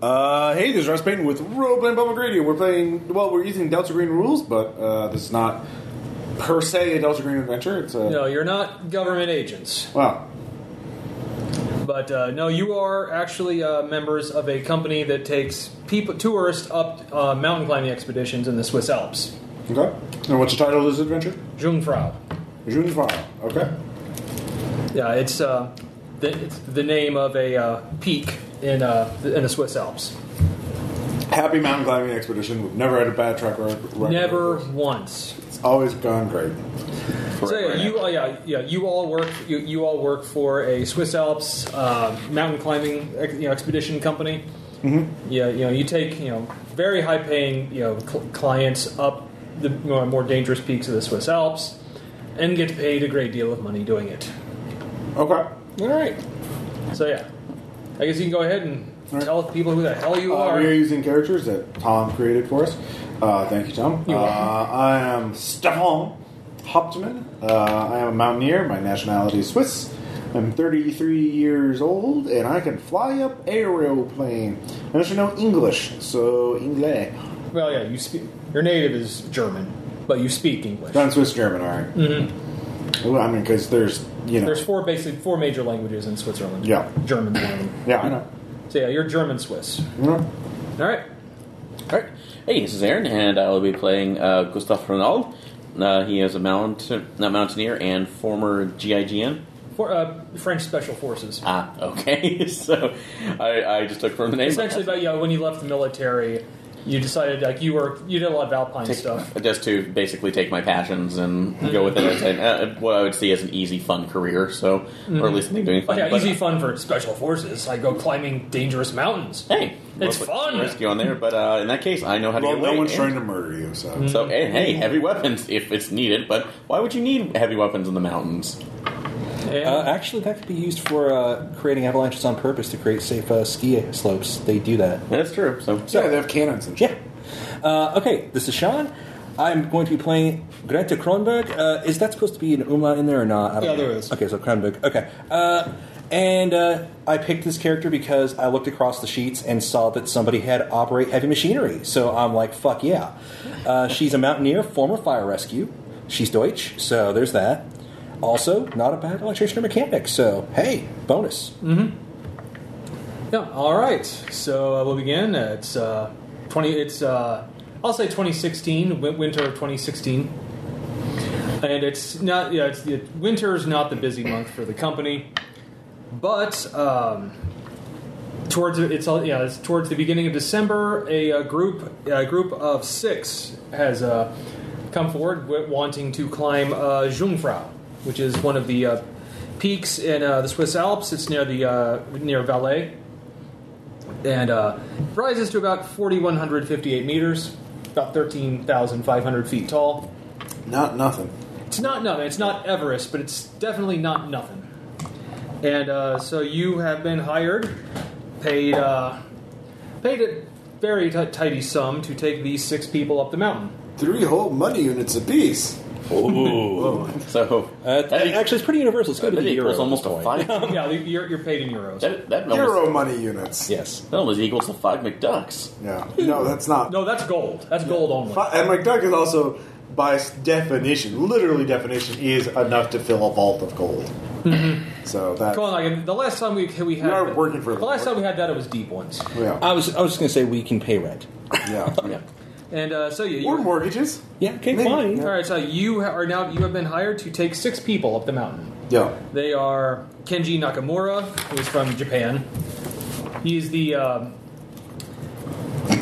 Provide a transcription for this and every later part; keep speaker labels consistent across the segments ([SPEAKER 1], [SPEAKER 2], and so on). [SPEAKER 1] Uh, hey, this is Russ Payton with Role Playing Public Radio. We're playing, well, we're using Delta Green rules, but uh, this is not per se a Delta Green adventure. It's a.
[SPEAKER 2] No, you're not government agents,
[SPEAKER 1] Well,
[SPEAKER 2] but uh, no, you are actually uh, members of a company that takes people tourists up uh, mountain climbing expeditions in the Swiss Alps.
[SPEAKER 1] okay. And what's the title of this adventure?
[SPEAKER 2] Jungfrau.
[SPEAKER 1] June Fire. Okay.
[SPEAKER 2] Yeah, it's, uh, the, it's the name of a uh, peak in uh, in the Swiss Alps.
[SPEAKER 1] Happy mountain climbing expedition. We've never had a bad track record.
[SPEAKER 2] Never once.
[SPEAKER 1] It's always gone great.
[SPEAKER 2] So yeah, you all, yeah, yeah, you all work you, you all work for a Swiss Alps uh, mountain climbing ex- you know, expedition company. Mm-hmm. Yeah, you know you take you know very high paying you know cl- clients up the more, more dangerous peaks of the Swiss Alps, and get paid a great deal of money doing it.
[SPEAKER 1] Okay.
[SPEAKER 2] All right. So yeah, I guess you can go ahead and
[SPEAKER 1] All right.
[SPEAKER 2] tell people who the hell you
[SPEAKER 1] Uh,
[SPEAKER 2] are.
[SPEAKER 1] we are using characters that Tom created for us. Uh, thank you, Tom.
[SPEAKER 2] You're
[SPEAKER 1] uh,
[SPEAKER 2] welcome.
[SPEAKER 1] I am Stefan Hauptmann. Uh, I am a mountaineer. My nationality is Swiss. I'm 33 years old, and I can fly up aeroplane. I should know English, so English.
[SPEAKER 2] Well, yeah, you speak. Your native is German, but you speak English.
[SPEAKER 1] Not Swiss German, all right? Mm-hmm. Well, I mean, because there's, you know.
[SPEAKER 2] There's four basic four major languages in Switzerland.
[SPEAKER 1] Yeah.
[SPEAKER 2] German's one of them.
[SPEAKER 1] yeah, I know.
[SPEAKER 2] So yeah, you're German Swiss.
[SPEAKER 1] You know?
[SPEAKER 2] All right.
[SPEAKER 3] All right. Hey, this is Aaron, and I will be playing uh, Gustav Ronald. Uh, he is a mountain, not mountaineer, and former GIGN.
[SPEAKER 2] For, uh, French special forces.
[SPEAKER 3] Ah, okay. so I, I just took from the name.
[SPEAKER 2] Essentially, but yeah, when you left the military, you decided like you were you did a lot of alpine
[SPEAKER 3] Take-
[SPEAKER 2] stuff. Mm-hmm.
[SPEAKER 3] Just to basically take my passions and go with it. As an, uh, what I would see as an easy, fun career. So, or at least something doing
[SPEAKER 2] Oh
[SPEAKER 3] fun.
[SPEAKER 2] yeah,
[SPEAKER 3] but-
[SPEAKER 2] easy fun for special forces. I go climbing dangerous mountains.
[SPEAKER 3] Hey,
[SPEAKER 2] It's
[SPEAKER 3] we'll put
[SPEAKER 2] fun.
[SPEAKER 3] some Rescue on there, but uh, in that case, I know how to
[SPEAKER 1] Well,
[SPEAKER 3] get
[SPEAKER 1] no
[SPEAKER 3] away,
[SPEAKER 1] one's
[SPEAKER 3] and-
[SPEAKER 1] trying to murder you, so.
[SPEAKER 2] Mm-hmm.
[SPEAKER 3] So hey, hey, heavy weapons if it's needed, but why would you need heavy weapons in the mountains?
[SPEAKER 2] And,
[SPEAKER 4] Uh, actually, that could be used for uh, creating avalanches on purpose to create safe uh, ski slopes. They do that.
[SPEAKER 3] That's true. So,
[SPEAKER 1] yeah, they have cannons and shit.
[SPEAKER 4] Yeah. Uh, okay, this is Sean. I'm going to be playing Greta Kronberg. Uh, is that supposed to be an umlaut in there or not? I
[SPEAKER 2] Yeah, there is.
[SPEAKER 4] Okay, so Kronberg. Okay. Uh, and uh, I picked this character because I looked across the sheets and saw that somebody had operate heavy machinery. So I'm like, fuck yeah. Uh, she's a mountaineer, former fire rescue. She's Deutsch, so there's that. Also, not a bad electrician or mechanic, so hey, bonus.
[SPEAKER 3] Mm.
[SPEAKER 2] yeah. All right. So uh, we'll begin. Uh, it's uh, twenty. It's uh, I'll say 2016, win- winter of 2016. And it's not. Yeah, it's it, winter is not the busy month for the company, but. Um, towards it's all yeah it's towards the beginning of December. A, uh group a group of six has uh, come forward wi- wanting to climb uh, Jungfrau, which is one of the uh, peaks in uh, the Swiss Alps. It's near the uh, near Valais, and uh, rises to about forty one hundred fifty eight meters, about thirteen thousand five hundred feet tall.
[SPEAKER 1] Not nothing.
[SPEAKER 2] It's not nothing. It's not Everest, but it's definitely not nothing. And uh, so you have been hired, paid uh, paid a very t- tidy sum to take these six people up the mountain.
[SPEAKER 1] Three whole money units apiece.
[SPEAKER 3] ooh, so
[SPEAKER 4] Uh,
[SPEAKER 3] that,
[SPEAKER 4] actually, it's pretty universal. It's
[SPEAKER 3] that
[SPEAKER 4] going to be
[SPEAKER 3] equals
[SPEAKER 4] Euro.
[SPEAKER 3] almost a five. that
[SPEAKER 2] yeah, you're, you're paid in euros.
[SPEAKER 3] that
[SPEAKER 1] Euro
[SPEAKER 3] almost,
[SPEAKER 1] money units.
[SPEAKER 4] Yes.
[SPEAKER 3] that almost equals to five McDucks.
[SPEAKER 1] Yeah. No, that's not.
[SPEAKER 2] no, that's gold. That's gold only.
[SPEAKER 1] Fi- And McDuck is also, by s- definition, literally definition, is enough to fill a vault of gold. so that.
[SPEAKER 2] Come on, like, the last time we we had
[SPEAKER 1] You are working for
[SPEAKER 2] the last
[SPEAKER 1] Lord.
[SPEAKER 2] time we had that it was deep ones,
[SPEAKER 1] Yeah.
[SPEAKER 4] I was I was just gonna say we can pay rent.
[SPEAKER 1] Yeah.
[SPEAKER 3] Yeah.
[SPEAKER 2] and uh, so yeah, you,
[SPEAKER 1] or mortgages.
[SPEAKER 4] Yeah, okay,
[SPEAKER 1] Maybe.
[SPEAKER 4] fine.
[SPEAKER 2] all right. So you ha- are now you have been hired to take six people up the mountain.
[SPEAKER 1] Yeah.
[SPEAKER 2] They are Kenji Nakamura, who is from Japan. He's the. Um,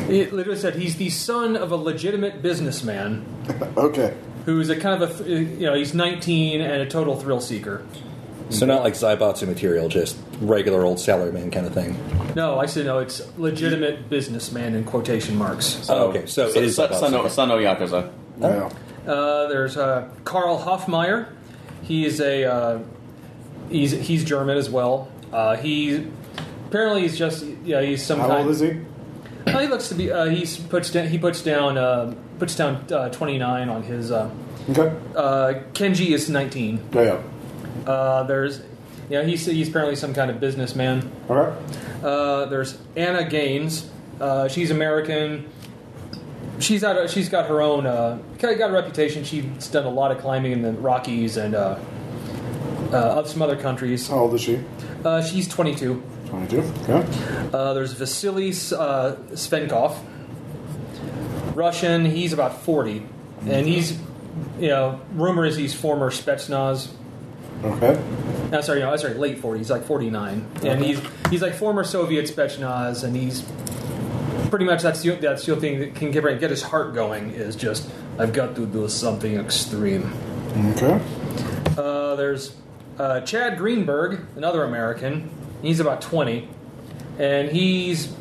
[SPEAKER 2] it literally said he's the son of a legitimate businessman
[SPEAKER 1] Okay.
[SPEAKER 2] who's a kind of a th- you know he's 19 and a total thrill seeker. Mm.
[SPEAKER 4] So not like Zaibatsu material, just regular old salaryman kind of thing.
[SPEAKER 2] No, I said no. It's legitimate businessman in quotation marks.
[SPEAKER 4] Oh, okay, so it is
[SPEAKER 3] Sun,
[SPEAKER 4] about
[SPEAKER 3] Sun,
[SPEAKER 4] something.
[SPEAKER 3] Sun Yakuza.
[SPEAKER 1] Yeah.
[SPEAKER 2] Uh, there's uh, Carl Hoffmeyer. He is a uh, he's he's German as well. Uh, he apparently he's just yeah he's some
[SPEAKER 1] How
[SPEAKER 2] kind.
[SPEAKER 1] old is he?
[SPEAKER 2] Well, he looks to be. Uh, he puts down. He puts down. Uh, puts down uh, twenty nine on his. Uh,
[SPEAKER 1] Okay.
[SPEAKER 2] uh, Kenji is nineteen.
[SPEAKER 1] Yeah. yeah.
[SPEAKER 2] Uh, there's Yeah, he's, he's apparently some kind of businessman.
[SPEAKER 1] All right.
[SPEAKER 2] Uh, there's Anna Gaines. Uh, she's American. She's out. Of, she's got her own. Uh, kind of got a reputation. She's done a lot of climbing in the Rockies and uh, uh, of some other countries.
[SPEAKER 1] How old is she?
[SPEAKER 2] Uh, she's 22.
[SPEAKER 1] 22. Okay.
[SPEAKER 2] Uh, there's Vasily uh, Svenkov, Russian. He's about 40, and he's, you know, rumor is he's former Spetsnaz.
[SPEAKER 1] Okay.
[SPEAKER 2] No, sorry, no, sorry, late 40s, he's like 49, and he's he's like former Soviet Spetsnaz, and he's pretty much that's the that's the only thing that can get get his heart going is just I've got to do something extreme.
[SPEAKER 1] Okay.
[SPEAKER 2] Uh, there's uh, Chad Greenberg, another American. He's about 20, and he's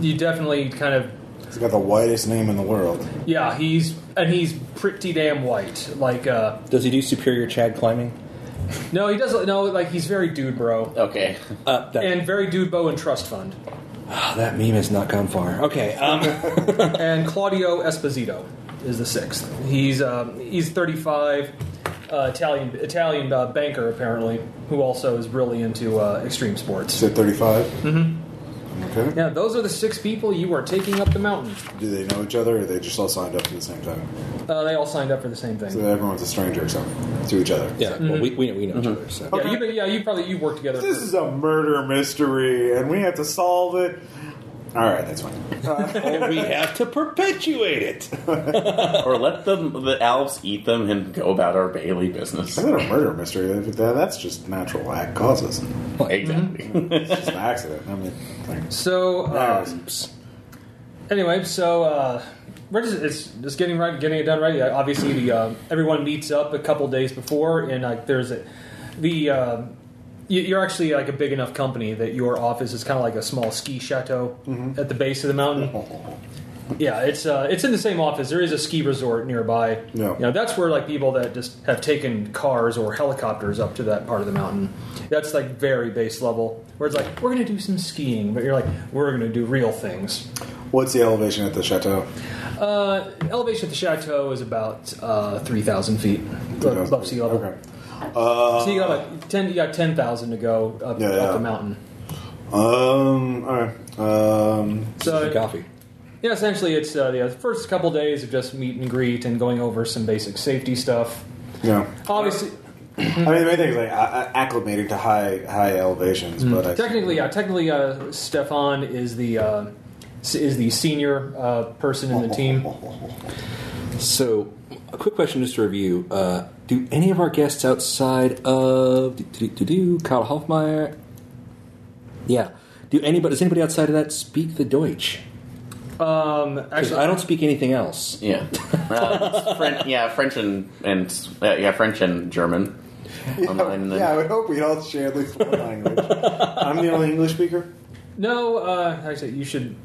[SPEAKER 2] you definitely kind of
[SPEAKER 1] He's got the whitest name in the world.
[SPEAKER 2] yeah he's and he's pretty damn white. Like uh,
[SPEAKER 4] Does he do superior Chad climbing?
[SPEAKER 2] no, he doesn't. No, like he's very dude bro
[SPEAKER 3] Okay.
[SPEAKER 4] Uh, that,
[SPEAKER 2] and very dude bo and trust fund.
[SPEAKER 4] ah, that meme has not gone far. Okay. Um,
[SPEAKER 2] and Claudio Esposito is the sixth. He's um, he's 35, uh, Italian Italian uh, banker apparently, who also is really into uh, extreme
[SPEAKER 1] You
[SPEAKER 2] sports.
[SPEAKER 1] said 35? Mm-hmm. Okay.
[SPEAKER 2] Yeah, those are the six people you are taking up the mountain.
[SPEAKER 1] Do they know each other, or they just all signed up at the same time?
[SPEAKER 2] Uh, they all signed up for the same
[SPEAKER 1] So
[SPEAKER 2] thing.
[SPEAKER 1] that everyone's a stranger, so to each other.
[SPEAKER 4] yeah.
[SPEAKER 2] Mm-hmm.
[SPEAKER 4] Well, we, we, we know each other. So.
[SPEAKER 2] Yeah, you, but yeah, you probably you work together.
[SPEAKER 1] This
[SPEAKER 2] For,
[SPEAKER 1] is a murder mystery, and we have to solve it. All right, that's fine.
[SPEAKER 4] Or we have to perpetuate it.
[SPEAKER 3] or let them the elves eat them and go about our Bailey business.
[SPEAKER 1] It's not a murder mystery. That- That's just natural act causes.
[SPEAKER 3] exactly.
[SPEAKER 4] Mm-hmm.
[SPEAKER 3] Um,
[SPEAKER 1] It's just an accident. I mean, like,
[SPEAKER 2] so uh,
[SPEAKER 1] psst.
[SPEAKER 2] anyway, so. Uh, we're just, it's just getting right, getting it done right. Yeah, obviously, the uh, everyone meets up a couple days before, and like there's a, the uh, you- you're actually like a big enough company that your office is kind of like a small ski chateau at the base of the mountain. Yeah, it's uh, it's in the same office. There is a ski resort nearby.
[SPEAKER 1] Yeah.
[SPEAKER 2] You know, that's where like people that just have taken cars or helicopters up to that part of the mountain. That's like very base level, where it's like we're gonna do some skiing, but you're like we're gonna do real things.
[SPEAKER 1] what's the elevation at the chateau?
[SPEAKER 2] Uh, elevation at the chateau is about uh, three thousand feet above above sea level.
[SPEAKER 1] Okay.
[SPEAKER 2] So you got like ten, you got ten thousand to go up,
[SPEAKER 1] Yeah,
[SPEAKER 2] up
[SPEAKER 1] yeah.
[SPEAKER 2] the mountain.
[SPEAKER 1] Um. All right. Um.
[SPEAKER 4] For
[SPEAKER 2] So
[SPEAKER 4] coffee.
[SPEAKER 2] yeah, essentially it's uh, yeah, the first couple days of just meet and greet and going over some basic safety stuff.
[SPEAKER 1] Yeah.
[SPEAKER 2] Obviously,
[SPEAKER 1] I mean, the main thing is like a- a- acclimating to high high elevations, but I,
[SPEAKER 2] technically, yeah, technically uh, Stefan is the uh, s- is the senior uh, person in the team.
[SPEAKER 4] So, a quick question just to review. Uh, do any of our guests outside of do, do, do, do, Kyle Hoffmeyer? Yeah. Do anybody? Does anybody outside of that speak the Deutsch?
[SPEAKER 2] Um,
[SPEAKER 4] 'Cause
[SPEAKER 2] actually,
[SPEAKER 4] I don't speak anything else.
[SPEAKER 3] Yeah. Uh, it's Fren- yeah, French and, and uh, yeah, French and German. Online
[SPEAKER 1] Yeah, I would hope we'd all share at least one language. I'm the only English speaker.
[SPEAKER 2] no. Uh, actually, you should.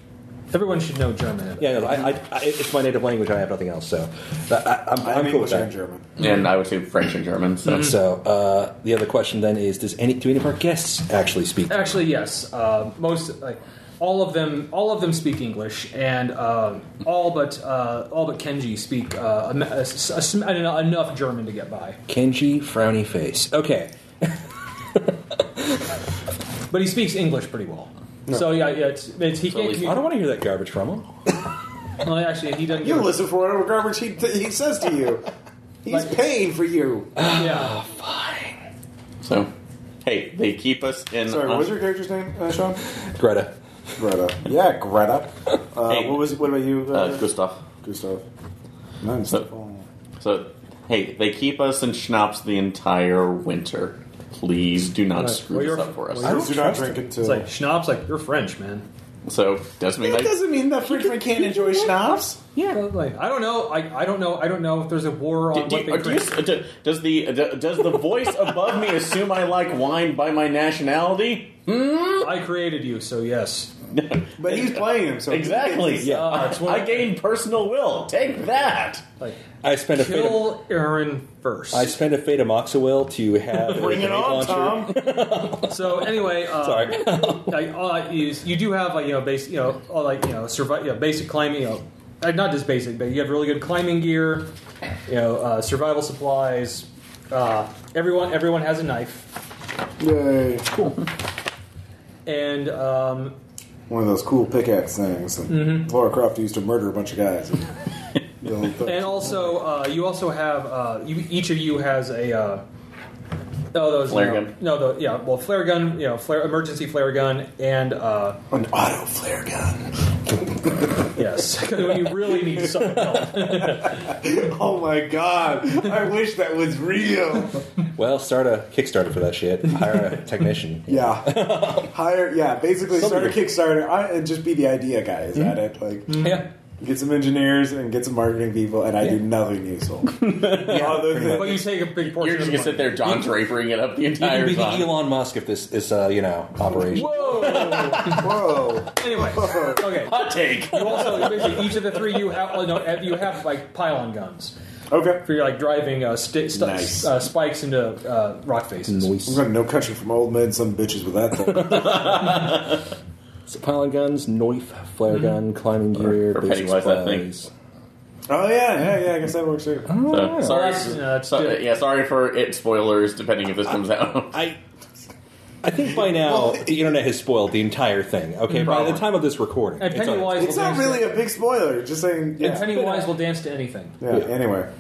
[SPEAKER 2] Everyone should know German.
[SPEAKER 4] Yeah, no, I, I, I, it's my native language. I have nothing else, so I, I, I'm,
[SPEAKER 1] I'm,
[SPEAKER 4] I'm, cool
[SPEAKER 1] English
[SPEAKER 4] with
[SPEAKER 1] and
[SPEAKER 4] that.
[SPEAKER 1] German.
[SPEAKER 3] and I would say French and German. So
[SPEAKER 4] So uh, the other question then is: Does any do any of our guests actually speak?
[SPEAKER 2] Actually, yes. Uh, most, like, all of them, all of them speak English, and um all but uh, all but Kenji speak uh, a- a s- a sm- en- enough German to get by.
[SPEAKER 4] Kenji frowny face. Okay,
[SPEAKER 2] But he speaks English pretty well. So yeah, yeah, it's, it's he can't.
[SPEAKER 3] at least-
[SPEAKER 4] I
[SPEAKER 2] Commu-
[SPEAKER 4] don't want to hear that garbage from him.
[SPEAKER 2] well, actually, he doesn't.
[SPEAKER 1] You
[SPEAKER 2] give a-
[SPEAKER 1] listen for whatever garbage he, he says to you. He's
[SPEAKER 2] Like-
[SPEAKER 1] paying for you.
[SPEAKER 2] yeah.
[SPEAKER 3] so hey, they keep us in
[SPEAKER 1] Sorry, what was your character's name, uh, Sean?
[SPEAKER 4] Greta.
[SPEAKER 1] Greta. Yeah, Greta. Uh,
[SPEAKER 3] Hey.
[SPEAKER 1] What was? What about you?
[SPEAKER 3] uh, Gustav.
[SPEAKER 1] Gustav. None.
[SPEAKER 3] So- So hey, they keep us in schnapps the entire winter. Please do not
[SPEAKER 2] Right.
[SPEAKER 3] screw
[SPEAKER 2] Well,
[SPEAKER 3] this
[SPEAKER 2] you're-
[SPEAKER 3] up for us.
[SPEAKER 2] well,
[SPEAKER 1] do not drink until.
[SPEAKER 2] It's like schnapps. Like you're French, man.
[SPEAKER 3] so doesn't mean
[SPEAKER 1] that
[SPEAKER 3] I
[SPEAKER 1] doesn't mean that Frenchmen can't enjoy schnapps.
[SPEAKER 2] Yeah. Like I don't know. I, I don't know. I don't know if there's a war
[SPEAKER 3] Do,
[SPEAKER 2] on
[SPEAKER 3] do,
[SPEAKER 2] what they
[SPEAKER 3] are- do you,
[SPEAKER 2] drink.
[SPEAKER 3] do- does the do- does the voice above me assume I like wine by my nationality?
[SPEAKER 2] I created you, so yes.
[SPEAKER 1] But he's playing him, so
[SPEAKER 3] Exactly.
[SPEAKER 4] Yeah.
[SPEAKER 2] Ah, it's one-
[SPEAKER 3] I gain personal will. Take that.
[SPEAKER 2] Like
[SPEAKER 4] I spent a fate of,
[SPEAKER 2] kill Aaron first.
[SPEAKER 4] I spent a fate of Moxowell to have a
[SPEAKER 1] Bring it
[SPEAKER 4] grenade
[SPEAKER 1] on,
[SPEAKER 4] launcher.
[SPEAKER 1] Tom.
[SPEAKER 2] So anyway, uh,
[SPEAKER 4] Sorry.
[SPEAKER 2] like, all I use, you do have like you know basic you know all like you know survive you know, basic climbing you know uh, not just basic but you have really good climbing gear, you know uh, survival supplies. Uh, everyone everyone has a knife.
[SPEAKER 1] Yay.
[SPEAKER 2] Cool. And um,
[SPEAKER 1] One of those cool pickaxe things. And Laura Croft used to murder a bunch of guys. The old thing.
[SPEAKER 2] and also uh, you also have uh, you, each of you has a. Uh, Oh, those
[SPEAKER 3] Flare
[SPEAKER 2] you know-
[SPEAKER 3] gun.
[SPEAKER 2] No, the, yeah. Well, flare gun. You know, flare emergency flare gun, and uh,
[SPEAKER 1] An auto flare gun.
[SPEAKER 2] yes, when you really need someone help.
[SPEAKER 1] Oh my god. I wish that was real.
[SPEAKER 4] Well, start a Kickstarter for that shit. Hire a technician.
[SPEAKER 1] Yeah. Hire, yeah, basically start a
[SPEAKER 4] Somebody-
[SPEAKER 1] Kickstarter I, and just be the idea guy is at it. Like,
[SPEAKER 2] Yeah.
[SPEAKER 1] get some engineers and get some marketing people, and I do nothing useful. Other than-
[SPEAKER 2] But you take a big portion.
[SPEAKER 3] You're just
[SPEAKER 2] of
[SPEAKER 3] gonna
[SPEAKER 2] the
[SPEAKER 3] sit there, John Drapering it up the
[SPEAKER 4] You can
[SPEAKER 3] entire
[SPEAKER 4] be the
[SPEAKER 3] time.
[SPEAKER 4] Elon Musk if this is, uh, you know,
[SPEAKER 2] money.
[SPEAKER 4] operation.
[SPEAKER 2] Whoa.
[SPEAKER 1] Whoa.
[SPEAKER 2] anyway,
[SPEAKER 1] Whoa.
[SPEAKER 2] okay.
[SPEAKER 3] Hot take.
[SPEAKER 2] You also basically, each of the three you have. well, No, you have like pylon guns
[SPEAKER 1] Okay.
[SPEAKER 2] for like driving uh, sti sti-
[SPEAKER 1] Nice.
[SPEAKER 2] uh, spikes into uh, rock faces.
[SPEAKER 1] We're
[SPEAKER 4] Noise.
[SPEAKER 1] going to no country from old men, some bitches with that thing.
[SPEAKER 4] So pylon guns, noif, flare gun, climbing gear,
[SPEAKER 3] or
[SPEAKER 4] business
[SPEAKER 3] Pennywise, I think. Uh,
[SPEAKER 4] supplies.
[SPEAKER 1] oh, yeah, yeah, yeah, I guess that works too.
[SPEAKER 3] So, sorry,
[SPEAKER 2] That's- no, that's
[SPEAKER 3] so-
[SPEAKER 2] good.
[SPEAKER 3] yeah, sorry for it spoilers. Depending if this comes out,
[SPEAKER 4] I I think by now the internet has spoiled the entire thing. Okay, by
[SPEAKER 3] Probably.
[SPEAKER 4] the time of this recording,
[SPEAKER 2] Mm-hmm. And
[SPEAKER 4] it's on-
[SPEAKER 2] Pennywise
[SPEAKER 1] It's
[SPEAKER 2] will
[SPEAKER 1] not
[SPEAKER 2] dance
[SPEAKER 1] really
[SPEAKER 2] to,
[SPEAKER 1] a big spoiler, just saying.
[SPEAKER 2] and
[SPEAKER 1] Yeah,
[SPEAKER 2] Pennywise will dance to anything.
[SPEAKER 1] yeah, anyway.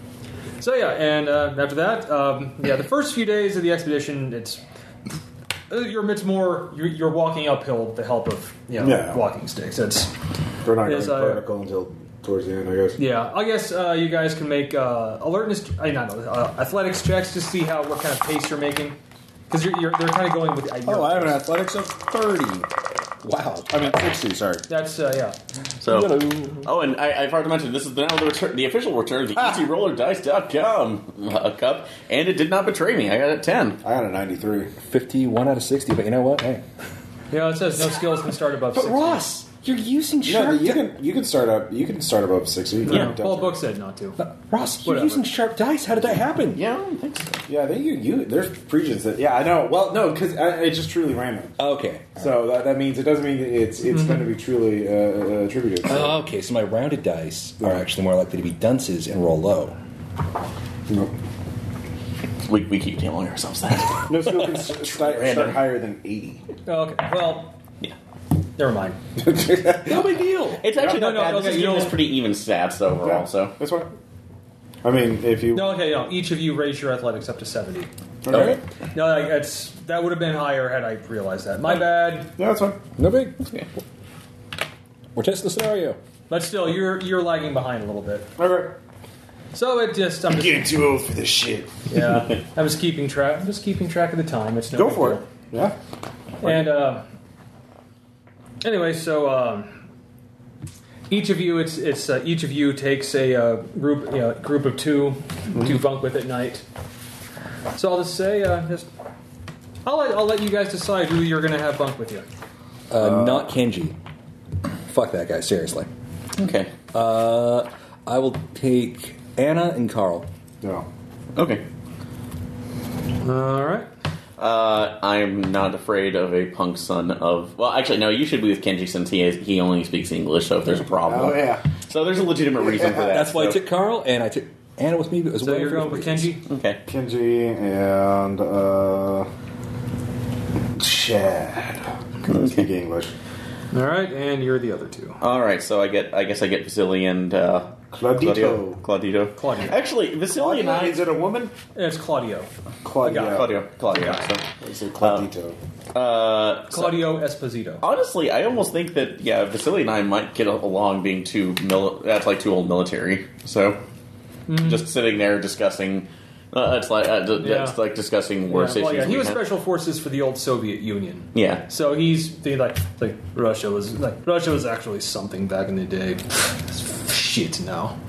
[SPEAKER 2] So yeah, and uh, after that, um, yeah, the first few days of the expedition, it's uh, you're it's more you're, you're walking uphill with the help of you know,
[SPEAKER 1] Yeah.
[SPEAKER 2] walking sticks. It's
[SPEAKER 1] We're not going
[SPEAKER 2] Yes, I-
[SPEAKER 1] vertical until towards the end, I guess.
[SPEAKER 2] yeah. I guess uh, you guys can make uh, alertness, I not uh, athletics checks to see how what kind of pace you're making because you're, you're they're kind of going with. Uh, your
[SPEAKER 1] Oh, I have an
[SPEAKER 2] pace.
[SPEAKER 1] athletics of 30.
[SPEAKER 4] Wow.
[SPEAKER 1] I mean, 60, sorry.
[SPEAKER 2] That's uh, yeah.
[SPEAKER 3] so oh, and I, I forgot to mention this is now the return, the official return of the
[SPEAKER 2] Ah.
[SPEAKER 3] EasyRollerDice.com uh, cup, and it did not betray me. I got it ten.
[SPEAKER 1] I got a 93.
[SPEAKER 4] 51 out of 60, but you know what? Hey.
[SPEAKER 2] Yeah, it says no skills can start above.
[SPEAKER 4] But
[SPEAKER 2] 60.
[SPEAKER 4] Ross, you're using
[SPEAKER 1] You know,
[SPEAKER 4] sharp
[SPEAKER 1] you
[SPEAKER 4] di-
[SPEAKER 1] can you can start up you can start above 60. You
[SPEAKER 2] Yeah,
[SPEAKER 1] can
[SPEAKER 2] well, book said not to.
[SPEAKER 4] Ross, you're
[SPEAKER 2] Whatever.
[SPEAKER 4] using sharp dice. How did that happen?
[SPEAKER 3] Yeah, I don't think so.
[SPEAKER 1] Yeah, I think you, you there's regions that yeah I know. Well, no, because it's just truly random.
[SPEAKER 4] Okay.
[SPEAKER 1] So that, that means it doesn't mean it's it's going to be truly uh, attributed. So,
[SPEAKER 4] Okay, so my rounded dice are actually more likely to be dunces and roll low.
[SPEAKER 1] no,
[SPEAKER 3] We, we keep telling ourselves that.
[SPEAKER 1] no skill can st- start, start
[SPEAKER 3] Random.
[SPEAKER 1] higher than eighty.
[SPEAKER 2] Okay, well,
[SPEAKER 3] yeah.
[SPEAKER 2] never mind.
[SPEAKER 4] No big deal.
[SPEAKER 3] It's actually
[SPEAKER 2] No,
[SPEAKER 3] not
[SPEAKER 2] no,
[SPEAKER 3] bad.
[SPEAKER 2] okay,
[SPEAKER 3] this is
[SPEAKER 2] you
[SPEAKER 3] giving
[SPEAKER 2] know-
[SPEAKER 3] us pretty even stats overall. So
[SPEAKER 1] that's why. I mean, if you
[SPEAKER 2] No, okay, no. Each of you raise your athletics up to seventy.
[SPEAKER 1] okay.
[SPEAKER 4] Okay.
[SPEAKER 2] No, like, that's that would have been higher had I realized that. My bad.
[SPEAKER 1] yeah, that's fine.
[SPEAKER 4] No big.
[SPEAKER 3] okay.
[SPEAKER 4] We're testing the scenario.
[SPEAKER 2] But still, you're you're lagging behind a little bit.
[SPEAKER 1] Okay,
[SPEAKER 2] So it just I'm just
[SPEAKER 1] getting too old for this shit.
[SPEAKER 2] yeah I'm just keeping track I'm just keeping track of the time. It's no
[SPEAKER 1] Go
[SPEAKER 2] big
[SPEAKER 1] for it.
[SPEAKER 2] deal.
[SPEAKER 1] Yeah,
[SPEAKER 2] And uh, anyway, so um, each of you it's it's uh, each of you takes a uh, group you know, group of 2 to bunk with at night. So I'll just say uh, just I'll let, I'll let you guys decide who you're going to have bunk with you.
[SPEAKER 4] Uh, not Kenji. Fuck that guy, seriously.
[SPEAKER 3] Okay.
[SPEAKER 4] Uh, I will take Anna and Carl.
[SPEAKER 1] no.
[SPEAKER 3] Okay.
[SPEAKER 2] All right.
[SPEAKER 3] Uh, I'm not afraid of a punk son of. Well, actually, no. You should be with Kenji since he is, he only speaks English. So if there's a problem,
[SPEAKER 1] Oh yeah,
[SPEAKER 3] So there's a legitimate reason for that.
[SPEAKER 4] That's why I
[SPEAKER 3] so-
[SPEAKER 4] took Carl, and I took Anna with me as
[SPEAKER 2] So
[SPEAKER 4] well.
[SPEAKER 2] you're
[SPEAKER 4] for
[SPEAKER 2] going with
[SPEAKER 4] reasons.
[SPEAKER 2] Kenji.
[SPEAKER 3] Okay.
[SPEAKER 1] Kenji and uh, Chad. Speak English.
[SPEAKER 2] All right, and you're the other two.
[SPEAKER 3] All right. So I get. I guess I get Vasily and uh,
[SPEAKER 1] Claudito.
[SPEAKER 3] Claudito.
[SPEAKER 2] Claudio.
[SPEAKER 3] Actually, Vasily and I.
[SPEAKER 1] Is it a woman?
[SPEAKER 2] It's Claudio.
[SPEAKER 1] Claudia.
[SPEAKER 3] Claudio. Claudio.
[SPEAKER 1] Is it Claudito?
[SPEAKER 3] So, uh, so-
[SPEAKER 2] Claudio Esposito.
[SPEAKER 3] honestly, I almost think that yeah, Vasily and I might get along being too mil- that's like too old military. So just sitting there discussing. Uh, it's like uh, d-
[SPEAKER 2] Mm-hmm. Yeah.
[SPEAKER 3] it's like discussing
[SPEAKER 2] Yeah,
[SPEAKER 3] war
[SPEAKER 2] well,
[SPEAKER 3] situations.
[SPEAKER 2] yeah, he
[SPEAKER 3] we
[SPEAKER 2] was
[SPEAKER 3] had.
[SPEAKER 2] special forces for the old Soviet Union.
[SPEAKER 3] Yeah.
[SPEAKER 2] So he's the, like like Russia was like Russia was actually something back in the day. Shit now.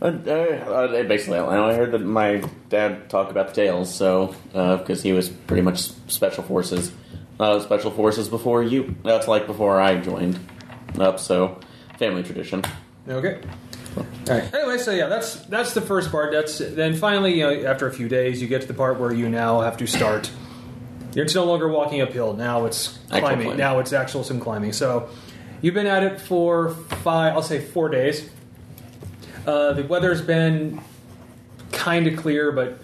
[SPEAKER 3] Uh, uh, uh, basically, I I heard that my dad talk about the tails, so because he was pretty much special forces, uh, special forces before you. That's like before I joined up. So family tradition.
[SPEAKER 2] Okay. All right. Anyway, so yeah, that's that's the first part. That's then finally, you know, after a few days, you get to the part where you now have to start. You're it's no longer walking uphill. Now it's
[SPEAKER 3] Actual
[SPEAKER 2] climbing.
[SPEAKER 3] climbing.
[SPEAKER 2] Now it's actual some climbing. So you've been at it for five. I'll say four days. Uh, the weather's been kind of clear, but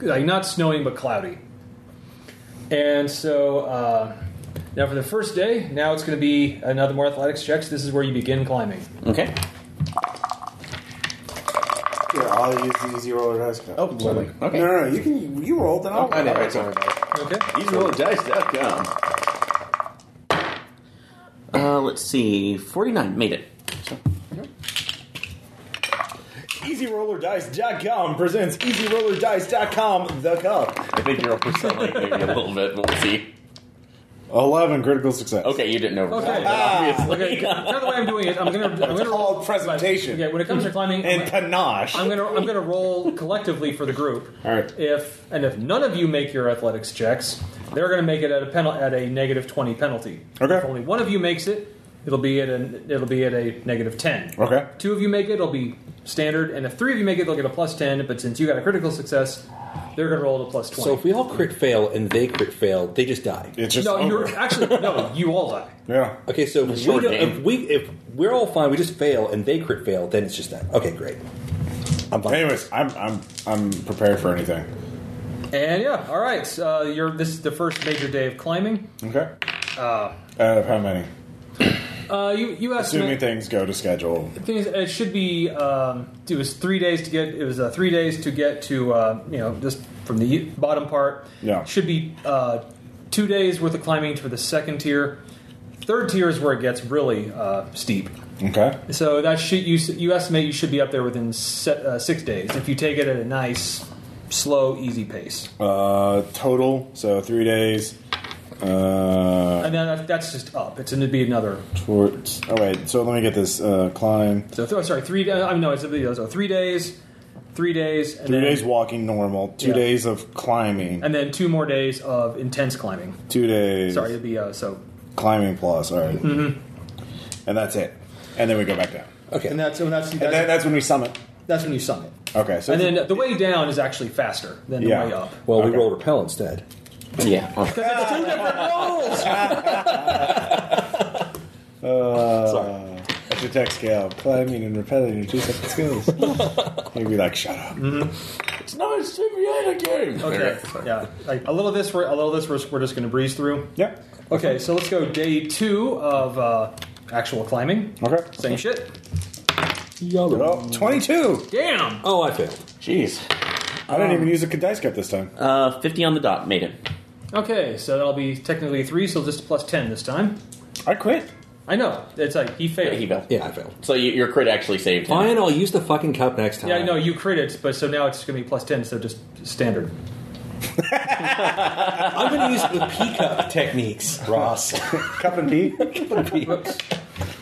[SPEAKER 2] like not snowing, but cloudy. And so uh, now for the first day, now it's going to be another more athletics checks. This is where you begin climbing.
[SPEAKER 3] Okay.
[SPEAKER 1] Here, I'll use the easy roller dice. cup.
[SPEAKER 3] Oh, lovely. Okay.
[SPEAKER 1] No, no, no, you can. You rolled, and I'll.
[SPEAKER 3] Okay, all right, sorry.
[SPEAKER 2] Okay.
[SPEAKER 3] EasyRollDice.com. Uh, let's see. 49 made it.
[SPEAKER 4] EasyRollerDice.com presents EasyRollerDice.com The Cup.
[SPEAKER 3] I think you're over selling maybe a little bit, but we'll see.
[SPEAKER 1] Eleven critical success.
[SPEAKER 3] Okay, you didn't over
[SPEAKER 2] Okay. Ah. Okay. Kind of the way I'm doing it, I'm gonna. I'm gonna roll.
[SPEAKER 1] Called presentation
[SPEAKER 2] Okay. When it comes to climbing,
[SPEAKER 1] and panache.
[SPEAKER 2] I'm gonna I'm gonna roll collectively for the group.
[SPEAKER 1] All right.
[SPEAKER 2] If and if none of you make your athletics checks, they're gonna make it at a penal at a negative twenty penalty.
[SPEAKER 1] Okay.
[SPEAKER 2] If only one of you makes it, it'll be at an it'll be at a negative ten.
[SPEAKER 1] Okay.
[SPEAKER 2] Two of you make it, it'll be standard, and if three of you make it, they'll get a plus ten. But since you got a critical success, they're gonna roll at a plus twenty.
[SPEAKER 4] So if we all crit fail and they crit fail, they just die.
[SPEAKER 1] It's just
[SPEAKER 2] no,
[SPEAKER 1] over.
[SPEAKER 2] you're actually no, you all die.
[SPEAKER 1] yeah.
[SPEAKER 4] Okay, so if we,
[SPEAKER 3] short
[SPEAKER 4] don't-
[SPEAKER 3] game.
[SPEAKER 4] if we if we're all fine, we just fail and they crit fail, then it's just that. Okay, great. I'm fine.
[SPEAKER 1] Anyways, I'm I'm I'm prepared for anything.
[SPEAKER 2] And yeah, all right. Uh, you're this is the first major day of climbing.
[SPEAKER 1] Okay. Uh, Out of how many?
[SPEAKER 2] Uh, you you
[SPEAKER 1] Assuming
[SPEAKER 2] estimate
[SPEAKER 1] things go to schedule.
[SPEAKER 2] thing is, it should be. Um, it was three days to get. It was uh, three days to get to. Uh, you know, just from the bottom part.
[SPEAKER 1] Yeah.
[SPEAKER 2] Should be uh, two days worth of climbing for the second tier. Third tier is where it gets really uh, steep.
[SPEAKER 1] Okay.
[SPEAKER 2] So that should you you estimate you should be up there within se- uh, six days if you take it at a nice, slow, easy pace.
[SPEAKER 1] Uh, total. So three days. Uh,
[SPEAKER 2] And then that, that's just up. It's going to be another.
[SPEAKER 1] towards. Oh wait. So let me get this. Uh, climb.
[SPEAKER 2] So th- oh, sorry, three. da- I mean, no, it's so three days, three days, and
[SPEAKER 1] Three
[SPEAKER 2] then,
[SPEAKER 1] days walking normal. Two
[SPEAKER 2] Yeah.
[SPEAKER 1] days of climbing.
[SPEAKER 2] and then two more days of intense climbing.
[SPEAKER 1] Two days.
[SPEAKER 2] Sorry, Mm-hmm. it'd be uh, so.
[SPEAKER 1] Climbing plus. All right. And that's it. And then we go back down.
[SPEAKER 4] Okay.
[SPEAKER 2] And that's and that's that's,
[SPEAKER 1] And then, that's when we summit.
[SPEAKER 2] that's when you summit.
[SPEAKER 1] Okay. So
[SPEAKER 2] And then the way down is actually faster than the
[SPEAKER 1] Yeah.
[SPEAKER 2] way up.
[SPEAKER 4] well,
[SPEAKER 1] Okay.
[SPEAKER 4] we roll repel instead.
[SPEAKER 3] Yeah.
[SPEAKER 2] Two different rolls.
[SPEAKER 1] Uh, That's your tech scale. Climbing and repelling are two separate skills. He'd be like, shut up.
[SPEAKER 3] It's not a simulator game.
[SPEAKER 2] Okay, yeah. Like, a little of this, we're, a little of this, we're, we're just going to breeze through.
[SPEAKER 1] Yep.
[SPEAKER 2] Okay, so let's go day two of uh, actual climbing.
[SPEAKER 1] Okay.
[SPEAKER 2] Same shit.
[SPEAKER 1] Well, 22.
[SPEAKER 2] Damn.
[SPEAKER 4] Oh, I failed.
[SPEAKER 3] Jeez.
[SPEAKER 1] I didn't
[SPEAKER 2] Um,
[SPEAKER 1] even use a dice cup this time.
[SPEAKER 3] Uh, 50 on the dot made it.
[SPEAKER 2] Okay, so that'll be technically three, so just plus ten this time.
[SPEAKER 1] I quit.
[SPEAKER 2] I know. It's like he failed.
[SPEAKER 3] Yeah, he failed.
[SPEAKER 4] Yeah, I failed.
[SPEAKER 3] So you, your crit actually saved him.
[SPEAKER 4] Fine, I'll use the fucking cup next time.
[SPEAKER 2] Yeah, I know you crit it, but so now it's going to be plus ten, so just standard.
[SPEAKER 4] I'm going to use the P cup techniques, Ross.
[SPEAKER 1] Cup and pee.
[SPEAKER 2] Whoops.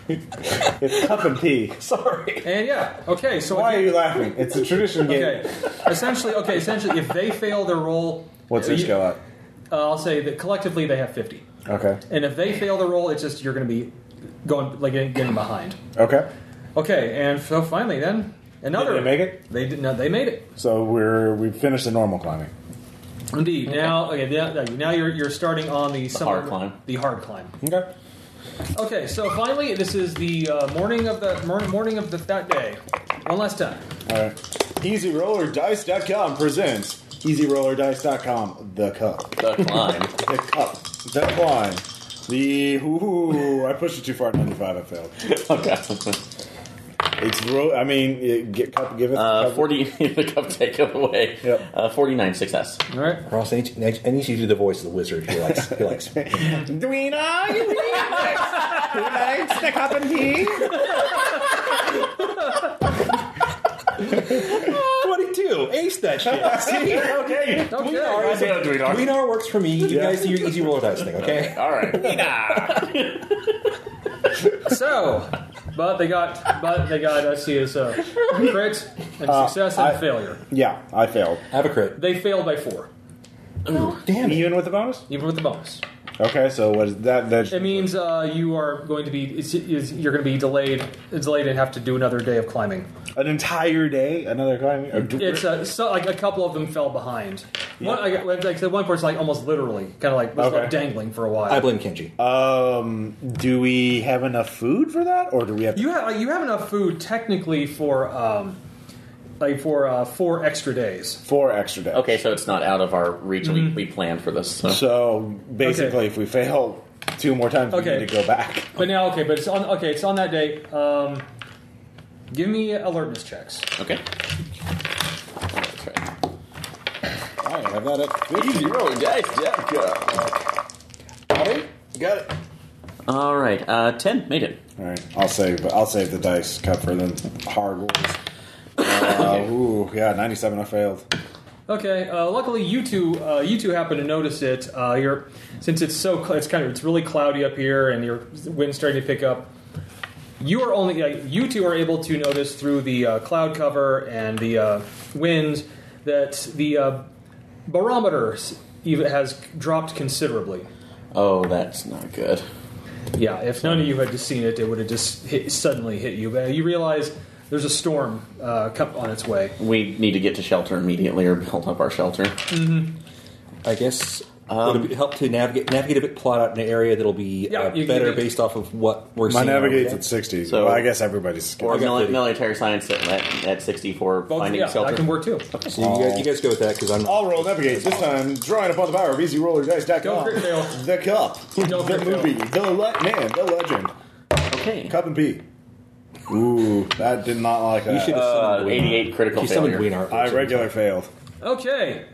[SPEAKER 1] It's cup and pee.
[SPEAKER 4] Sorry.
[SPEAKER 2] And yeah, okay. So
[SPEAKER 1] Why are you laughing? It's a tradition game.
[SPEAKER 2] Okay, essentially, okay, essentially, if they fail their roll,
[SPEAKER 1] What's this
[SPEAKER 2] you-
[SPEAKER 1] go at?
[SPEAKER 2] Uh, I'll say that collectively they have fifty,
[SPEAKER 1] Okay.
[SPEAKER 2] and if they fail their roll, it's just you're going to be going like getting getting behind.
[SPEAKER 1] Okay.
[SPEAKER 2] Okay, and so finally, then another.
[SPEAKER 1] Did they make it?
[SPEAKER 2] They did. No, they made it.
[SPEAKER 1] So we're we finished the normal climbing.
[SPEAKER 2] Indeed. Now, okay, now, now you're you're starting on the, summer-
[SPEAKER 3] hard climb.
[SPEAKER 2] The hard climb.
[SPEAKER 1] Okay.
[SPEAKER 2] Okay, so finally, this is the uh, morning of the mor- morning of the, that day. One last time.
[SPEAKER 1] All right. EasyRollerDice.com presents EasyRollerDice.com The Cup.
[SPEAKER 3] The climb.
[SPEAKER 1] The Cup. The Climb. The. Ooh, I pushed it too far. 95, I failed.
[SPEAKER 3] okay.
[SPEAKER 1] It's ro- I mean, it, get cup give it
[SPEAKER 3] Uh,
[SPEAKER 1] cup-
[SPEAKER 3] 40, the cup take it away.
[SPEAKER 1] Yep.
[SPEAKER 3] Uh, 49 success.
[SPEAKER 2] All right.
[SPEAKER 4] Ross, I need, you, I need you to do the voice of the wizard. He likes. He likes.
[SPEAKER 1] Dweena, you need this. Who likes the cup and tea?
[SPEAKER 4] 22. Ace that shit. See?
[SPEAKER 1] Okay.
[SPEAKER 2] Okay.
[SPEAKER 3] Goddamn, Dweedar.
[SPEAKER 4] Greenar works for me. You guys do your easy roller dice thing, okay?
[SPEAKER 3] All right.
[SPEAKER 2] So, but they got, but they got. I see as a crit and success and
[SPEAKER 1] Uh, I-
[SPEAKER 2] failure.
[SPEAKER 1] Yeah, I failed.
[SPEAKER 4] I have a crit.
[SPEAKER 2] They failed by four,
[SPEAKER 4] Damn it.
[SPEAKER 1] Even with the bonus?
[SPEAKER 2] even with the bonus.
[SPEAKER 1] Okay, so what is that? That
[SPEAKER 2] It means uh, you are going to be. It's, it's, you're going to be delayed. Delayed and have to do another day of climbing.
[SPEAKER 1] an entire day, another climbing. Or do-
[SPEAKER 2] It's uh, so, like a couple of them fell behind. One, I, like I said, one person like almost literally, kind of like was
[SPEAKER 1] Okay.
[SPEAKER 2] left dangling for a while.
[SPEAKER 4] I blame Kenji.
[SPEAKER 1] um, do we have enough food for that, or do we have?
[SPEAKER 2] You have you have enough food technically for um, like for uh, four extra days.
[SPEAKER 1] Four extra days.
[SPEAKER 3] Okay, so it's not out of our reach. We, we planned for this. So.
[SPEAKER 1] So basically, if we fail two more times,
[SPEAKER 2] Okay.
[SPEAKER 1] we need to go back.
[SPEAKER 2] But now, okay, but it's on. Okay, it's on that day. Um, give me alertness checks.
[SPEAKER 3] Okay. That's right.
[SPEAKER 1] I have that at
[SPEAKER 3] You roll dice, Jeff.
[SPEAKER 1] Got it.
[SPEAKER 3] All right, uh, ten made it.
[SPEAKER 1] All right, I'll save. I'll save the dice cut for the hard rolls. Uh, ooh, yeah, ninety-seven. I failed.
[SPEAKER 2] Okay. Uh, luckily, you two, uh, you two happen to notice it. Uh, you're since it's so cl- it's kind of it's really cloudy up here, and your wind's starting to pick up. You are only uh, you two are able to notice through the uh, cloud cover and the uh, wind that the uh, barometer s- even has dropped considerably.
[SPEAKER 3] Oh, that's not good.
[SPEAKER 2] Yeah, if none of you had just seen it, it would have just hit, suddenly hit you. But you realize there's a storm uh, come- on its way.
[SPEAKER 3] We need to get to shelter immediately or build up our shelter.
[SPEAKER 4] I guess would it help to navigate navigate a bit plot out in an area that'll be
[SPEAKER 2] Yeah,
[SPEAKER 4] uh,
[SPEAKER 2] you can
[SPEAKER 4] better
[SPEAKER 2] give me-
[SPEAKER 4] based off of what we're
[SPEAKER 1] My
[SPEAKER 4] seeing?
[SPEAKER 1] navigate's
[SPEAKER 4] over
[SPEAKER 1] at sixty.
[SPEAKER 3] So-
[SPEAKER 1] well, I guess everybody's.
[SPEAKER 3] Or
[SPEAKER 4] got
[SPEAKER 3] mili-
[SPEAKER 4] thirty.
[SPEAKER 3] military science at, at, at 64,
[SPEAKER 2] Both,
[SPEAKER 3] finding
[SPEAKER 2] yeah,
[SPEAKER 3] shelter.
[SPEAKER 2] that can work too.
[SPEAKER 4] there. So you, guys, you guys go with that because I'm.
[SPEAKER 1] I'll roll navigate this time, drawing upon the power of
[SPEAKER 2] Don't
[SPEAKER 1] easyrollerdice.com.
[SPEAKER 2] crit fail.
[SPEAKER 1] The cup,
[SPEAKER 2] Don't
[SPEAKER 1] the
[SPEAKER 2] crit fail.
[SPEAKER 1] movie, the le- man, the legend,
[SPEAKER 3] Okay.
[SPEAKER 1] cup and pee. Ooh, that did not like that.
[SPEAKER 4] You should have
[SPEAKER 3] Uh,
[SPEAKER 4] summoned Wiener.
[SPEAKER 3] 88 critical
[SPEAKER 4] You summoned
[SPEAKER 3] failure.
[SPEAKER 4] Wiener.
[SPEAKER 1] I regular failed.
[SPEAKER 2] Okay.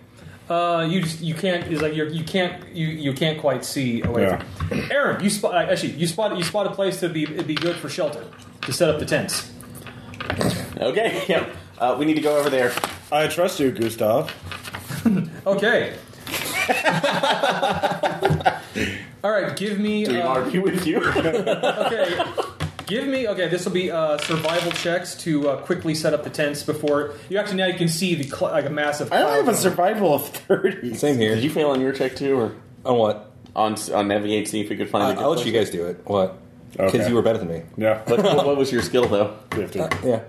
[SPEAKER 2] Uh, you just, you can't is like you're, you can't you you can't quite see away.
[SPEAKER 1] Yeah.
[SPEAKER 2] from- Aaron, you spot uh, actually you spot you spot a place that'd be it'd be good for shelter to set up the tents.
[SPEAKER 3] Okay, yep. Uh, we need to go over there.
[SPEAKER 1] I trust you, Gustav.
[SPEAKER 2] Okay. All right, give me
[SPEAKER 3] We
[SPEAKER 2] uh,
[SPEAKER 3] argue with you.
[SPEAKER 2] okay. Give me okay. This will be uh, survival checks to uh, quickly set up the tents before you actually now you can see the cl- like a massive.
[SPEAKER 1] I
[SPEAKER 2] cloud
[SPEAKER 1] only have a
[SPEAKER 2] coming.
[SPEAKER 1] survival of thirty.
[SPEAKER 4] Same here.
[SPEAKER 3] Did you fail on your check too, or
[SPEAKER 4] on what?
[SPEAKER 3] on s- on navigate? See if we could find.
[SPEAKER 4] I,
[SPEAKER 3] a good
[SPEAKER 4] Uh, I'll let
[SPEAKER 3] place?
[SPEAKER 4] you guys do it. What? Because
[SPEAKER 1] Okay.
[SPEAKER 4] you were better than me.
[SPEAKER 1] Yeah,
[SPEAKER 3] What, what, what was your skill though?
[SPEAKER 1] fifty.
[SPEAKER 4] Yeah.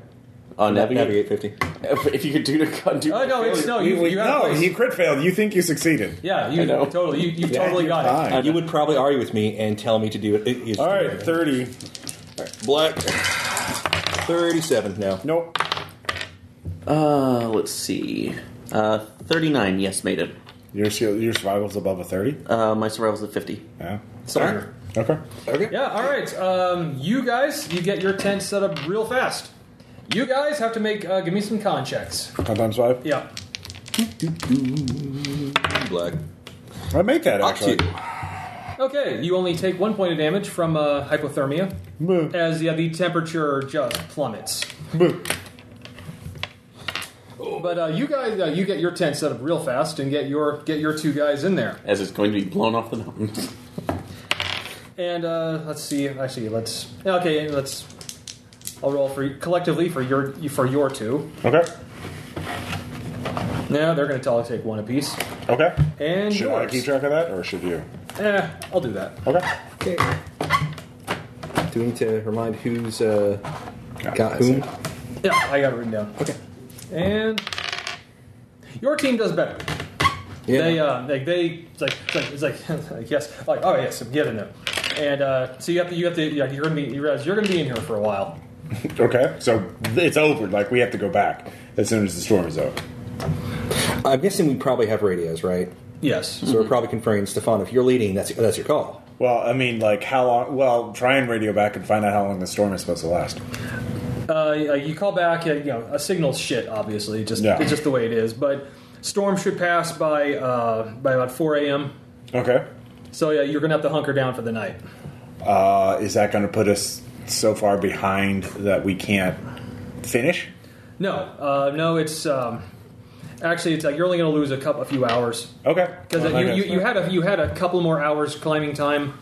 [SPEAKER 3] On navigate.
[SPEAKER 4] Navigate fifty.
[SPEAKER 3] If, if you could do to do.
[SPEAKER 2] Oh no! It's no. You, you have
[SPEAKER 1] no,
[SPEAKER 2] place.
[SPEAKER 1] he crit failed. You think you succeeded?
[SPEAKER 2] yeah, you
[SPEAKER 3] I know.
[SPEAKER 2] totally. You, you've totally
[SPEAKER 1] you're
[SPEAKER 2] got it.
[SPEAKER 1] fine.
[SPEAKER 4] You would probably argue with me and tell me to do it. it, it
[SPEAKER 1] All right, thirty.
[SPEAKER 4] Black. Thirty-seven now.
[SPEAKER 1] Nope.
[SPEAKER 3] Uh, let's see. Uh, thirty-nine. Yes, made it.
[SPEAKER 1] Your skill, your survival's above a thirty.
[SPEAKER 3] Uh, my survival's at fifty.
[SPEAKER 1] Yeah.
[SPEAKER 2] Soldier.
[SPEAKER 1] Okay.
[SPEAKER 4] Okay.
[SPEAKER 2] Yeah, all right. Um, you guys, you get your tent set up real fast. You guys have to make uh, give me some con checks.
[SPEAKER 1] Ten times five.
[SPEAKER 2] Yeah.
[SPEAKER 4] Black.
[SPEAKER 1] I made that
[SPEAKER 4] Up to
[SPEAKER 1] actually.
[SPEAKER 4] you.
[SPEAKER 2] Okay, you only take one point of damage from uh, hypothermia
[SPEAKER 1] Boo.
[SPEAKER 2] as yeah, the temperature just plummets.
[SPEAKER 1] Boo.
[SPEAKER 2] But uh, you guys, uh, you get your tent set up real fast and get your get your two guys in there.
[SPEAKER 3] As it's going to be blown off the mountains.
[SPEAKER 2] And uh, let's see. Actually, let's okay. Let's. I'll roll for collectively for your for your two.
[SPEAKER 1] Okay.
[SPEAKER 2] No, they're going to tell take one apiece.
[SPEAKER 1] Okay.
[SPEAKER 2] And
[SPEAKER 1] Should I
[SPEAKER 2] yours.
[SPEAKER 1] keep track of that, or should you?
[SPEAKER 2] Eh, I'll do that.
[SPEAKER 1] Okay.
[SPEAKER 4] Okay. Do we need to remind who's uh, got
[SPEAKER 1] that's
[SPEAKER 4] whom?
[SPEAKER 1] it.
[SPEAKER 2] Yeah, I got it written down.
[SPEAKER 4] Okay.
[SPEAKER 2] And your team does better.
[SPEAKER 4] Yeah.
[SPEAKER 2] They uh, like they it's like it's like, it's like, like, yes, like oh yes, get in there. And uh, so you have to you have to yeah, you're gonna be you realize you're gonna be in here for a while.
[SPEAKER 1] Okay. So it's over. Like we have to go back as soon as the storm is over.
[SPEAKER 4] I'm guessing we probably have radios, right?
[SPEAKER 2] Yes.
[SPEAKER 4] So we're probably conferring. Stefan, if you're leading, that's that's your call.
[SPEAKER 1] Well, I mean, like how long? Well, try and radio back and find out how long the storm is supposed to last.
[SPEAKER 2] Uh, you call back. uh, You know, a signal's shit. Obviously, just
[SPEAKER 1] Yeah.
[SPEAKER 2] it's just the way it is. But storm should pass by uh, by about 4 a.m.
[SPEAKER 1] Okay.
[SPEAKER 2] So yeah, you're gonna have to hunker down for the night.
[SPEAKER 1] Uh, is that going to put us so far behind that we can't finish?
[SPEAKER 2] No, uh, no, it's um, actually it's like you're only gonna lose a couple a few hours.
[SPEAKER 1] Okay.
[SPEAKER 2] Because
[SPEAKER 1] Well,
[SPEAKER 2] you,
[SPEAKER 1] okay.
[SPEAKER 2] you, you had a you had a couple more hours climbing time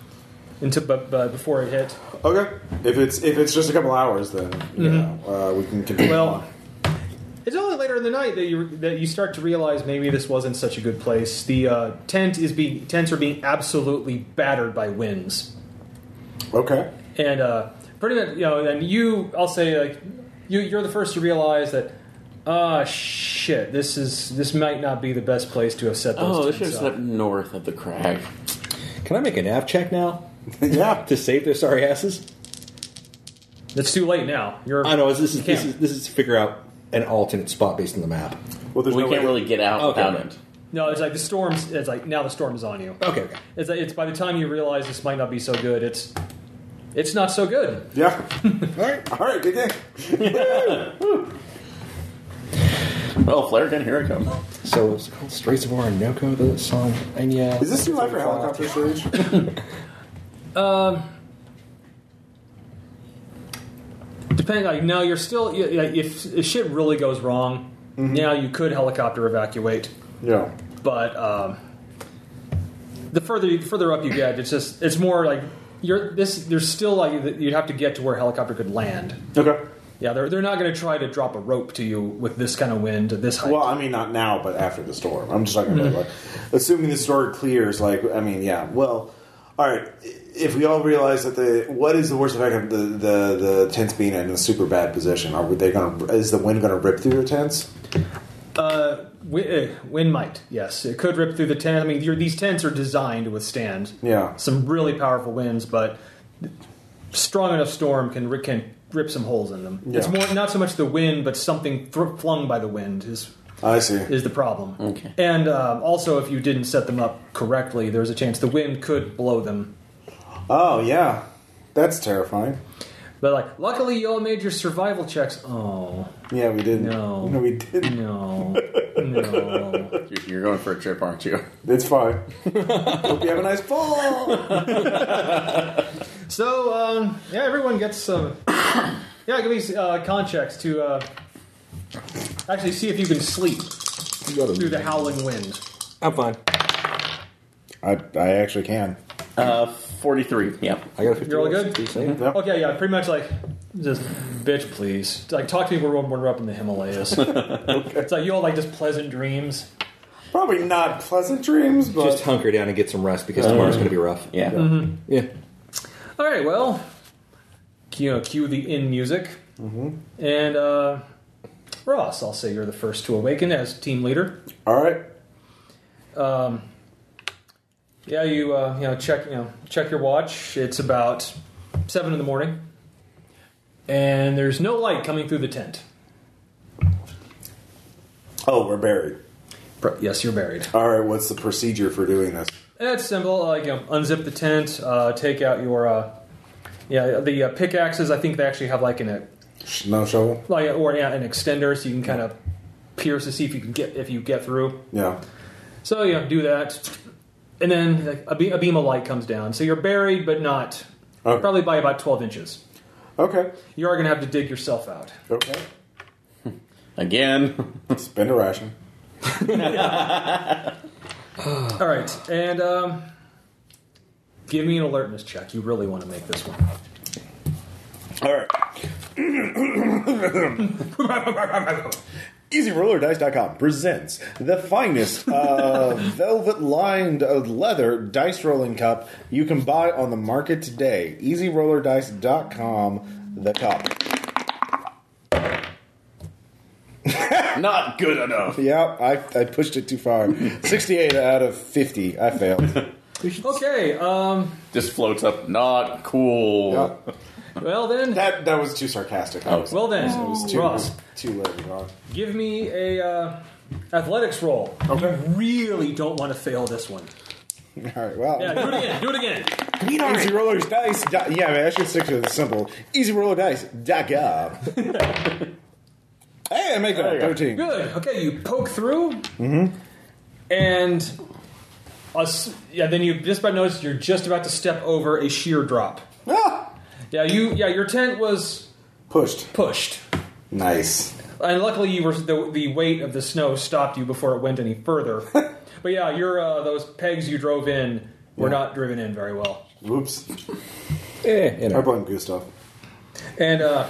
[SPEAKER 2] into but, but before it hit.
[SPEAKER 1] Okay. If it's if it's just a couple hours, then you know, uh, we can continue.
[SPEAKER 2] Well,
[SPEAKER 1] on.
[SPEAKER 2] it's only later in the night that you that you start to realize maybe this wasn't such a good place. The uh, tent is being tents are being absolutely battered by winds,
[SPEAKER 1] okay.
[SPEAKER 2] and uh, pretty much you know. And you, I'll say like you you're the first to realize that. Ah, shit! This is this might not be the best place to have set those
[SPEAKER 3] Oh, this
[SPEAKER 2] tents
[SPEAKER 3] should
[SPEAKER 2] up.
[SPEAKER 3] up north of the crag.
[SPEAKER 4] Can I make a nav check now
[SPEAKER 1] yeah.
[SPEAKER 4] to save their sorry asses?
[SPEAKER 2] It's too late now. You're
[SPEAKER 4] I know this is
[SPEAKER 2] you can't.
[SPEAKER 4] this is, this is to figure out an alternate spot based on the map.
[SPEAKER 1] Well, there's
[SPEAKER 3] We
[SPEAKER 1] no
[SPEAKER 3] can't
[SPEAKER 1] way-
[SPEAKER 3] really get out
[SPEAKER 4] Okay.
[SPEAKER 3] without it.
[SPEAKER 2] No, it's like the storm's. It's like now the storm is on you.
[SPEAKER 4] Okay, okay.
[SPEAKER 2] It's like, it's by the time you realize this might not be so good. It's it's not so good.
[SPEAKER 1] Yeah.
[SPEAKER 4] All right.
[SPEAKER 1] All right. Good day.
[SPEAKER 3] Well, flare gun, Oh, here I come.
[SPEAKER 4] So it's called Straits of Orinoco, the song. And yeah.
[SPEAKER 1] Is this your life or helicopter stage?
[SPEAKER 2] Depending, like no, you're still. You, like, if, if shit really goes wrong,
[SPEAKER 1] Mm-hmm.
[SPEAKER 2] now you could helicopter evacuate.
[SPEAKER 1] yeah.
[SPEAKER 2] But um, the further the further up you get, it's just it's more like you're this. There's still like you'd have to get to where a helicopter could land.
[SPEAKER 1] Okay.
[SPEAKER 2] Yeah, they're they're not going to try to drop a rope to you with this kind of wind at this height.
[SPEAKER 1] Well, I mean, not now, but after the storm. I'm just talking about like, assuming the storm clears. Like, I mean, yeah. Well, all right. If we all realize that the what is the worst effect of the the, the tents being in a super bad position? Are they going? to Is the wind going to rip through their tents?
[SPEAKER 2] Uh, wi- uh, wind might, yes. It could rip through the tent. I mean, you're, these tents are designed to withstand
[SPEAKER 1] Yeah.
[SPEAKER 2] some really powerful winds, but strong enough storm can, ri- can rip some holes in them. It's
[SPEAKER 1] Yeah.
[SPEAKER 2] more not so much the wind, but something thr flung by the wind is
[SPEAKER 1] I see.
[SPEAKER 2] is the problem.
[SPEAKER 3] Okay.
[SPEAKER 2] And um, also, if you didn't set them up correctly, there's a chance the wind could blow them.
[SPEAKER 1] Oh yeah, that's terrifying.
[SPEAKER 2] But like, luckily, you all made your survival checks. Oh
[SPEAKER 1] Yeah, we didn't.
[SPEAKER 2] No.
[SPEAKER 1] no, we didn't.
[SPEAKER 2] no, no.
[SPEAKER 3] You're, you're going for a trip, aren't you?
[SPEAKER 1] It's fine. Hope you have a nice fall.
[SPEAKER 2] So um, yeah, everyone gets some. yeah, give me uh, con checks to uh, actually see if you can sleep through the howling wind.
[SPEAKER 4] I'm fine.
[SPEAKER 1] I I actually can.
[SPEAKER 3] Uh, 43. Yep.
[SPEAKER 4] I got a 50.
[SPEAKER 2] You're all good?
[SPEAKER 4] You say?
[SPEAKER 1] Yep.
[SPEAKER 2] Okay, yeah, pretty much like just bitch, please. Like talk to me when we're, when we're up in the Himalayas. It's like you all like just pleasant dreams.
[SPEAKER 1] Probably not pleasant dreams, but
[SPEAKER 4] Just hunker down and get some rest because tomorrow's going to be rough.
[SPEAKER 3] Yeah.
[SPEAKER 4] Yeah.
[SPEAKER 2] All right, well, you know, cue the in music, Mm-hmm. and uh, Ross, I'll say you're the first to awaken as team leader.
[SPEAKER 1] all right.
[SPEAKER 2] Um, yeah, you uh, you know check you know check your watch. It's about seven in the morning, and there's no light coming through the tent.
[SPEAKER 1] Oh, we're buried.
[SPEAKER 2] Pr- Yes, you're buried.
[SPEAKER 1] All right. What's the procedure for doing this?
[SPEAKER 2] That's simple. Uh, you know, unzip the tent, uh, take out your uh, yeah the uh, pickaxes. I think they actually have like an uh,
[SPEAKER 1] Sh- No shovel.
[SPEAKER 2] like or yeah, an extender, so you can kind of pierce to see if you can get if you get through.
[SPEAKER 1] Yeah.
[SPEAKER 2] So you know, do that, and then like, a, be- a beam of light comes down. So you're buried, but not
[SPEAKER 1] Okay.
[SPEAKER 2] probably by about twelve inches.
[SPEAKER 1] Oh, Okay.
[SPEAKER 2] You are going to have to dig yourself out.
[SPEAKER 1] Okay.
[SPEAKER 3] Again.
[SPEAKER 1] Spend a ration. Oh.
[SPEAKER 2] All right, and um, give me an alertness check. You really want to make this one.
[SPEAKER 1] All right. EasyRollerDice.com presents the finest uh, velvet-lined uh, leather dice rolling cup you can buy on the market today. EasyRollerDice.com, the cup.
[SPEAKER 3] Not good enough.
[SPEAKER 1] Yeah, I, I pushed it too far. 68 out of 50. I failed.
[SPEAKER 2] Okay. Um,
[SPEAKER 3] Just floats up. Not cool.
[SPEAKER 1] Yeah.
[SPEAKER 2] well then,
[SPEAKER 1] That that was too sarcastic. I was,
[SPEAKER 2] Oh. well then,
[SPEAKER 1] it was too,
[SPEAKER 2] Ross,
[SPEAKER 1] too late. Ross.
[SPEAKER 2] give me a uh, athletics roll.
[SPEAKER 1] Okay.
[SPEAKER 2] You really don't want to fail this one.
[SPEAKER 1] All right, well.
[SPEAKER 2] Yeah, do it again. Do it again.
[SPEAKER 1] Easy Rollers Dice. Dot, yeah, man, I should stick to the simple. EasyRollerDice.gov. hey, I make that
[SPEAKER 3] you go.
[SPEAKER 1] 13.
[SPEAKER 2] Good. Okay, you poke through,
[SPEAKER 1] Mm-hmm.
[SPEAKER 2] and us. Yeah, then you just about notice you're just about to step over a sheer drop.
[SPEAKER 1] Ah,
[SPEAKER 2] Yeah, you. Yeah, your tent was
[SPEAKER 1] pushed.
[SPEAKER 2] pushed.
[SPEAKER 1] Nice.
[SPEAKER 2] And luckily, you were the, the weight of the snow stopped you before it went any further. but yeah, your uh, those pegs you drove in were
[SPEAKER 1] Yeah.
[SPEAKER 2] not driven in very well.
[SPEAKER 1] Whoops.
[SPEAKER 4] Yeah, you
[SPEAKER 1] I
[SPEAKER 4] know.
[SPEAKER 1] blame Gustav.
[SPEAKER 2] And uh,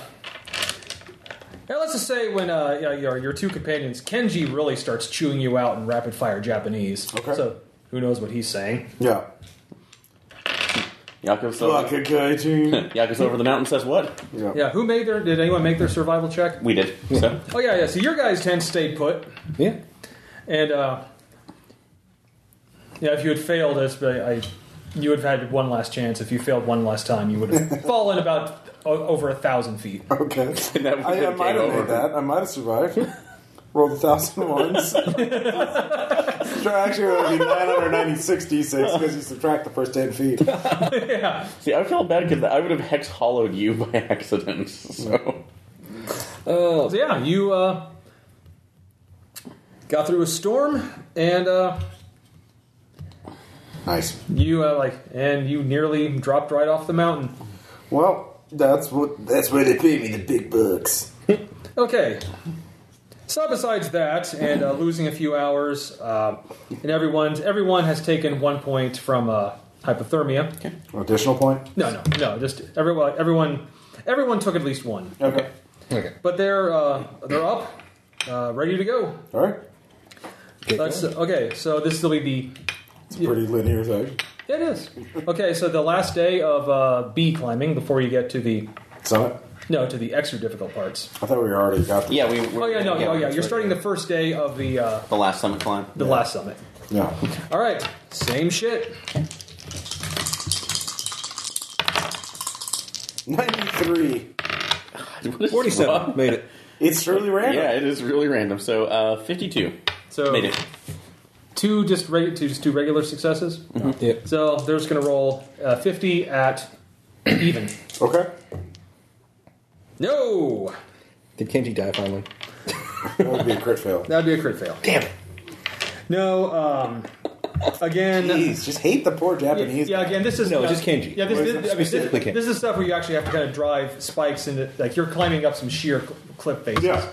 [SPEAKER 2] yeah, let's just say when uh, yeah, your your two companions, Kenji really starts chewing you out in rapid fire Japanese.
[SPEAKER 1] Okay.
[SPEAKER 2] So who knows what he's saying?
[SPEAKER 1] Yeah.
[SPEAKER 3] Yakov's
[SPEAKER 1] Like
[SPEAKER 3] over,
[SPEAKER 1] a guy team.
[SPEAKER 3] Yakov's over the mountain says what?
[SPEAKER 2] Yeah, who made their? Did anyone make their survival check?
[SPEAKER 3] We did. So.
[SPEAKER 2] Oh yeah, yeah. So your guys tent stayed put,
[SPEAKER 4] Yeah.
[SPEAKER 2] and uh, yeah, if you had failed this, but I, you would have had one last chance. If you failed one last time, you would have fallen about o- over a thousand feet.
[SPEAKER 1] Okay.
[SPEAKER 3] And that
[SPEAKER 1] I, I
[SPEAKER 3] would've
[SPEAKER 1] might
[SPEAKER 3] came
[SPEAKER 1] have
[SPEAKER 3] over.
[SPEAKER 1] made that. I might have survived. Rolled a thousand ones. Sure, Actually, it would be 996 d6 because you subtract the first 10 feet.
[SPEAKER 2] yeah.
[SPEAKER 3] See, I feel bad because I would have hex hollowed you by accident. So
[SPEAKER 2] So yeah, you uh, got through a storm, and uh,
[SPEAKER 1] Nice.
[SPEAKER 2] you uh, like, and you nearly dropped right off the mountain.
[SPEAKER 1] Well, that's what that's where they pay me the big bucks.
[SPEAKER 2] Okay. So besides that, and uh, losing a few hours, uh, and everyone's everyone has taken one point from uh, hypothermia.
[SPEAKER 1] Additional point?
[SPEAKER 2] No, no, no. Just everyone, everyone, everyone took at least one.
[SPEAKER 1] Okay.
[SPEAKER 2] But they're uh, they're up, uh, ready to go.
[SPEAKER 1] All right.
[SPEAKER 4] Get
[SPEAKER 2] That's uh,
[SPEAKER 4] going.
[SPEAKER 2] okay. So this will be the
[SPEAKER 1] It's a pretty linear thing.
[SPEAKER 2] it is okay. So the last day of uh, bee climbing before you get to the
[SPEAKER 1] Summit?
[SPEAKER 2] no to the extra difficult parts.
[SPEAKER 1] I thought we already got the.
[SPEAKER 3] yeah, we. We're,
[SPEAKER 2] Oh yeah, no, oh yeah.
[SPEAKER 3] that's
[SPEAKER 2] You're
[SPEAKER 3] right.
[SPEAKER 2] starting the first day of the uh,
[SPEAKER 3] the last summit climb.
[SPEAKER 2] the last summit.
[SPEAKER 1] Yeah.
[SPEAKER 2] All right, same shit.
[SPEAKER 1] 93.
[SPEAKER 3] What is-
[SPEAKER 4] 47.
[SPEAKER 3] what?
[SPEAKER 4] Made it.
[SPEAKER 1] It's truly random.
[SPEAKER 3] Yeah, it is really random. So uh, fifty-two
[SPEAKER 2] So
[SPEAKER 3] made it.
[SPEAKER 2] two just reg- two just two regular successes.
[SPEAKER 4] Yep.
[SPEAKER 2] So they're just gonna roll uh, fifty at even.
[SPEAKER 1] Okay.
[SPEAKER 2] No,
[SPEAKER 4] Did Kenji die finally?
[SPEAKER 1] That would be a crit fail.
[SPEAKER 2] that'd be a crit fail.
[SPEAKER 4] Damn it.
[SPEAKER 2] No, um, again.
[SPEAKER 1] Jeez, just hate the poor Japanese.
[SPEAKER 2] Yeah, again, this is
[SPEAKER 4] No,
[SPEAKER 2] yeah,
[SPEAKER 4] just Kenji.
[SPEAKER 2] Yeah, this,
[SPEAKER 1] Where's
[SPEAKER 2] this, I mean,
[SPEAKER 1] that?
[SPEAKER 2] this-
[SPEAKER 4] Specifically Kenji.
[SPEAKER 2] this is stuff where you actually have to kind of drive spikes into, like you're climbing up some sheer cl- cliff faces,
[SPEAKER 1] Yeah.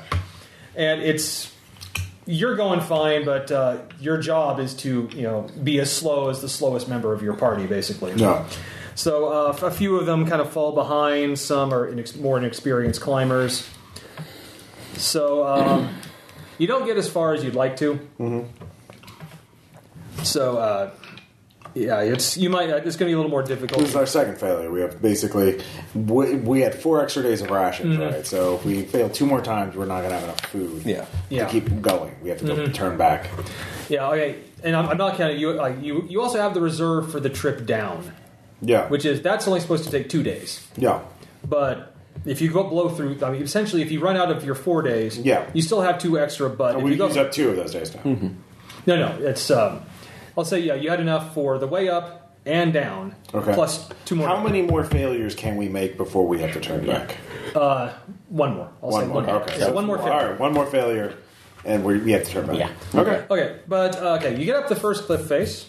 [SPEAKER 2] and it's you're going fine, but uh, your job is to you know be as slow as the slowest member of your party, basically.
[SPEAKER 1] No.
[SPEAKER 2] So uh, a few of them kind of fall behind. Some are inex- more inexperienced climbers. So um, you don't get as far as you'd like to. So uh, yeah, it's you might uh, it's going to be a little more difficult.
[SPEAKER 1] This is our second failure. We have basically we, we had four extra days of rations,
[SPEAKER 2] Mm-hmm.
[SPEAKER 1] right? So if we fail two more times, we're not going to have enough food.
[SPEAKER 4] Yeah.
[SPEAKER 1] to
[SPEAKER 2] Yeah. Mm-hmm.
[SPEAKER 1] keep going. We have to go turn back.
[SPEAKER 2] Yeah, okay. And I'm, I'm not counting you. Like you, you also have the reserve for the trip down,
[SPEAKER 1] Yeah,
[SPEAKER 2] which is that's only supposed to take two days.
[SPEAKER 1] yeah,
[SPEAKER 2] But if you go blow through, I mean, essentially, if you run out of your four days,
[SPEAKER 1] Yeah. Oh,
[SPEAKER 2] you still have two extra. But if
[SPEAKER 1] we
[SPEAKER 2] you go,
[SPEAKER 1] used up two of those days now.
[SPEAKER 2] No, no, it's. Um, I'll say yeah. You had enough for the way up and down.
[SPEAKER 1] Okay.
[SPEAKER 2] Plus two more.
[SPEAKER 1] How many more failures can we make before we have to turn back?
[SPEAKER 2] Uh, one more. I'll say
[SPEAKER 1] One more.
[SPEAKER 2] one more.
[SPEAKER 1] Okay,
[SPEAKER 2] So one more.
[SPEAKER 1] All right, one more failure, and we, we have to turn back.
[SPEAKER 3] Yeah.
[SPEAKER 1] Okay.
[SPEAKER 2] Okay, but uh, okay, you get up the first cliff face,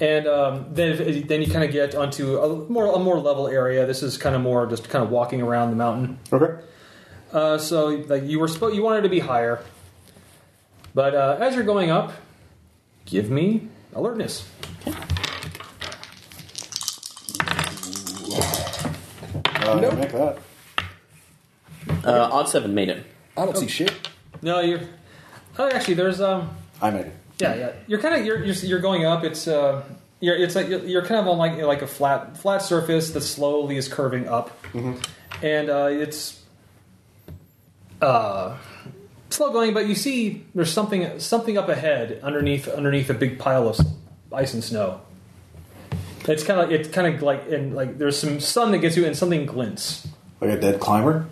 [SPEAKER 2] and um, then then you kind of get onto a more a more level area. This is kind of more just kind of walking around the mountain.
[SPEAKER 1] Okay.
[SPEAKER 2] Uh, so like you were spo- you wanted to be higher, but uh, as you're going up, give me alertness.
[SPEAKER 1] Uh,
[SPEAKER 4] Nope.
[SPEAKER 1] Make that.
[SPEAKER 3] Uh, odd seven made it.
[SPEAKER 4] I don't see shit.
[SPEAKER 2] No, you're. Oh, actually, there's um.
[SPEAKER 1] I made it.
[SPEAKER 2] Yeah, yeah. You're kind of you're, you're you're going up. It's uh, you're it's like you're, you're kind of on like like a flat flat surface that slowly is curving up, and uh, it's uh, slow going. But you see, there's something something up ahead underneath underneath a big pile of s- ice and snow. It's kind of it's kind of like and like there's some sun that gets you and something glints.
[SPEAKER 1] Like a dead climber.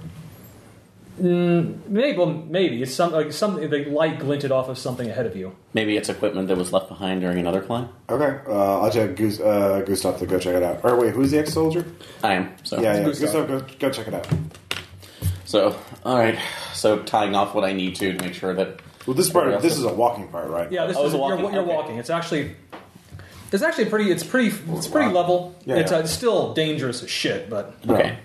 [SPEAKER 2] Maybe well, maybe it's some like something the light glinted off of something ahead of you.
[SPEAKER 3] Maybe it's equipment that was left behind during another climb.
[SPEAKER 1] Okay. Uh, I'll check Goose, uh, Gustav to go check it out. Or wait, who's the ex soldier?
[SPEAKER 3] I am. So
[SPEAKER 1] Yeah, yeah. Gustav,
[SPEAKER 2] Gustav.
[SPEAKER 1] go, go check it out.
[SPEAKER 3] So all right. So tying off what I need to to make sure that.
[SPEAKER 1] Well, this part, this is a walking part, right?
[SPEAKER 2] Yeah, this
[SPEAKER 3] Oh,
[SPEAKER 2] is
[SPEAKER 3] it's a walking-
[SPEAKER 2] You're, you're
[SPEAKER 3] okay.
[SPEAKER 2] walking. It's actually it's actually pretty. It's pretty. It's pretty level.
[SPEAKER 1] Yeah,
[SPEAKER 2] it's
[SPEAKER 1] yeah.
[SPEAKER 2] Uh, still dangerous as shit, but
[SPEAKER 3] Okay.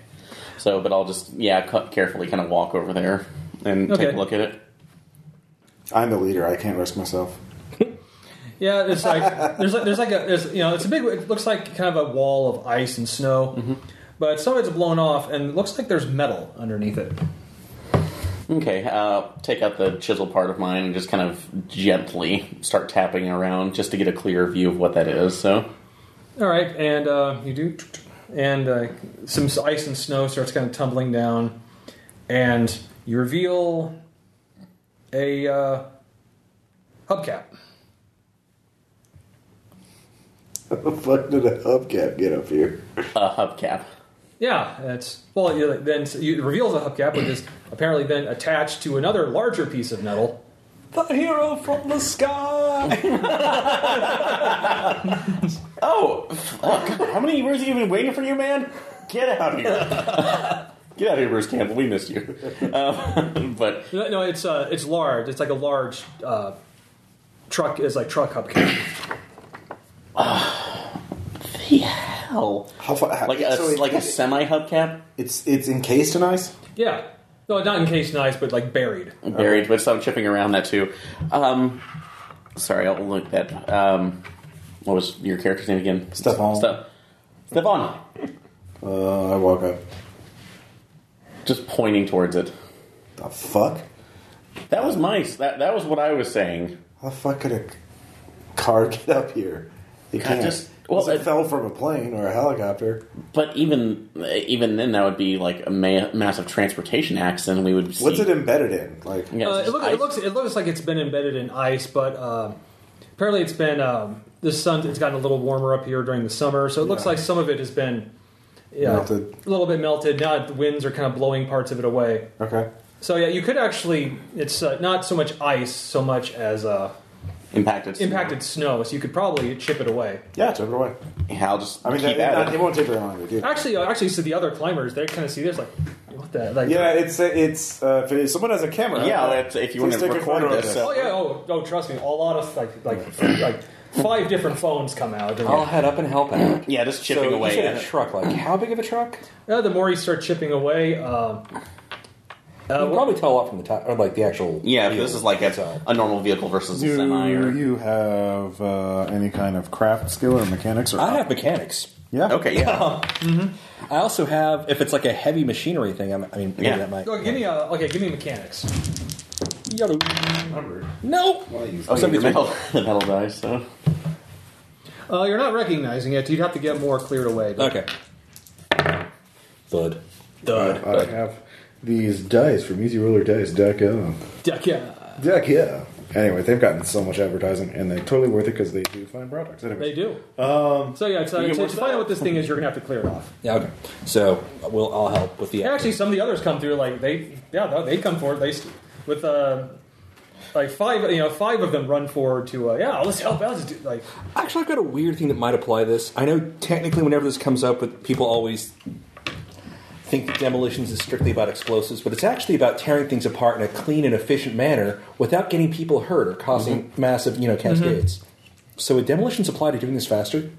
[SPEAKER 3] So, but I'll just yeah, cut carefully, kind of walk over there and take
[SPEAKER 2] Okay.
[SPEAKER 3] a look at it.
[SPEAKER 1] I'm the leader. I can't risk myself.
[SPEAKER 2] yeah, it's like there's like there's like a there's you know it's a big. It looks like kind of a wall of ice and snow, but some of it's blown off, and it looks like there's metal underneath it.
[SPEAKER 3] Okay, uh, take out the chisel part of mine and just kind of gently start tapping around just to get a clear view of what that is. So,
[SPEAKER 2] All right, and uh, you do, and uh, some ice and snow starts kind of tumbling down, and you reveal a uh, hubcap.
[SPEAKER 1] How the fuck did a hubcap get up here?
[SPEAKER 3] a hubcap.
[SPEAKER 2] Yeah, that's well. You, then it reveals a hubcap, which is apparently then attached to another larger piece of metal.
[SPEAKER 4] The hero from the sky.
[SPEAKER 3] Oh,
[SPEAKER 1] How many years have you been waiting for you, man?
[SPEAKER 3] get out of here! get out of here, Bruce Campbell. We missed you. Um, but
[SPEAKER 2] No, no, it's uh, it's large. It's like a large uh, truck. It's like truck hubcap.
[SPEAKER 3] the hell,
[SPEAKER 1] How far?
[SPEAKER 3] like a
[SPEAKER 1] so it-
[SPEAKER 3] like a semi hubcap
[SPEAKER 1] it's it's encased in ice.
[SPEAKER 2] yeah, no, not encased in ice, but like buried.
[SPEAKER 3] buried, but some chipping around that too. Um, sorry, I'll look that. Um, what was your character's name again?
[SPEAKER 1] Stephon.
[SPEAKER 3] Step. Stephon.
[SPEAKER 1] Uh, I walk up.
[SPEAKER 3] Just pointing towards it.
[SPEAKER 1] The fuck?
[SPEAKER 3] That was nice. That that was what I was saying.
[SPEAKER 1] How the fuck could a car get up here? It
[SPEAKER 3] God,
[SPEAKER 1] can't.
[SPEAKER 3] just-
[SPEAKER 1] well,
[SPEAKER 3] well,
[SPEAKER 1] it
[SPEAKER 3] it-
[SPEAKER 1] fell from a plane or a helicopter.
[SPEAKER 3] But even even then, that would be like a ma- massive transportation accident. We would. See,
[SPEAKER 1] What's it embedded in? Like,
[SPEAKER 3] Yeah, it's
[SPEAKER 2] Uh, it,
[SPEAKER 3] just
[SPEAKER 2] look,
[SPEAKER 3] ice.
[SPEAKER 2] it looks it looks like it's been embedded in ice, but um apparently it's been um, the sun. It's gotten a little warmer up here during the summer, so it looks
[SPEAKER 1] Yeah.
[SPEAKER 2] like some of it has been yeah,
[SPEAKER 1] Melted.
[SPEAKER 2] a little bit melted. Now the winds are kind of blowing parts of it away.
[SPEAKER 1] okay,
[SPEAKER 2] So yeah, you could actually it's uh, not so much ice so much as uh,
[SPEAKER 3] impacted.
[SPEAKER 2] impacted snow, so you could probably chip it away.
[SPEAKER 1] yeah, it's over away.
[SPEAKER 3] Yeah, I'll just
[SPEAKER 1] I mean,
[SPEAKER 3] keep
[SPEAKER 1] that,
[SPEAKER 3] at
[SPEAKER 1] that-
[SPEAKER 3] it.
[SPEAKER 1] it won't take very long to do.
[SPEAKER 2] Actually, uh, actually, so the other climbers they kind of see this like what the like
[SPEAKER 1] Yeah, it's it's uh, if someone has a camera.
[SPEAKER 3] Yeah, that's- if you
[SPEAKER 1] please
[SPEAKER 3] wanna
[SPEAKER 1] take a
[SPEAKER 3] record
[SPEAKER 1] photo of
[SPEAKER 3] this,
[SPEAKER 2] oh yeah oh, oh trust me a lot of like like like five different phones come out. And,
[SPEAKER 4] I'll head up and help out.
[SPEAKER 3] Yeah, just chipping
[SPEAKER 4] so you
[SPEAKER 3] away
[SPEAKER 4] said
[SPEAKER 3] at
[SPEAKER 4] a
[SPEAKER 3] it.
[SPEAKER 4] truck. Like how big of a truck?
[SPEAKER 2] Yeah, the more you start chipping away, um,
[SPEAKER 4] You
[SPEAKER 2] uh,
[SPEAKER 4] can probably tell a lot from the top, or like the actual.
[SPEAKER 3] Yeah, if
[SPEAKER 4] wheel
[SPEAKER 3] this is like
[SPEAKER 4] itself.
[SPEAKER 3] a, a normal vehicle versus a semi. Or,
[SPEAKER 1] you have uh, any kind of craft skill or mechanics? Or
[SPEAKER 4] I have mechanics.
[SPEAKER 1] yeah.
[SPEAKER 3] okay, yeah. Oh,
[SPEAKER 4] I also have, if it's like a heavy machinery thing, I'm, I mean, maybe
[SPEAKER 3] Yeah.
[SPEAKER 4] that might.
[SPEAKER 2] oh, give me a okay. Give me mechanics.
[SPEAKER 4] Yellow. No!
[SPEAKER 3] oh, so
[SPEAKER 4] Seventy-three.
[SPEAKER 3] metal, the metal dice. So
[SPEAKER 2] Uh, you're not recognizing it. You'd have to get more cleared away. but-
[SPEAKER 4] Okay. Thud.
[SPEAKER 5] Uh, I have these dice from EasyRollerDice.com.
[SPEAKER 2] Duck, yeah,
[SPEAKER 5] Deck, yeah. Anyway, they've gotten so much advertising, and they're totally worth it because they do fine products. Anyway,
[SPEAKER 2] they do. Um, so yeah, so,
[SPEAKER 3] you get
[SPEAKER 2] so
[SPEAKER 3] more
[SPEAKER 2] to find out what this thing is, you're gonna have to clear it off.
[SPEAKER 4] Yeah, okay. So, we'll, I'll help with the.
[SPEAKER 2] And actually, some of the others come through. Like they, yeah, no, they come forward. They st- with uh, like five, you know, five of them run forward to uh, yeah, let's help out. Let's do- Like
[SPEAKER 4] Actually, I've got a weird thing that might apply to this. I know technically, whenever this comes up, with people always think that demolitions is strictly about explosives, but it's actually about tearing things apart in a clean and efficient manner without getting people hurt or causing massive, you know, cascades. So, would demolitions apply to doing this faster?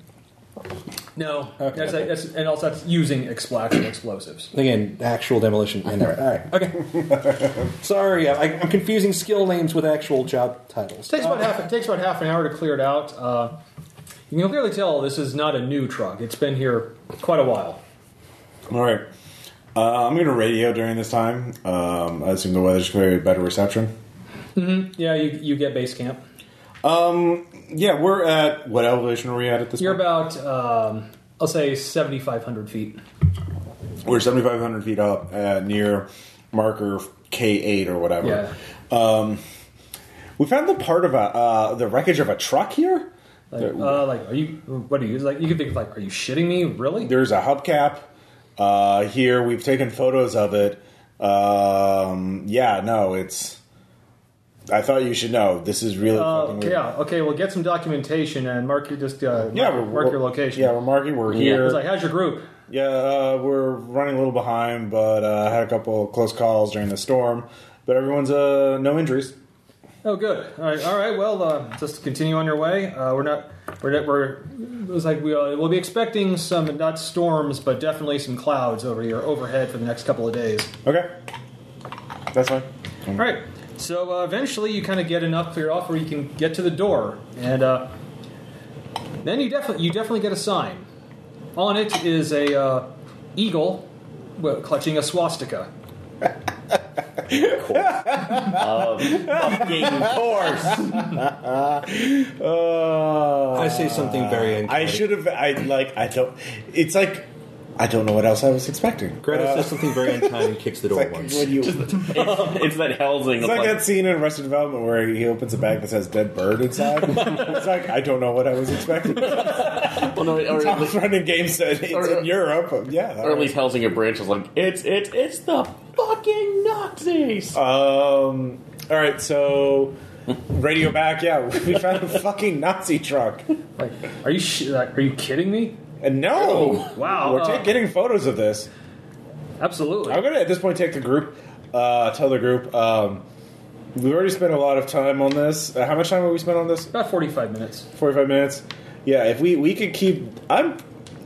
[SPEAKER 2] no,
[SPEAKER 4] Okay.
[SPEAKER 2] that's, that's and also that's using expl- explosives.
[SPEAKER 4] Again, actual demolition. I know. All right. Okay. Sorry, I, I'm confusing skill names with actual job titles.
[SPEAKER 2] It takes about half. It takes about half an hour to clear it out. Uh, you can clearly tell this is not a new truck. It's been here quite a while.
[SPEAKER 1] All right. Uh, I'm going to radio during this time. Um, I assume the weather's going to be better reception.
[SPEAKER 2] Yeah, you, you get base camp.
[SPEAKER 1] Yeah, we're at what elevation are we at at this
[SPEAKER 2] You're
[SPEAKER 1] point?
[SPEAKER 2] about um, I'll say 7,500 feet.
[SPEAKER 1] we're 7,500 feet up uh, near marker K8 or whatever.
[SPEAKER 2] Yeah,
[SPEAKER 1] We found the part of a uh, the wreckage of a truck here.
[SPEAKER 2] like, uh, like are you? What are you like? You can think of like, are you shitting me? Really?
[SPEAKER 1] There's a hubcap uh, here. We've taken photos of it. Um, yeah, no, it's. I thought you should know. This is really
[SPEAKER 2] Uh,
[SPEAKER 1] fucking weird.
[SPEAKER 2] yeah. Okay. Well, get some documentation and mark your just uh,
[SPEAKER 1] Yeah,
[SPEAKER 2] mark,
[SPEAKER 1] we're-
[SPEAKER 2] mark your
[SPEAKER 1] we're-
[SPEAKER 2] location.
[SPEAKER 1] Yeah, we're marking. We're
[SPEAKER 3] Yeah.
[SPEAKER 1] here.
[SPEAKER 2] It's like, how's your group?
[SPEAKER 1] Yeah, uh, we're running a little behind, but uh, had a couple close calls during the storm. But everyone's uh, no injuries.
[SPEAKER 2] Oh, good. All right. All right. Well, uh, just continue on your way. Uh, we're not. We're. not- We're. It was like we. Uh, we'll be expecting some not storms, but definitely some clouds over here overhead for the next couple of days.
[SPEAKER 1] Okay, that's fine.
[SPEAKER 2] All right. So uh, eventually, you kind of get enough cleared off where you can get to the door, and uh, then you definitely you definitely get a sign. On it is a uh, eagle well, clutching a swastika.
[SPEAKER 1] Uh,
[SPEAKER 3] um,
[SPEAKER 4] I say something very
[SPEAKER 1] Uh, I should have. I like. I don't. It's like I don't know what else I was expecting.
[SPEAKER 4] Greta
[SPEAKER 1] Uh,
[SPEAKER 4] says something very unkind and kicks the door
[SPEAKER 1] it's like
[SPEAKER 4] once.
[SPEAKER 1] when you-
[SPEAKER 3] It's, it's that Helsing.
[SPEAKER 1] it's
[SPEAKER 3] of
[SPEAKER 1] like
[SPEAKER 3] like-
[SPEAKER 1] that scene in Arrested Development where he opens a bag that says "dead bird" inside. it's like I don't know what I was expecting.
[SPEAKER 3] well, no, or,
[SPEAKER 1] I
[SPEAKER 3] at
[SPEAKER 1] was
[SPEAKER 3] least,
[SPEAKER 1] running games that it's
[SPEAKER 3] Or-
[SPEAKER 1] in Europe. Yeah,
[SPEAKER 3] or at least Helsing at Branch is like, it's it's it's the fucking Nazis.
[SPEAKER 1] Um. All right, so radio back. Yeah, we found a fucking Nazi truck.
[SPEAKER 2] Like, are you sh- like, are you kidding me?
[SPEAKER 1] And no,
[SPEAKER 2] Wow.
[SPEAKER 3] Oh.
[SPEAKER 1] we're ta-
[SPEAKER 2] Uh,
[SPEAKER 1] getting photos of this.
[SPEAKER 2] Absolutely.
[SPEAKER 1] I'm gonna at this point take the group. Uh, tell the group. Um, we've already spent a lot of time on this. Uh, how much time have we spent on this?
[SPEAKER 2] About forty-five minutes.
[SPEAKER 1] Forty-five minutes. Yeah, if we we could keep. I'm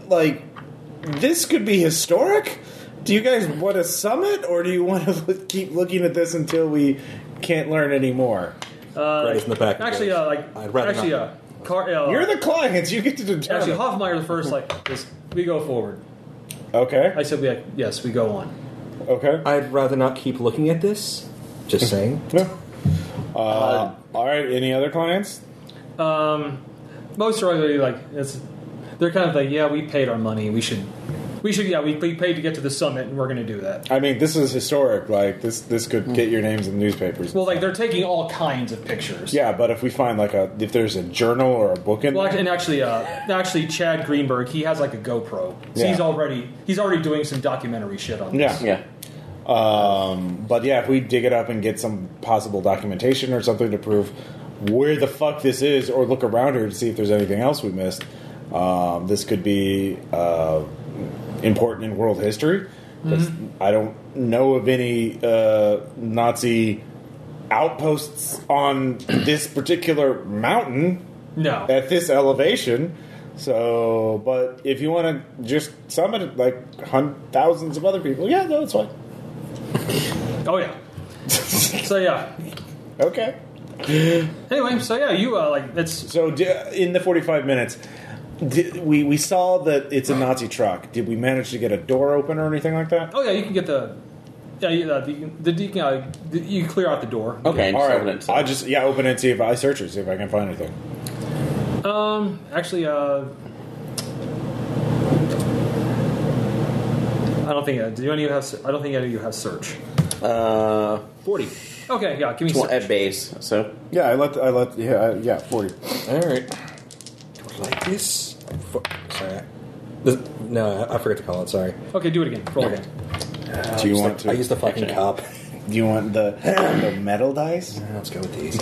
[SPEAKER 1] like, this could be historic. Do you guys want a summit, or do you want to keep looking at this until we can't learn anymore?
[SPEAKER 2] Uh,
[SPEAKER 4] Greta's in the back.
[SPEAKER 2] Actually, uh, like
[SPEAKER 4] I'd rather
[SPEAKER 2] actually,
[SPEAKER 4] not.
[SPEAKER 2] uh, car, uh,
[SPEAKER 1] You're the clients. You get to determine.
[SPEAKER 2] actually Hoffmeyer the first. Like, is, we go forward.
[SPEAKER 1] Okay.
[SPEAKER 2] I said, we like, yes, we go on.
[SPEAKER 1] Okay.
[SPEAKER 4] I'd rather not keep looking at this. Just saying.
[SPEAKER 1] No. Uh, all right. Any other clients?
[SPEAKER 2] Um, most are already like it's. They're kind of like, yeah, we paid our money. We should, we should, yeah, we, we paid to get to the summit, and we're going to do that.
[SPEAKER 1] I mean, this is historic. Like this, this
[SPEAKER 2] Hmm.
[SPEAKER 1] could get your names in the newspapers.
[SPEAKER 2] Well, like they're taking all kinds of pictures.
[SPEAKER 1] yeah, but if we find like a, if there's a journal or a book in
[SPEAKER 2] Well,
[SPEAKER 1] there,
[SPEAKER 2] and actually, uh, actually, Chad Greenberg, he has like a GoPro, so
[SPEAKER 1] Yeah.
[SPEAKER 2] he's already he's already doing some documentary shit on this.
[SPEAKER 1] yeah,
[SPEAKER 3] yeah.
[SPEAKER 1] Um, but yeah, if we dig it up and get some possible documentation or something to prove where the fuck this is, or look around here to see if there's anything else we missed, um, this could be uh, important in world history. 'Cause I don't know of any uh, Nazi outposts on this particular mountain
[SPEAKER 2] No,
[SPEAKER 1] at this elevation. So, but if you want to just summit it like hunt thousands of other people, yeah, no, that's fine.
[SPEAKER 2] oh yeah. so yeah.
[SPEAKER 1] Okay.
[SPEAKER 2] Anyway, so yeah, you uh, like it's
[SPEAKER 1] So d- uh, in the 45 minutes, di we we saw that it's a Nazi truck. Did we manage to get a door open or anything like that?
[SPEAKER 2] oh yeah, you can get the yeah you, uh, the the, you can, uh, the you can clear out the door.
[SPEAKER 3] Okay,
[SPEAKER 1] All
[SPEAKER 3] so-
[SPEAKER 1] right.
[SPEAKER 3] so-
[SPEAKER 1] I just yeah, open it and see if I search it, see if I can find anything.
[SPEAKER 2] Um, actually, uh, I don't think uh, do any of you have I don't think any of you have search.
[SPEAKER 3] Uh,
[SPEAKER 4] Forty.
[SPEAKER 2] Okay, yeah, give me
[SPEAKER 3] well,
[SPEAKER 2] search.
[SPEAKER 3] at base. So
[SPEAKER 1] Yeah, I let I let yeah I, yeah 40.
[SPEAKER 4] All right. Do it like this. Fu- Sorry. This, no, I I forgot to call it. Sorry.
[SPEAKER 2] Okay, do it again. Roll again.
[SPEAKER 1] do you want
[SPEAKER 4] I
[SPEAKER 1] to?
[SPEAKER 4] used the fucking cop.
[SPEAKER 1] do you want the the metal dice?
[SPEAKER 4] Let's go with these.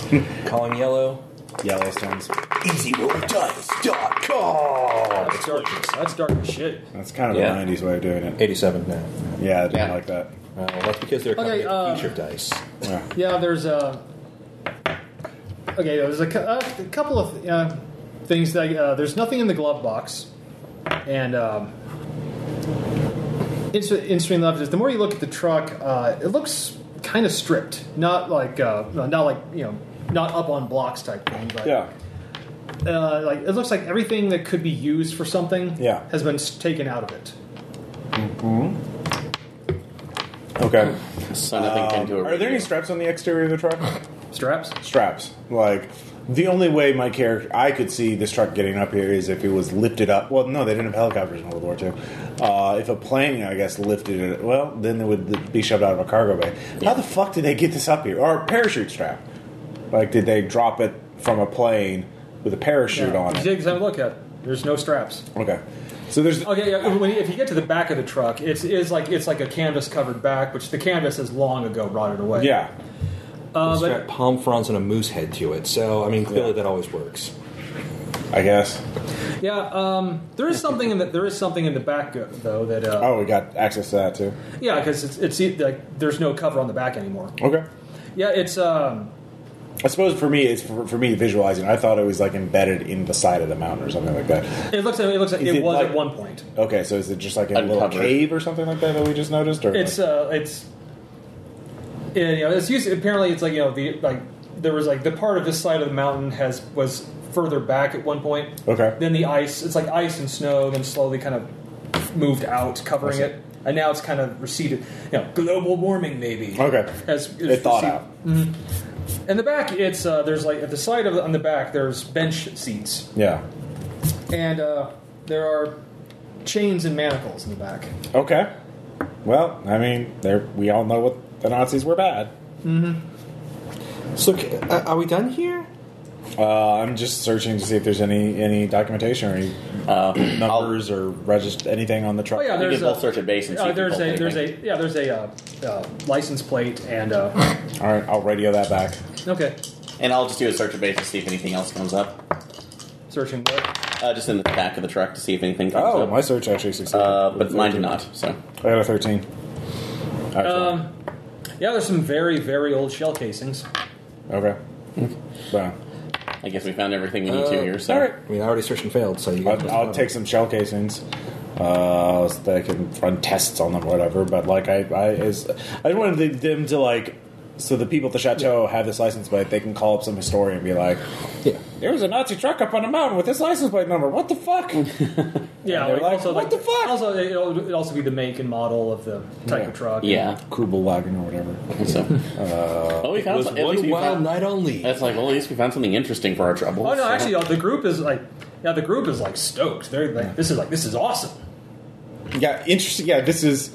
[SPEAKER 4] Calling yellow.
[SPEAKER 1] Yellowstones.
[SPEAKER 4] EasyRollDice.com.
[SPEAKER 2] That's dark. as- That's dark as shit.
[SPEAKER 1] That's kind of
[SPEAKER 3] Yeah.
[SPEAKER 1] a 90s way of doing it.
[SPEAKER 4] Eighty-seven now.
[SPEAKER 1] Yeah, I didn't
[SPEAKER 3] Yeah.
[SPEAKER 1] like that.
[SPEAKER 4] Uh, well, that's because they're
[SPEAKER 2] Okay,
[SPEAKER 4] coming in
[SPEAKER 2] uh,
[SPEAKER 4] future dice.
[SPEAKER 1] Yeah.
[SPEAKER 2] Yeah, there's a. Okay, there's a, cou- uh, a couple of uh, things that uh, there's nothing in the glove box, and um, inter- interesting enough is the more you look at the truck, uh, it looks kind of stripped, not like uh, not like you know not up on blocks type thing, but
[SPEAKER 1] Yeah.
[SPEAKER 2] uh, like it looks like everything that could be used for something
[SPEAKER 1] Yeah.
[SPEAKER 2] has been s- taken out of it.
[SPEAKER 1] Okay.
[SPEAKER 3] so nothing can do it.
[SPEAKER 1] Are there any straps on the exterior of the truck?
[SPEAKER 2] Straps.
[SPEAKER 1] straps. Like the only way my character I could see this truck getting up here is if it was lifted up. Well, no, they didn't have helicopters in World War II. Uh, if a plane, I guess, lifted it, well, then it would be shoved out of a cargo bay. How the fuck did they get this up here? Or a parachute strap? Like, did they drop it from a plane with a parachute
[SPEAKER 2] Yeah.
[SPEAKER 1] on it?
[SPEAKER 2] Take a look at. it. There's no straps.
[SPEAKER 1] Okay, so there's
[SPEAKER 2] Okay, yeah, when you, if you get to the back of the truck, it's is like it's like a canvas covered back, which the canvas has long ago rotted away.
[SPEAKER 1] yeah.
[SPEAKER 2] uh,
[SPEAKER 4] Strap
[SPEAKER 2] but,
[SPEAKER 4] palm fronds and a moose head to it. So I mean, clearly that always works.
[SPEAKER 1] I guess.
[SPEAKER 2] yeah. Um, there is something in the there is something in the back uh, though that uh,
[SPEAKER 1] Oh, we got access to that too.
[SPEAKER 2] yeah, because it's it's e- like there's no cover on the back anymore.
[SPEAKER 1] Okay.
[SPEAKER 2] Yeah, it's um,
[SPEAKER 1] I suppose for me, it's for, for me visualizing. I thought it was like embedded in the side of the mountain or something like that.
[SPEAKER 2] it looks like it looks like
[SPEAKER 1] Is
[SPEAKER 2] it,
[SPEAKER 1] it
[SPEAKER 2] was
[SPEAKER 1] like-
[SPEAKER 2] at one point.
[SPEAKER 1] Okay, so is it just like a little
[SPEAKER 3] Uncovered.
[SPEAKER 1] cave or something like that that we just noticed? Or
[SPEAKER 2] It's uh, it's yeah, you know, it's used apparently it's like you know the like there was like the part of this side of the mountain has was further back at one point.
[SPEAKER 1] okay,
[SPEAKER 2] then the ice it's like ice and snow then slowly kind of moved out covering
[SPEAKER 1] I see.
[SPEAKER 2] it and now it's kind of receded you know global warming maybe
[SPEAKER 1] okay,
[SPEAKER 2] has
[SPEAKER 1] it thawed out.
[SPEAKER 2] in the back it's uh, there's like at the side of on the back there's bench seats
[SPEAKER 1] Yeah,
[SPEAKER 2] and uh, there are chains and manacles in the back.
[SPEAKER 1] Okay. Well, I mean, there we all know what the Nazis were bad.
[SPEAKER 4] So, c- uh, are we done here?
[SPEAKER 1] Uh, I'm just searching to see if there's any any documentation or any
[SPEAKER 3] Uh,
[SPEAKER 1] numbers or register anything on the truck.
[SPEAKER 2] Oh yeah,
[SPEAKER 3] we
[SPEAKER 2] there's
[SPEAKER 3] can both
[SPEAKER 2] a,
[SPEAKER 3] search at base and see
[SPEAKER 2] uh,
[SPEAKER 3] if we
[SPEAKER 2] there's
[SPEAKER 3] pulled
[SPEAKER 2] a there's
[SPEAKER 3] anything.
[SPEAKER 2] a yeah there's a uh, uh, license plate and uh,
[SPEAKER 1] All right, I'll radio that back.
[SPEAKER 2] okay
[SPEAKER 3] and I'll just do a search at base to see if anything else comes up.
[SPEAKER 2] searching what
[SPEAKER 3] Uh, just in the back of the truck to see if anything comes
[SPEAKER 1] Oh,
[SPEAKER 3] up.
[SPEAKER 1] my search actually succeeded.
[SPEAKER 3] uh,
[SPEAKER 1] with
[SPEAKER 3] but mine
[SPEAKER 1] 13.
[SPEAKER 3] did not. So
[SPEAKER 1] I got a 13. Actually.
[SPEAKER 2] um yeah there's some very very old shell casings
[SPEAKER 1] okay.
[SPEAKER 3] Hmm.
[SPEAKER 1] So,
[SPEAKER 3] I guess we found everything we need to here. So
[SPEAKER 4] All right. I mean, I already searched and failed, so you guys
[SPEAKER 1] I'll, I'll take some shell casings. Uh, so that I can run tests on them, or whatever. But like, I, I is, I just wanted them to like, so the people at the chateau have this license plate. They can call up some historian and be like,
[SPEAKER 4] Yeah.
[SPEAKER 1] There was a Nazi truck up on a mountain with this license plate number. What the fuck?
[SPEAKER 2] yeah
[SPEAKER 1] And they're
[SPEAKER 2] like,
[SPEAKER 1] like,
[SPEAKER 2] also
[SPEAKER 1] "What
[SPEAKER 2] like,
[SPEAKER 1] the fuck?"
[SPEAKER 2] also it'll, it'll also be the make and model of the type
[SPEAKER 1] Yeah.
[SPEAKER 2] of truck
[SPEAKER 3] yeah.
[SPEAKER 1] Kubelwagen or whatever.
[SPEAKER 3] So well, we found some, at least we found,
[SPEAKER 4] night only.
[SPEAKER 3] That's like well, at least we found something interesting for our trouble.
[SPEAKER 2] oh no actually uh, the group is like yeah the group is like stoked they're like this is like this is awesome
[SPEAKER 1] Yeah, interesting. Yeah, this is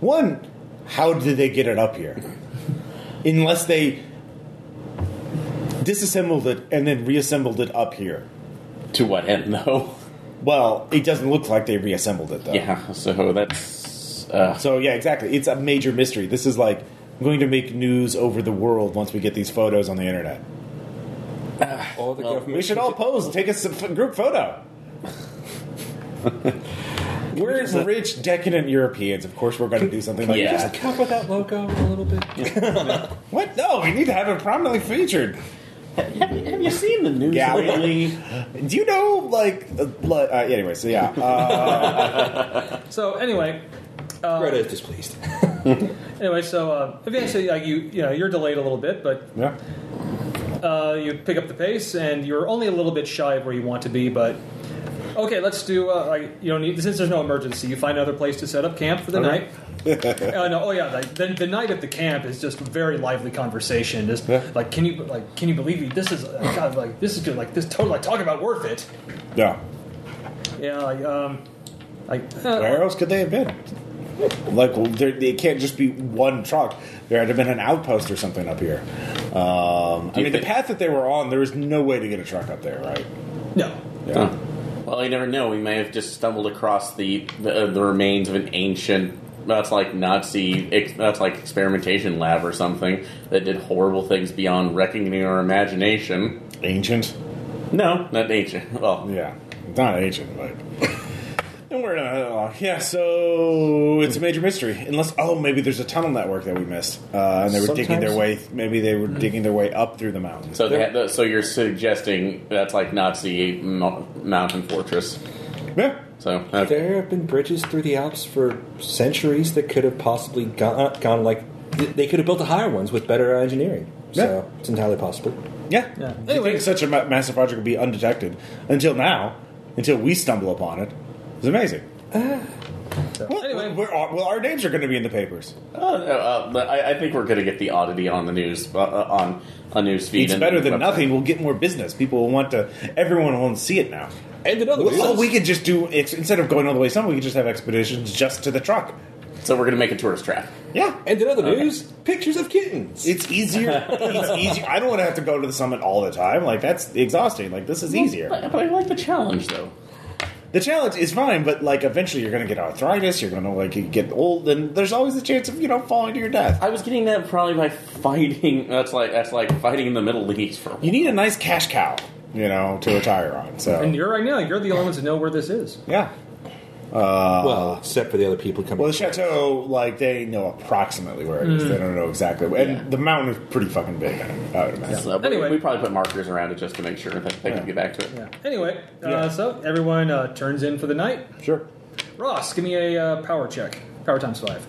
[SPEAKER 1] one. How did they get it up here? Unless they disassembled it and then reassembled it up here.
[SPEAKER 3] to what end though?
[SPEAKER 1] Well, it doesn't look like they reassembled it though.
[SPEAKER 3] Yeah. So that's uh,
[SPEAKER 1] So yeah, exactly. It's a major mystery. This is like going to make news over the world once we get these photos on the internet.
[SPEAKER 4] All the government.
[SPEAKER 1] We should all pose, and take a s- group photo. we're rich, decadent Europeans. Of course, we're going to do something like
[SPEAKER 3] Yeah.
[SPEAKER 1] that.
[SPEAKER 4] Help with that logo a little bit.
[SPEAKER 1] What? No, we need to have it prominently featured.
[SPEAKER 3] have, you- have you seen the news
[SPEAKER 1] Yeah, we-
[SPEAKER 3] lately?
[SPEAKER 1] Do you know, like, uh, li- uh, anyway, so yeah. Uh,
[SPEAKER 2] so anyway uh,
[SPEAKER 4] Greta is displeased.
[SPEAKER 2] anyway so uh, eventually like you you know you're delayed a little bit but
[SPEAKER 1] yeah.
[SPEAKER 2] uh, you pick up the pace, and you're only a little bit shy of where you want to be, but okay, let's do. Uh, like, you don't need since there's no emergency. You find another place to set up camp for the night. uh, no, oh yeah, like, the, the night at the camp is just very lively conversation. Just
[SPEAKER 1] Yeah.
[SPEAKER 2] like can you like can you believe you? This is uh, God, like this is good. Like this totally like, talk about worth it.
[SPEAKER 1] Yeah.
[SPEAKER 2] Yeah, like, um, like uh,
[SPEAKER 1] Where else could they have been? Like, well, there, it can't just be one truck. There had to have been an outpost or something up here. Um, I mean,
[SPEAKER 3] you
[SPEAKER 1] the
[SPEAKER 3] think-
[SPEAKER 1] path that they were on, there was no way to get a truck up there, right?
[SPEAKER 2] no.
[SPEAKER 1] Yeah.
[SPEAKER 3] Huh. Well, you never know. We may have just stumbled across the the, uh, the remains of an ancient. That's like Nazi. Ex, that's like experimentation lab or something that did horrible things beyond reckoning our imagination.
[SPEAKER 1] Ancient.
[SPEAKER 3] No, not ancient. Well,
[SPEAKER 1] Yeah, it's not ancient, but. And we're in a, oh, yeah, so it's a major mystery. Unless, oh, maybe there's a tunnel network that we missed, uh, and they were digging their way. Maybe they were digging their way up through the mountains.
[SPEAKER 3] so that, so you're suggesting that's like Nazi mo- mountain fortress.
[SPEAKER 1] yeah,
[SPEAKER 3] So uh, okay.
[SPEAKER 4] There have been bridges through the Alps for centuries that could have possibly gone, uh, gone like they could have built the higher ones with better engineering. So it's entirely possible.
[SPEAKER 1] yeah.
[SPEAKER 2] Yeah.
[SPEAKER 1] You
[SPEAKER 2] Anyway.
[SPEAKER 1] think such a ma- massive project would be undetected until now, until we stumble upon it? It's amazing.
[SPEAKER 2] So,
[SPEAKER 1] Well,
[SPEAKER 2] anyway,
[SPEAKER 1] we're, all- well, our names are going to be in the papers.
[SPEAKER 3] Uh, uh, but I, I think we're going to get the oddity on the news uh, uh, on a news feed.
[SPEAKER 1] It's
[SPEAKER 3] and-
[SPEAKER 1] better than
[SPEAKER 3] website.
[SPEAKER 1] nothing. We'll get more business. People will want to. Everyone will want to see it now.
[SPEAKER 4] And another
[SPEAKER 1] Well, we could just do ex- instead of going all the way somewhere, we could just have expeditions just to the truck.
[SPEAKER 3] So we're going to make a tourist trap.
[SPEAKER 1] Yeah,
[SPEAKER 4] And another
[SPEAKER 2] Uh,
[SPEAKER 4] news: pictures of kittens.
[SPEAKER 1] it's easier. it's easier. I don't want to have to go to the summit all the time. Like that's exhausting. Like this is easier.
[SPEAKER 3] But, but I like the challenge though.
[SPEAKER 1] The challenge is fine, but like eventually you're going to get arthritis. You're going to like get old, and there's always the chance of you know falling to your death.
[SPEAKER 3] I was getting that probably by fighting. That's like that's like fighting in the Middle East for.
[SPEAKER 1] You need a nice cash cow, you know, to retire on.
[SPEAKER 2] and
[SPEAKER 1] So
[SPEAKER 2] you're right now. You're the only ones that know where this is.
[SPEAKER 1] yeah.
[SPEAKER 4] well, except for the other people coming.
[SPEAKER 1] Well, the chateau, like they know approximately where it is.
[SPEAKER 2] Mm.
[SPEAKER 1] They don't know exactly, and the mountain is pretty fucking big. I would imagine.
[SPEAKER 3] So, but
[SPEAKER 2] Anyway.
[SPEAKER 3] we probably put markers around it just to make sure that they
[SPEAKER 1] Yeah.
[SPEAKER 3] can get back to it.
[SPEAKER 2] Yeah. Anyway,
[SPEAKER 1] Yeah.
[SPEAKER 2] Uh, so everyone uh, turns in for the night.
[SPEAKER 1] Sure.
[SPEAKER 2] Ross, give me a uh, power check. Power times five.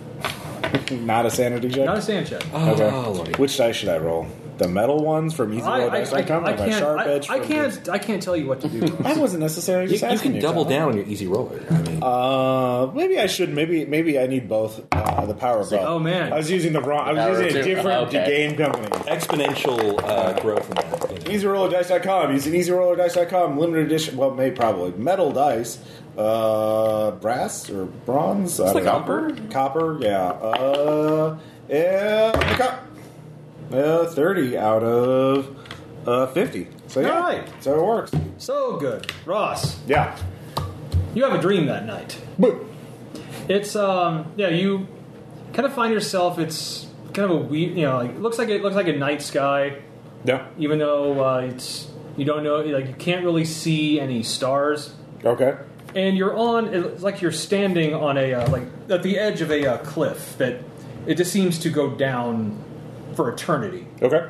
[SPEAKER 1] Not a sanity check.
[SPEAKER 2] Not a sand check.
[SPEAKER 4] Oh,
[SPEAKER 1] Okay.
[SPEAKER 4] Lordy.
[SPEAKER 1] Which dice should I roll? the metal ones from Easy
[SPEAKER 2] I,
[SPEAKER 1] Road
[SPEAKER 2] I,
[SPEAKER 1] X
[SPEAKER 2] I,
[SPEAKER 1] Icon
[SPEAKER 2] I
[SPEAKER 1] or my
[SPEAKER 2] can't.
[SPEAKER 1] Sharp
[SPEAKER 2] I,
[SPEAKER 1] Edge?
[SPEAKER 2] I
[SPEAKER 1] from-
[SPEAKER 2] can't. I can't tell you what to do.
[SPEAKER 1] I wasn't necessarily
[SPEAKER 4] You,
[SPEAKER 1] just
[SPEAKER 4] you
[SPEAKER 1] asking
[SPEAKER 4] can double
[SPEAKER 1] John.
[SPEAKER 4] down on your easy roller. I mean,
[SPEAKER 1] Uh, maybe I should. Maybe maybe I need both. Uh, the power of both.
[SPEAKER 2] oh, man.
[SPEAKER 1] I was using the wrong. I
[SPEAKER 3] Power
[SPEAKER 1] was using a
[SPEAKER 3] two.
[SPEAKER 1] different
[SPEAKER 3] Okay.
[SPEAKER 1] game company.
[SPEAKER 4] exponential uh, growth in that. you know.
[SPEAKER 1] EasyRollerDice.com. Using EasyRollerDice.com. Limited edition. Well, maybe probably metal dice. Uh, brass or bronze. It's
[SPEAKER 4] like copper.
[SPEAKER 1] Copper. Yeah. Uh, yeah. I got, Uh, thirty out of uh, fifty. So yeah.
[SPEAKER 2] All right.
[SPEAKER 1] So it works.
[SPEAKER 2] so good, Ross.
[SPEAKER 1] Yeah.
[SPEAKER 2] You have a dream that night.
[SPEAKER 1] Boop.
[SPEAKER 2] It's um yeah you kind of find yourself it's kind of a weird you know like, it looks like it looks like a night sky
[SPEAKER 1] Yeah.
[SPEAKER 2] even though uh, it's you don't know like you can't really see any stars
[SPEAKER 1] Okay.
[SPEAKER 2] and you're on it's like you're standing on a uh, like at the edge of a uh, cliff that it just seems to go down for eternity
[SPEAKER 1] Okay.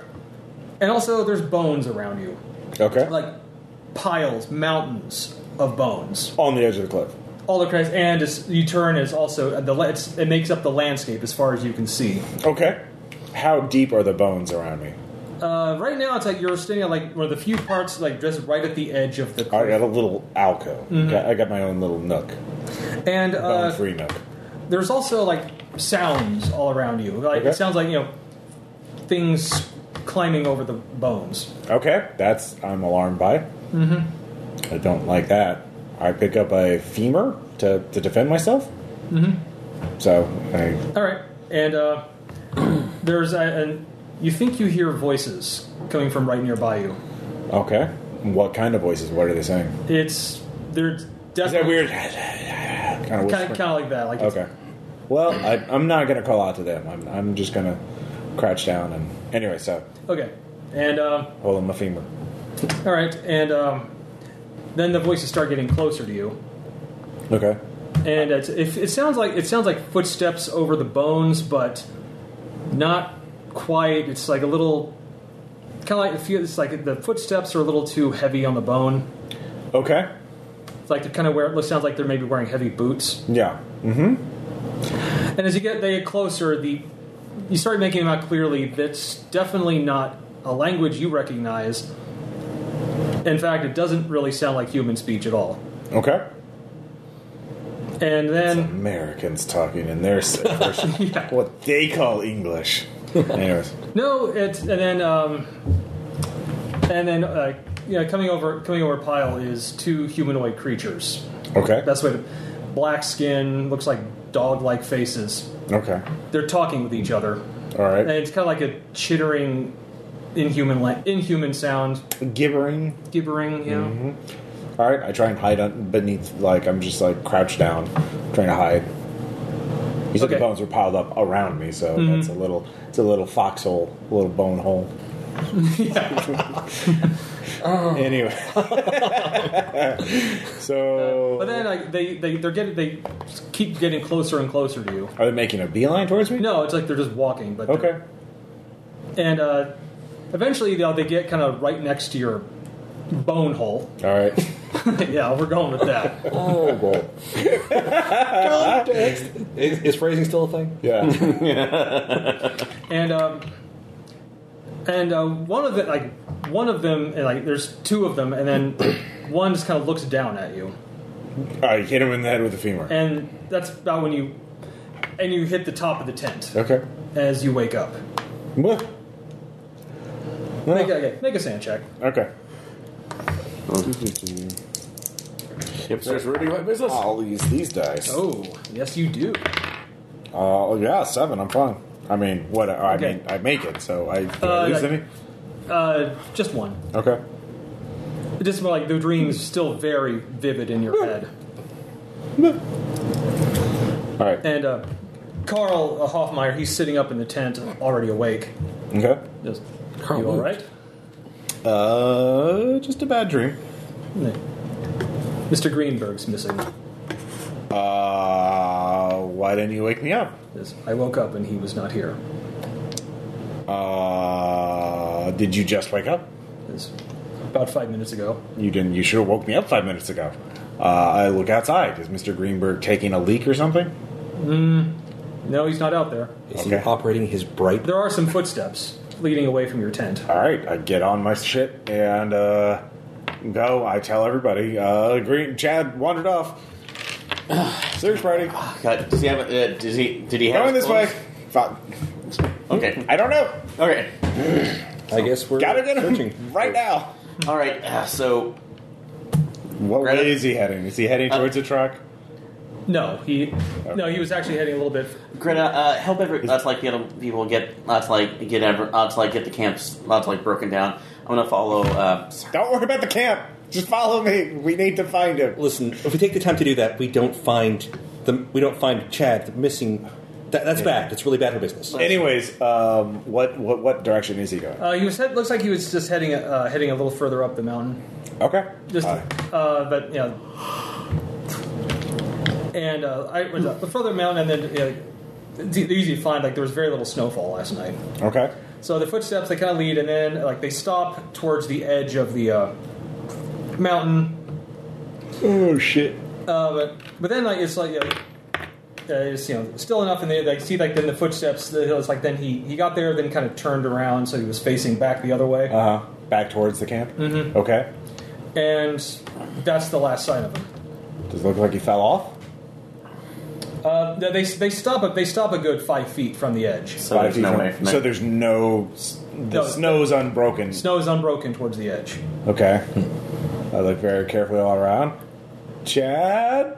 [SPEAKER 2] and also there's bones around you
[SPEAKER 1] Okay.
[SPEAKER 2] like piles mountains of bones
[SPEAKER 1] On the edge of the cliff.
[SPEAKER 2] all the cracks and it's, you turn is also uh, the la- it's, it makes up the landscape as far as you can see
[SPEAKER 1] Okay. How deep are the bones around me?
[SPEAKER 2] Uh, right now, it's like you're standing at like one of the few parts, like just right at the edge of the
[SPEAKER 1] I got
[SPEAKER 2] cliff.
[SPEAKER 1] a little alcove. Got- I got my own little nook,
[SPEAKER 2] And
[SPEAKER 1] bone
[SPEAKER 2] uh,
[SPEAKER 1] free nook.
[SPEAKER 2] there's also like sounds all around you. Like
[SPEAKER 1] Okay.
[SPEAKER 2] it sounds like you know things climbing over the bones.
[SPEAKER 1] Okay, that's I'm alarmed by. Mm-hmm. I don't like that. I pick up a femur to, to defend myself. Mm-hmm. So I,
[SPEAKER 2] All right, and uh, there's a, and you think you hear voices coming from right nearby you.
[SPEAKER 1] okay, what kind of voices? What are they saying?
[SPEAKER 2] It's they're definitely
[SPEAKER 1] Is that weird? kind of
[SPEAKER 2] Kind of, kind of like that. Like it's-
[SPEAKER 1] Okay. Well, I, I'm not gonna call out to them. I'm, I'm just gonna crouch down and anyway. So
[SPEAKER 2] okay, and. Uh,
[SPEAKER 1] hold on my femur.
[SPEAKER 2] All right, and um, then the voices start getting closer to you,
[SPEAKER 1] Okay.
[SPEAKER 2] and it's, it, it sounds like it sounds like footsteps over the bones, but not quite. It's like a little kind of like it feels it's like the footsteps are a little too heavy on the bone.
[SPEAKER 1] Okay.
[SPEAKER 2] It's like they're kind of wear. It sounds like they're maybe wearing heavy boots.
[SPEAKER 1] Yeah.
[SPEAKER 2] And as you get they get closer, the you start making them out clearly. That's definitely not a language you recognize. In fact, it doesn't really sound like human speech at all.
[SPEAKER 1] Okay.
[SPEAKER 2] And then.
[SPEAKER 1] Americans talking in their version.
[SPEAKER 2] Yeah.
[SPEAKER 1] What they call English. Anyways.
[SPEAKER 2] No, it's and then um, and then uh, yeah, coming over coming over pile is two humanoid creatures.
[SPEAKER 1] Okay.
[SPEAKER 2] That's what black skin looks like dog like faces.
[SPEAKER 1] Okay.
[SPEAKER 2] They're talking with each other,
[SPEAKER 1] All
[SPEAKER 2] and
[SPEAKER 1] right.
[SPEAKER 2] it's kind of like a chittering, inhuman la- inhuman sound,
[SPEAKER 1] Gibbering.
[SPEAKER 2] gibbering. You know,
[SPEAKER 1] All right. I try and hide un- beneath, like, I'm just, like, crouched down, trying to hide. You said the
[SPEAKER 2] Okay. Mm-hmm.
[SPEAKER 1] bones were piled up around me, so that's a little, it's a little foxhole, a little bone hole. Anyway. so.
[SPEAKER 2] but then like they they they're getting they keep getting closer and closer to you.
[SPEAKER 1] are they making a beeline towards me?
[SPEAKER 2] No, it's like they're just walking, but they're-
[SPEAKER 1] Okay.
[SPEAKER 2] and uh, eventually though they get kind of right next to your bone hole.
[SPEAKER 1] All right.
[SPEAKER 2] yeah, we're going with that.
[SPEAKER 4] Oh, well. Context. Is, is phrasing still a thing?
[SPEAKER 1] Yeah.
[SPEAKER 2] And um, and uh, one of the like one of them and like there's two of them, and then one just kind of looks down at you,
[SPEAKER 1] I hit him in the head with a femur.
[SPEAKER 2] and that's about when you and you hit the top of the tent
[SPEAKER 1] Okay.
[SPEAKER 2] as you wake up.
[SPEAKER 1] Well,
[SPEAKER 2] Make, okay, make a sand check.
[SPEAKER 1] Okay.
[SPEAKER 3] Hipsters ruining my business.
[SPEAKER 1] All these these dice. Oh
[SPEAKER 2] Oh, yes, you do.
[SPEAKER 1] Uh, yeah, seven. I'm fine. I mean, what? I
[SPEAKER 2] Oh. Okay.
[SPEAKER 1] mean, I make it, so I, do I
[SPEAKER 2] Uh,
[SPEAKER 1] lose
[SPEAKER 2] yeah.
[SPEAKER 1] any.
[SPEAKER 2] Uh, just one.
[SPEAKER 1] Okay.
[SPEAKER 2] Just more like the dream's still very vivid in your head.
[SPEAKER 1] All right.
[SPEAKER 2] And uh, Carl uh, Hoffmeyer, he's sitting up in the tent, already awake.
[SPEAKER 1] Okay.
[SPEAKER 2] Just,
[SPEAKER 4] Carl
[SPEAKER 2] you all
[SPEAKER 4] moved.
[SPEAKER 2] right?
[SPEAKER 1] Uh, just a bad dream.
[SPEAKER 2] No. Mr. Greenberg's missing.
[SPEAKER 1] Uh, why didn't you wake me up?
[SPEAKER 2] Yes, I woke up and he was not here.
[SPEAKER 1] Uh, did you just wake up?
[SPEAKER 2] Yes, about five minutes ago.
[SPEAKER 1] You didn't. You should have woke me up five minutes ago. Uh, I look outside. Is Mr. Greenberg taking a leak or something?
[SPEAKER 2] No, he's not out there.
[SPEAKER 4] Is
[SPEAKER 1] Okay.
[SPEAKER 4] he operating his bright?
[SPEAKER 2] There are some footsteps. leading away from your tent.
[SPEAKER 1] All right, I get on my shit and uh, go. I tell everybody. Uh, Green Chad wandered off. Search party
[SPEAKER 3] Ah, God, does he have? A, uh, does he? Did he have?
[SPEAKER 1] going
[SPEAKER 3] his
[SPEAKER 1] this way.
[SPEAKER 3] clothes?
[SPEAKER 1] Fuck.
[SPEAKER 3] Okay.
[SPEAKER 1] I don't know.
[SPEAKER 3] Okay.
[SPEAKER 4] I guess we're
[SPEAKER 1] Gotta get him
[SPEAKER 4] searching.
[SPEAKER 1] right now.
[SPEAKER 3] All right. Uh, so
[SPEAKER 1] What
[SPEAKER 3] Greta?
[SPEAKER 1] way is he heading? Is he heading
[SPEAKER 3] Uh,
[SPEAKER 1] towards the truck?
[SPEAKER 2] No, he no, he was actually heading a little bit.
[SPEAKER 3] Greta, uh, help every. That's like the other people get. That's like get ever. That's like get the camps. That's like broken down. I'm gonna follow. Uh,
[SPEAKER 1] Don't worry about the camp. Just follow me. We need to find him.
[SPEAKER 4] Listen, if we take the time to do that, we don't find the we don't find Chad the missing. That, that's bad. That's really bad for business.
[SPEAKER 1] Anyways, um, what, what what direction is he going?
[SPEAKER 2] Uh, he was head, looks like he was just heading uh, heading a little further up the mountain.
[SPEAKER 1] Okay.
[SPEAKER 2] Just,
[SPEAKER 1] All right.
[SPEAKER 2] uh, but yeah. And uh, I went up the further mountain, and then yeah, it's e- easy to find. Like there was very little snowfall last night,
[SPEAKER 1] Okay.
[SPEAKER 2] so the footsteps they kind of lead, and then like they stop towards the edge of the uh, mountain.
[SPEAKER 1] Oh shit.
[SPEAKER 2] Uh, but but then like it's like. Uh, uh, it's, you know, still enough, and they like see like then the footsteps. The hill. It's like then he he got there, then kind of turned around, so he was facing back the other way,
[SPEAKER 1] Uh huh. Back towards the camp. Mm-hmm. Okay.
[SPEAKER 2] and that's the last sign of him.
[SPEAKER 1] Does it look like he fell off?
[SPEAKER 2] Uh, they they- they stop a, they stop a good five feet from the edge.
[SPEAKER 3] so there's no way from
[SPEAKER 1] So
[SPEAKER 3] there.
[SPEAKER 1] there's no. s- The
[SPEAKER 2] No.
[SPEAKER 1] snow's unbroken.
[SPEAKER 2] Snow is unbroken towards the edge.
[SPEAKER 1] Okay.
[SPEAKER 3] Hmm.
[SPEAKER 1] I look very carefully all around. Chad?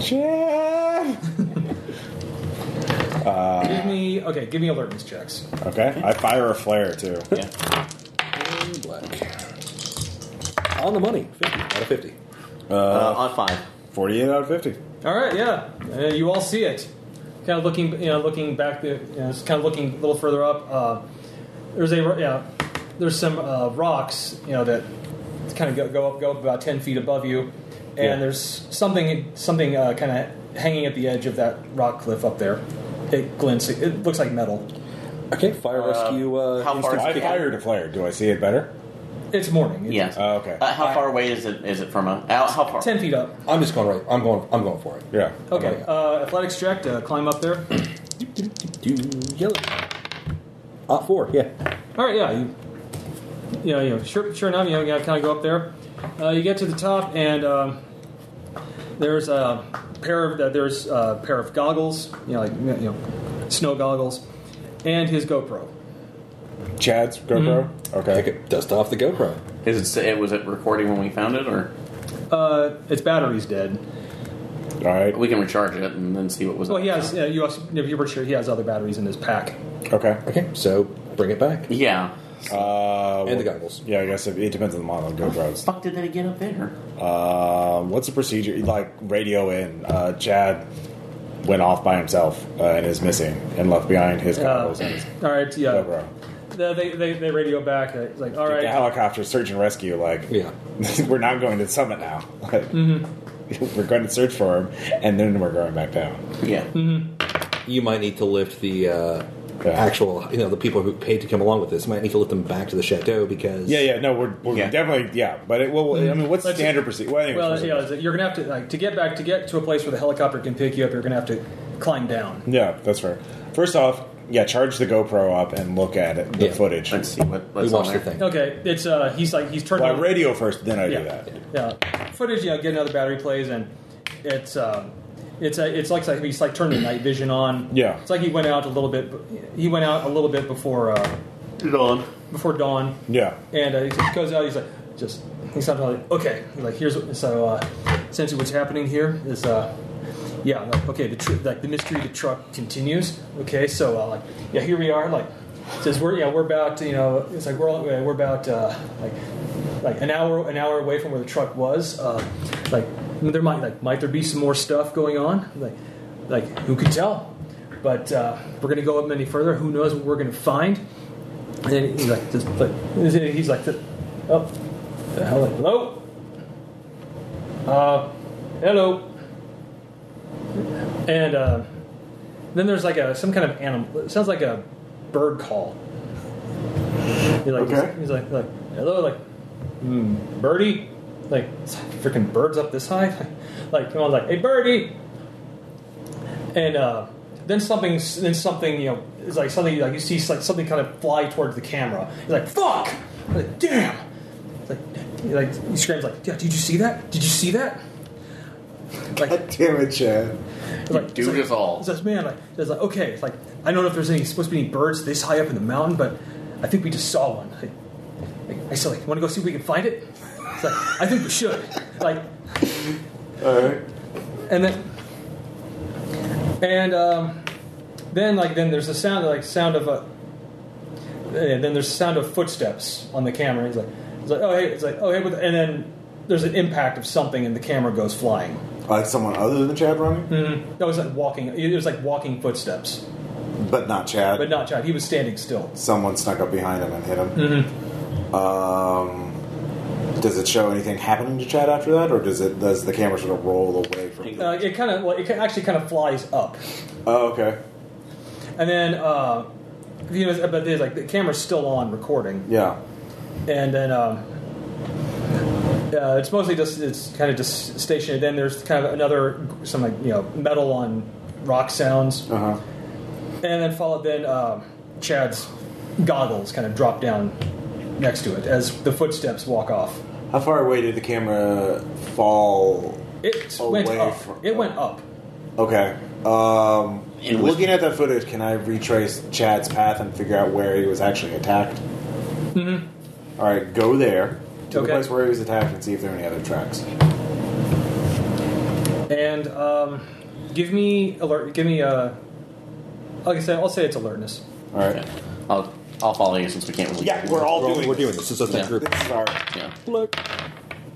[SPEAKER 1] Chad?
[SPEAKER 2] give me okay. Give me alertness checks.
[SPEAKER 1] Okay. I fire a flare too.
[SPEAKER 3] Yeah.
[SPEAKER 4] On the money, fifty out of fifty.
[SPEAKER 3] Uh, on five.
[SPEAKER 1] 48 out of 50.
[SPEAKER 2] All right, yeah. Uh, you all see it. Kind of looking, you know, looking back, the, you know, just kind of looking a little further up. Uh, there's a ro- yeah. There's some uh, rocks, you know, that kind of go, go up, go up about ten feet above you, and
[SPEAKER 1] Yeah.
[SPEAKER 2] there's something, something uh, kind of hanging at the edge of that rock cliff up there. It glints. It looks like metal.
[SPEAKER 4] Okay, fire rescue. Uh,
[SPEAKER 3] how far is
[SPEAKER 4] instinct
[SPEAKER 1] I
[SPEAKER 3] it?
[SPEAKER 4] kick.
[SPEAKER 1] fired a flare. Do I see it better?
[SPEAKER 2] It's morning. It's
[SPEAKER 3] Yeah.
[SPEAKER 1] Oh, okay.
[SPEAKER 3] Uh, how far away is it? Is it from a? How, how far?
[SPEAKER 2] ten feet up.
[SPEAKER 4] I'm just going right. I'm going. I'm going for it.
[SPEAKER 1] Yeah.
[SPEAKER 2] Okay. Uh, athletics check to climb up there.
[SPEAKER 4] Do yellow. Uh, four. Yeah.
[SPEAKER 2] All right, yeah, you, yeah, you know, sure, sure enough, you know, you kind of go up there. Uh, you get to the top, and um, there's a pair of uh, there's a pair of goggles, you know, like you know, snow goggles, and his GoPro.
[SPEAKER 1] Chad's GoPro?
[SPEAKER 2] Mm-hmm.
[SPEAKER 4] I
[SPEAKER 1] Okay.
[SPEAKER 4] could dust off the GoPro.
[SPEAKER 3] Is it? Was it recording when we found it, or
[SPEAKER 2] Uh, its battery's dead.
[SPEAKER 1] All right.
[SPEAKER 3] we can recharge it and then see what was?
[SPEAKER 2] Well,
[SPEAKER 3] up?
[SPEAKER 2] he has. Uh, you also, if you were sure, he has other batteries in his pack.
[SPEAKER 1] Okay.
[SPEAKER 4] Okay, so bring it back.
[SPEAKER 3] Yeah.
[SPEAKER 1] Uh,
[SPEAKER 4] And the
[SPEAKER 1] well,
[SPEAKER 4] goggles.
[SPEAKER 1] Yeah, I guess it, it depends on the model of GoPros.
[SPEAKER 3] Fuck! Did they get up there?
[SPEAKER 1] Um, what's the procedure? Like radio in. Uh, Chad went off by himself uh, and is missing and left behind his
[SPEAKER 2] Uh,
[SPEAKER 1] goggles and his
[SPEAKER 2] all right, yeah.
[SPEAKER 1] GoPro.
[SPEAKER 2] They, they, they, they radio back. uh, It's like, all
[SPEAKER 1] The
[SPEAKER 2] right,
[SPEAKER 1] helicopter search and rescue. Like,
[SPEAKER 4] Yeah.
[SPEAKER 1] we're not going to summit now. Like,
[SPEAKER 2] Mm-hmm.
[SPEAKER 1] We're going to search for him, and then we're going back down.
[SPEAKER 3] Yeah.
[SPEAKER 4] You might need to lift the uh,
[SPEAKER 1] Yeah.
[SPEAKER 4] actual, you know, the people who paid to come along with this. Might need to lift them back to the chateau because
[SPEAKER 1] Yeah, yeah, no, we're, we're
[SPEAKER 3] Yeah.
[SPEAKER 1] definitely yeah, but it, well, I mean, what's
[SPEAKER 2] Let's-
[SPEAKER 1] standard procedure? Well, anyways,
[SPEAKER 2] well,
[SPEAKER 1] procedure.
[SPEAKER 2] yeah, you're gonna have to like to get back to get to a place where the helicopter can pick you up. You're gonna have to climb down.
[SPEAKER 1] yeah, that's fair. First off, yeah, charge the GoPro up and look at it, the
[SPEAKER 4] Yeah.
[SPEAKER 1] footage.
[SPEAKER 3] Let's see what.
[SPEAKER 4] we
[SPEAKER 3] What's on
[SPEAKER 4] watched the
[SPEAKER 3] there.
[SPEAKER 4] thing.
[SPEAKER 2] Okay, it's uh, he's like he's turned
[SPEAKER 1] Well, I
[SPEAKER 2] on-
[SPEAKER 1] radio first, then I
[SPEAKER 2] yeah,
[SPEAKER 1] do that.
[SPEAKER 2] yeah. Footage, you know, get another battery plays, and it's um, it's a, it's like he's like turned the night vision on.
[SPEAKER 1] Yeah.
[SPEAKER 2] it's like he went out a little bit. He went out a little bit before uh,
[SPEAKER 3] Dawn.
[SPEAKER 2] before dawn,
[SPEAKER 1] Yeah,
[SPEAKER 2] and uh, he just goes out. He's like just he's not like okay, He's like here's what, so uh, essentially what's happening here is uh. Yeah, like, okay. The tr- like the mystery of the truck continues. Okay, so uh, like yeah, here we are. Like says we're yeah we're about you know it's like we're all- we're about uh, like like an hour an hour away from where the truck was. Uh, like there might like might there be some more stuff going on? Like like who could tell? But uh, we're gonna go up any further. Who knows what we're gonna find? And then he's like just like he's like oh the hell like hello uh hello. And uh, then there's like a some kind of animal. It sounds like a bird call. He's like,
[SPEAKER 6] Okay.
[SPEAKER 2] he's, like, like hello, like mm, birdie, like freaking birds up this high. Like, come on, like hey birdie. And uh, Then something, then something, you know, it's like something like you see like something kind of fly towards the camera. You're like, "Fuck!" Like, damn. It's Like, you're like he screams like, "Yeah, did you see that? Did you see that?" Like,
[SPEAKER 1] God damn it, Chad.
[SPEAKER 2] it's like
[SPEAKER 3] Dude
[SPEAKER 2] it's
[SPEAKER 3] is
[SPEAKER 2] like,
[SPEAKER 3] all.
[SPEAKER 2] It's like, man, like, it's like okay, it's like I don't know if there's any supposed to be any birds this high up in the mountain, but I think we just saw one. Like, like, I said, like, want to go see if we can find it? It's like, I think we should. Like,
[SPEAKER 1] Alright.
[SPEAKER 2] and then and um, then like then there's a sound like sound of a and then there's the sound of footsteps on the camera. He's like, he's like, oh hey, it's like, oh hey, what the-" and then there's an impact of something and the camera goes flying.
[SPEAKER 1] Like someone other than Chad running?
[SPEAKER 2] Mm-hmm. That was like walking. It was like walking footsteps,
[SPEAKER 1] But not Chad.
[SPEAKER 2] but not Chad. He was standing still.
[SPEAKER 1] Someone snuck up behind him and hit him.
[SPEAKER 2] Mm-hmm.
[SPEAKER 1] Um, does it show anything happening to Chad after that, or does it does the camera sort of roll away from?
[SPEAKER 3] Think-
[SPEAKER 1] Him?
[SPEAKER 2] Uh, it kind of like it actually kind of flies up,
[SPEAKER 1] Oh, okay.
[SPEAKER 2] and then uh, you know, but there's like the camera's still on recording.
[SPEAKER 1] Yeah.
[SPEAKER 2] and then um, uh, it's mostly just it's kind of just stationary. Then there's kind of another some like you know metal on rock sounds,
[SPEAKER 1] Uh huh.
[SPEAKER 2] and then followed then um, Chad's goggles kind of drop down next to it as the footsteps walk off.
[SPEAKER 1] How far away did the camera fall?
[SPEAKER 2] It
[SPEAKER 1] Away
[SPEAKER 2] went up.
[SPEAKER 1] from-
[SPEAKER 2] it went up.
[SPEAKER 1] Okay. Um,
[SPEAKER 3] It was-
[SPEAKER 1] looking at that footage, can I retrace Chad's path and figure out where he was actually attacked? Mm-hmm. right, go there to the
[SPEAKER 2] Okay.
[SPEAKER 1] place where he was attacked and see if there are any other tracks.
[SPEAKER 2] And um, give me alert. Give me a. Like I said, I'll say it's alertness.
[SPEAKER 1] All right.
[SPEAKER 3] Okay. I'll, I'll follow you since we can't really.
[SPEAKER 1] Yeah, we're all
[SPEAKER 4] We're,
[SPEAKER 1] doing.
[SPEAKER 4] we're doing this. This is a
[SPEAKER 3] Yeah.
[SPEAKER 4] group.
[SPEAKER 1] This is our-
[SPEAKER 3] Yeah.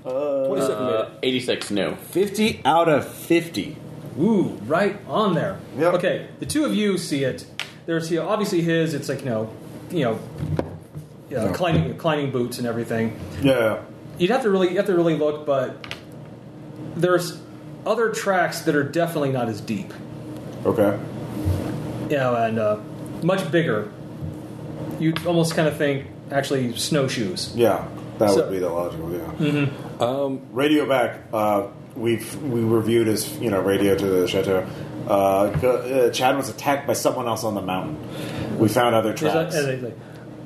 [SPEAKER 3] Uh,
[SPEAKER 4] Uh,
[SPEAKER 3] 86, no.
[SPEAKER 5] 50 out of 50.
[SPEAKER 2] Ooh, right on there.
[SPEAKER 1] Yep.
[SPEAKER 2] Okay, the two of you see it. There's you know, obviously his. It's like you know, you know, you know, climbing climbing boots and everything.
[SPEAKER 1] yeah.
[SPEAKER 2] You'd have to really you have to really look, but there's other tracks that are definitely not as deep,
[SPEAKER 1] Okay.
[SPEAKER 2] you know, and uh, much bigger. You almost kind of think actually snowshoes.
[SPEAKER 1] Yeah. That
[SPEAKER 2] So-
[SPEAKER 1] would be the logical. Yeah.
[SPEAKER 4] um,
[SPEAKER 1] Radio back. Uh, we've we reviewed his you know radio to the chateau. Uh, go- uh, Chad was attacked by someone else on the mountain. We found other
[SPEAKER 2] There's,
[SPEAKER 1] tracks.
[SPEAKER 2] not- and it's like,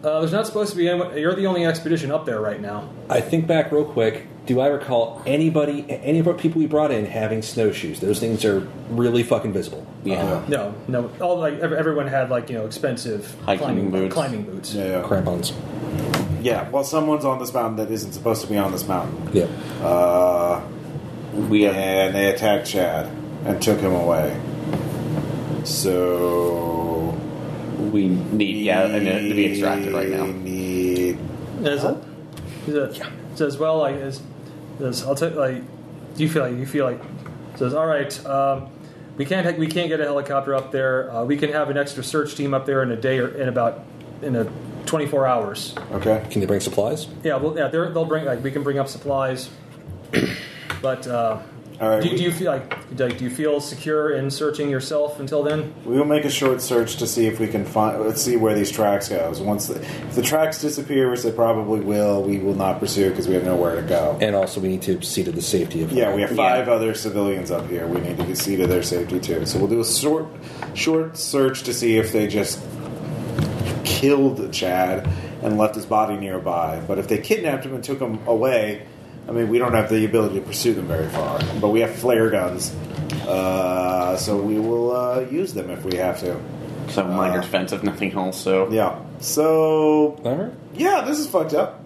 [SPEAKER 2] uh, there's not supposed to be anyone. You're the only expedition up there right now.
[SPEAKER 4] I think back real quick. Do I recall anybody, any of our people we brought in, having snowshoes? Those things are really fucking visible.
[SPEAKER 3] Yeah.
[SPEAKER 4] Uh-huh.
[SPEAKER 1] Uh,
[SPEAKER 2] No, no. All like ev- everyone had like you know expensive
[SPEAKER 3] Hiking
[SPEAKER 2] climbing
[SPEAKER 3] boots.
[SPEAKER 2] Climbing boots.
[SPEAKER 1] yeah, yeah.
[SPEAKER 4] Crampons.
[SPEAKER 1] Yeah, Well, someone's on this mountain that isn't supposed to be on this mountain.
[SPEAKER 4] Yeah.
[SPEAKER 1] Uh,
[SPEAKER 3] We have.
[SPEAKER 1] and they attacked Chad and took him away. So
[SPEAKER 3] We need. Yeah, and it- to be extracted right
[SPEAKER 1] we
[SPEAKER 3] now.
[SPEAKER 1] Need
[SPEAKER 2] Is it? Is it Says well, like is, says I'll take like. Do you feel like you feel like? Says all right. Um, we can't ha- we can't get a helicopter up there. Uh, we can have an extra search team up there in a day or in about in a 24 hours.
[SPEAKER 1] okay.
[SPEAKER 4] Can they bring supplies?
[SPEAKER 2] Yeah, well, yeah, they're- they'll bring like we can bring up supplies. But uh,
[SPEAKER 1] All right.
[SPEAKER 2] do,
[SPEAKER 1] we-
[SPEAKER 2] do you feel like like, do you feel secure in searching yourself until then?
[SPEAKER 1] We will make a short search to see if we can find. Let's see where these tracks goes. Once the, if the tracks disappear, which they probably will, we will not pursue because we have nowhere to go.
[SPEAKER 4] And also, we need to see to the safety of.
[SPEAKER 1] yeah, we have five
[SPEAKER 3] Yeah.
[SPEAKER 1] other civilians up here. We need to see to their safety too. So we'll do a short, short search to see if they just killed Chad and left his body nearby. But if they kidnapped him and took him away, I mean, we don't have the ability to pursue them very far. But we have flare guns, uh, so we will uh, use them if we have to.
[SPEAKER 3] So
[SPEAKER 4] Uh-huh.
[SPEAKER 3] minor defense, if nothing else, so.
[SPEAKER 1] Yeah. So
[SPEAKER 4] All right.
[SPEAKER 1] yeah, this is fucked up.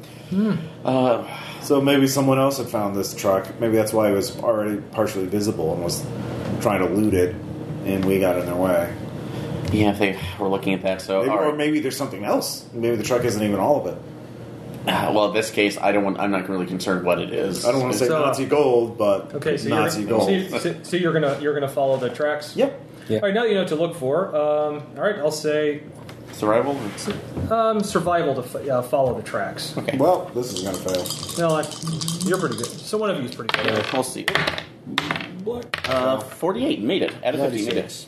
[SPEAKER 3] Uh,
[SPEAKER 1] So maybe someone else had found this truck. Maybe that's why it was already partially visible and was trying to loot it, and we got in their way.
[SPEAKER 3] yeah, if they were looking at that, so.
[SPEAKER 1] Maybe,
[SPEAKER 3] all
[SPEAKER 1] or
[SPEAKER 3] right.
[SPEAKER 1] maybe there's something else. Maybe the truck isn't even all of it.
[SPEAKER 3] Uh, well, in this case, I don't want. I'm not really concerned what it is.
[SPEAKER 1] I don't want to say
[SPEAKER 2] So-
[SPEAKER 1] Nazi gold, but
[SPEAKER 2] uh, Okay, so
[SPEAKER 1] Nazi
[SPEAKER 2] you're,
[SPEAKER 1] gold.
[SPEAKER 2] so, you- so- so you're gonna you're gonna follow the tracks.
[SPEAKER 1] yep.
[SPEAKER 4] Yeah.
[SPEAKER 2] All right, now that you know what to look for. Um, all right, I'll say
[SPEAKER 3] survival.
[SPEAKER 2] um, survival to f- uh, follow the tracks.
[SPEAKER 3] Okay.
[SPEAKER 1] Well, this is gonna fail.
[SPEAKER 2] No, I, you're pretty good. So one of you's pretty good.
[SPEAKER 3] We'll see. Uh, 48 made it. Out of 50 made it.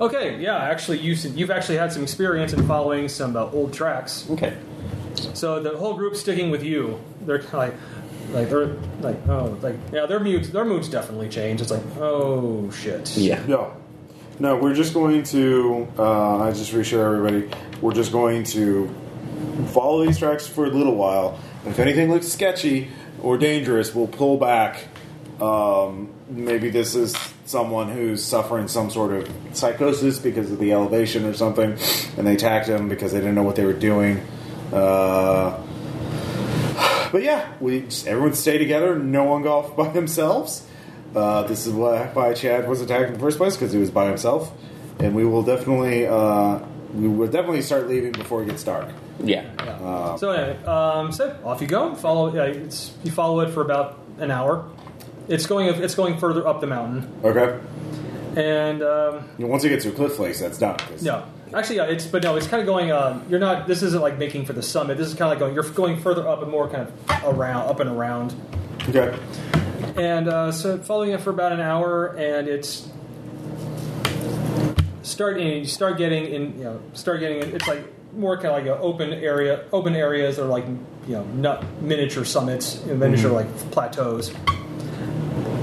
[SPEAKER 2] Okay, yeah, actually, you, s- you've actually had some experience in following some uh, old tracks.
[SPEAKER 3] Okay.
[SPEAKER 2] So the whole group's sticking with you. They're kinda like, like they're like, oh, like yeah, their moods their moods definitely change. It's like, oh shit.
[SPEAKER 1] Yeah. No, we're just going to. Uh, I just reassure everybody, we're just going to follow these tracks for a little while. If anything looks sketchy or dangerous, we'll pull back. Um, maybe this is someone who's suffering some sort of psychosis because of the elevation or something, and they attacked him because they didn't know what they were doing. Uh, but yeah, we just, everyone stay together. No one go off by themselves. Uh, this is why, why Chad was attacked in the first place because he was by himself. And we will definitely uh, we will definitely start leaving before it gets dark.
[SPEAKER 3] Yeah.
[SPEAKER 2] Yeah. so anyway, um, so off you go. Follow. Yeah, it's, you follow it for about an hour. It's going. It's going further up the mountain,
[SPEAKER 1] Okay.
[SPEAKER 2] and um,
[SPEAKER 1] And once it gets to Cliff Lakes, that's done. 'cause-
[SPEAKER 2] no, actually, yeah, it's but no, it's kind of going. Um, you're not. This isn't like making for the summit. This is kind of like going. You're going further up and more kind of around, up and around,
[SPEAKER 1] Okay.
[SPEAKER 2] and uh, so following it for about an hour, and it's start. And you start getting in. You know, start getting. It's like more kind of like an open area. Open areas are like you know, not miniature summits, you know, miniature like plateaus,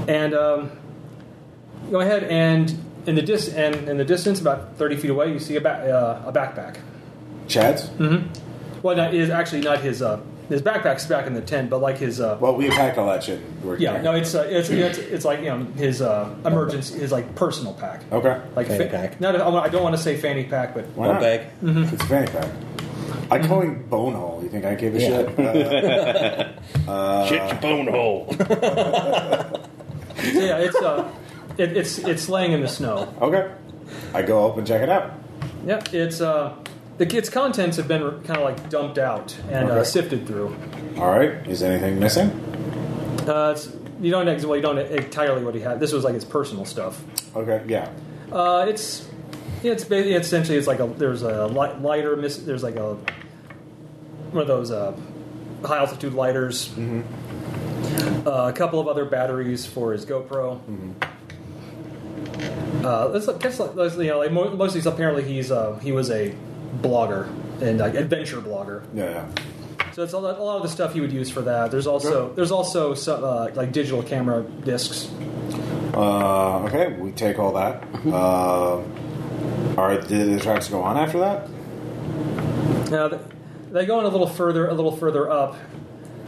[SPEAKER 2] and. Um, go ahead and in the dis and in the distance, about thirty feet away, you see a ba- uh, a backpack.
[SPEAKER 1] Chad's.
[SPEAKER 2] Mm-hmm. Well, that is actually not his. Uh, his backpack's back in the tent, but like his. Uh,
[SPEAKER 1] Well, we pack all that shit. and We're
[SPEAKER 2] yeah, no, it's, uh, it's it's it's like you know his uh, emergency, his like personal pack,
[SPEAKER 1] Okay.
[SPEAKER 2] like
[SPEAKER 4] Fanny pack.
[SPEAKER 2] Not, I wa- I don't want to say fanny pack, but
[SPEAKER 1] Why
[SPEAKER 4] Bump
[SPEAKER 1] not?
[SPEAKER 4] bag.
[SPEAKER 2] Mm-hmm.
[SPEAKER 1] It's a fanny pack. I call him Bonehole. You think I give a shit? Uh,
[SPEAKER 7] Shit your bone hole.
[SPEAKER 2] yeah, it's uh, it, it's it's laying in the snow.
[SPEAKER 1] Uh, okay. I go up and check it out.
[SPEAKER 2] Yeah, it's uh, the its contents have been kind of like dumped out and uh,
[SPEAKER 1] Okay.
[SPEAKER 2] sifted through.
[SPEAKER 1] All right. Is anything missing?
[SPEAKER 2] Uh, it's, you don't ex- well, you don't entirely what he had. This was like his personal stuff.
[SPEAKER 1] Okay. Yeah.
[SPEAKER 2] Uh, it's it's ba- it's essentially it's like a there's a li- lighter mis- there's like a one of those uh, high altitude lighters. Uh, a couple of other batteries for his GoPro. Uh, it's like, guess like, you know, like mo- mostly apparently he's uh, he was a blogger and like adventure blogger.
[SPEAKER 1] Yeah.
[SPEAKER 2] So it's a lot, a lot of the stuff he would use for that. There's also there's also some, uh, like digital camera discs.
[SPEAKER 1] Uh, okay, we take all that.
[SPEAKER 2] Mm-hmm.
[SPEAKER 1] Uh, are did the tracks go on after that?
[SPEAKER 2] Now th- they go on a little further, a little further up.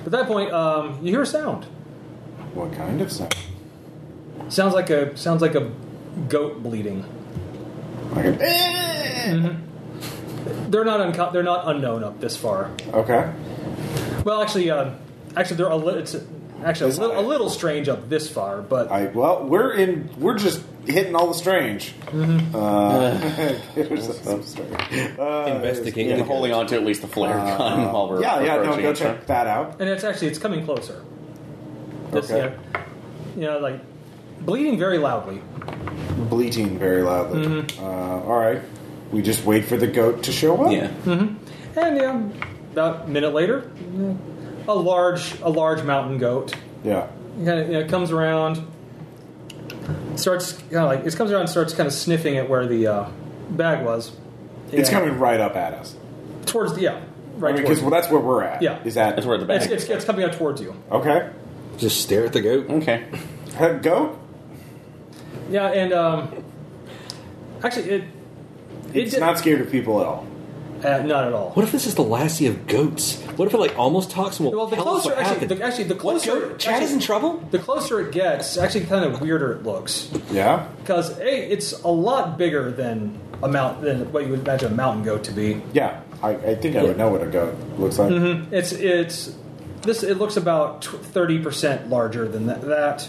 [SPEAKER 2] At that point, um, you hear a sound.
[SPEAKER 1] What kind of sound?
[SPEAKER 2] Sounds like a sounds like a goat bleeding.
[SPEAKER 1] Like a, "Eh."
[SPEAKER 2] Mm-hmm. They're not unco- they're not unknown up this far.
[SPEAKER 1] Okay.
[SPEAKER 2] Well, actually, uh, actually they're a li- it's actually a,
[SPEAKER 1] It's
[SPEAKER 2] li-
[SPEAKER 1] not-
[SPEAKER 2] a little strange up this far, but
[SPEAKER 1] I well, we're in. We're just hitting all the strange.
[SPEAKER 2] Mm-hmm.
[SPEAKER 1] Uh,
[SPEAKER 4] Investigate
[SPEAKER 3] And
[SPEAKER 4] the
[SPEAKER 3] holding on to at least the flare gun while we're
[SPEAKER 1] yeah, yeah. No,
[SPEAKER 3] approaching
[SPEAKER 1] go
[SPEAKER 3] it, so-
[SPEAKER 1] check that out.
[SPEAKER 2] and it's actually it's coming closer. This,
[SPEAKER 1] Okay.
[SPEAKER 2] you, know, you know, like bleeding very loudly.
[SPEAKER 1] Bleating very loudly.
[SPEAKER 2] Mm-hmm.
[SPEAKER 1] Uh, all right. We just wait for the goat to show up.
[SPEAKER 3] Yeah.
[SPEAKER 2] And you know, about a minute later, you know, a large a large mountain goat
[SPEAKER 1] Yeah.
[SPEAKER 2] kind of you know, comes around, starts kind of like it comes around, and starts kind of sniffing at where the uh, bag was.
[SPEAKER 1] It's
[SPEAKER 2] Yeah.
[SPEAKER 1] coming right up at us.
[SPEAKER 2] towards the
[SPEAKER 1] I
[SPEAKER 2] yeah, right.
[SPEAKER 1] mean,
[SPEAKER 2] towards
[SPEAKER 1] because well, that's where we're at.
[SPEAKER 2] Yeah.
[SPEAKER 1] Is that
[SPEAKER 3] That's where the
[SPEAKER 2] it's,
[SPEAKER 3] bag.
[SPEAKER 2] it's, it's coming out towards you.
[SPEAKER 1] okay?
[SPEAKER 4] Just stare at the goat.
[SPEAKER 3] okay.
[SPEAKER 1] That goat.
[SPEAKER 2] Yeah, and um, actually, it it
[SPEAKER 1] It's
[SPEAKER 2] did-
[SPEAKER 1] not scared of people at all.
[SPEAKER 2] uh, not at all.
[SPEAKER 4] What if this is the lassie of goats? What if it like almost talks and will
[SPEAKER 2] Well, the
[SPEAKER 4] tell
[SPEAKER 2] closer
[SPEAKER 4] us what
[SPEAKER 2] actually,
[SPEAKER 4] happened?
[SPEAKER 2] the, actually the
[SPEAKER 4] What
[SPEAKER 2] closer
[SPEAKER 4] goat? Chad is in
[SPEAKER 2] actually,
[SPEAKER 4] trouble.
[SPEAKER 2] the closer it gets, actually, kind of weirder it looks
[SPEAKER 1] Yeah.
[SPEAKER 2] because a it's a lot bigger than a mount than what you would imagine a mountain goat to be.
[SPEAKER 1] Yeah, I, I think I would know what a goat looks like.
[SPEAKER 2] It's it's this. It looks about thirty percent larger than tha- that.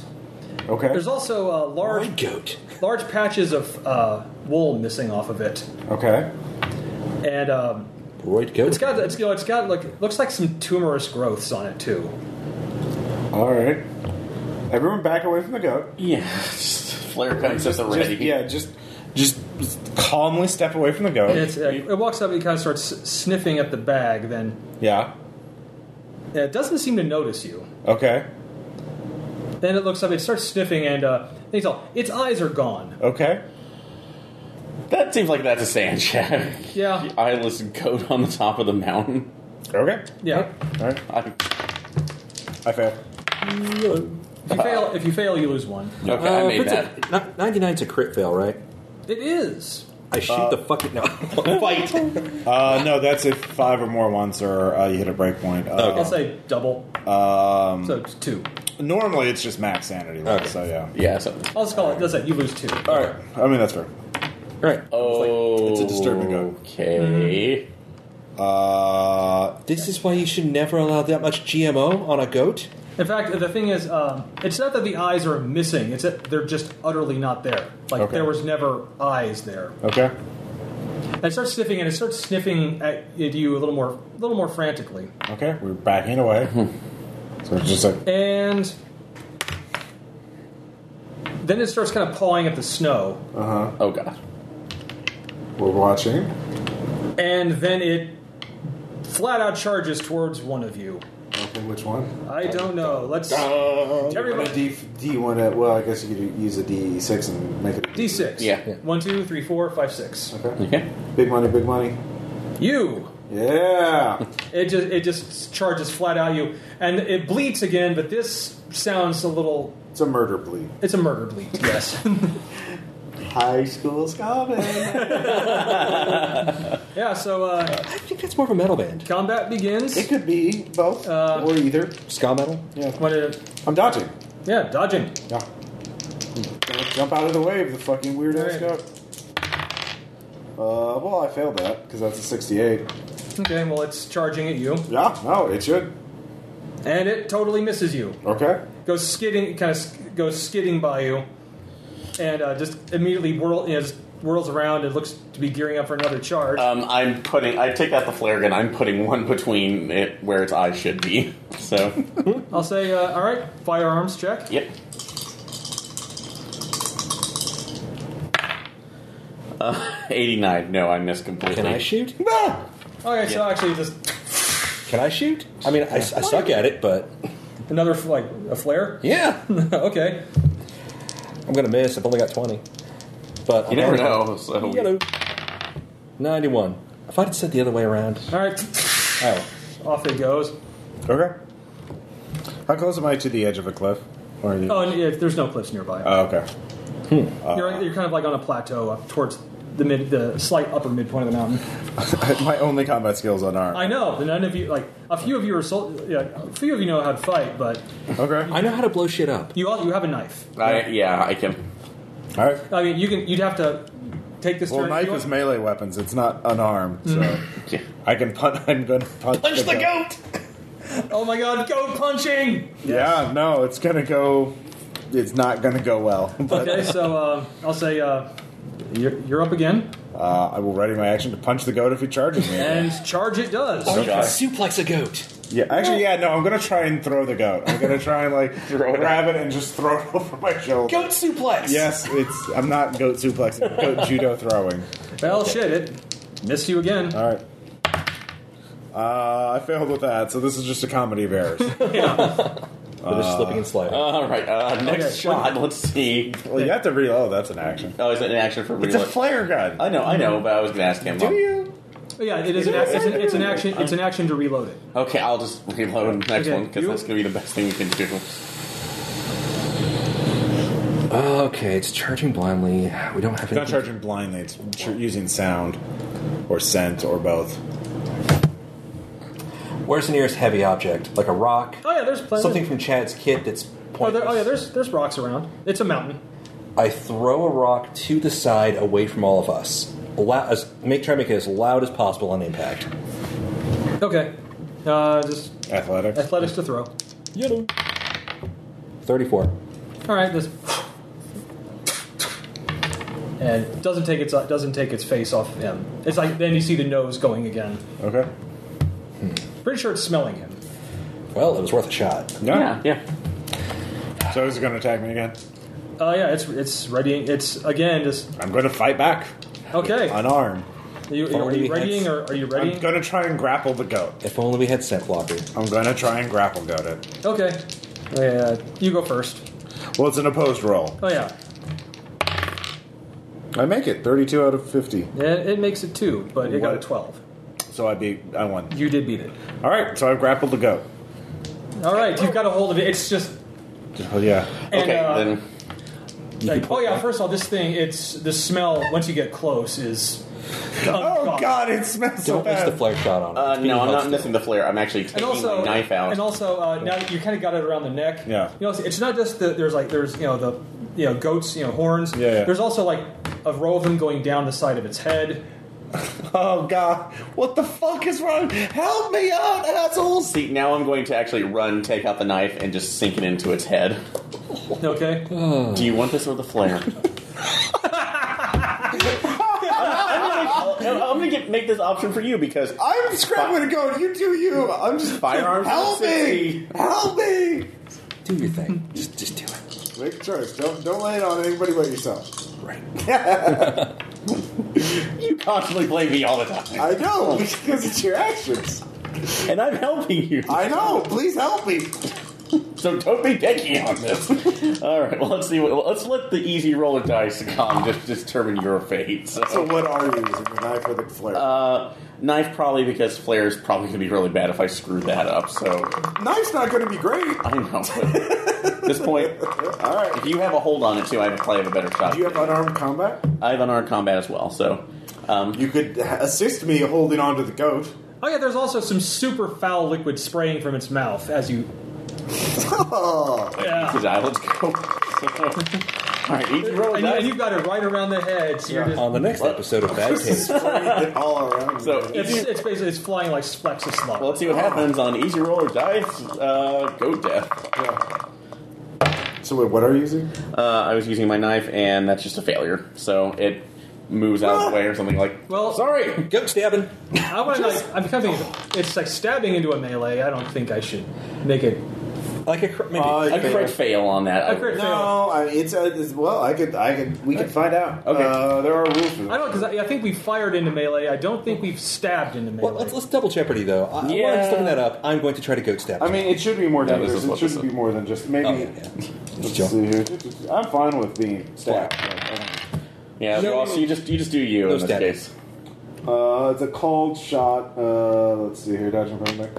[SPEAKER 1] Okay.
[SPEAKER 2] There's also uh,
[SPEAKER 4] Oh My
[SPEAKER 2] large
[SPEAKER 4] goat.
[SPEAKER 2] large patches of uh, wool missing off of it,
[SPEAKER 1] Okay.
[SPEAKER 2] and um,
[SPEAKER 4] Roid goat.
[SPEAKER 2] it's got it's you know it's got like looks like some tumorous growths on it too.
[SPEAKER 1] All right. Everyone, back away from the goat.
[SPEAKER 3] Yeah. Just flare guns at the
[SPEAKER 1] Just,
[SPEAKER 3] ready.
[SPEAKER 1] yeah, just just calmly step away from the goat.
[SPEAKER 2] And it's, uh, it walks up and kind of starts sniffing at the bag. Then
[SPEAKER 1] yeah.
[SPEAKER 2] and it doesn't seem to notice you.
[SPEAKER 1] Okay.
[SPEAKER 2] Then it looks up. It starts sniffing, and uh, it's all its eyes are gone.
[SPEAKER 1] Okay.
[SPEAKER 3] That seems like that's a sand shack.
[SPEAKER 2] Yeah,
[SPEAKER 3] Eyeless goat on the top of the mountain.
[SPEAKER 1] Okay.
[SPEAKER 2] yeah.
[SPEAKER 1] All right.
[SPEAKER 3] I,
[SPEAKER 1] I fail.
[SPEAKER 2] If you fail, if you fail, you lose one. Uh,
[SPEAKER 1] Uh,
[SPEAKER 3] okay, I made that.
[SPEAKER 4] Ninety nine's a crit fail, right?
[SPEAKER 2] It is.
[SPEAKER 4] I shoot
[SPEAKER 3] Uh,
[SPEAKER 4] the fucking no.
[SPEAKER 8] Fight.
[SPEAKER 1] Uh, no, that's if five or more ones or uh, you hit a breakpoint.
[SPEAKER 2] I
[SPEAKER 1] Uh,
[SPEAKER 2] guess I double.
[SPEAKER 1] Um,
[SPEAKER 2] So it's two.
[SPEAKER 1] normally it's just max sanity, right?
[SPEAKER 4] Okay.
[SPEAKER 1] so yeah.
[SPEAKER 3] Yeah, something.
[SPEAKER 2] I'll just call it. That's it. You lose two.
[SPEAKER 1] All right, I mean that's fair.
[SPEAKER 4] All right.
[SPEAKER 3] Oh,
[SPEAKER 1] It's a disturbing go.
[SPEAKER 3] Okay.
[SPEAKER 1] Uh,
[SPEAKER 4] This is why you should never allow that much GMO on a goat.
[SPEAKER 2] In fact, the thing is, um, it's not that the eyes are missing. It's that they're just utterly not there. Like
[SPEAKER 1] Okay.
[SPEAKER 2] there was never eyes there.
[SPEAKER 1] okay.
[SPEAKER 2] And it starts sniffing, and it starts sniffing at at you a little more, a little more frantically.
[SPEAKER 1] Okay, we're backing away. so it's just like
[SPEAKER 2] And then it starts kind of pawing at the snow,
[SPEAKER 3] Oh god.
[SPEAKER 1] we're watching.
[SPEAKER 2] and then it flat out charges towards one of you.
[SPEAKER 9] Okay, which one?
[SPEAKER 2] I don't know. Let's
[SPEAKER 9] Everybody.
[SPEAKER 2] everybody
[SPEAKER 9] D, D one. At, well, I guess you could use a D six and make it a
[SPEAKER 2] D six.
[SPEAKER 3] Yeah. Yeah.
[SPEAKER 2] One, two, three, four, five, six.
[SPEAKER 9] Okay.
[SPEAKER 3] Okay.
[SPEAKER 9] Big money, big money.
[SPEAKER 2] You.
[SPEAKER 9] Yeah.
[SPEAKER 2] It just it just charges flat out you, and it bleats again. But this sounds a little.
[SPEAKER 9] It's a murder bleed.
[SPEAKER 2] It's a murder bleat. Yes.
[SPEAKER 9] High school scumbag.
[SPEAKER 2] yeah. So uh,
[SPEAKER 4] I think that's more of a metal band.
[SPEAKER 2] combat begins.
[SPEAKER 9] it could be both
[SPEAKER 2] Uh,
[SPEAKER 9] or either.
[SPEAKER 4] Ska metal?
[SPEAKER 2] Want to?
[SPEAKER 9] I'm dodging.
[SPEAKER 2] Yeah. Dodging.
[SPEAKER 9] Yeah. Gonna jump out of the way of the fucking weird ass
[SPEAKER 2] Right.
[SPEAKER 9] goat. Uh, well, I failed that because that's a 68.
[SPEAKER 2] Okay. Well, it's charging at you,
[SPEAKER 9] Yeah, no, it should.
[SPEAKER 2] and it totally misses you.
[SPEAKER 9] Okay.
[SPEAKER 2] Goes skidding, kind of goes skidding by you, and uh, just immediately whirl, you know, just whirls around and looks to be gearing up for another charge.
[SPEAKER 3] Um, I'm putting. I take out the flare gun. I'm putting one between it where its eye should be. So,
[SPEAKER 2] I'll say, uh, all right, firearms check.
[SPEAKER 3] yep. Uh, 89. No, I missed completely.
[SPEAKER 4] Can I shoot?
[SPEAKER 2] Okay, so actually, just
[SPEAKER 4] Can I shoot? I mean, I, I suck at it, but
[SPEAKER 2] another f- like a flare.
[SPEAKER 4] yeah,
[SPEAKER 2] okay.
[SPEAKER 4] I'm gonna miss. I've only got 20. But
[SPEAKER 3] You
[SPEAKER 4] I'm
[SPEAKER 3] never
[SPEAKER 4] gonna-
[SPEAKER 3] know. So
[SPEAKER 4] Yellow. 91. If I'd said the other way around.
[SPEAKER 2] All right,
[SPEAKER 4] Oh.
[SPEAKER 2] off it goes.
[SPEAKER 1] Okay. How close am I to the edge of a cliff? Or are you-
[SPEAKER 2] Oh, and yeah, there's no cliffs nearby.
[SPEAKER 1] Oh, okay.
[SPEAKER 2] you're, you're kind of like on a plateau up towards the mid, the slight upper midpoint of the mountain.
[SPEAKER 1] My only combat skills on arm.
[SPEAKER 2] I know, but none of you like a few of you are sol- yeah, a few of you know how to fight, but
[SPEAKER 1] Okay.
[SPEAKER 4] I know how to blow shit up.
[SPEAKER 2] you all you have a knife.
[SPEAKER 3] I, yeah, I can.
[SPEAKER 1] All right.
[SPEAKER 2] I mean, you can you'd have to take this
[SPEAKER 1] Well,
[SPEAKER 2] turn.
[SPEAKER 1] knife
[SPEAKER 2] you
[SPEAKER 1] is melee weapons. It's not unarmed, so
[SPEAKER 3] Yeah.
[SPEAKER 1] I can punch. I'm gonna punch,
[SPEAKER 8] Punch the
[SPEAKER 1] goat.
[SPEAKER 8] goat.
[SPEAKER 2] oh my god, go punching!
[SPEAKER 1] Yeah, no, it's gonna go. It's not gonna go well. But
[SPEAKER 2] Okay, so uh, I'll say uh, you're, you're up again,
[SPEAKER 1] uh, I will ready my action to punch the goat if he charges me.
[SPEAKER 2] and charge it does.
[SPEAKER 3] Oh, God.
[SPEAKER 4] Suplex a goat.
[SPEAKER 1] Yeah, actually, yeah, no, I'm gonna try and throw the goat. I'm gonna try and like
[SPEAKER 3] Throw it.
[SPEAKER 1] grab it and just throw it over my shoulder.
[SPEAKER 4] Goat suplex.
[SPEAKER 1] Yes, it's. I'm not goat suplexing. Goat judo throwing.
[SPEAKER 2] Well, shit, it missed you again.
[SPEAKER 1] All right. Uh, I failed with that, so this is just a comedy of errors.
[SPEAKER 4] But it's slipping and sliding.
[SPEAKER 3] All right. Uh, next
[SPEAKER 2] Okay.
[SPEAKER 3] shot. Let's see.
[SPEAKER 1] Well, you have to reload. That's an action.
[SPEAKER 3] Oh, is it an action for
[SPEAKER 1] It's a
[SPEAKER 3] reload?
[SPEAKER 1] flare gun.
[SPEAKER 3] I know, I know, but I was gonna ask him.
[SPEAKER 1] Do
[SPEAKER 3] um,
[SPEAKER 1] you?
[SPEAKER 2] Oh, yeah, it is an, ac- it's, an, it's an action. It's an action to reload it.
[SPEAKER 3] Okay, I'll just reload the next
[SPEAKER 2] Okay,
[SPEAKER 3] one because
[SPEAKER 2] you-
[SPEAKER 3] that's gonna be the best thing we can do.
[SPEAKER 4] Okay, it's charging blindly. We don't have
[SPEAKER 1] It's not
[SPEAKER 4] any.
[SPEAKER 1] charging blindly. It's tr- using sound, or scent, or both.
[SPEAKER 4] Where's the nearest heavy object? Like a rock?
[SPEAKER 2] Oh yeah, there's plenty.
[SPEAKER 4] Something from Chad's kit that's
[SPEAKER 2] Oh,
[SPEAKER 4] pointless.
[SPEAKER 2] there, oh yeah, there's there's rocks around. It's a mountain.
[SPEAKER 4] I throw a rock to the side away from all of us. Allow, as, make try to make it as loud as possible on impact.
[SPEAKER 2] Okay, uh, just
[SPEAKER 1] Athletics.
[SPEAKER 2] athletics to throw.
[SPEAKER 4] Yellow. 34.
[SPEAKER 2] All right, this and doesn't take its doesn't take its face off him. It's like then you see the nose going again.
[SPEAKER 1] Okay.
[SPEAKER 2] Pretty sure it's smelling him.
[SPEAKER 4] Well, it was worth a shot.
[SPEAKER 1] No.
[SPEAKER 3] yeah.
[SPEAKER 1] So he's going to attack me again.
[SPEAKER 2] Uh, yeah, it's it's readying. It's again just
[SPEAKER 1] I'm going to fight back,
[SPEAKER 2] okay.
[SPEAKER 1] unarmed.
[SPEAKER 2] Are you, are
[SPEAKER 4] Forty
[SPEAKER 2] you readying or are you
[SPEAKER 1] I'm
[SPEAKER 2] readying?
[SPEAKER 1] going to try and grapple the goat.
[SPEAKER 4] If only we had scent blocker.
[SPEAKER 1] I'm going to try and grapple goat it.
[SPEAKER 2] Okay, yeah, you go first.
[SPEAKER 1] Well, it's an opposed roll.
[SPEAKER 2] Oh yeah,
[SPEAKER 1] I make it 32 out of 50.
[SPEAKER 2] it, it makes it two, but it got a
[SPEAKER 1] What?
[SPEAKER 2] twelve.
[SPEAKER 1] So I beat. I won.
[SPEAKER 2] You did beat it.
[SPEAKER 1] All right. So I've grappled the goat.
[SPEAKER 2] All right, you've got a hold of it. It's just
[SPEAKER 1] Oh yeah.
[SPEAKER 2] and,
[SPEAKER 3] Okay,
[SPEAKER 2] uh,
[SPEAKER 3] then You
[SPEAKER 2] Like,
[SPEAKER 3] could
[SPEAKER 2] oh
[SPEAKER 3] put-
[SPEAKER 2] yeah, first of all, this thing, it's the smell once you get close is
[SPEAKER 1] Oh god, it smells so
[SPEAKER 4] Don't waste
[SPEAKER 1] bad.
[SPEAKER 4] the flare shot on it.
[SPEAKER 3] Uh,
[SPEAKER 4] It's being
[SPEAKER 3] no, I'm
[SPEAKER 4] held
[SPEAKER 3] not
[SPEAKER 4] still.
[SPEAKER 3] missing the flare. I'm actually
[SPEAKER 2] And
[SPEAKER 3] taking
[SPEAKER 2] also,
[SPEAKER 3] my knife out.
[SPEAKER 2] and also uh, now you kind of got it around the neck.
[SPEAKER 5] Yeah.
[SPEAKER 2] You know, it's- it's not just that there's like there's you know the you know goats you know horns.
[SPEAKER 5] Yeah, yeah.
[SPEAKER 2] There's also like a row of them going down the side of its head.
[SPEAKER 1] oh god, what the fuck is wrong? Help me out, assholes!
[SPEAKER 3] See, now I'm going to actually run, take out the knife, and just sink it into its head.
[SPEAKER 2] Okay.
[SPEAKER 3] Do you want this or the flare? I'm gonna, I'm gonna get, make this option for you because
[SPEAKER 1] I'm scrambling to go. You do you. I'm just
[SPEAKER 3] Firearms
[SPEAKER 1] Help me! Help me!
[SPEAKER 4] Do your thing. Just, just do it.
[SPEAKER 1] Make a choice. Don't don't lay it on anybody but yourself.
[SPEAKER 4] Right.
[SPEAKER 3] you constantly blame me all the time,
[SPEAKER 1] I know because it's your actions.
[SPEAKER 3] and I'm helping you.
[SPEAKER 1] I know. Please help me.
[SPEAKER 3] So don't be picky on this. all right, well let's see. What, let's let the easy roll of dice come just determine your fate. So,
[SPEAKER 1] So what are you using? The knife or the flare?
[SPEAKER 3] uh, knife probably because flare is probably gonna be really bad if I screw that up. So
[SPEAKER 1] Knife's not going to be great.
[SPEAKER 3] I know. But at this point,
[SPEAKER 1] All right.
[SPEAKER 3] if you have a hold on it too, I have probably have a better shot.
[SPEAKER 1] Do you have unarmed combat?
[SPEAKER 3] I have unarmed combat as well, so. Um,
[SPEAKER 1] You could assist me holding on to the goat.
[SPEAKER 2] Oh yeah, there's also some super foul liquid spraying from its mouth as you.
[SPEAKER 1] Oh,
[SPEAKER 2] Yeah.
[SPEAKER 3] this is- let's go. All right, each roll
[SPEAKER 2] And,
[SPEAKER 3] of
[SPEAKER 2] you,
[SPEAKER 3] dice.
[SPEAKER 2] and you've got it right around the head. So you're
[SPEAKER 1] Yeah.
[SPEAKER 2] just,
[SPEAKER 4] On the next episode of Bad Taste.
[SPEAKER 1] spraying it all around.
[SPEAKER 3] So-
[SPEAKER 1] me.
[SPEAKER 2] it's, it's basically it's flying like flecks of slop.
[SPEAKER 3] Well, let's see what happens on easy roll or dice. Uh, go death.
[SPEAKER 1] Yeah. So wait, what are you using?
[SPEAKER 3] Uh, I was using my knife, and that's just a failure. So it moves out of the way or something like.
[SPEAKER 2] Well-
[SPEAKER 3] sorry.
[SPEAKER 4] Go stabbing.
[SPEAKER 2] I want to like I'm kind of thinking it's like stabbing into a melee. I don't think I should make it.
[SPEAKER 4] Like a cr- maybe.
[SPEAKER 1] Uh,
[SPEAKER 3] A crit fail on that.
[SPEAKER 2] A crit fail.
[SPEAKER 1] No, I mean, it's, uh, it's well. I could, I could, we could find out.
[SPEAKER 3] Okay.
[SPEAKER 1] Uh, there are rules for
[SPEAKER 2] I
[SPEAKER 1] that.
[SPEAKER 2] don't because I, I think we fired into melee. I don't think we've stabbed into melee.
[SPEAKER 4] well, let's, let's double Jeopardy though. I, While
[SPEAKER 3] Yeah.
[SPEAKER 4] I'm looking that up, I'm going to try to goat stab.
[SPEAKER 1] I mean, it should be more
[SPEAKER 3] No,
[SPEAKER 1] dangerous.
[SPEAKER 3] this is
[SPEAKER 1] It
[SPEAKER 3] what
[SPEAKER 1] shouldn't
[SPEAKER 3] this
[SPEAKER 1] be
[SPEAKER 3] is.
[SPEAKER 1] more than just maybe.
[SPEAKER 4] Oh, yeah, yeah.
[SPEAKER 1] Let's
[SPEAKER 4] Joe.
[SPEAKER 1] see here. I'm fine with being stabbed. Like, I don't-
[SPEAKER 3] Yeah.
[SPEAKER 4] No.
[SPEAKER 3] well, so you just you just do you
[SPEAKER 4] No
[SPEAKER 3] in this
[SPEAKER 4] stabbing.
[SPEAKER 3] case.
[SPEAKER 1] Uh, it's a cold shot. Uh, let's see here. Dodge and comeback.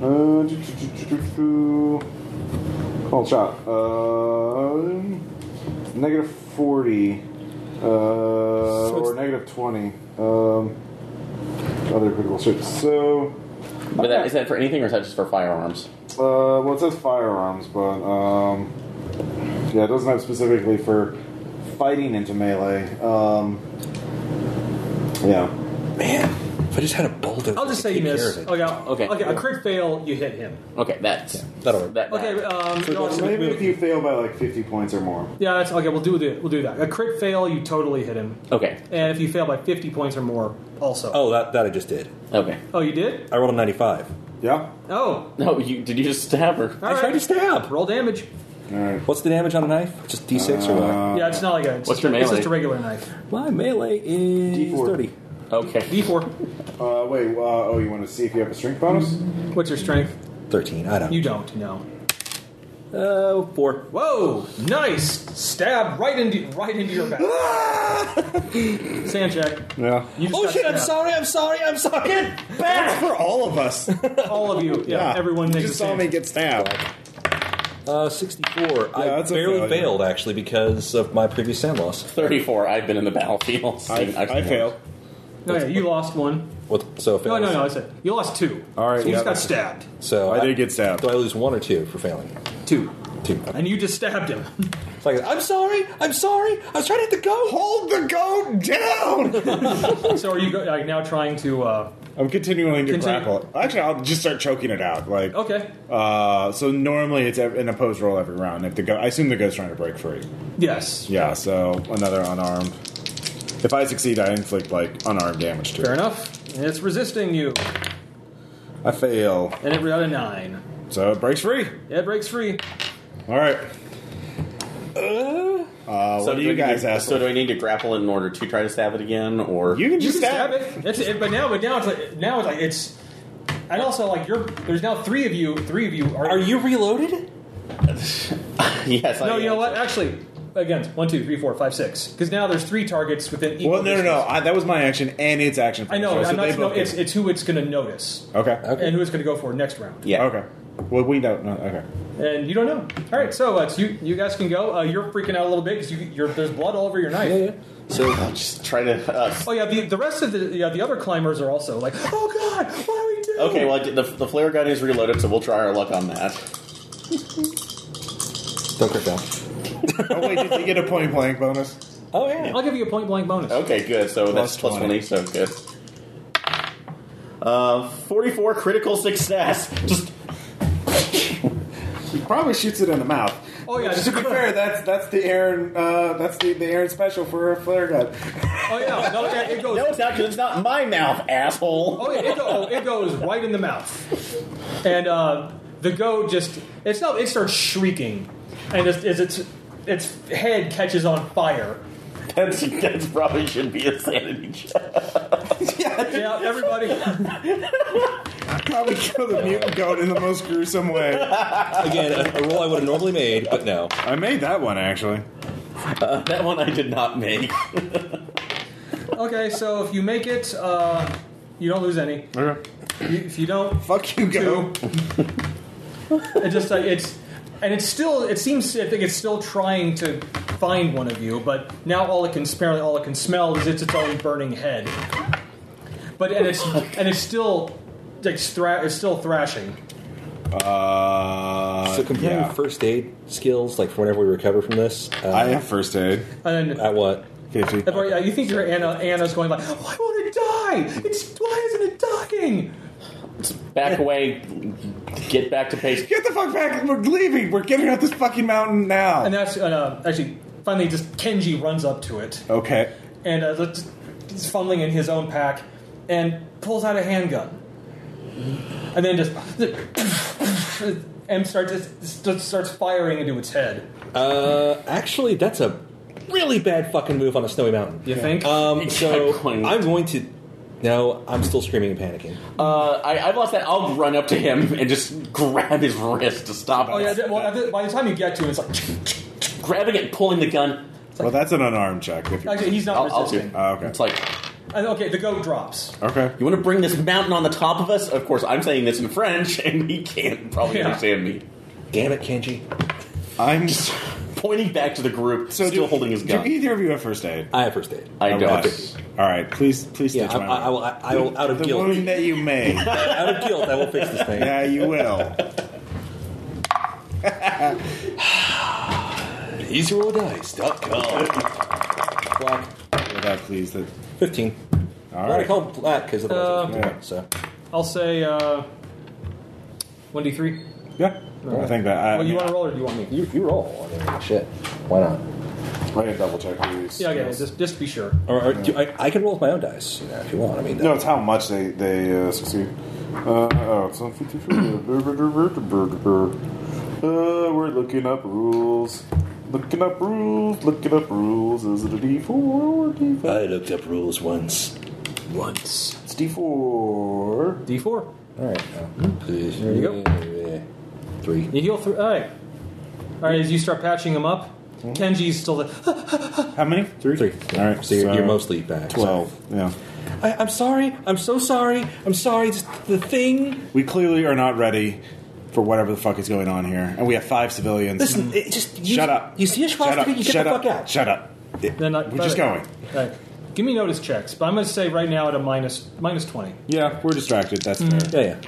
[SPEAKER 1] Uh, do, do, do, do, do, do. cold shot. Uh, negative forty. Uh, or
[SPEAKER 4] it's-
[SPEAKER 1] negative twenty. Um, other critical shit. So,
[SPEAKER 3] But that, is that for anything or is that just for firearms?
[SPEAKER 1] uh, well, it says firearms, but um, yeah, it doesn't have specifically for fighting into melee. Um, yeah.
[SPEAKER 4] man, if I just had a boulder,
[SPEAKER 2] I'll just say you miss. Okay, I'll-
[SPEAKER 3] Okay.
[SPEAKER 2] okay. A crit fail, you hit him.
[SPEAKER 3] Okay, that's
[SPEAKER 4] that'll work.
[SPEAKER 3] That,
[SPEAKER 2] Okay. Um, no, it's-
[SPEAKER 1] Maybe if you fail by like 50 points or more.
[SPEAKER 2] yeah, that's okay. We'll do the, we'll do that. A crit fail, you totally hit him,
[SPEAKER 3] okay.
[SPEAKER 2] and if you fail by fifty points or more, also.
[SPEAKER 4] Oh, that that I just did.
[SPEAKER 3] Okay.
[SPEAKER 2] Oh, you did?
[SPEAKER 4] I rolled a 95.
[SPEAKER 1] Yeah.
[SPEAKER 2] Oh,
[SPEAKER 3] No, you did you just stab her?
[SPEAKER 2] all
[SPEAKER 4] I tried
[SPEAKER 2] right.
[SPEAKER 4] to stab.
[SPEAKER 2] Roll damage.
[SPEAKER 1] All right.
[SPEAKER 4] What's the damage on a knife? Just D6 or what?
[SPEAKER 5] Uh,
[SPEAKER 1] Uh,
[SPEAKER 2] yeah, it's not like a. It's
[SPEAKER 3] What's
[SPEAKER 2] just,
[SPEAKER 3] your
[SPEAKER 2] It's
[SPEAKER 3] melee?
[SPEAKER 2] just a regular knife.
[SPEAKER 4] My melee is
[SPEAKER 1] D4.
[SPEAKER 4] 30.
[SPEAKER 3] Okay.
[SPEAKER 2] D4.
[SPEAKER 1] Uh, wait. Uh, oh, you want to see if you have a strength bonus?
[SPEAKER 2] What's your strength?
[SPEAKER 4] 13. I don't.
[SPEAKER 2] You don't. No.
[SPEAKER 4] Uh, four.
[SPEAKER 2] Whoa! Nice stab right into right into your back. Sand check.
[SPEAKER 1] Yeah.
[SPEAKER 2] You just
[SPEAKER 4] Oh
[SPEAKER 2] got
[SPEAKER 4] shit! I'm
[SPEAKER 2] stabbed.
[SPEAKER 4] sorry. I'm sorry. I'm sorry.
[SPEAKER 5] That's for all of us.
[SPEAKER 2] All of you. Yeah. Everyone
[SPEAKER 5] You
[SPEAKER 2] makes
[SPEAKER 5] just
[SPEAKER 2] a
[SPEAKER 5] saw
[SPEAKER 2] sand
[SPEAKER 5] me get stabbed.
[SPEAKER 4] Uh, 64. I
[SPEAKER 5] that's a
[SPEAKER 4] barely
[SPEAKER 5] failure.
[SPEAKER 4] failed actually because of my previous sand loss.
[SPEAKER 3] Thirty-four. I've been in the battlefield.
[SPEAKER 5] I, I failed.
[SPEAKER 2] No, yeah, you lost one.
[SPEAKER 4] What? So
[SPEAKER 2] No,
[SPEAKER 4] fail.
[SPEAKER 2] no, no. I said you lost two.
[SPEAKER 5] All right,
[SPEAKER 2] so you
[SPEAKER 5] yeah,
[SPEAKER 2] just got
[SPEAKER 5] that's-
[SPEAKER 2] stabbed.
[SPEAKER 4] So
[SPEAKER 5] I did get stabbed.
[SPEAKER 4] Do I lose one or two for failing?
[SPEAKER 2] Two,
[SPEAKER 4] Two. Okay.
[SPEAKER 2] and you just stabbed him.
[SPEAKER 4] It's like, I'm sorry. I'm sorry. I was trying to hit the goat. Hold the goat down.
[SPEAKER 2] so are you go- like, now trying to? Uh,
[SPEAKER 5] I'm continuing to
[SPEAKER 2] Continue.
[SPEAKER 5] grapple. Actually, I'll just start choking it out. Like
[SPEAKER 2] okay,
[SPEAKER 5] Uh, so normally it's ev- an opposed roll every round. If the go- I assume the goat's trying to break free.
[SPEAKER 2] yes,
[SPEAKER 5] Yeah. So another unarmed. If I succeed, I inflict like unarmed damage to
[SPEAKER 2] fair
[SPEAKER 5] it.
[SPEAKER 2] enough. And it's resisting you,
[SPEAKER 5] I fail,
[SPEAKER 2] and it got a nine.
[SPEAKER 5] so it breaks free.
[SPEAKER 2] It breaks free.
[SPEAKER 5] All right. Uh, what do you guys
[SPEAKER 3] need,
[SPEAKER 5] ask?
[SPEAKER 3] So do I need to grapple it in order to try to stab it again, or
[SPEAKER 5] you can
[SPEAKER 2] You
[SPEAKER 5] just
[SPEAKER 2] can stab
[SPEAKER 5] stab.
[SPEAKER 2] it. That's it. But now, but now it's like now it's like it's. And also, like you're there's now three of you. Three of you are.
[SPEAKER 4] Are you reloaded?
[SPEAKER 3] yes?
[SPEAKER 2] No,
[SPEAKER 3] I,
[SPEAKER 2] you know what? Actually, again, one, two, three, four, five, six. Because now there's three targets within. Equal
[SPEAKER 5] Well, no, no, no.
[SPEAKER 2] distance.
[SPEAKER 5] I, that was my action and its action.
[SPEAKER 2] I know.
[SPEAKER 5] So
[SPEAKER 2] I'm
[SPEAKER 5] they both
[SPEAKER 2] not. No,
[SPEAKER 5] get-
[SPEAKER 2] it's it's who it's going to notice
[SPEAKER 5] okay.
[SPEAKER 4] Okay.
[SPEAKER 2] and who it's going to go for next round.
[SPEAKER 3] Yeah.
[SPEAKER 5] Okay. Well, we don't. No, okay.
[SPEAKER 2] and you don't know. All right, so uh, it's you you guys can go. Uh, you're freaking out a little bit because you, you're, there's blood all over your knife.
[SPEAKER 3] I'm just trying to. Uh,
[SPEAKER 2] Oh yeah, the, the rest of the yeah, the other climbers are also like, oh god, what do we do?
[SPEAKER 3] okay, well, I did- the, the flare gun is reloaded, so we'll try our luck on that.
[SPEAKER 4] Don't crit down.
[SPEAKER 5] Oh wait, did you get a point blank bonus?
[SPEAKER 4] Oh yeah.
[SPEAKER 2] I'll give you a point blank bonus.
[SPEAKER 3] Okay, good. So that's plus 20.
[SPEAKER 5] 20.
[SPEAKER 3] so good. Uh, 44 critical success. Just
[SPEAKER 1] He probably shoots it in the mouth.
[SPEAKER 2] Oh yeah,
[SPEAKER 1] Just
[SPEAKER 2] just
[SPEAKER 1] to be fair, that's that's the Aaron uh, that's the, the Aaron special for a flare gun.
[SPEAKER 2] Oh yeah, no, yeah, it goes.
[SPEAKER 3] no, it's not because it's not my mouth, asshole.
[SPEAKER 2] Oh yeah, it, go, oh, it goes right in the mouth, and uh, the goat just it's not it starts shrieking, and as, as its its head catches on fire.
[SPEAKER 3] That's, that's probably should be a sanity check.
[SPEAKER 2] Yeah, everybody.
[SPEAKER 5] Probably kill the mutant goat in the most gruesome way.
[SPEAKER 4] Again, a, a roll I would have normally made, but no.
[SPEAKER 5] I made that one actually.
[SPEAKER 3] That one I did not make.
[SPEAKER 2] Okay, so if you make it, uh, you don't lose any.
[SPEAKER 5] Okay.
[SPEAKER 2] You- If you don't,
[SPEAKER 5] Fuck you,
[SPEAKER 2] two. it just uh, it's and it's still it seems I think it's still trying to find one of you, but now all it can apparently all it can smell is its its own burning head. But and it's and it's still like thra- it's still thrashing.
[SPEAKER 5] Uh,
[SPEAKER 4] So comparing
[SPEAKER 5] yeah.
[SPEAKER 4] first aid skills, like for whenever we recover from this, uh,
[SPEAKER 5] I have first aid.
[SPEAKER 2] And then,
[SPEAKER 4] at what?
[SPEAKER 5] Fifty.
[SPEAKER 2] if, uh, you think your Anna Anna's going like, why won't it die? It's why isn't it dying?
[SPEAKER 3] Back away. Get back to pace.
[SPEAKER 5] Get the fuck back! We're leaving. We're getting out this fucking mountain now.
[SPEAKER 2] And that's uh, actually finally just Kenji runs up to it
[SPEAKER 5] okay.
[SPEAKER 2] and uh, just- just fumbling in his own pack and pulls out a handgun. And then just. And starts just starts firing into its head.
[SPEAKER 4] Uh, actually, that's a really bad fucking move on a snowy mountain.
[SPEAKER 2] You think?
[SPEAKER 4] Um, so
[SPEAKER 3] I'm going-
[SPEAKER 4] I'm going to. No, I'm still screaming and panicking.
[SPEAKER 3] Uh, I, I've lost that. I'll run up to him and just grab his wrist to stop him.
[SPEAKER 2] oh yeah. Well, at the- by the time you get to it, it's like
[SPEAKER 3] Grabbing it, pulling the gun.
[SPEAKER 5] Well, that's an unarmed check. If you
[SPEAKER 2] actually he's not
[SPEAKER 3] I'll, I'll do.
[SPEAKER 2] resisting.
[SPEAKER 3] it.
[SPEAKER 5] Oh, okay.
[SPEAKER 3] It's like
[SPEAKER 2] And, okay, the goat drops.
[SPEAKER 5] okay.
[SPEAKER 3] you want to bring this mountain on the top of us. Of course, I'm saying this in French, and he can't probably
[SPEAKER 2] Yeah.
[SPEAKER 3] understand me.
[SPEAKER 4] Damn it, Kenji.
[SPEAKER 5] I'm
[SPEAKER 3] Pointing back to the group,
[SPEAKER 5] so
[SPEAKER 3] still
[SPEAKER 5] do-
[SPEAKER 3] holding his gun.
[SPEAKER 5] Do either of you have first aid?
[SPEAKER 4] I have first aid.
[SPEAKER 3] I
[SPEAKER 5] Okay.
[SPEAKER 3] don't.
[SPEAKER 5] All right. Please, please.
[SPEAKER 4] yeah,
[SPEAKER 5] stitch
[SPEAKER 4] I,
[SPEAKER 5] my
[SPEAKER 4] I, I
[SPEAKER 5] wound.
[SPEAKER 4] will. I, I will. Out of
[SPEAKER 5] The
[SPEAKER 4] guilt.
[SPEAKER 5] wound that you made.
[SPEAKER 4] out of guilt, I will fix this thing.
[SPEAKER 5] yeah, you will.
[SPEAKER 4] EasyRollDice.com. Black
[SPEAKER 5] We're that pleased that.
[SPEAKER 4] fifteen.
[SPEAKER 5] All
[SPEAKER 4] I'm gonna
[SPEAKER 5] right.
[SPEAKER 4] call it black because otherwise,
[SPEAKER 5] Uh,
[SPEAKER 4] it's- so
[SPEAKER 2] I'll say uh, one d
[SPEAKER 3] Uh,
[SPEAKER 2] three.
[SPEAKER 5] Yeah. I think that. I,
[SPEAKER 2] Well, you want to roll or do you want me?
[SPEAKER 4] you you roll. I mean, shit. Why not?
[SPEAKER 1] I'm gonna double check these.
[SPEAKER 2] Yeah, okay. Just just be sure.
[SPEAKER 4] Or, or do, I, I can roll with my own dice, you know, if you want. I mean,
[SPEAKER 1] No, it's how much they they uh, succeed. Uh, oh, it's on 53. Uh, we're looking up rules. Looking up rules. Looking up rules. Is it a D4 or a D5?
[SPEAKER 4] I looked up rules once. Once.
[SPEAKER 1] It's D4.
[SPEAKER 2] D four.
[SPEAKER 4] All right. There
[SPEAKER 2] you
[SPEAKER 4] go. Three.
[SPEAKER 2] You heal through. All right. All right. As you start patching him up,
[SPEAKER 3] Mm-hmm.
[SPEAKER 2] Kenji's still. The,
[SPEAKER 5] How many? Three.
[SPEAKER 4] Three.
[SPEAKER 5] All right.
[SPEAKER 4] So you're,
[SPEAKER 5] so
[SPEAKER 4] you're mostly back. so-
[SPEAKER 5] twelve. Yeah.
[SPEAKER 4] I, I'm sorry. I'm so sorry. I'm sorry. It's the thing.
[SPEAKER 5] We clearly are not ready for whatever the fuck is going on here, and we have five civilians.
[SPEAKER 4] Listen, it just you,
[SPEAKER 5] Shut up.
[SPEAKER 4] You see a
[SPEAKER 5] Shut up.
[SPEAKER 4] swastika, you get
[SPEAKER 5] Shut
[SPEAKER 4] the
[SPEAKER 5] up.
[SPEAKER 4] fuck out.
[SPEAKER 5] Shut up.
[SPEAKER 2] then I,
[SPEAKER 5] We're just going.
[SPEAKER 2] All right. Give me notice checks, but I'm going to say right now at a minus minus twenty.
[SPEAKER 5] Yeah, we're distracted. That's fair.
[SPEAKER 4] Yeah, yeah.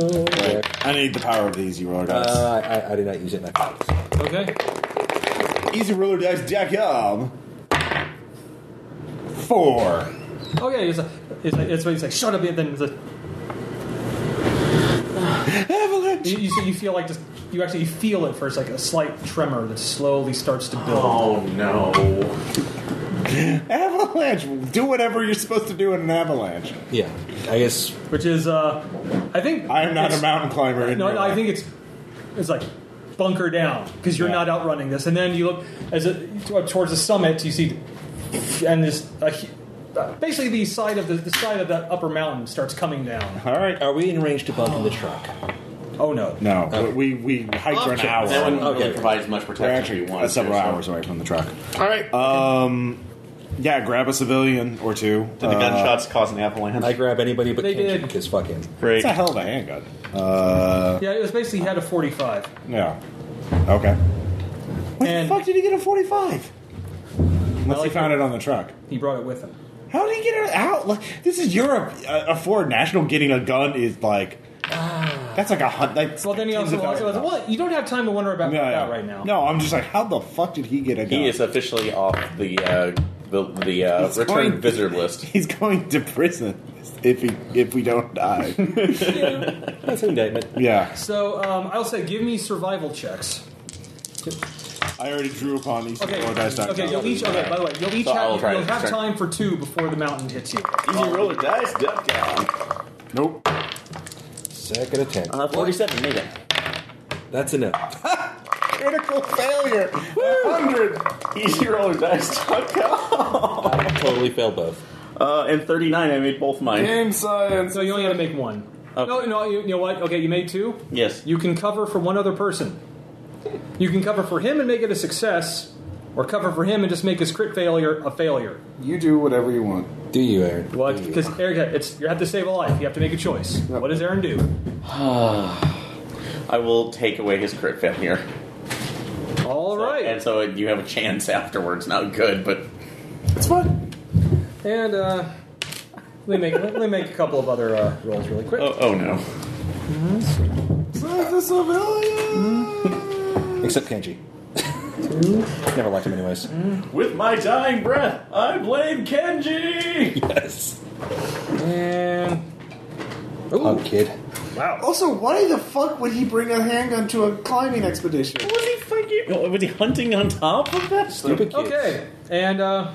[SPEAKER 4] Okay. Yeah.
[SPEAKER 5] I need the power of the easy roller dice.
[SPEAKER 4] Uh, I, I- I did not use it in that class.
[SPEAKER 2] Okay.
[SPEAKER 5] EasyRollerDice.com. Four.
[SPEAKER 2] Okay. Oh, It's, a, it's, a, it's what he's like. Shut up. And then it's a,
[SPEAKER 5] Avalanche.
[SPEAKER 2] you, you see- you feel like just you actually feel it first, like a slight tremor that slowly starts to build.
[SPEAKER 5] Oh.
[SPEAKER 3] no!
[SPEAKER 5] Avalanche. Do whatever you're supposed to do in an avalanche.
[SPEAKER 4] Yeah, I guess.
[SPEAKER 2] Which is, uh, I think
[SPEAKER 5] I am not
[SPEAKER 2] it's-
[SPEAKER 5] a mountain climber. In
[SPEAKER 2] No,
[SPEAKER 5] real
[SPEAKER 2] no, I
[SPEAKER 5] life.
[SPEAKER 2] think it's it's like bunker down because you're
[SPEAKER 5] Yeah.
[SPEAKER 2] not outrunning this. And then you look as it, towards the summit, you see, and this a hu- uh, basically the side of the, the side of that upper mountain starts coming down.
[SPEAKER 5] All right.
[SPEAKER 4] Are we in range to bump in the truck?
[SPEAKER 2] Oh no!
[SPEAKER 5] No, we we hiked for an hour.
[SPEAKER 3] That one
[SPEAKER 4] Okay.
[SPEAKER 3] really provides much
[SPEAKER 5] We're
[SPEAKER 3] protection.
[SPEAKER 5] actually uh,
[SPEAKER 3] if you want
[SPEAKER 5] several
[SPEAKER 3] to, so-
[SPEAKER 5] Uh, hours away from the truck.
[SPEAKER 3] All right.
[SPEAKER 5] Um, Yeah, grab a civilian or two.
[SPEAKER 3] Did the gunshots cause an avalanche?
[SPEAKER 4] I grab anybody but
[SPEAKER 2] They
[SPEAKER 4] Kenji
[SPEAKER 2] did.
[SPEAKER 4] because fuck him.
[SPEAKER 5] it's
[SPEAKER 3] Great.
[SPEAKER 5] a hell of a handgun. Uh,
[SPEAKER 2] Yeah, it was basically he had a 45.
[SPEAKER 5] yeah. Okay. Where
[SPEAKER 2] And-
[SPEAKER 5] the fuck did he get a forty-five? Unless he
[SPEAKER 2] like
[SPEAKER 5] found it on the truck.
[SPEAKER 2] He brought it with him.
[SPEAKER 5] How did he get it out? Like, this is Europe. A, a foreign national getting a gun is like that's like a hundred.
[SPEAKER 2] Ah. Well, then he also lost. it. I was like, well, you don't have time to wonder about that right now.
[SPEAKER 5] No, I'm just like, how the fuck did he get a gun?
[SPEAKER 3] He is officially off the uh, the, the uh,
[SPEAKER 5] He's
[SPEAKER 3] return
[SPEAKER 5] going-
[SPEAKER 3] visitor list.
[SPEAKER 5] He's going to prison if he if we don't die.
[SPEAKER 4] That's an indictment.
[SPEAKER 5] yeah,
[SPEAKER 2] So um, I'll say, give me survival checks.
[SPEAKER 5] I already drew upon these.
[SPEAKER 2] Okay. Okay. You'll each. Okay. By the way, you'll each
[SPEAKER 3] So I'll
[SPEAKER 2] have.
[SPEAKER 3] try
[SPEAKER 2] You'll
[SPEAKER 3] to
[SPEAKER 2] have
[SPEAKER 3] start-
[SPEAKER 2] time for two before the mountain hits you.
[SPEAKER 3] Easy roll of dice, duck down.
[SPEAKER 5] Nope.
[SPEAKER 4] Second attempt.
[SPEAKER 3] Uh, 47, made it.
[SPEAKER 4] That's enough.
[SPEAKER 5] Critical failure.
[SPEAKER 3] 100! Easy roll of dice, duck down.
[SPEAKER 4] I totally failed both.
[SPEAKER 3] Uh, and 39, I made both mine.
[SPEAKER 5] Game science.
[SPEAKER 2] So you only got to make one.
[SPEAKER 3] Okay.
[SPEAKER 2] No, no. You, you know what? Okay, you made two.
[SPEAKER 3] Yes.
[SPEAKER 2] You can cover for one other person. You can cover for him and make it a success, or cover for him and just make his crit failure a failure.
[SPEAKER 1] You do whatever you want.
[SPEAKER 4] Do you, Aaron?
[SPEAKER 2] What? Because Eric, it's you have to save a life. You have to make a choice. What does Aaron do?
[SPEAKER 3] I will take away his crit failure.
[SPEAKER 2] All
[SPEAKER 3] And
[SPEAKER 2] right.
[SPEAKER 3] so uh, you have a chance afterwards. Not good, but
[SPEAKER 5] It's fun.
[SPEAKER 2] And uh, let me make let me make a couple of other uh, rolls really quick.
[SPEAKER 3] oh, oh no.
[SPEAKER 5] Save the civilian.
[SPEAKER 4] Except Kenji. Never liked him, anyways.
[SPEAKER 2] Mm-hmm.
[SPEAKER 3] With my dying breath, I blame Kenji.
[SPEAKER 4] Yes.
[SPEAKER 2] And ooh,
[SPEAKER 4] Punk kid.
[SPEAKER 1] Also, why the fuck would he bring a handgun to a climbing expedition?
[SPEAKER 3] Was he fucking? oh, Was he hunting on top of that?
[SPEAKER 4] Stupid kid.
[SPEAKER 2] Okay, and uh,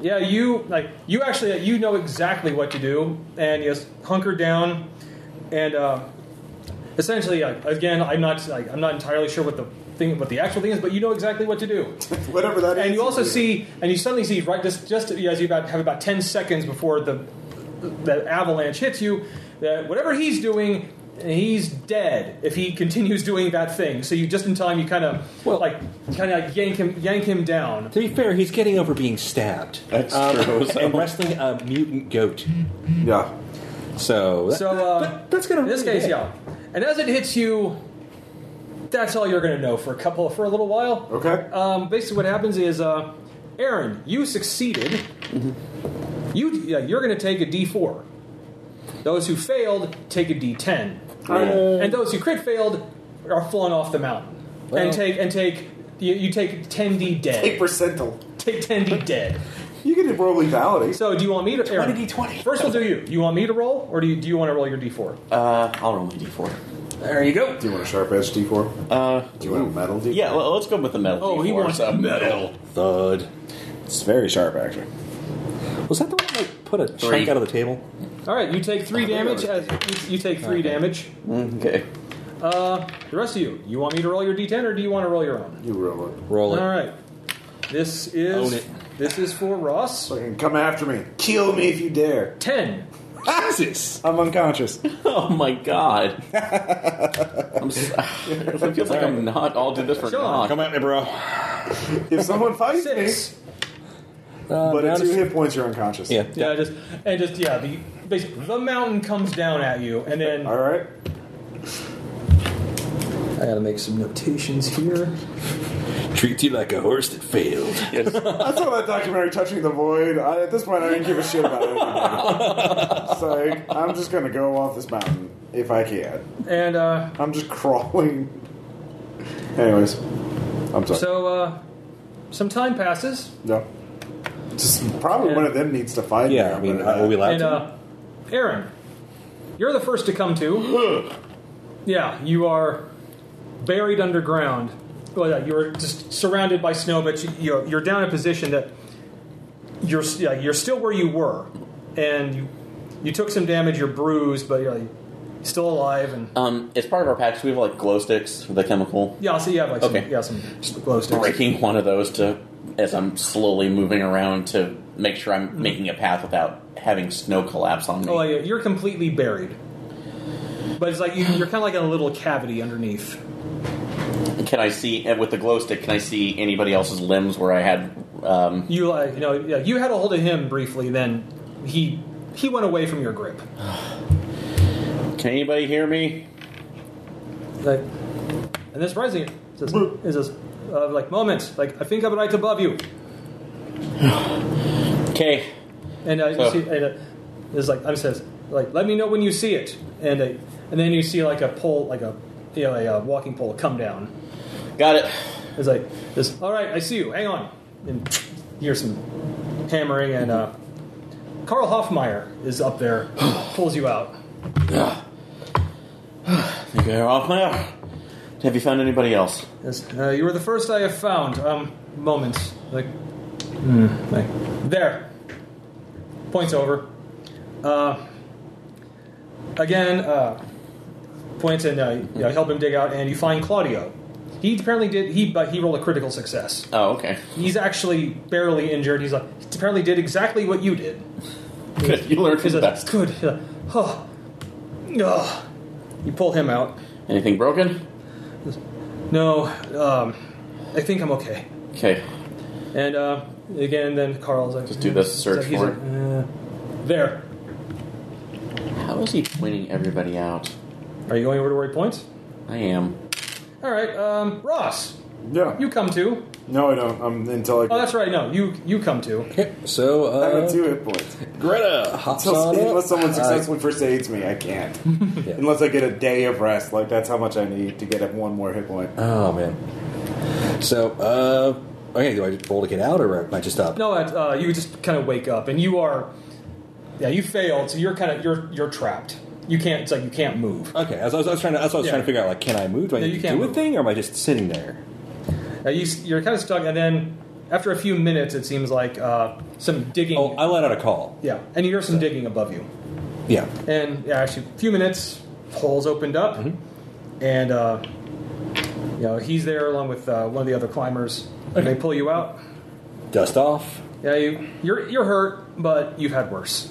[SPEAKER 2] yeah, you like you actually you know exactly what to do, and you just hunker down, and uh, essentially, like, again, I'm not like, I'm not entirely sure what the thing what the actual thing is, but you know exactly what to do,
[SPEAKER 1] Whatever that is.
[SPEAKER 2] and you also see, and you suddenly see right just just as you about have about ten seconds before the the avalanche hits you, that whatever he's doing. He's dead if he continues doing that thing. So you just in time, you kind of
[SPEAKER 4] Well-
[SPEAKER 2] like kind of yank him, yank him down.
[SPEAKER 4] To be fair, he's getting over being stabbed.
[SPEAKER 3] That's
[SPEAKER 4] Um,
[SPEAKER 3] true, so-
[SPEAKER 4] And wrestling a mutant goat.
[SPEAKER 5] Yeah.
[SPEAKER 4] So,
[SPEAKER 2] So uh,
[SPEAKER 4] that's gonna.
[SPEAKER 2] in this
[SPEAKER 4] really
[SPEAKER 2] case,
[SPEAKER 4] hit.
[SPEAKER 2] yeah. And as it hits you, that's all you're going to know for a couple for a little while.
[SPEAKER 5] Okay.
[SPEAKER 2] Um, basically, what happens is, uh, Aaron, you succeeded. You yeah, you're going to take a D4. Those who failed take a D10, and those who crit failed are flown off the mountain
[SPEAKER 4] Well-
[SPEAKER 2] and take and take. You, you take
[SPEAKER 1] Take
[SPEAKER 2] 10d dead.
[SPEAKER 1] percentile.
[SPEAKER 2] Take 10d dead.
[SPEAKER 1] You can roll legality.
[SPEAKER 2] So, do you want me to? Aaron,
[SPEAKER 1] 20d20.
[SPEAKER 2] First, we'll do you. You want me to roll, or do you, do you want to roll your d4?
[SPEAKER 3] Uh, I'll roll my d4.
[SPEAKER 2] There you go.
[SPEAKER 1] Do you want a sharp edge D4?
[SPEAKER 3] Uh,
[SPEAKER 1] Do you want a metal D4?
[SPEAKER 3] yeah. Well, let's go with the metal.
[SPEAKER 2] Oh,
[SPEAKER 3] d4,
[SPEAKER 2] he wants
[SPEAKER 3] so.
[SPEAKER 2] a metal.
[SPEAKER 4] Thud.
[SPEAKER 5] It's very sharp, actually.
[SPEAKER 4] Was that the one that like, put a
[SPEAKER 3] Three.
[SPEAKER 4] chunk out of the table?
[SPEAKER 2] All right, you take three damage. As you, you take three damage.
[SPEAKER 3] Okay.
[SPEAKER 2] Uh, the rest of you, you want me to roll your d10 or do you want to roll your own?
[SPEAKER 1] You roll it.
[SPEAKER 4] Roll it.
[SPEAKER 2] All right. This is
[SPEAKER 4] Own it.
[SPEAKER 2] this is for Ross.
[SPEAKER 1] Fucking come after me. Kill me if you dare.
[SPEAKER 2] Ten.
[SPEAKER 5] Jesus. I'm unconscious.
[SPEAKER 3] Oh my god. I'm s it feels like I'm not all did this for
[SPEAKER 2] Sean,
[SPEAKER 3] naught.
[SPEAKER 5] Come at me, bro.
[SPEAKER 1] If someone fights me,
[SPEAKER 2] Six.
[SPEAKER 4] Uh,
[SPEAKER 1] but at
[SPEAKER 4] down
[SPEAKER 1] two
[SPEAKER 4] to-
[SPEAKER 1] hit points, you're unconscious.
[SPEAKER 4] Yeah.
[SPEAKER 2] Yeah, just and just yeah. The basically the mountain comes down at you, and then
[SPEAKER 1] All right.
[SPEAKER 2] I gotta make some notations here.
[SPEAKER 4] Treat you like a horse that failed.
[SPEAKER 1] I saw that documentary, Touching the Void. I, at this point, I didn't give a shit about it. anymore. It's like, I'm just going to go off this mountain if I can.
[SPEAKER 2] And uh,
[SPEAKER 1] I'm just crawling. Anyways, I'm sorry.
[SPEAKER 2] so uh, some time passes,
[SPEAKER 1] no. Just probably one of them needs to fight. me.
[SPEAKER 4] Yeah, I mean,
[SPEAKER 1] but,
[SPEAKER 4] are we allowed
[SPEAKER 2] and
[SPEAKER 4] to?
[SPEAKER 2] uh, Aaron, you're the first to come to. yeah, you are buried underground. Well, yeah, you're just surrounded by snow, but you, you're, you're down in a position that you're s- yeah, you're still where you were, and you you took some damage. You're bruised, but you're like, still alive. And
[SPEAKER 3] Um, as part of our patch, we have like glow sticks, the chemical.
[SPEAKER 2] yeah, so you have like some,
[SPEAKER 3] Okay.
[SPEAKER 2] yeah some glow sticks.
[SPEAKER 3] Breaking one of those to as I'm slowly moving around to make sure I'm making a path without having snow collapse on me.
[SPEAKER 2] Oh, yeah, you're completely buried. But it's like you, you're kind of like in a little cavity underneath.
[SPEAKER 3] Can I see and with the glow stick? Can I see anybody else's limbs where I had Um,
[SPEAKER 2] You like you know yeah, you had a hold of him briefly. Then he he went away from your grip.
[SPEAKER 3] can anybody hear me?
[SPEAKER 2] Like, and this rising is this, is this uh, like moment. Like I think I'm right above you,
[SPEAKER 3] Okay.
[SPEAKER 2] and uh,
[SPEAKER 3] So-
[SPEAKER 2] you see and, uh, it's like I'm says like let me know when you see it, and uh, and then you see like a pole like a you know a uh, walking pole come down.
[SPEAKER 3] Got it.
[SPEAKER 2] It's like this. All right, I see you. Hang on, and you hear some hammering, and uh, Carl Hoffmeyer is up there, pulls you out.
[SPEAKER 3] Think I are off my arm. Have you found anybody else?
[SPEAKER 2] Yes, uh, you were the first I have found. Um, moments like, hmm, like there. Points over. Uh, again, uh, points and uh, you know, help him dig out, and you find Claudio. He apparently did. He but he rolled a critical success.
[SPEAKER 3] Oh, okay.
[SPEAKER 2] He's actually barely injured. He's like he apparently did exactly what you did.
[SPEAKER 3] Good. You learned
[SPEAKER 2] He's
[SPEAKER 3] from the
[SPEAKER 2] like,
[SPEAKER 3] best.
[SPEAKER 2] good. He's like, oh, Ugh. You pull him out.
[SPEAKER 3] Anything broken?
[SPEAKER 2] No, um, I think I'm okay.
[SPEAKER 3] Okay.
[SPEAKER 2] And uh, again, then Carl's like,
[SPEAKER 3] Just do this search
[SPEAKER 2] he's
[SPEAKER 3] for
[SPEAKER 2] like, uh, there.
[SPEAKER 3] How is he pointing everybody out?
[SPEAKER 2] Are you going over to where he points?
[SPEAKER 3] I am.
[SPEAKER 2] All right, um, Ross,
[SPEAKER 1] Yeah.
[SPEAKER 2] you come too.
[SPEAKER 1] No, I don't. I'm until I
[SPEAKER 2] Oh,
[SPEAKER 1] get
[SPEAKER 2] that's right. No, you you come too.
[SPEAKER 4] So
[SPEAKER 1] I have
[SPEAKER 4] uh,
[SPEAKER 1] two hit points.
[SPEAKER 4] Greta hops
[SPEAKER 1] Until,
[SPEAKER 4] on up.
[SPEAKER 1] unless someone
[SPEAKER 4] Uh,
[SPEAKER 1] successfully first aids me, I can't. Unless I get a day of rest, like that's how much I need to get up one more hit point.
[SPEAKER 4] oh man. So uh, okay, do I just roll to get out or am I just up?
[SPEAKER 2] No, uh, you just kind of wake up, and you are, yeah, you failed, so you're kind of you're you're trapped. You can't. It's like you can't move.
[SPEAKER 4] Okay, as I was, I was trying to, that's what I was
[SPEAKER 2] Yeah.
[SPEAKER 4] trying to figure out. Like, can I move? Do I
[SPEAKER 2] Yeah,
[SPEAKER 4] need
[SPEAKER 2] you
[SPEAKER 4] to
[SPEAKER 2] can
[SPEAKER 4] do a
[SPEAKER 2] move.
[SPEAKER 4] thing, or am I just sitting there?
[SPEAKER 2] Uh, you, s- you're kind of stuck, and then after a few minutes, it seems like uh, some digging.
[SPEAKER 4] Oh, I let out a call.
[SPEAKER 2] yeah, and you hear some digging above you.
[SPEAKER 4] Yeah.
[SPEAKER 2] And yeah, actually, a few minutes, holes opened up, and uh, you know he's there along with uh, one of the other climbers. And they pull you out.
[SPEAKER 4] Dust off.
[SPEAKER 2] Yeah, you, you're you're hurt, but you've had worse.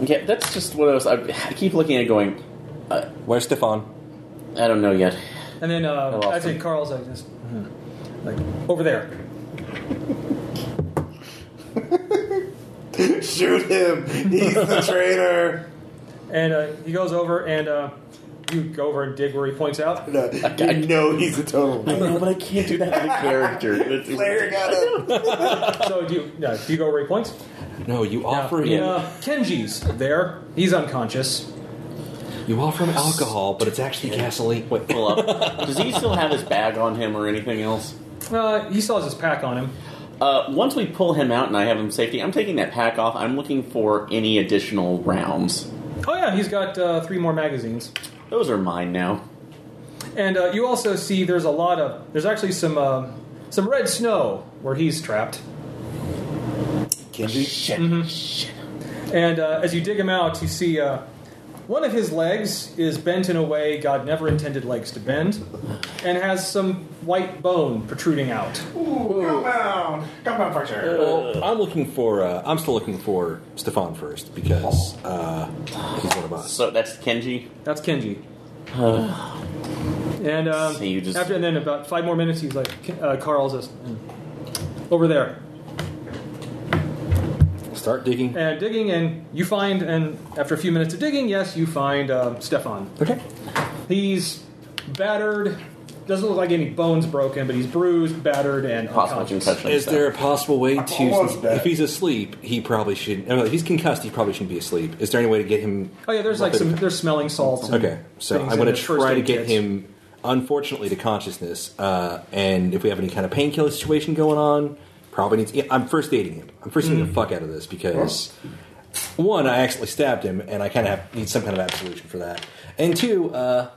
[SPEAKER 3] Yeah, that's just one of those. I, I keep looking at it going,
[SPEAKER 4] Where's Stefan?
[SPEAKER 3] I don't know yet.
[SPEAKER 2] And then uh,
[SPEAKER 3] lost
[SPEAKER 2] I think
[SPEAKER 3] him.
[SPEAKER 2] Carl's like just like over there.
[SPEAKER 1] Shoot him! He's the traitor.
[SPEAKER 2] And uh, he goes over, and uh, you go over and dig where he points out.
[SPEAKER 1] No, you know he's a total.
[SPEAKER 3] I know, but I can't do that with a character.
[SPEAKER 1] Player got it.
[SPEAKER 2] So do you, no, do you go where he points?
[SPEAKER 4] No, you offer
[SPEAKER 3] yeah.
[SPEAKER 4] him.
[SPEAKER 2] Uh, Kenji's there. He's unconscious.
[SPEAKER 4] You offer him alcohol, but it's actually gasoline. Wait,
[SPEAKER 3] Pull up. Does he still have his bag on him or anything else?
[SPEAKER 2] Uh, he still has his pack on him.
[SPEAKER 3] Uh, once we pull him out and I have him safety, I'm taking that pack off. I'm looking for any additional rounds.
[SPEAKER 2] Oh yeah, he's got uh, three more magazines.
[SPEAKER 3] Those are mine now.
[SPEAKER 2] And uh, you also see there's a lot of there's actually some uh, some red snow where he's trapped.
[SPEAKER 1] Kenji,
[SPEAKER 4] Mm-hmm.
[SPEAKER 2] And uh, as you dig him out, you see uh, one of his legs is bent in a way God never intended legs to bend, and has some white bone protruding out.
[SPEAKER 1] come on, come on,
[SPEAKER 2] Uh,
[SPEAKER 1] Fletcher.
[SPEAKER 4] well, I'm looking for. Uh, I'm still looking for Stefan first because uh, he's one of us.
[SPEAKER 3] So that's Kenji.
[SPEAKER 2] That's Kenji. and um,
[SPEAKER 3] So you just-
[SPEAKER 2] after and then about five more minutes, he's like uh, Carl's just over there.
[SPEAKER 4] Start digging.
[SPEAKER 2] and digging, and you find, and after a few minutes of digging, yes, you find uh, Stefan.
[SPEAKER 4] Okay.
[SPEAKER 2] He's battered. Doesn't look like any bones broken, but he's bruised, battered, and
[SPEAKER 3] Possible
[SPEAKER 2] unconscious.
[SPEAKER 3] concussion.
[SPEAKER 4] Is there a possible way to?
[SPEAKER 1] almost dead.
[SPEAKER 4] If he's asleep, he probably shouldn't. No, if he's concussed, he probably shouldn't be asleep. Is there any way to get him?
[SPEAKER 2] Oh yeah, there's like some there's smelling salts. And
[SPEAKER 4] Okay, so
[SPEAKER 2] things
[SPEAKER 4] I'm
[SPEAKER 2] in
[SPEAKER 4] going
[SPEAKER 2] the
[SPEAKER 4] to
[SPEAKER 2] first
[SPEAKER 4] try to
[SPEAKER 2] aid
[SPEAKER 4] get
[SPEAKER 2] kits.
[SPEAKER 4] him, unfortunately, to consciousness. Uh, and if we have any kind of painkiller situation going on, probably needs. Yeah, I'm first aiding him. I'm first
[SPEAKER 2] Hmm.
[SPEAKER 4] aiding the fuck out of this because one, I accidentally stabbed him, and I kind of have, need some kind of absolution for that. And two, uh,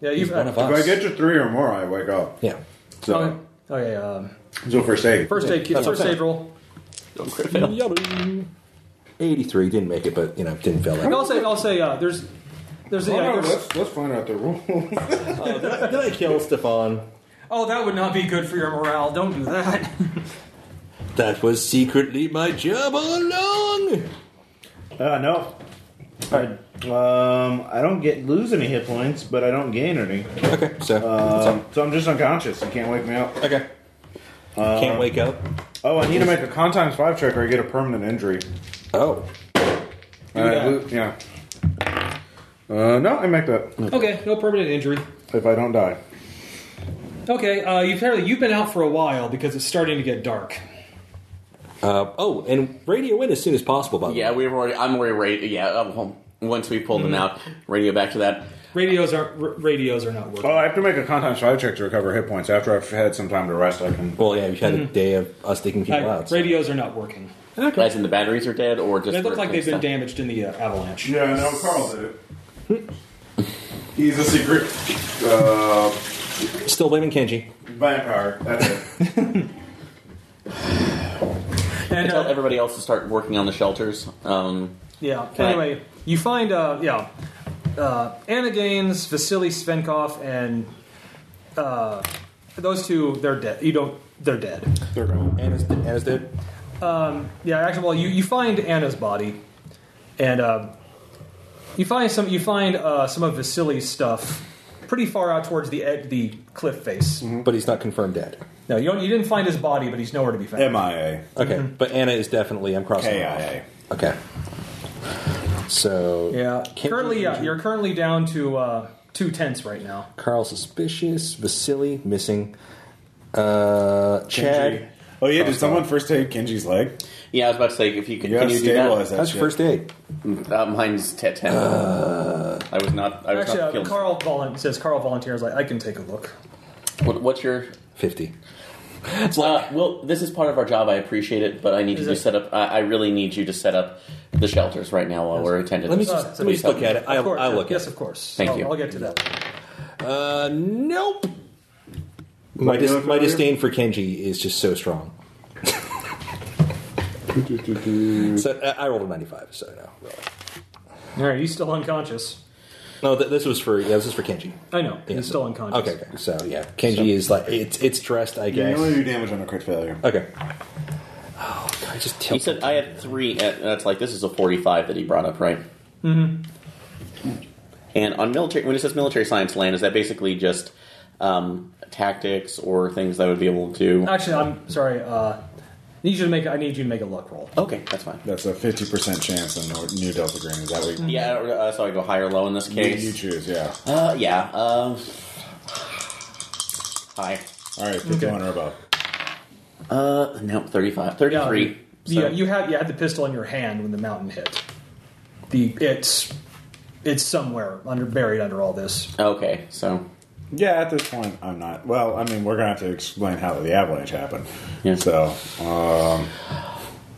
[SPEAKER 2] Yeah,
[SPEAKER 4] he's
[SPEAKER 2] you've
[SPEAKER 4] one of
[SPEAKER 2] uh,
[SPEAKER 4] us.
[SPEAKER 1] If I get to three or more, I wake up.
[SPEAKER 4] yeah.
[SPEAKER 1] So,
[SPEAKER 2] Oh, oh yeah, um,
[SPEAKER 1] so first aid.
[SPEAKER 2] first aid kit,
[SPEAKER 4] that's what
[SPEAKER 2] first
[SPEAKER 4] I'm
[SPEAKER 2] aid
[SPEAKER 4] saying.
[SPEAKER 2] roll.
[SPEAKER 3] Don't crit fail.
[SPEAKER 4] Yabba. 83 didn't make it, but you know, didn't fail
[SPEAKER 2] And
[SPEAKER 4] that.
[SPEAKER 2] I'll say I'll say uh, there's there's
[SPEAKER 1] Oh,
[SPEAKER 2] yeah,
[SPEAKER 1] no,
[SPEAKER 2] there's-
[SPEAKER 1] let's, let's find out the rules.
[SPEAKER 4] Did I kill Stefan?
[SPEAKER 2] oh that would not be good for your morale. Don't do that.
[SPEAKER 4] That was secretly my job all along.
[SPEAKER 10] Uh, no. I, um, I don't get lose any hit points, but I don't gain any.
[SPEAKER 4] Okay, so
[SPEAKER 1] Um,
[SPEAKER 10] Um, so I'm just unconscious. You can't wake me up.
[SPEAKER 4] okay. Can't wake up.
[SPEAKER 1] Oh, I need to make a con times five check or I get a permanent injury.
[SPEAKER 4] Oh,
[SPEAKER 1] Uh, lo- yeah. Uh, no, I make that
[SPEAKER 2] Okay, no permanent injury.
[SPEAKER 1] if I don't die.
[SPEAKER 2] Okay, uh, you've apparently you've been out for a while because it's starting to get dark.
[SPEAKER 4] uh, oh, and radio in as soon as possible. By the
[SPEAKER 3] Yeah,
[SPEAKER 4] way,
[SPEAKER 3] we've already. I'm already ready. Yeah, um, once we pulled them out, radio back to that.
[SPEAKER 2] Radios aren't r- radios are not working.
[SPEAKER 1] Oh, I have to make a con times five check to recover hit points. After I've had some time to rest, I can.
[SPEAKER 4] well, yeah, we've had a day of us taking people
[SPEAKER 2] Uh,
[SPEAKER 4] out. so-
[SPEAKER 2] radios are not working.
[SPEAKER 3] As in the batteries are dead, or just
[SPEAKER 2] They look like they've been
[SPEAKER 3] stuff.
[SPEAKER 2] damaged in the uh, avalanche.
[SPEAKER 1] Yeah, no, Carl did it. He's a secret uh,
[SPEAKER 4] Still blaming Kenji.
[SPEAKER 1] vampire. That's it.
[SPEAKER 2] And
[SPEAKER 3] Tell
[SPEAKER 2] uh,
[SPEAKER 3] everybody else to start working on the shelters. Um,
[SPEAKER 2] yeah.
[SPEAKER 3] Right.
[SPEAKER 2] Anyway, you find uh, yeah, uh, Anna Gaines, Vasily Svenkov, and uh, those two they're dead. You don't. They're dead.
[SPEAKER 1] They're gone.
[SPEAKER 4] Anna's, Anna's dead.
[SPEAKER 2] Yeah, actually, well, you, you find Anna's body, and uh, you find some you find uh, some of Vasili's stuff pretty far out towards the ed- the cliff face.
[SPEAKER 4] Mm-hmm. But he's not confirmed dead.
[SPEAKER 2] No, you don't, you didn't find his body, but he's nowhere to be found.
[SPEAKER 1] MIA.
[SPEAKER 4] Okay, but Anna is definitely. I'm crossing. her off.
[SPEAKER 1] KIA.
[SPEAKER 4] Okay. So
[SPEAKER 2] Yeah,
[SPEAKER 4] Kenji-
[SPEAKER 2] currently,
[SPEAKER 4] uh,
[SPEAKER 2] yeah, you're currently down to uh, two tents right now.
[SPEAKER 4] Carl suspicious. Vasily missing. Uh,
[SPEAKER 1] Kenji.
[SPEAKER 4] Chad.
[SPEAKER 5] Oh yeah, did someone first take Kenji's leg?
[SPEAKER 3] yeah, I was about to say if you can,
[SPEAKER 5] Yeah,
[SPEAKER 3] can you do
[SPEAKER 5] stabilize
[SPEAKER 3] that?
[SPEAKER 5] that.
[SPEAKER 4] How's your
[SPEAKER 5] shit.
[SPEAKER 4] first aid?
[SPEAKER 3] Uh, mine's t- ten.
[SPEAKER 4] Uh.
[SPEAKER 3] I was not. I was
[SPEAKER 2] Actually,
[SPEAKER 3] not
[SPEAKER 2] uh,
[SPEAKER 3] killed.
[SPEAKER 2] Carl volun- says Carl volunteers. Like, I can take a look.
[SPEAKER 3] What, what's your?
[SPEAKER 4] Fifty.
[SPEAKER 3] Uh, well, this is part of our job. I appreciate it, but I need
[SPEAKER 2] Is
[SPEAKER 3] you to
[SPEAKER 2] it-
[SPEAKER 3] set up. I, I really need you to set up the shelters right now while we're attending.
[SPEAKER 4] Let me
[SPEAKER 3] this.
[SPEAKER 4] just,
[SPEAKER 2] so
[SPEAKER 4] let me
[SPEAKER 3] please
[SPEAKER 4] just look
[SPEAKER 3] help me.
[SPEAKER 4] at it. I,
[SPEAKER 2] of course,
[SPEAKER 4] I
[SPEAKER 2] yeah,
[SPEAKER 4] look
[SPEAKER 2] yes,
[SPEAKER 4] at it.
[SPEAKER 2] of course.
[SPEAKER 3] Thank
[SPEAKER 2] I'll,
[SPEAKER 3] you.
[SPEAKER 2] I'll get to that.
[SPEAKER 4] Uh, nope. My,
[SPEAKER 1] you
[SPEAKER 4] dis-
[SPEAKER 1] look
[SPEAKER 4] my
[SPEAKER 1] over here?
[SPEAKER 4] disdain for Kenji is just so strong. So uh, I- I rolled a ninety-five. So no, really.
[SPEAKER 2] All right, he's still unconscious.
[SPEAKER 4] No, th- this was for yeah, this is for Kenji.
[SPEAKER 2] I know
[SPEAKER 4] Yeah,
[SPEAKER 2] he's
[SPEAKER 4] so-
[SPEAKER 2] still unconscious.
[SPEAKER 4] Okay, okay. So yeah, Kenji is like it's it's dressed, I
[SPEAKER 5] Yeah, you
[SPEAKER 4] guess.
[SPEAKER 5] only do damage on a crit failure.
[SPEAKER 4] Okay. Oh, God, I just
[SPEAKER 3] He
[SPEAKER 4] tilt.
[SPEAKER 3] said I had three. And that's like this is a forty-five that he brought up, right? Mm-hmm.
[SPEAKER 2] Mm-hmm.
[SPEAKER 3] And on military, when it says military science land, is that basically just um, tactics or things that I would be able to?
[SPEAKER 2] Actually, I'm sorry. Uh, need you to make. I need you to make a luck roll.
[SPEAKER 3] Okay, that's fine.
[SPEAKER 5] That's a fifty percent chance on the new Delta Green. Is that what you,
[SPEAKER 3] Yeah, uh, so I go high or low in this
[SPEAKER 5] you
[SPEAKER 3] case.
[SPEAKER 5] choose? Yeah.
[SPEAKER 3] Uh, yeah. Um, high.
[SPEAKER 5] All right, fifty-one or above.
[SPEAKER 3] Uh, no, 35.
[SPEAKER 2] Yeah,
[SPEAKER 3] 33.
[SPEAKER 2] you,
[SPEAKER 3] so-
[SPEAKER 2] yeah, you had you had the pistol in your hand when the mountain hit. The it's it's somewhere under buried under all this.
[SPEAKER 3] Okay, so.
[SPEAKER 5] Yeah, at this point, I'm not. Well, I mean, we're gonna have to explain how the avalanche happened.
[SPEAKER 3] Yeah.
[SPEAKER 5] So,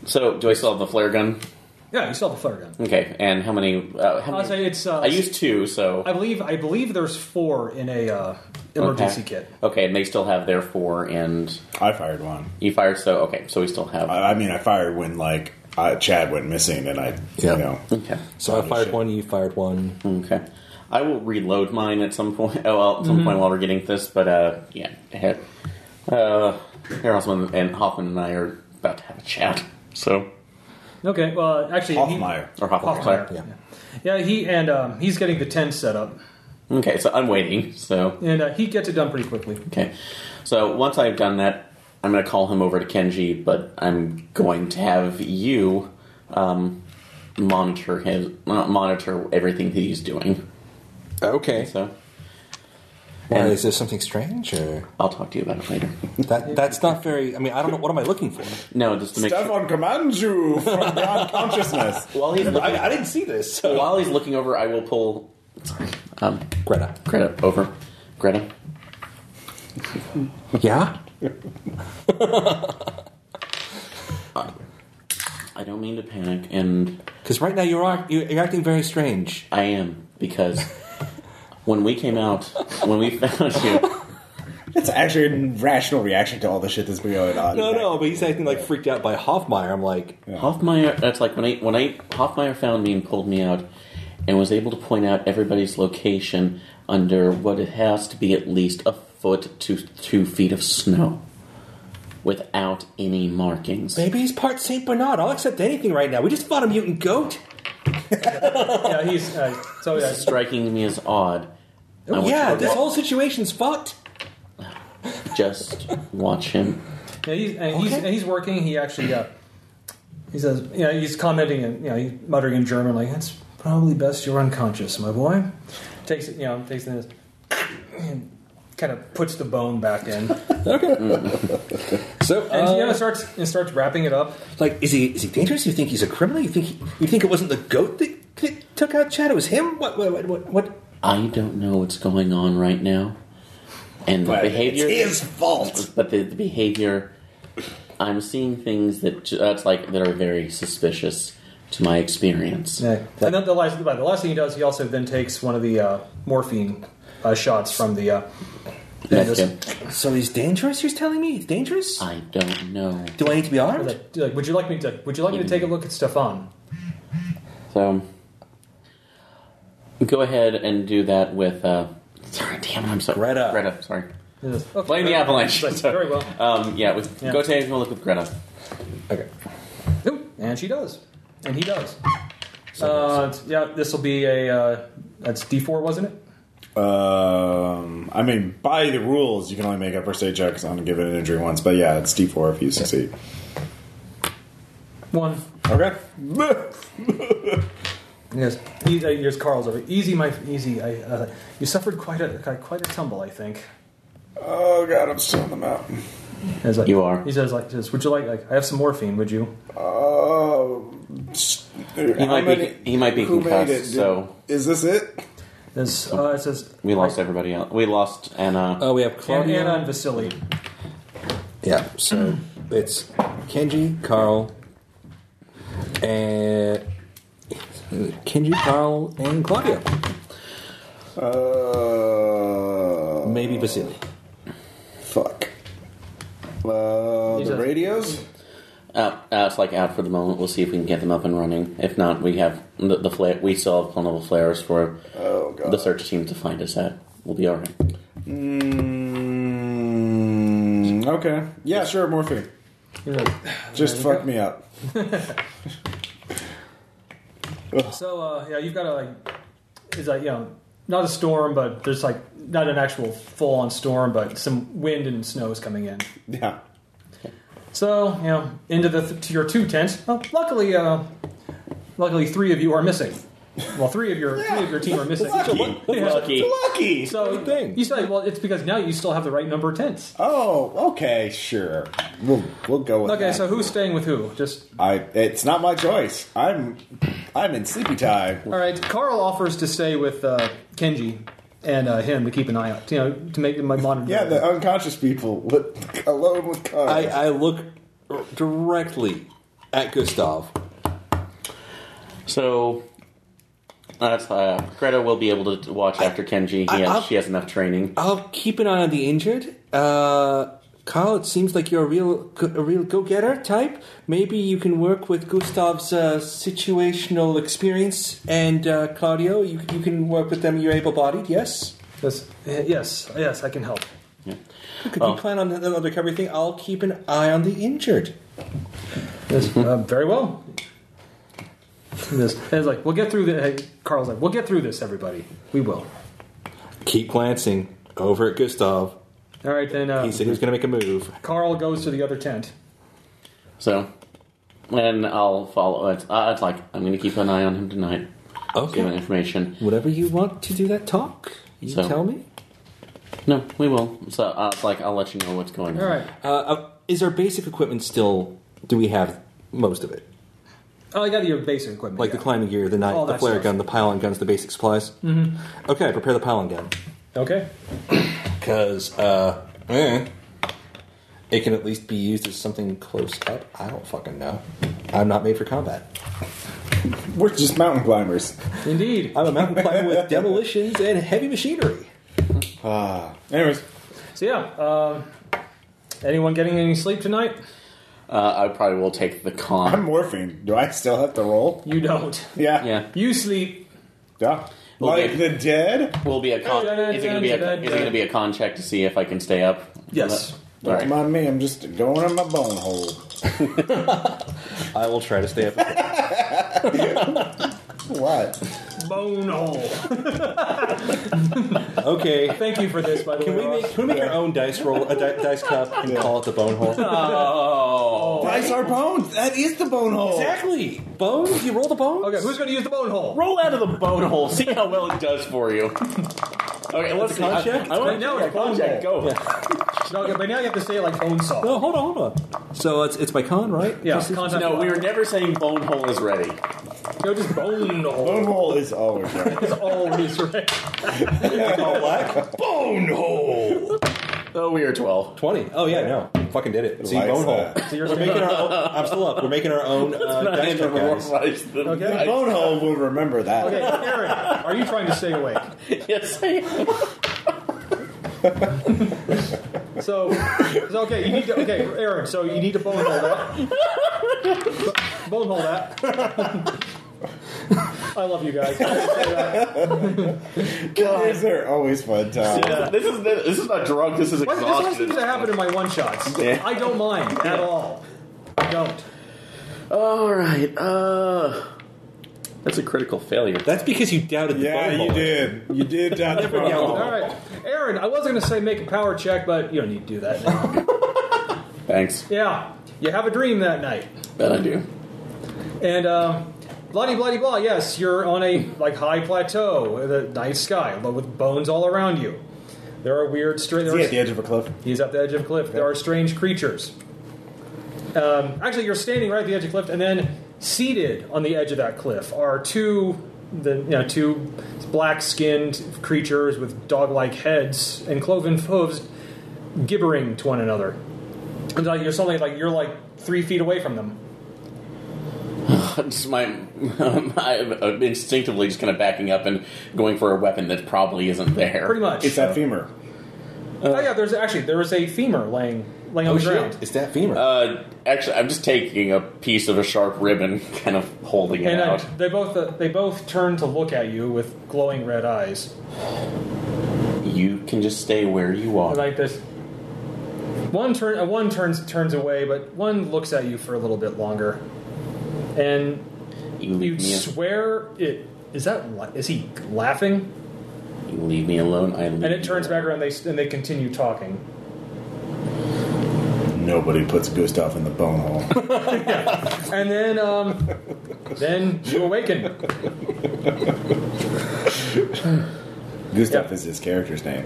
[SPEAKER 3] So, do I still have the flare gun?
[SPEAKER 2] Yeah, you still have a flare gun.
[SPEAKER 3] Okay, and how many? Uh, how
[SPEAKER 2] I'll
[SPEAKER 3] many?
[SPEAKER 2] say it's, uh,
[SPEAKER 3] I used two, so.
[SPEAKER 2] I believe I believe there's four in a uh, emergency kit.
[SPEAKER 3] Okay, and they still have their four, and
[SPEAKER 5] I fired one.
[SPEAKER 3] you fired, so okay, so we still have.
[SPEAKER 1] Uh,
[SPEAKER 5] I, I mean, I fired when like uh, Chad went missing, and I,
[SPEAKER 4] Yeah.
[SPEAKER 5] you know,
[SPEAKER 3] okay,
[SPEAKER 4] so I fired one. You fired one.
[SPEAKER 3] okay. I will reload mine at some point. Oh, well, at some
[SPEAKER 2] Mm-hmm.
[SPEAKER 3] point while we're getting this, but uh, yeah, ahead. Uh, Harrelson and Hoffman and I are about to have a chat. So,
[SPEAKER 2] Okay, well actually he-
[SPEAKER 5] Hoffmeyer.
[SPEAKER 3] or Hoffman.
[SPEAKER 2] Hoffmeyer,
[SPEAKER 4] yeah.
[SPEAKER 2] yeah. Yeah, he and um, he's getting the tent set up,
[SPEAKER 3] Okay, so I'm waiting. So
[SPEAKER 2] and uh, he gets it done pretty quickly.
[SPEAKER 3] okay, so once I've done that, I'm going to call him over to Kenji, but I'm going to have you um, monitor his uh, monitor everything that he's doing.
[SPEAKER 4] Okay.
[SPEAKER 3] So
[SPEAKER 4] Why, is there something strange? Or
[SPEAKER 3] I'll talk to you about it later.
[SPEAKER 4] that that's not very. I mean, I don't know. What am I looking for?
[SPEAKER 3] No, just to make sure.
[SPEAKER 5] Stefan commands you from beyond consciousness.
[SPEAKER 3] While he's looking,
[SPEAKER 4] I didn't see this.
[SPEAKER 3] while he's looking over, I will pull um,
[SPEAKER 4] Greta.
[SPEAKER 3] Greta over. Greta,
[SPEAKER 4] Yeah.
[SPEAKER 3] I don't mean to panic, and
[SPEAKER 4] Because right now you are you- you're acting very strange.
[SPEAKER 3] I am because when we came out, when we found you.
[SPEAKER 5] That's actually a rational reaction to all the shit that's been going on.
[SPEAKER 4] No, no. But he's acting like freaked out by Hoffmeyer. I'm like,
[SPEAKER 3] Hoffmeyer. That's like when I when I Hoffmeyer found me and pulled me out, and was able to point out everybody's location under what it has to be at least a foot to two feet of snow, without any markings.
[SPEAKER 4] maybe he's part Saint Bernard. I'll accept anything right now. We just fought a mutant goat.
[SPEAKER 2] Yeah, he's uh, so yeah.
[SPEAKER 3] Striking me as odd. I want you
[SPEAKER 4] yeah,
[SPEAKER 3] to
[SPEAKER 4] this
[SPEAKER 3] wa-
[SPEAKER 4] whole situation's fucked.
[SPEAKER 3] just watch him
[SPEAKER 2] Yeah, he's, and he's, and he's working. He actually, uh, he says, you know, he's commenting and you know, he's muttering in German, like it's probably best you're unconscious, my boy. Takes it, you know, takes this, and kind of puts the bone back in, and
[SPEAKER 4] So, uh,
[SPEAKER 2] you know, starts and starts wrapping it up.
[SPEAKER 4] like, is he is he dangerous? You think he's a criminal? You think he, you think it wasn't the goat that, that took out Chad? It was him. What what what what? what?
[SPEAKER 3] I don't know what's going on right now, and the behavior.
[SPEAKER 4] It's his fault.
[SPEAKER 3] But the, the behavior, I'm seeing things that ju- that's like that are very suspicious to my experience.
[SPEAKER 2] Yeah. And then the last, the last thing he does, he also then takes one of the uh, morphine uh, shots from the. Uh,
[SPEAKER 3] That's
[SPEAKER 2] just-
[SPEAKER 3] it.
[SPEAKER 4] So he's dangerous. You're telling me he's dangerous?
[SPEAKER 3] I don't know.
[SPEAKER 4] Do I need to be armed?
[SPEAKER 2] like, like, would you like me to? Would you like me to take a look at Stefan?
[SPEAKER 3] So go ahead and do that with. Uh, sorry, damn it, I'm sorry.
[SPEAKER 4] Greta.
[SPEAKER 3] Greta, sorry.
[SPEAKER 2] He says, "Okay,
[SPEAKER 3] Blame the
[SPEAKER 2] very-
[SPEAKER 3] avalanche.
[SPEAKER 2] Very well.
[SPEAKER 3] Um, yeah, with,
[SPEAKER 2] Yeah.
[SPEAKER 3] go take a look with Greta.
[SPEAKER 4] Okay.
[SPEAKER 2] Oop, And she does. And he does. Uh, it's- yeah, this will be a. Uh, that's D4, wasn't it?
[SPEAKER 1] Um, I mean, by the rules, you can only make up first aid checks on a given injury once, but yeah, it's D4 if you succeed.
[SPEAKER 2] One.
[SPEAKER 1] Okay.
[SPEAKER 2] Yes. He, uh, here's Carl's over. Easy, my easy. I, uh, you suffered quite a quite a tumble, I think.
[SPEAKER 1] Oh god, I'm still on the mountain.
[SPEAKER 2] He's like-
[SPEAKER 3] You are.
[SPEAKER 2] He says like, he says, "Would you like? like I have some morphine. Would you?"
[SPEAKER 1] Oh,
[SPEAKER 3] He might be. He might be concussed. So
[SPEAKER 1] is this it?
[SPEAKER 2] Says,
[SPEAKER 3] Oh.
[SPEAKER 2] uh, it says
[SPEAKER 3] we lost everybody else. We lost Anna.
[SPEAKER 4] Oh, we have
[SPEAKER 2] And uh,
[SPEAKER 4] Claudia.
[SPEAKER 2] Anna and Vasily.
[SPEAKER 4] Yeah. So it's Kenji, Carl, and Kenji, Carl, and Claudia.
[SPEAKER 1] Uh,
[SPEAKER 4] Maybe Vasily.
[SPEAKER 1] fuck. Uh,
[SPEAKER 2] He's
[SPEAKER 1] the
[SPEAKER 2] a-
[SPEAKER 1] radios.
[SPEAKER 3] Uh, uh, it's like out for the moment. We'll see if we can get them up and running. If not, we have the, the flare. We still have plentiful flares for
[SPEAKER 1] Oh, God.
[SPEAKER 3] the search team to find us at. We'll be all right.
[SPEAKER 1] Mm, okay. Yeah, sure. Morphine.
[SPEAKER 2] He's like,
[SPEAKER 1] Just fuck me up.
[SPEAKER 2] so uh, yeah, you've got to like. It's like you know, not a storm, but there's like not an actual full on storm, but some wind and snow is coming in.
[SPEAKER 1] Yeah.
[SPEAKER 2] So, you know, into the th- to your two tent. Well, luckily, uh, luckily, three of you are missing. Well, three of your three of your team are missing. Yeah.
[SPEAKER 3] Lucky.
[SPEAKER 1] Lucky.
[SPEAKER 2] So
[SPEAKER 4] Good thing.
[SPEAKER 2] you say, well, it's because now you still have the right number of tents.
[SPEAKER 1] Oh, okay, sure. We'll we'll go with
[SPEAKER 2] Okay,
[SPEAKER 1] that.
[SPEAKER 2] so who's staying with who? Just
[SPEAKER 1] I it's not my choice. I'm I'm in sleepy time.
[SPEAKER 2] all right. Carl offers to stay with uh, Kenji and uh, him to keep an eye out. You know, to make my monitor.
[SPEAKER 1] Yeah, the unconscious people with alone with cars.
[SPEAKER 4] I, I look directly at Gustav.
[SPEAKER 3] So that's uh, Greta will be able to watch after Kenji. He
[SPEAKER 4] I-
[SPEAKER 3] has,
[SPEAKER 4] I'll-
[SPEAKER 3] she has enough training.
[SPEAKER 4] I'll keep an eye on the injured. Uh, Carl, it seems like you're a real, a real go-getter type. Maybe you can work with Gustav's uh, situational experience, and uh, Claudio, you, you can work with them. You're able-bodied, yes.
[SPEAKER 2] yes, yes, yes, I can help.
[SPEAKER 4] Could
[SPEAKER 3] Oh.
[SPEAKER 4] you plan on the, on the recovery thing? I'll keep an eye on the injured.
[SPEAKER 2] Yes, uh, very well. Yes. And it's like we'll get through this. Carl's like, we'll get through this, everybody. We will.
[SPEAKER 4] Keep glancing over at Gustav.
[SPEAKER 2] All right, then. Uh,
[SPEAKER 4] He said he was going to make a move.
[SPEAKER 2] Carl goes to the other tent.
[SPEAKER 3] So, and I'll follow it. Uh, it's like I'm going to keep an eye on him tonight. Give him
[SPEAKER 4] Okay.
[SPEAKER 3] information.
[SPEAKER 4] Whatever you want to do that talk, you
[SPEAKER 3] So-
[SPEAKER 4] tell me.
[SPEAKER 3] No, we will. So uh, it's like I'll let you know what's going on.
[SPEAKER 2] All right.
[SPEAKER 4] Uh, Uh, is our basic equipment still? Do we have most of it?
[SPEAKER 2] Oh, I got your basic equipment.
[SPEAKER 4] Like the
[SPEAKER 2] yeah.
[SPEAKER 4] climbing gear, the knife,
[SPEAKER 2] All
[SPEAKER 4] the
[SPEAKER 2] that
[SPEAKER 4] flare
[SPEAKER 2] stuff.
[SPEAKER 4] gun, the pylon guns, the basic supplies. Mm-hmm. Okay, prepare the pylon gun
[SPEAKER 2] Okay.
[SPEAKER 4] because uh, eh, it can at least be used as something close up. I don't fucking know. I'm not made for combat.
[SPEAKER 1] We're just mountain climbers.
[SPEAKER 2] Indeed.
[SPEAKER 4] I'm a mountain climber with demolitions and heavy machinery.
[SPEAKER 1] Ah. anyways,
[SPEAKER 2] So yeah. Uh, anyone getting any sleep tonight?
[SPEAKER 3] Uh, I probably will take the
[SPEAKER 1] I'm
[SPEAKER 3] con.
[SPEAKER 1] morphine. Do I still have to roll?
[SPEAKER 2] You don't.
[SPEAKER 1] Yeah.
[SPEAKER 3] Yeah.
[SPEAKER 2] You sleep.
[SPEAKER 1] Yeah.
[SPEAKER 3] Okay.
[SPEAKER 1] Like the dead?
[SPEAKER 3] Will be a con. Is it going to be a? Is it going to be a con check to see if I can stay up?
[SPEAKER 2] Yes.
[SPEAKER 3] All
[SPEAKER 1] Don't
[SPEAKER 3] right.
[SPEAKER 1] mind me, I'm just going in my bone hole.
[SPEAKER 4] I will try to stay up.
[SPEAKER 1] What?
[SPEAKER 2] Bone hole.
[SPEAKER 4] Okay.
[SPEAKER 2] Thank you for this, by the
[SPEAKER 4] Can
[SPEAKER 2] way.
[SPEAKER 4] we make
[SPEAKER 2] Ross.
[SPEAKER 4] can we make our own dice roll a di- dice cup and call it the bone hole?
[SPEAKER 1] Dice are bones. That is the bone hole.
[SPEAKER 4] exactly. Bone? You roll the bone?
[SPEAKER 2] Okay, who's going to use the bone hole?
[SPEAKER 3] Roll out of the bone hole. See how well it does for you. Okay, let's see. I,
[SPEAKER 4] check?
[SPEAKER 3] I want to
[SPEAKER 2] No,
[SPEAKER 3] know
[SPEAKER 2] it's
[SPEAKER 3] a bone check. Go.
[SPEAKER 2] No, okay, but now you have to say it like bone saw.
[SPEAKER 4] No, hold on, hold on. So it's it's by con, right?
[SPEAKER 2] Yeah,
[SPEAKER 4] This is-
[SPEAKER 2] contact
[SPEAKER 3] No, we
[SPEAKER 2] one.
[SPEAKER 3] were never saying bone hole is ready.
[SPEAKER 2] No, just bone hole.
[SPEAKER 1] Bone hole is always right.
[SPEAKER 2] It's always right.
[SPEAKER 7] Bone hole.
[SPEAKER 3] Oh, we are twelve.
[SPEAKER 4] Twenty. Oh yeah, no. Fucking did it. See,
[SPEAKER 1] Why is
[SPEAKER 4] bone hole.
[SPEAKER 1] that?
[SPEAKER 2] So you're
[SPEAKER 4] We're making our own, I'm still up. We're making our own uh,
[SPEAKER 3] Not
[SPEAKER 4] dice
[SPEAKER 3] even
[SPEAKER 4] roll, guys.
[SPEAKER 3] realize the
[SPEAKER 2] Okay.
[SPEAKER 1] The bone hole will remember that.
[SPEAKER 2] Okay, Aaron, are you trying to stay awake?
[SPEAKER 3] Yes, I am.
[SPEAKER 2] So, so, okay, you need to. Okay, Aaron. So you need to bone hole that. Bone hole that. I love you guys.
[SPEAKER 1] Guys are always fun times.
[SPEAKER 2] Yeah.
[SPEAKER 3] This is this is not drunk. This is
[SPEAKER 2] But this all
[SPEAKER 3] exhaustion.
[SPEAKER 2] seems to happen in my one shots.
[SPEAKER 3] Yeah.
[SPEAKER 2] I don't mind at all. I don't.
[SPEAKER 3] All right. Uh, that's a critical failure.
[SPEAKER 4] That's because you doubted the
[SPEAKER 5] Yeah,
[SPEAKER 4] bone
[SPEAKER 5] you
[SPEAKER 4] hole.
[SPEAKER 5] did. You did down the
[SPEAKER 4] Yeah,
[SPEAKER 5] phone.
[SPEAKER 4] well,
[SPEAKER 3] Oh.
[SPEAKER 2] All right, Aaron. I was going to say make a power check, but you don't need to do that. now.
[SPEAKER 3] Thanks.
[SPEAKER 2] yeah, you have a dream that night.
[SPEAKER 3] Bet I do.
[SPEAKER 2] And um, bloody bloody blah. Yes, you're on a like high plateau with a night sky, but with bones all around you. There are weird strange.
[SPEAKER 5] Is he at the edge of a cliff?
[SPEAKER 2] He's at the edge of a cliff. There are strange creatures. Um, actually, you're standing right at the edge of the cliff, and then seated on the edge of that cliff are two the you know two black-skinned creatures with dog-like heads and cloven hooves, gibbering to one another. And like you're suddenly like you're like three feet away from them.
[SPEAKER 3] Just my, I'm uh, instinctively just kind of backing up and going for a weapon that probably isn't there.
[SPEAKER 2] Pretty much.
[SPEAKER 5] It's that femur.
[SPEAKER 2] oh yeah, there's actually there is a femur laying laying on
[SPEAKER 4] Oh
[SPEAKER 2] the
[SPEAKER 4] shit!
[SPEAKER 2] ground.
[SPEAKER 4] It's that femur.
[SPEAKER 3] Uh, actually, I'm just taking a piece of a sharp ribbon, kind of holding it
[SPEAKER 2] And uh,
[SPEAKER 3] out.
[SPEAKER 2] they both uh, they both turn to look at you with glowing red eyes.
[SPEAKER 3] You can just stay where you
[SPEAKER 2] I
[SPEAKER 3] are.
[SPEAKER 2] like this. One turn, uh, one turns turns away, but one looks at you for a little bit longer, and
[SPEAKER 3] you
[SPEAKER 2] you
[SPEAKER 3] leave me.
[SPEAKER 2] swear it is that li- is he laughing?
[SPEAKER 3] you leave me alone. I leave
[SPEAKER 2] And it
[SPEAKER 3] you
[SPEAKER 2] turns
[SPEAKER 3] alone.
[SPEAKER 2] back around. They s- and they continue talking.
[SPEAKER 5] Nobody puts Gustav in the bone hole.
[SPEAKER 2] And then, um, then you awaken.
[SPEAKER 5] Gustav
[SPEAKER 2] Yeah.
[SPEAKER 5] is his character's name.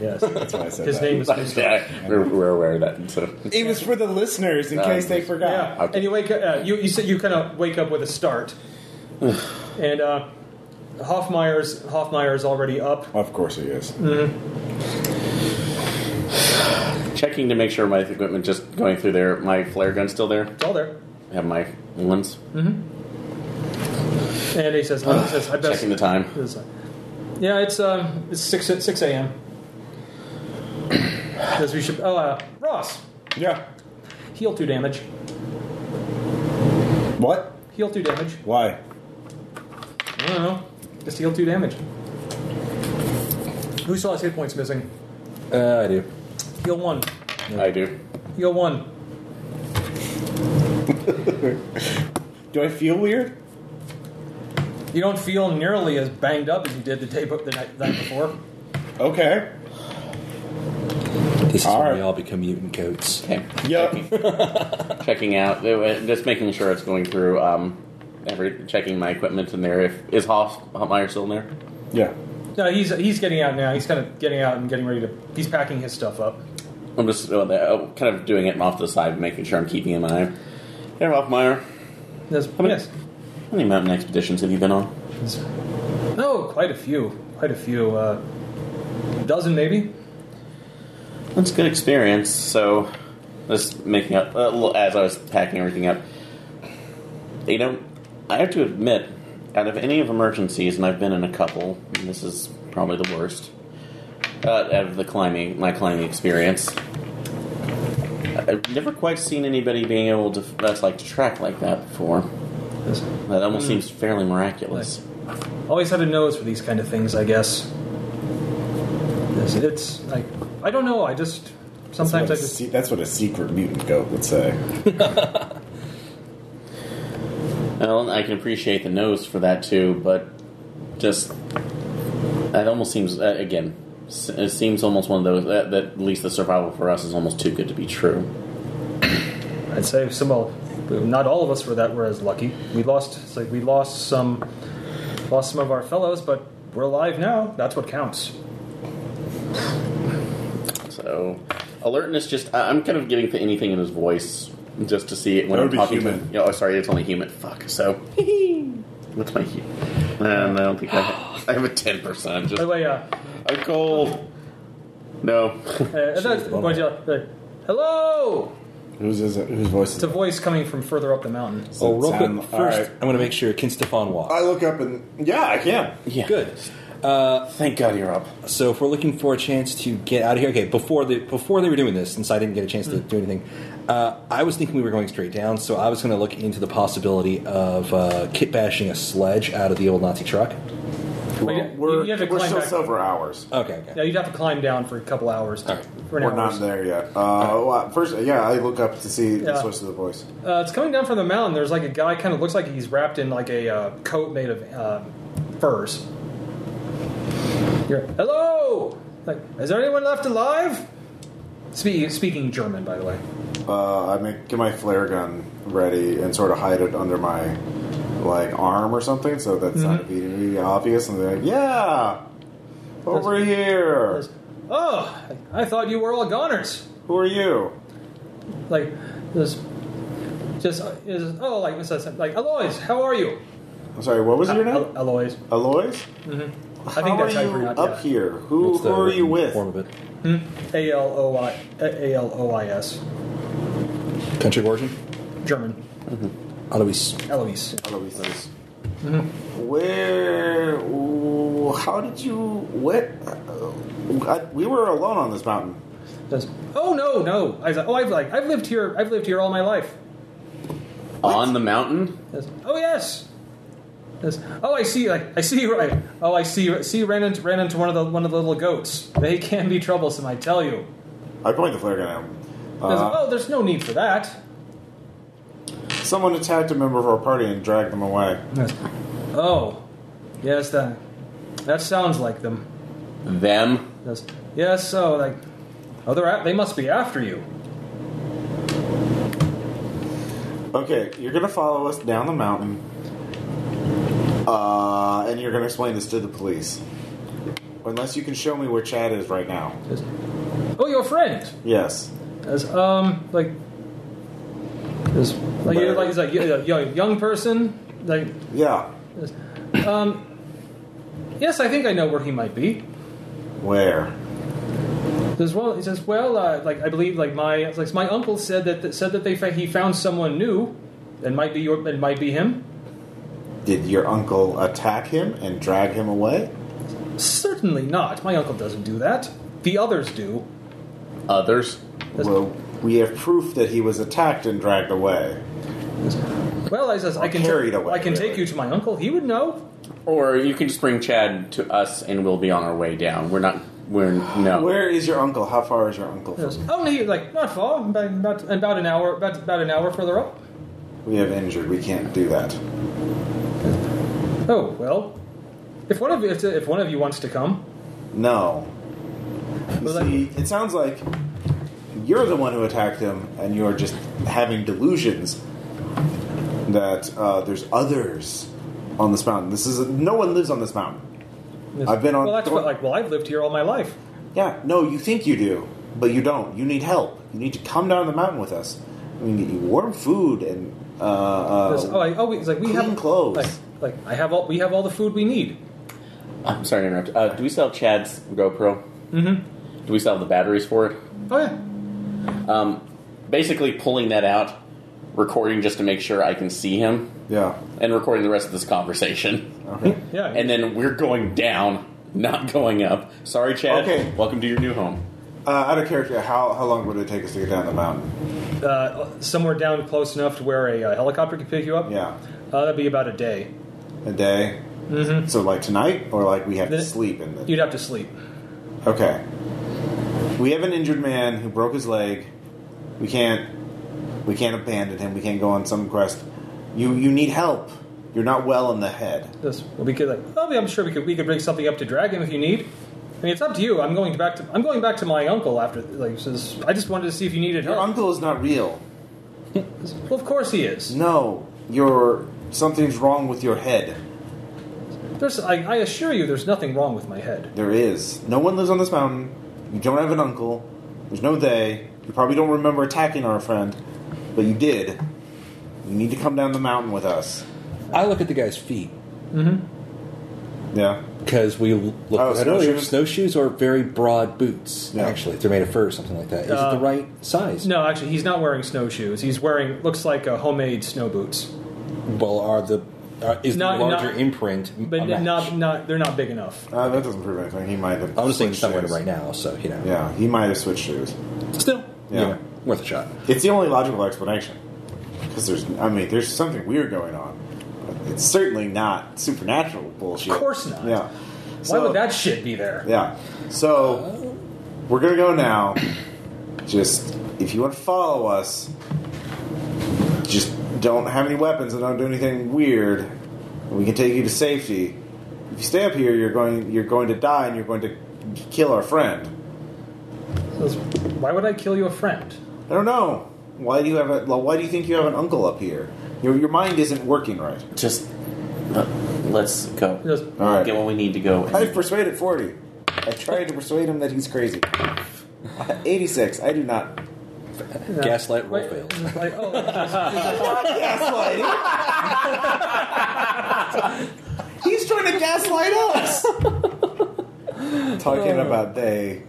[SPEAKER 2] Yes,
[SPEAKER 5] That's why I said
[SPEAKER 2] his
[SPEAKER 5] that.
[SPEAKER 2] name is.
[SPEAKER 3] Yeah, we're, we're aware of that. So.
[SPEAKER 5] It was for the listeners in case they forgot.
[SPEAKER 2] Yeah, and you wake up. Uh, you you said you kind of wake up with a start, and uh, Hoffmeyer's Hoffmeyer's already up.
[SPEAKER 5] Of course he is.
[SPEAKER 3] Checking to make sure my equipment just going through there. My flare gun's still there.
[SPEAKER 2] It's all there.
[SPEAKER 3] I have my ones.
[SPEAKER 2] And he says, he says I best.
[SPEAKER 3] Checking the time.
[SPEAKER 2] It's, uh, yeah, it's um, it's six at six a.m. Says we should. Oh, uh, Ross,
[SPEAKER 5] Yeah.
[SPEAKER 2] heal two damage.
[SPEAKER 5] What?
[SPEAKER 2] Heal two damage.
[SPEAKER 5] Why?
[SPEAKER 2] I don't know. Just heal two damage. Who still has hit points missing?
[SPEAKER 4] Uh, I do.
[SPEAKER 2] Heal one.
[SPEAKER 3] I do.
[SPEAKER 2] Heal one.
[SPEAKER 5] Do I feel weird?
[SPEAKER 2] You don't feel nearly as banged up as you did the day bu- the night, the night before.
[SPEAKER 5] Okay.
[SPEAKER 4] This is
[SPEAKER 5] All
[SPEAKER 4] when
[SPEAKER 5] right.
[SPEAKER 4] we all become mutant goats.
[SPEAKER 3] Okay.
[SPEAKER 5] Yep.
[SPEAKER 3] Checking out. uh, Just making sure it's going through. Um, every checking my equipment in there. If is Hoff Hoffmeyer still in there?
[SPEAKER 5] yeah.
[SPEAKER 2] No, he's he's getting out now. He's kind of getting out and getting ready to. He's packing his stuff up.
[SPEAKER 3] I'm just uh, uh, kind of doing it off to the side, making sure I'm keeping an eye. Hey, Hoffmeyer.
[SPEAKER 2] There's, Oh, yes.
[SPEAKER 3] How many mountain expeditions have you been on?
[SPEAKER 2] No, Oh, quite a few. Quite a few. Uh, a dozen maybe.
[SPEAKER 3] That's good experience. So, just making up uh, l- as I was packing everything up. You know, I have to admit, out of any of emergencies, and I've been in a couple, and this is probably the worst. Uh, out of the climbing, my climbing experience, I've never quite seen anybody being able to that's like to track like that before.
[SPEAKER 2] Yes.
[SPEAKER 3] That almost seems fairly miraculous.
[SPEAKER 2] always had a nose for these kind of things, I guess. It's, it's like I don't know. I just
[SPEAKER 5] That's
[SPEAKER 2] sometimes I
[SPEAKER 5] what, a
[SPEAKER 2] just
[SPEAKER 5] se- that's what a secret mutant goat would say.
[SPEAKER 3] Well, I can appreciate the nose for that too, but just that almost seems uh, again. s- It seems almost one of those that, that at least the survival for us is almost too good to be true.
[SPEAKER 2] I'd say some well, not all of us were that were as lucky. We lost it's like we lost some lost some of our fellows, but we're alive now. That's what counts.
[SPEAKER 3] So alertness just I, I'm kind of getting to anything in his voice just to see it
[SPEAKER 1] That
[SPEAKER 3] when I'm
[SPEAKER 1] would be
[SPEAKER 3] talking
[SPEAKER 1] human.
[SPEAKER 3] to him. Oh, sorry, it's only human. Fuck. So what's my human? And I don't think I have, I have a ten percent. Just
[SPEAKER 2] By the way, uh,
[SPEAKER 3] I'm cold. No.
[SPEAKER 2] uh, that's going to, uh, hello.
[SPEAKER 1] Whose is it? Whose voice is
[SPEAKER 2] It's a
[SPEAKER 1] it?
[SPEAKER 2] voice coming from further up the mountain.
[SPEAKER 4] Well, real
[SPEAKER 1] Sound-
[SPEAKER 4] quick, first,
[SPEAKER 1] all right.
[SPEAKER 4] I'm going to make sure can Stefan walk?
[SPEAKER 1] I look up and yeah, I can.
[SPEAKER 5] Uh,
[SPEAKER 3] yeah.
[SPEAKER 4] Good.
[SPEAKER 1] Thank God you're up.
[SPEAKER 4] So if we're looking for a chance to get out of here, okay. Before the before they were doing this, since I didn't get a chance
[SPEAKER 2] Hmm.
[SPEAKER 4] to do anything, uh, I was thinking we were going straight down. So I was going to look into the possibility of uh, kit bashing a sledge out of the old Nazi truck.
[SPEAKER 2] Well, you-
[SPEAKER 1] We're,
[SPEAKER 2] you have to
[SPEAKER 1] we're
[SPEAKER 2] climb
[SPEAKER 1] still
[SPEAKER 2] back.
[SPEAKER 1] silver hours.
[SPEAKER 4] Okay,
[SPEAKER 2] Yeah,
[SPEAKER 4] okay.
[SPEAKER 2] you'd have to climb down for a couple hours.
[SPEAKER 4] All right.
[SPEAKER 2] For an
[SPEAKER 1] We're
[SPEAKER 2] hour or
[SPEAKER 1] not
[SPEAKER 2] so.
[SPEAKER 1] there yet. Uh, well, first, yeah, I look up to see the
[SPEAKER 2] Yeah.
[SPEAKER 1] source of the voice.
[SPEAKER 2] Uh, it's coming down from the mountain. There's like a guy, kind of looks like he's wrapped in like a uh, coat made of uh, furs. You're, Hello. Like, is there anyone left alive? Spe- speaking German, by the way.
[SPEAKER 1] Uh, I make get my flare gun ready and sort of hide it under my like arm or something, so that's not
[SPEAKER 2] Mm-hmm.
[SPEAKER 1] immediately obvious. And they're like, "Yeah, over here.
[SPEAKER 2] Oh, I thought you were all goners.
[SPEAKER 1] Who are you?"
[SPEAKER 2] Like, this, just uh, is oh, like it says, like Alois, how are you?
[SPEAKER 1] I'm sorry. What was your name?
[SPEAKER 2] Al- Uh, Alois. Mm-hmm.
[SPEAKER 1] Alois.
[SPEAKER 2] I think
[SPEAKER 1] how
[SPEAKER 2] that's
[SPEAKER 1] are
[SPEAKER 2] how you
[SPEAKER 1] you
[SPEAKER 2] pronounce
[SPEAKER 1] up
[SPEAKER 2] yeah.
[SPEAKER 1] here? Who,
[SPEAKER 4] That's
[SPEAKER 1] who
[SPEAKER 4] the
[SPEAKER 1] are you
[SPEAKER 4] written
[SPEAKER 1] with?
[SPEAKER 4] Form of it.
[SPEAKER 2] A L O I A L O I S.
[SPEAKER 4] Country of origin.
[SPEAKER 2] German.
[SPEAKER 4] Eloise.
[SPEAKER 2] Eloise.
[SPEAKER 1] Alois. Where? ooh, How did you? What? uh, I, we were alone on this mountain.
[SPEAKER 2] Says, oh no, no. I was like, oh, I've like I've lived here. I've lived here all my life.
[SPEAKER 3] On the mountain?
[SPEAKER 2] Says, oh yes. Says, oh, I see. Like I see. Right. Oh, I see. See, ran into ran into one of the one of the little goats. They can be troublesome, I tell you.
[SPEAKER 1] I point the flare gun at him.
[SPEAKER 2] Says,
[SPEAKER 1] Uh,
[SPEAKER 2] oh, there's no need for that.
[SPEAKER 1] Someone attacked a member of our party and dragged them away.
[SPEAKER 2] Says, oh, yes, that that sounds like them.
[SPEAKER 3] Them?
[SPEAKER 2] Says, yes. So like, oh, they're at, they must be after you.
[SPEAKER 1] Okay, you're gonna follow us down the mountain, uh, and you're gonna explain this to the police. Unless you can show me where Chad is right now.
[SPEAKER 2] Says, oh, your friend.
[SPEAKER 1] Yes.
[SPEAKER 2] As um like as like you like it's like you- you- you- young person like
[SPEAKER 1] Yeah.
[SPEAKER 2] um yes I think I know where he might be.
[SPEAKER 1] Where?
[SPEAKER 2] As well he says well uh, like I believe like my it's like my uncle said that, that said that they fa- he found someone new and might be your it might be him.
[SPEAKER 1] Did your uncle attack him and drag him away?
[SPEAKER 2] Certainly not. My uncle doesn't do that. The others do.
[SPEAKER 3] Others?
[SPEAKER 2] Yes.
[SPEAKER 1] Well, we have proof that he was attacked and dragged away.
[SPEAKER 2] Well, I says I can
[SPEAKER 1] carried away,
[SPEAKER 2] I can take
[SPEAKER 1] really.
[SPEAKER 2] you to my uncle. He would know.
[SPEAKER 3] Or you can just bring Chad to us and we'll be on our way down. We're not we're no.
[SPEAKER 1] Where is your uncle? How far is your uncle from?
[SPEAKER 2] Yes. Only like not far, about about, about an hour about about an hour further up.
[SPEAKER 1] We have injured. We can't do that.
[SPEAKER 2] Oh well, if one of you, if, if one of you wants to come,
[SPEAKER 1] No. You
[SPEAKER 2] Well, that-
[SPEAKER 1] see, it sounds like you're the one who attacked him, and you're just having delusions that uh, there's others on this mountain. This is no one lives on this mountain. I've been on-
[SPEAKER 2] Well, that's what, like well, I've lived here all my life.
[SPEAKER 1] Yeah, no, you think you do, but you don't. You need help. You need to come down the mountain with us. We can get you warm food and uh,
[SPEAKER 2] There's- oh,
[SPEAKER 1] uh,
[SPEAKER 2] like, oh, we, it's like we
[SPEAKER 1] clean
[SPEAKER 2] have
[SPEAKER 1] clothes.
[SPEAKER 2] Like, like I have all we have all the food we need.
[SPEAKER 3] I'm sorry to interrupt. Uh, do we still have Chad's GoPro?
[SPEAKER 2] Mm-hmm.
[SPEAKER 3] Do we still have the batteries for it?
[SPEAKER 2] Oh yeah.
[SPEAKER 3] Um, basically pulling that out, recording just to make sure I can see him,
[SPEAKER 1] yeah.
[SPEAKER 3] and recording the rest of this conversation.
[SPEAKER 1] Okay.
[SPEAKER 2] Yeah,
[SPEAKER 3] And then we're going down, not going up. Sorry, Chad.
[SPEAKER 1] Okay.
[SPEAKER 3] Welcome to your new home.
[SPEAKER 1] Uh, out of character, how how long would it take us to get down the mountain?
[SPEAKER 2] uh, somewhere down close enough to where a uh, helicopter could pick you up.
[SPEAKER 1] Yeah,
[SPEAKER 2] uh, that'd be about a day.
[SPEAKER 1] a day.
[SPEAKER 2] Mm-hmm.
[SPEAKER 1] So like tonight, or like we have to
[SPEAKER 2] The-
[SPEAKER 1] sleep in the
[SPEAKER 2] You'd have to sleep.
[SPEAKER 1] Okay. We have an injured man who broke his leg. We can't we can't abandon him. We can't go on some quest. You you need help. You're not well in the head.
[SPEAKER 2] This well, we could like. Oh, yeah, I'm sure we could. We could rig something up to drag him if you need. I mean, it's up to you. I'm going back to. I'm going back to my uncle after. Like, says I just wanted to see if you needed
[SPEAKER 1] Your
[SPEAKER 2] help.
[SPEAKER 1] uncle is not real.
[SPEAKER 2] Well, of course he is.
[SPEAKER 1] No, you're something's wrong with your head.
[SPEAKER 2] There's. I, I assure you, there's nothing wrong with my head.
[SPEAKER 1] There is. No one lives on this mountain. You don't have an uncle. There's no they. You probably don't remember attacking our friend, but you did. You need to come down the mountain with us.
[SPEAKER 4] I look at the guy's feet
[SPEAKER 1] Yeah.
[SPEAKER 4] because we looked
[SPEAKER 1] Oh,
[SPEAKER 4] at that earlier.
[SPEAKER 1] snowshoes?
[SPEAKER 4] Snowshoes are very broad boots.
[SPEAKER 1] Yeah.
[SPEAKER 4] Actually, they're made of fur or something like that. Is it
[SPEAKER 2] Uh,
[SPEAKER 4] the right size?
[SPEAKER 2] No, actually, he's not wearing snowshoes. He's wearing looks like a homemade snow boots,
[SPEAKER 4] Well, are the are, is
[SPEAKER 2] Not-
[SPEAKER 4] the larger
[SPEAKER 2] not-
[SPEAKER 4] imprint? a
[SPEAKER 2] but
[SPEAKER 4] match?
[SPEAKER 2] not not they're not big enough.
[SPEAKER 1] Uh, that doesn't prove anything. He might have.
[SPEAKER 4] I'm just thinking
[SPEAKER 1] switched
[SPEAKER 4] somewhere
[SPEAKER 1] shoes.
[SPEAKER 4] right now, so you know.
[SPEAKER 1] Yeah, he might have switched shoes.
[SPEAKER 4] Still,
[SPEAKER 1] Yeah.
[SPEAKER 4] you know, worth a shot.
[SPEAKER 1] It's the only logical explanation. Because there's, I mean, there's something weird going on. It's certainly not supernatural bullshit.
[SPEAKER 2] Of course not.
[SPEAKER 1] Yeah.
[SPEAKER 2] Why would that shit be there?
[SPEAKER 1] Yeah. So we're gonna go now. Just if you want to follow us, just don't have any weapons and don't do anything weird. We can take you to safety. If you stay up here, you're going you're going to die and you're going to kill our friend.
[SPEAKER 2] Says, Why would I kill your friend?
[SPEAKER 1] I don't know. Why do you have a well, Why do you think you have an uncle up here? Your your mind isn't working right.
[SPEAKER 3] Just uh, let's go.
[SPEAKER 2] He goes,
[SPEAKER 1] All right.
[SPEAKER 3] Get what we need to go.
[SPEAKER 1] I've persuaded forty. I tried to persuade him that he's crazy. Eighty six. I do not.
[SPEAKER 4] Gaslight roll
[SPEAKER 2] Wait,
[SPEAKER 4] fails.
[SPEAKER 2] it's like, oh,
[SPEAKER 1] gaslighting. He's trying to gaslight us. Uh. Talking about they.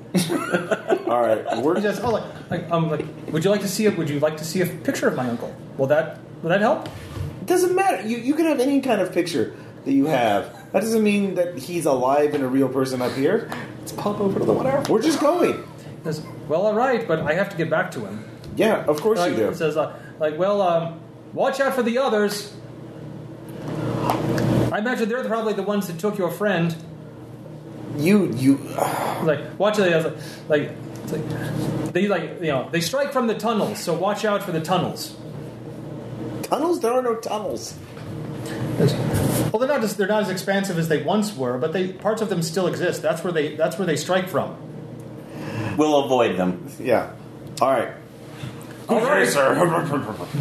[SPEAKER 1] All right, we're
[SPEAKER 2] he says, oh, like, like, um, like, would you like to see it? Would you like to see a picture of my uncle? Will that will that help?
[SPEAKER 1] It doesn't matter. You you can have any kind of picture that you have. That doesn't mean that he's alive and a real person up here.
[SPEAKER 2] Let's pop over to the water.
[SPEAKER 1] We're just going.
[SPEAKER 2] Says, well, all right, but I have to get back to him.
[SPEAKER 1] Yeah, of course
[SPEAKER 2] Like,
[SPEAKER 1] you do.
[SPEAKER 2] Says, uh, like, well, um, watch out for the others. I imagine they're probably the ones that took your friend.
[SPEAKER 1] You you. uh,
[SPEAKER 2] Like, watch the others. Like, it's like, they like, you know, they strike from the tunnels, so watch out for the tunnels.
[SPEAKER 1] Tunnels? There are no tunnels.
[SPEAKER 2] Well, they're not as, they're not as expansive as they once were, but they parts of them still exist. That's where they that's where they strike from.
[SPEAKER 3] We'll avoid them.
[SPEAKER 1] Yeah. All right. All right, sir.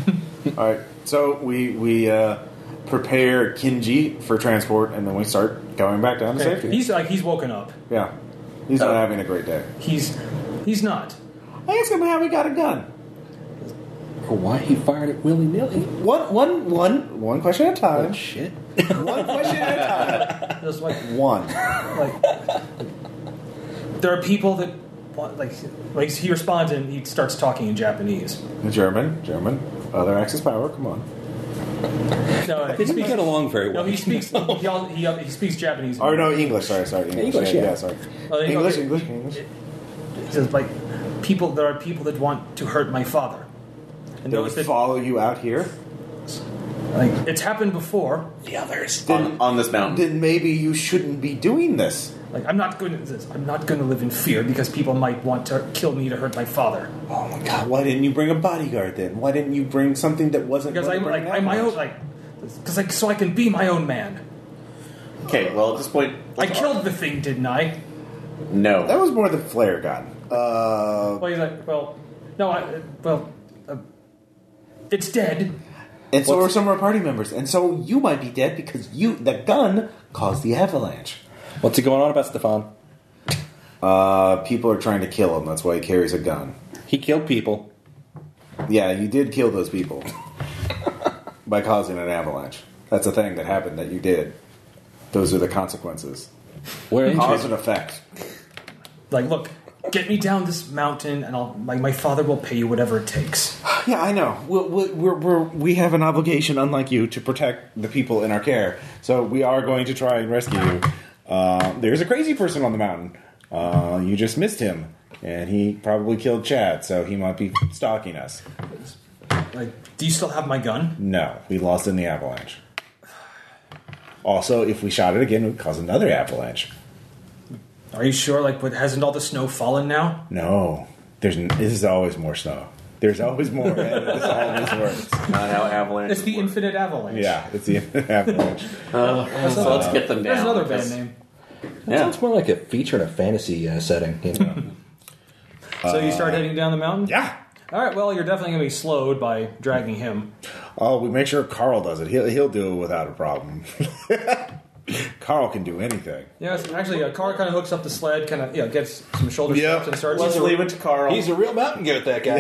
[SPEAKER 1] All right. So we we uh, prepare Kinji for transport, and then we start going back down to safety.
[SPEAKER 2] He's like he's woken up.
[SPEAKER 1] yeah, he's not having a great day.
[SPEAKER 2] He's he's not.
[SPEAKER 1] I asked him how he got a gun.
[SPEAKER 4] Or why he fired it willy nilly?
[SPEAKER 1] One one one one question at a time.
[SPEAKER 4] Shit.
[SPEAKER 1] one question at a
[SPEAKER 2] Just like
[SPEAKER 1] time. One.
[SPEAKER 2] like there are people that want- like like he responds and he starts talking in Japanese.
[SPEAKER 1] German, German. Other Axis power. Come on.
[SPEAKER 2] No, he
[SPEAKER 4] Did we
[SPEAKER 2] speaks,
[SPEAKER 4] get along very
[SPEAKER 2] no,
[SPEAKER 4] well?
[SPEAKER 2] he speaks he, al- he, al- he speaks Japanese.
[SPEAKER 1] Or Oh, no, English. Sorry, sorry. English.
[SPEAKER 4] English, yeah.
[SPEAKER 1] sorry.
[SPEAKER 2] Oh, they-
[SPEAKER 1] English,
[SPEAKER 2] okay.
[SPEAKER 1] English, English.
[SPEAKER 2] He says like people there are people that want to hurt my father. And
[SPEAKER 1] They would
[SPEAKER 2] those that,
[SPEAKER 1] follow you out here.
[SPEAKER 2] like, it's happened before.
[SPEAKER 4] the others.
[SPEAKER 3] On, on this mountain.
[SPEAKER 1] Then maybe you shouldn't be doing this.
[SPEAKER 2] Like I'm not going to I'm not going to live in fear because people might want to kill me to hurt my father.
[SPEAKER 1] Oh my god, why didn't you bring a bodyguard then? Why didn't you bring something that wasn't
[SPEAKER 2] Because
[SPEAKER 1] gonna
[SPEAKER 2] I'm
[SPEAKER 1] bring
[SPEAKER 2] like
[SPEAKER 1] that
[SPEAKER 2] I'm my
[SPEAKER 1] much?
[SPEAKER 2] own like because like so I can be my own man.
[SPEAKER 3] Okay. Well, at this point,
[SPEAKER 2] I killed the thing, didn't I?
[SPEAKER 1] That
[SPEAKER 3] No.
[SPEAKER 1] was more the flare gun. Uh,
[SPEAKER 2] Well, he's like, well, no, I well, uh, it's dead.
[SPEAKER 1] and so
[SPEAKER 4] What's-
[SPEAKER 1] are some of our party members. And so you might be dead because you the gun caused the avalanche.
[SPEAKER 4] What's he going on about, Stefan?
[SPEAKER 1] Uh, people are trying to kill him. That's why he carries a gun.
[SPEAKER 4] He killed people.
[SPEAKER 1] Yeah, you did kill those people by causing an avalanche. That's a thing that happened that you did. Those are the consequences.
[SPEAKER 4] Where in
[SPEAKER 1] Cause and effect.
[SPEAKER 2] Like, look, get me down this mountain, and I'll like my father will pay you whatever it takes.
[SPEAKER 1] Yeah, I know. We're, we're, we're, we have an obligation, unlike you, to protect the people in our care.
[SPEAKER 5] So we are going to try and rescue you. Uh, there's a crazy person on the mountain. Uh, you just missed him, and he probably killed Chad, so he might be stalking us.
[SPEAKER 2] Like, do you still have my gun?
[SPEAKER 5] No, we lost in the avalanche. Also, if we shot it again, it would cause another avalanche.
[SPEAKER 2] Are you sure? Like, but hasn't all the snow fallen now?
[SPEAKER 5] No, there's n- this is always more snow.
[SPEAKER 1] There's always more. and this always works.
[SPEAKER 3] Not how avalanche.
[SPEAKER 2] It's the
[SPEAKER 3] works.
[SPEAKER 2] Infinite Avalanche.
[SPEAKER 1] Yeah, it's the avalanche.
[SPEAKER 3] Uh, so let's get them down.
[SPEAKER 2] There's another
[SPEAKER 3] because-
[SPEAKER 2] band name.
[SPEAKER 3] Yeah.
[SPEAKER 4] Sounds more like a feature in a fantasy uh, setting. You know?
[SPEAKER 2] So you start heading down the mountain?
[SPEAKER 1] uh, Yeah.
[SPEAKER 2] All right, well, you're definitely going to be slowed by dragging him.
[SPEAKER 1] Oh, we make sure Carl does it. He'll he'll do it without a problem. Carl can do anything.
[SPEAKER 2] Yeah, it's- actually, a car kind of hooks up the sled, kind of you know, gets some shoulder
[SPEAKER 1] Yeah.
[SPEAKER 2] straps and starts.
[SPEAKER 3] Let's leave it to Carl.
[SPEAKER 4] He's a real mountain goat, that guy.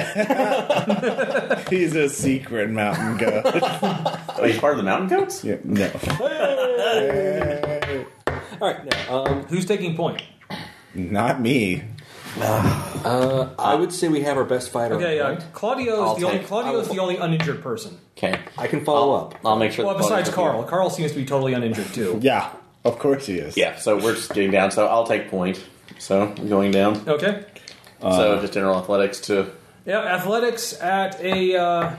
[SPEAKER 1] He's a secret mountain goat.
[SPEAKER 3] oh, he's part of the Mountain Goats?
[SPEAKER 1] yeah, no. Hey.
[SPEAKER 4] All right, now um,
[SPEAKER 2] Who's taking point?
[SPEAKER 1] Not me.
[SPEAKER 4] uh, I would say we have our best fighter.
[SPEAKER 2] Okay, uh,
[SPEAKER 4] right?
[SPEAKER 2] Claudio
[SPEAKER 3] I'll
[SPEAKER 2] is the only
[SPEAKER 3] take-
[SPEAKER 2] Claudio is
[SPEAKER 3] I'll-
[SPEAKER 2] the only uninjured person.
[SPEAKER 3] Okay.
[SPEAKER 4] I can follow
[SPEAKER 3] I'll,
[SPEAKER 4] up.
[SPEAKER 3] I'll make sure.
[SPEAKER 2] Well,
[SPEAKER 3] the
[SPEAKER 2] besides
[SPEAKER 3] photos are here.
[SPEAKER 2] Carl, Carl seems to be totally uninjured too.
[SPEAKER 1] Yeah, of course he is.
[SPEAKER 3] Yeah, so we're just getting down. So I'll take point. So I'm going down.
[SPEAKER 2] Okay. Uh,
[SPEAKER 3] so just general athletics to.
[SPEAKER 2] Yeah, athletics at a uh,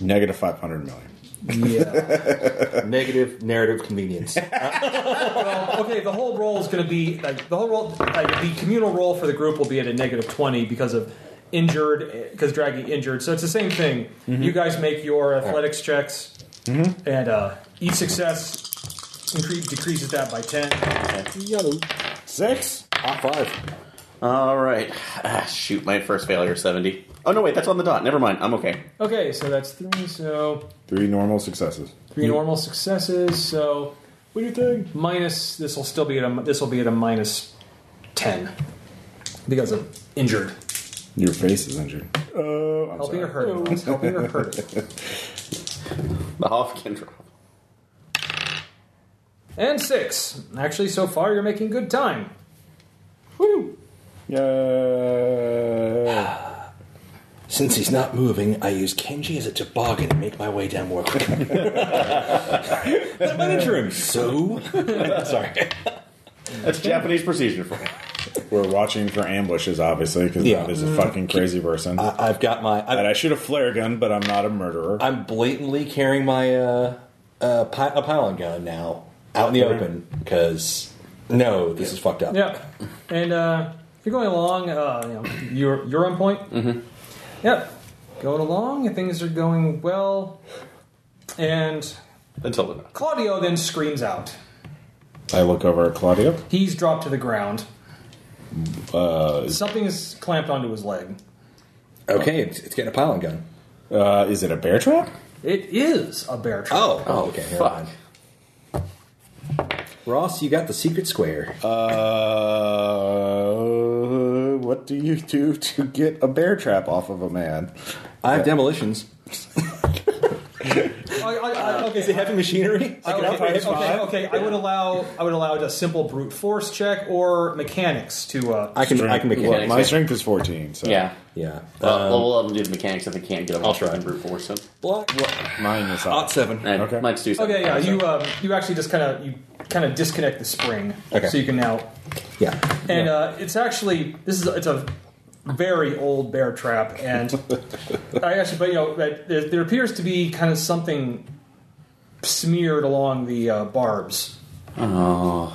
[SPEAKER 1] Negative 500 million.
[SPEAKER 2] yeah.
[SPEAKER 4] uh. Negative narrative convenience.
[SPEAKER 2] well, okay, the whole roll is going to be like the whole roll, like the communal roll for the group will be at a negative twenty because of injured because dragging injured. So it's the same thing. You guys make your athletics checks, and uh, each success incre- decreases that by ten.
[SPEAKER 4] Yo,
[SPEAKER 1] Six?
[SPEAKER 4] high five.
[SPEAKER 3] All right. Ah, shoot, my first failure is 70. Oh, no, wait, that's on the dot. Never mind. I'm okay.
[SPEAKER 2] Okay, so that's three. So
[SPEAKER 1] Three normal successes.
[SPEAKER 2] Three normal successes, so
[SPEAKER 1] What do you think?
[SPEAKER 2] minus this will still be at a this will be at a minus ten because of injured.
[SPEAKER 1] Your face is injured. Oh, I'm
[SPEAKER 2] Helping or
[SPEAKER 1] sorry.
[SPEAKER 2] hurting? It's Helping or hurting?
[SPEAKER 3] The Hofkin drop.
[SPEAKER 2] And six. Actually, so far you're making good time. Woo!
[SPEAKER 1] Yay.
[SPEAKER 4] Since he's not moving, I use Kenji as a toboggan to make my way down more quickly. but I'm injure him, so. Sorry.
[SPEAKER 3] That's Japanese procedure for it.
[SPEAKER 1] We're watching for ambushes, obviously, because
[SPEAKER 4] Yeah.
[SPEAKER 1] that is a fucking
[SPEAKER 3] Mm-hmm.
[SPEAKER 1] crazy person.
[SPEAKER 3] Uh,
[SPEAKER 4] I, I've got my.
[SPEAKER 1] and
[SPEAKER 4] I'm,
[SPEAKER 1] I shoot a flare gun, but I'm not a murderer.
[SPEAKER 4] I'm blatantly carrying my uh, uh, pi- a pylon gun now out in the open because no, this is fucked up.
[SPEAKER 2] Yeah. And uh, you're going along. Uh, you know, you're you're on point. Mm-hmm. Yep. Going along, and things are going well. And
[SPEAKER 3] Until the dot.
[SPEAKER 2] Claudio then screams out.
[SPEAKER 1] I look over at Claudio.
[SPEAKER 2] He's dropped to the ground.
[SPEAKER 1] Uh, is,
[SPEAKER 2] Something is clamped onto his leg.
[SPEAKER 4] Okay, it's, it's getting a pylon gun.
[SPEAKER 1] uh, is it a bear trap?
[SPEAKER 2] It is a bear trap.
[SPEAKER 4] Oh, okay. never
[SPEAKER 3] fuck.
[SPEAKER 4] mind. Ross, you got the secret square.
[SPEAKER 1] Uh, what do you do to get a bear trap off of a man?
[SPEAKER 4] I have demolitions.
[SPEAKER 2] I, I, Oh. Uh, I, okay,
[SPEAKER 4] Is it heavy machinery?
[SPEAKER 2] I would- okay, okay, okay, I would allow I would allow a simple brute force check or mechanics to. Uh,
[SPEAKER 4] I can. I can make
[SPEAKER 1] Well,
[SPEAKER 4] it.
[SPEAKER 3] Mechanics,
[SPEAKER 1] my
[SPEAKER 3] yeah.
[SPEAKER 1] strength is 14, so
[SPEAKER 3] Yeah.
[SPEAKER 4] Yeah.
[SPEAKER 3] Well,
[SPEAKER 4] Um,
[SPEAKER 3] we'll let them do the mechanics if they can't get them
[SPEAKER 4] I'll
[SPEAKER 3] off
[SPEAKER 4] try.
[SPEAKER 3] and brute force them.
[SPEAKER 4] block.
[SPEAKER 1] mine is
[SPEAKER 4] Ot
[SPEAKER 1] up.
[SPEAKER 4] seven.
[SPEAKER 3] And
[SPEAKER 1] Okay.
[SPEAKER 3] Mine's two
[SPEAKER 2] okay, yeah, you um, you actually just kind of you kind of disconnect the spring,
[SPEAKER 4] Okay.
[SPEAKER 2] so you can now.
[SPEAKER 4] Yeah.
[SPEAKER 2] And uh, it's actually this is it's a very old bear trap, and I actually, but you know, that there, there appears to be kind of something smeared along the uh, barbs.
[SPEAKER 1] God.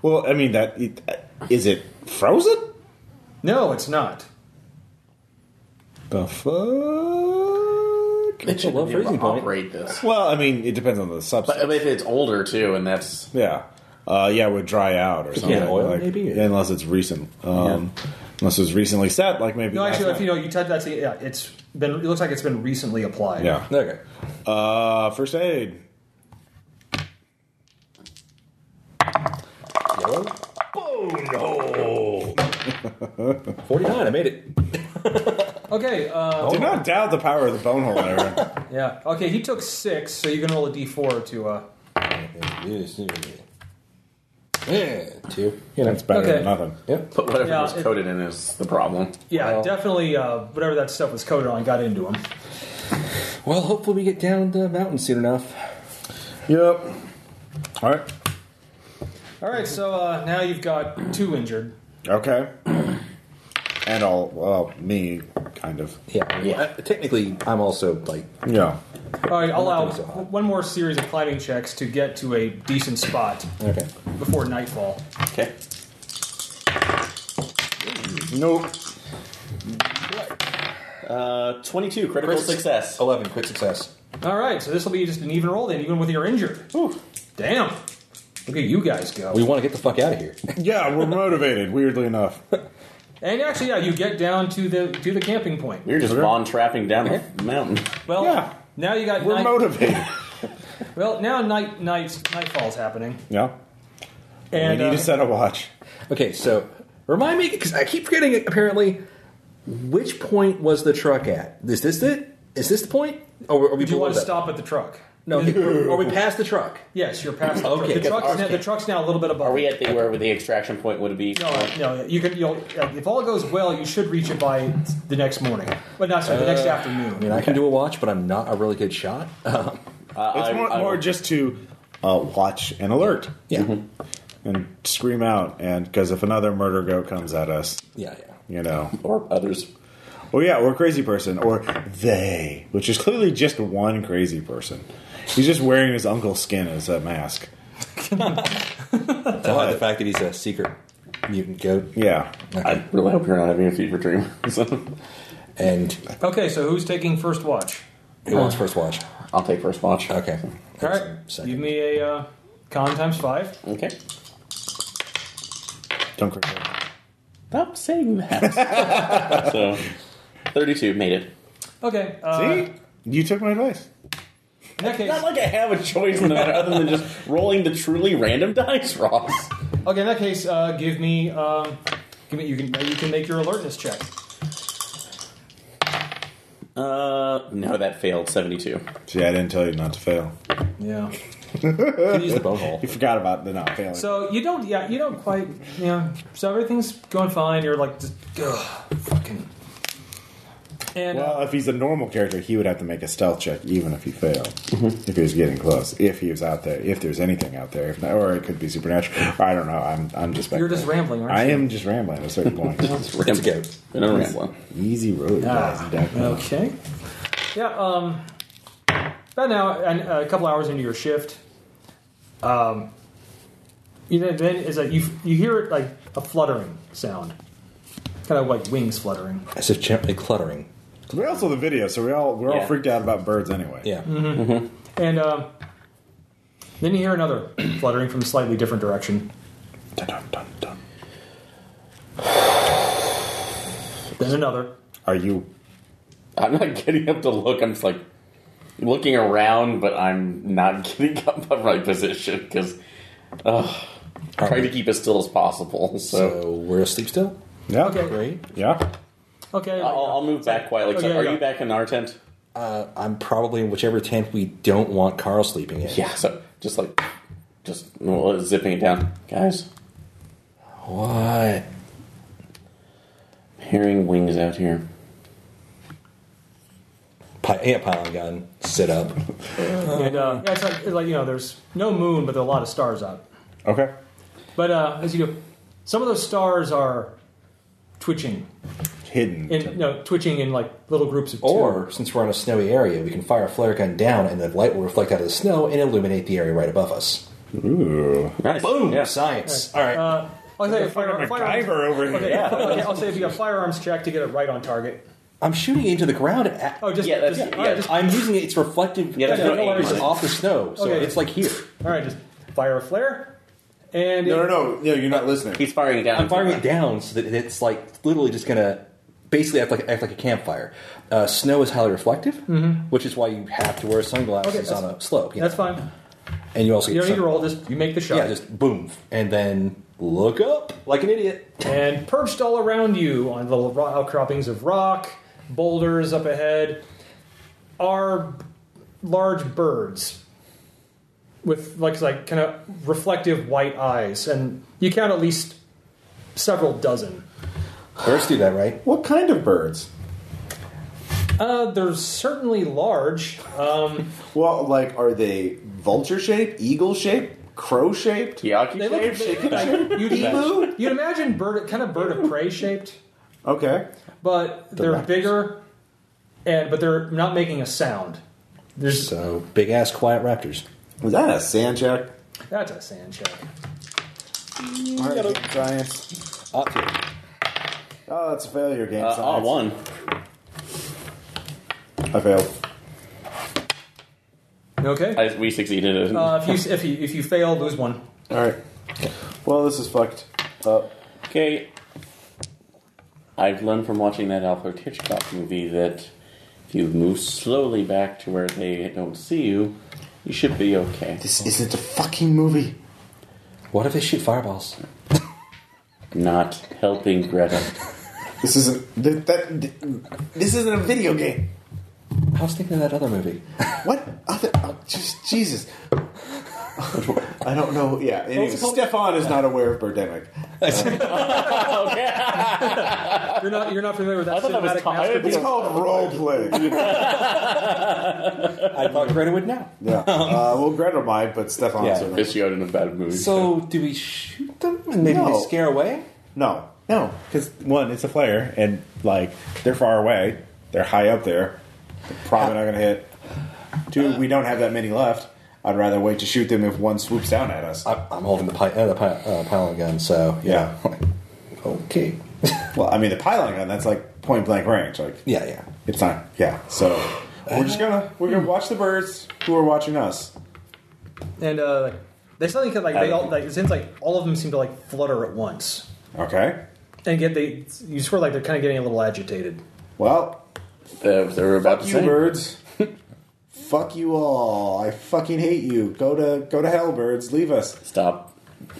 [SPEAKER 1] Well, I mean, that it- is it frozen?
[SPEAKER 2] No, it's not.
[SPEAKER 1] The fuck?
[SPEAKER 3] It should
[SPEAKER 4] Well,
[SPEAKER 3] be able to
[SPEAKER 4] freezing point.
[SPEAKER 3] operate this.
[SPEAKER 1] Well, I mean, it depends on the substance.
[SPEAKER 3] But I mean, if it's older, too, and that's.
[SPEAKER 1] yeah. Uh, yeah, it would dry out or something.
[SPEAKER 4] oil,
[SPEAKER 1] like-
[SPEAKER 4] maybe?
[SPEAKER 1] yeah, unless it's recent. Um, Unless it was recently set, like maybe.
[SPEAKER 2] No,
[SPEAKER 1] last
[SPEAKER 2] actually, if
[SPEAKER 1] night.
[SPEAKER 2] you know, you touch that's yeah, it's been. It looks like it's been recently applied.
[SPEAKER 1] Yeah.
[SPEAKER 4] Okay.
[SPEAKER 1] Uh, first aid.
[SPEAKER 4] Yellow.
[SPEAKER 11] Bonehole.
[SPEAKER 4] Forty-nine. I made it.
[SPEAKER 2] Okay. Uh,
[SPEAKER 4] Oh.
[SPEAKER 1] Do not doubt the power of the bone hole, Aaron.
[SPEAKER 2] Yeah. Okay. He took six, so you can roll a d4 to. Uh,
[SPEAKER 4] Yeah. Two. You know.
[SPEAKER 1] That's better
[SPEAKER 2] Okay.
[SPEAKER 1] than nothing.
[SPEAKER 4] Yep.
[SPEAKER 3] But whatever
[SPEAKER 2] Yeah,
[SPEAKER 3] was
[SPEAKER 2] it-
[SPEAKER 3] coated in is the problem.
[SPEAKER 2] yeah,
[SPEAKER 4] Well-
[SPEAKER 2] definitely. Uh, whatever that stuff was coated on got into him.
[SPEAKER 4] Well, hopefully we get down the mountain soon enough.
[SPEAKER 1] Yep. All right.
[SPEAKER 2] All right. So uh, now you've got two injured.
[SPEAKER 1] Okay. and all well, me kind of.
[SPEAKER 4] Yeah. Yeah. Uh, technically, I'm also like.
[SPEAKER 1] Yeah.
[SPEAKER 2] All right. I'll allow
[SPEAKER 4] gonna be so hot.
[SPEAKER 2] one more series of climbing checks to get to a decent spot
[SPEAKER 4] Okay.
[SPEAKER 2] before nightfall.
[SPEAKER 3] Okay.
[SPEAKER 1] Nope.
[SPEAKER 3] Uh, 22, critical
[SPEAKER 4] Critical
[SPEAKER 3] success.
[SPEAKER 4] Eleven, crit success.
[SPEAKER 2] All right, so this will be just an even roll then, even whether you're injured. Damn. Look at you guys go.
[SPEAKER 4] We want to get the fuck out of here.
[SPEAKER 1] Yeah, we're motivated. Weirdly enough,
[SPEAKER 2] and actually, yeah, you get down to the to the camping point.
[SPEAKER 3] You're just von trapping down the mountain.
[SPEAKER 2] Well,
[SPEAKER 1] Yeah.
[SPEAKER 2] now you got
[SPEAKER 1] we're
[SPEAKER 2] night,
[SPEAKER 1] motivated.
[SPEAKER 2] well now night night nightfall's happening,
[SPEAKER 1] Yeah,
[SPEAKER 2] and
[SPEAKER 1] we need
[SPEAKER 2] uh,
[SPEAKER 1] to set a watch.
[SPEAKER 4] Okay, so remind me because I keep forgetting. it, Apparently, which point was the truck at? Is this it? Is this the point? Or are we
[SPEAKER 2] do you
[SPEAKER 4] below
[SPEAKER 2] want to
[SPEAKER 4] that?
[SPEAKER 2] stop at the truck?
[SPEAKER 4] No, are we past the truck?
[SPEAKER 2] Yes, you're past the
[SPEAKER 4] Okay,
[SPEAKER 2] truck. The
[SPEAKER 4] because
[SPEAKER 2] truck's,
[SPEAKER 4] ours
[SPEAKER 2] now, the
[SPEAKER 4] can't-
[SPEAKER 2] truck's now a little bit above.
[SPEAKER 3] Are we at the where the extraction point would be?
[SPEAKER 2] No, uh, no. You can. You'll, if all goes well, you should reach it by the next morning. But not sorry, the next
[SPEAKER 4] Uh, I mean,
[SPEAKER 2] afternoon.
[SPEAKER 4] I can do a watch, but I'm not a really good shot.
[SPEAKER 3] Uh,
[SPEAKER 1] It's
[SPEAKER 3] I-
[SPEAKER 1] more,
[SPEAKER 3] I-
[SPEAKER 1] more just to uh, watch and alert.
[SPEAKER 4] yeah,
[SPEAKER 1] and scream out, and because if another murder goat comes at us,
[SPEAKER 4] yeah, yeah.
[SPEAKER 1] you know,
[SPEAKER 3] or others.
[SPEAKER 1] well, yeah, or crazy person, or they, which is clearly just one crazy person. He's just wearing his uncle's skin as a mask.
[SPEAKER 4] I like the fact that he's a secret mutant goat,
[SPEAKER 1] Yeah,
[SPEAKER 3] I really hope you're not having a fever dream. So,
[SPEAKER 4] and
[SPEAKER 2] Okay, so who's taking first watch?
[SPEAKER 4] he wants first watch.
[SPEAKER 3] I'll take first watch.
[SPEAKER 4] Okay,
[SPEAKER 2] All right,
[SPEAKER 4] Second.
[SPEAKER 2] give me a uh, con times five.
[SPEAKER 3] Okay.
[SPEAKER 1] don't crazy.
[SPEAKER 3] Stop saying that. so, 32 made it.
[SPEAKER 2] Okay. Uh,
[SPEAKER 1] See, you took my advice.
[SPEAKER 2] In that case,
[SPEAKER 3] Not like I have a choice in the matter other than just rolling the truly random dice, Ross.
[SPEAKER 2] okay. In that case, uh, give me. Um, give me. You can. You can make your alertness check.
[SPEAKER 3] Uh, no, that failed. 72.
[SPEAKER 1] See, I didn't tell you not to fail.
[SPEAKER 2] Yeah.
[SPEAKER 4] Can use the bone hole.
[SPEAKER 1] You forgot about the not failing.
[SPEAKER 2] So you don't. Yeah. You don't quite. Yeah. So everything's going fine. You're like just ugh, fucking. And uh,
[SPEAKER 1] well, if he's a normal character, he would have to make a stealth check, even if he failed.
[SPEAKER 2] Mm-hmm.
[SPEAKER 1] If he was getting close, if he was out there, if there's anything out there, if not, or it could be supernatural. I don't know. I'm, I'm just.
[SPEAKER 2] you're just
[SPEAKER 1] speculating.
[SPEAKER 2] rambling, aren't you?
[SPEAKER 1] I am just rambling at a certain point.
[SPEAKER 4] It's a goat.
[SPEAKER 3] Been a ramble.
[SPEAKER 1] Easy road, guys.
[SPEAKER 2] Ah,
[SPEAKER 1] definitely.
[SPEAKER 2] Okay. Yeah. Um. About now, and a couple hours into your shift, um, you know, then is that you you hear it like a fluttering sound, kind of like wings fluttering.
[SPEAKER 4] As if gently cluttering.
[SPEAKER 1] We all saw the video, so we all we're
[SPEAKER 3] Yeah.
[SPEAKER 1] all freaked out about birds anyway.
[SPEAKER 4] Yeah.
[SPEAKER 2] And um, then you hear another fluttering from a slightly different direction.
[SPEAKER 1] Dun, dun, dun, dun.
[SPEAKER 2] Then another.
[SPEAKER 1] Are you?
[SPEAKER 3] I'm not getting up to look. I'm just like looking around, but I'm not getting up in right position because
[SPEAKER 4] All
[SPEAKER 3] trying to
[SPEAKER 4] right.
[SPEAKER 3] keep as still as possible. So,
[SPEAKER 4] So we're asleep still.
[SPEAKER 1] Yeah.
[SPEAKER 2] Okay.
[SPEAKER 4] Great.
[SPEAKER 1] Yeah.
[SPEAKER 2] Okay.
[SPEAKER 3] I'll, Oh, I'll move back quietly.
[SPEAKER 2] Okay,
[SPEAKER 3] are
[SPEAKER 2] yeah.
[SPEAKER 3] you back in our tent?
[SPEAKER 4] Uh, I'm probably in whichever tent we don't want Carl sleeping in.
[SPEAKER 3] Yeah. So just like just well, zipping it down, guys.
[SPEAKER 4] What?
[SPEAKER 3] Hearing wings out here.
[SPEAKER 4] Pi- ant pylon gun. Sit up.
[SPEAKER 2] And uh, yeah, it's like, it's like you know, there's no moon, but there are a lot of stars out.
[SPEAKER 1] Okay.
[SPEAKER 2] But uh, as you do, some of those stars are twitching
[SPEAKER 1] Hidden.
[SPEAKER 2] in no twitching in like little groups of two.
[SPEAKER 4] Or, since we're in a snowy area, we can fire a flare gun down and the light will reflect out of the snow and illuminate the area right above us.
[SPEAKER 1] Ooh.
[SPEAKER 3] Nice.
[SPEAKER 4] Boom!
[SPEAKER 3] Yeah.
[SPEAKER 4] Science. All right.
[SPEAKER 2] uh, I'll say a fire, firearms-
[SPEAKER 1] over here.
[SPEAKER 2] Okay, okay, I'll say if you got firearms check to get it right on target.
[SPEAKER 4] I'm shooting into the ground. At,
[SPEAKER 2] Oh, just
[SPEAKER 3] Yeah, that's-
[SPEAKER 2] just,
[SPEAKER 3] yeah,
[SPEAKER 2] all right,
[SPEAKER 3] yeah.
[SPEAKER 2] just,
[SPEAKER 4] I'm using it. It's reflective.
[SPEAKER 3] Yeah, that's
[SPEAKER 4] I don't know
[SPEAKER 3] no
[SPEAKER 4] why
[SPEAKER 3] aim
[SPEAKER 4] it's
[SPEAKER 3] on it.
[SPEAKER 4] off the snow, so
[SPEAKER 2] Okay.
[SPEAKER 4] it's like here.
[SPEAKER 2] all right, just fire a flare, and
[SPEAKER 1] No, no, no, no. You're not listening.
[SPEAKER 3] He's firing it down.
[SPEAKER 4] I'm firing it down so that it's like literally just gonna basically act like act like a campfire. Uh, snow is highly reflective, which is why you have to wear
[SPEAKER 2] Mm-hmm. Okay,
[SPEAKER 4] sunglasses
[SPEAKER 2] that's-
[SPEAKER 4] on a slope. You know?
[SPEAKER 2] that's fine.
[SPEAKER 4] And you also
[SPEAKER 2] You
[SPEAKER 4] get
[SPEAKER 2] don't need to
[SPEAKER 4] sun-
[SPEAKER 2] roll. Just you make the shot.
[SPEAKER 4] Yeah, just boom, and then look up like an idiot.
[SPEAKER 2] and perched all around you on little ro- outcroppings of rock, boulders up ahead, are large birds with like like kind of reflective white eyes, and you count at least several dozen.
[SPEAKER 4] Birds do that, right?
[SPEAKER 1] What kind of birds?
[SPEAKER 2] Uh, they're certainly large. Um,
[SPEAKER 1] Well, like, are they vulture shaped, eagle shaped, crow shaped?
[SPEAKER 3] Yaki
[SPEAKER 2] they look
[SPEAKER 3] shaped?
[SPEAKER 2] they- like, you'd,
[SPEAKER 1] Emu?
[SPEAKER 2] imagine, you'd imagine bird kind of bird of prey shaped,
[SPEAKER 1] Okay.
[SPEAKER 2] but they're
[SPEAKER 4] raptors.
[SPEAKER 2] bigger, and but they're not making a sound. There's
[SPEAKER 4] So big ass quiet raptors.
[SPEAKER 1] Was that a sand check?
[SPEAKER 2] that's a sand check.
[SPEAKER 1] All right, science.
[SPEAKER 4] Ought to.
[SPEAKER 1] Oh, it's a failure game.
[SPEAKER 3] Uh,
[SPEAKER 1] science.
[SPEAKER 3] oh, one.
[SPEAKER 1] I failed.
[SPEAKER 2] Okay.
[SPEAKER 3] I, we succeeded.
[SPEAKER 2] Uh, if you if you if you fail, lose one.
[SPEAKER 1] All right. Well, this is fucked up.
[SPEAKER 3] Okay. I've learned from watching that Alfred Hitchcock movie that if you move slowly back to where they don't see you, you should be okay.
[SPEAKER 1] This isn't a fucking movie.
[SPEAKER 4] What if they shoot fireballs?
[SPEAKER 3] Not helping Greta.
[SPEAKER 1] This isn't th- that. th- This isn't a video game.
[SPEAKER 4] I was thinking of that other movie.
[SPEAKER 1] What other? Oh, just Jesus. I don't know. Yeah. Anyway, Stefan is not aware of Birdemic.
[SPEAKER 2] You're not you're not familiar with that
[SPEAKER 3] I thought that was
[SPEAKER 2] cinematic
[SPEAKER 3] Tom- I didn't
[SPEAKER 1] It's
[SPEAKER 2] masterpiece.
[SPEAKER 1] called role play.
[SPEAKER 4] I thought Greta would know.
[SPEAKER 1] Yeah. Uh, well, Greta might, but Stefan
[SPEAKER 4] Yeah.
[SPEAKER 1] doesn't.
[SPEAKER 3] This showed in a bad movie.
[SPEAKER 4] So do we shoot them and maybe
[SPEAKER 1] No.
[SPEAKER 4] they scare away?
[SPEAKER 1] No.
[SPEAKER 5] No, because one, it's a flare, and like they're far away, they're high up there, they're probably not gonna hit. Two, we don't have that many left. I'd rather wait to shoot them if one swoops down at us.
[SPEAKER 4] I, I'm holding the, pi- uh, the pi- uh, pylon gun, so
[SPEAKER 1] Yeah.
[SPEAKER 4] okay.
[SPEAKER 1] Well, I mean, the pylon gun—that's like point blank range. Like,
[SPEAKER 4] yeah, yeah.
[SPEAKER 1] it's not. Yeah. So we're just gonna we're gonna watch the birds who are watching us.
[SPEAKER 2] And uh, like, they suddenly could, like they all like it seems like all of them seem to like flutter at once
[SPEAKER 1] Okay.
[SPEAKER 2] and get they you swear like they're kind of getting a little agitated.
[SPEAKER 1] Well,
[SPEAKER 3] Uh, they were about to
[SPEAKER 1] you
[SPEAKER 3] say.
[SPEAKER 1] birds. Fuck you all. I fucking hate you. Go to go to hell, birds. Leave us.
[SPEAKER 3] Stop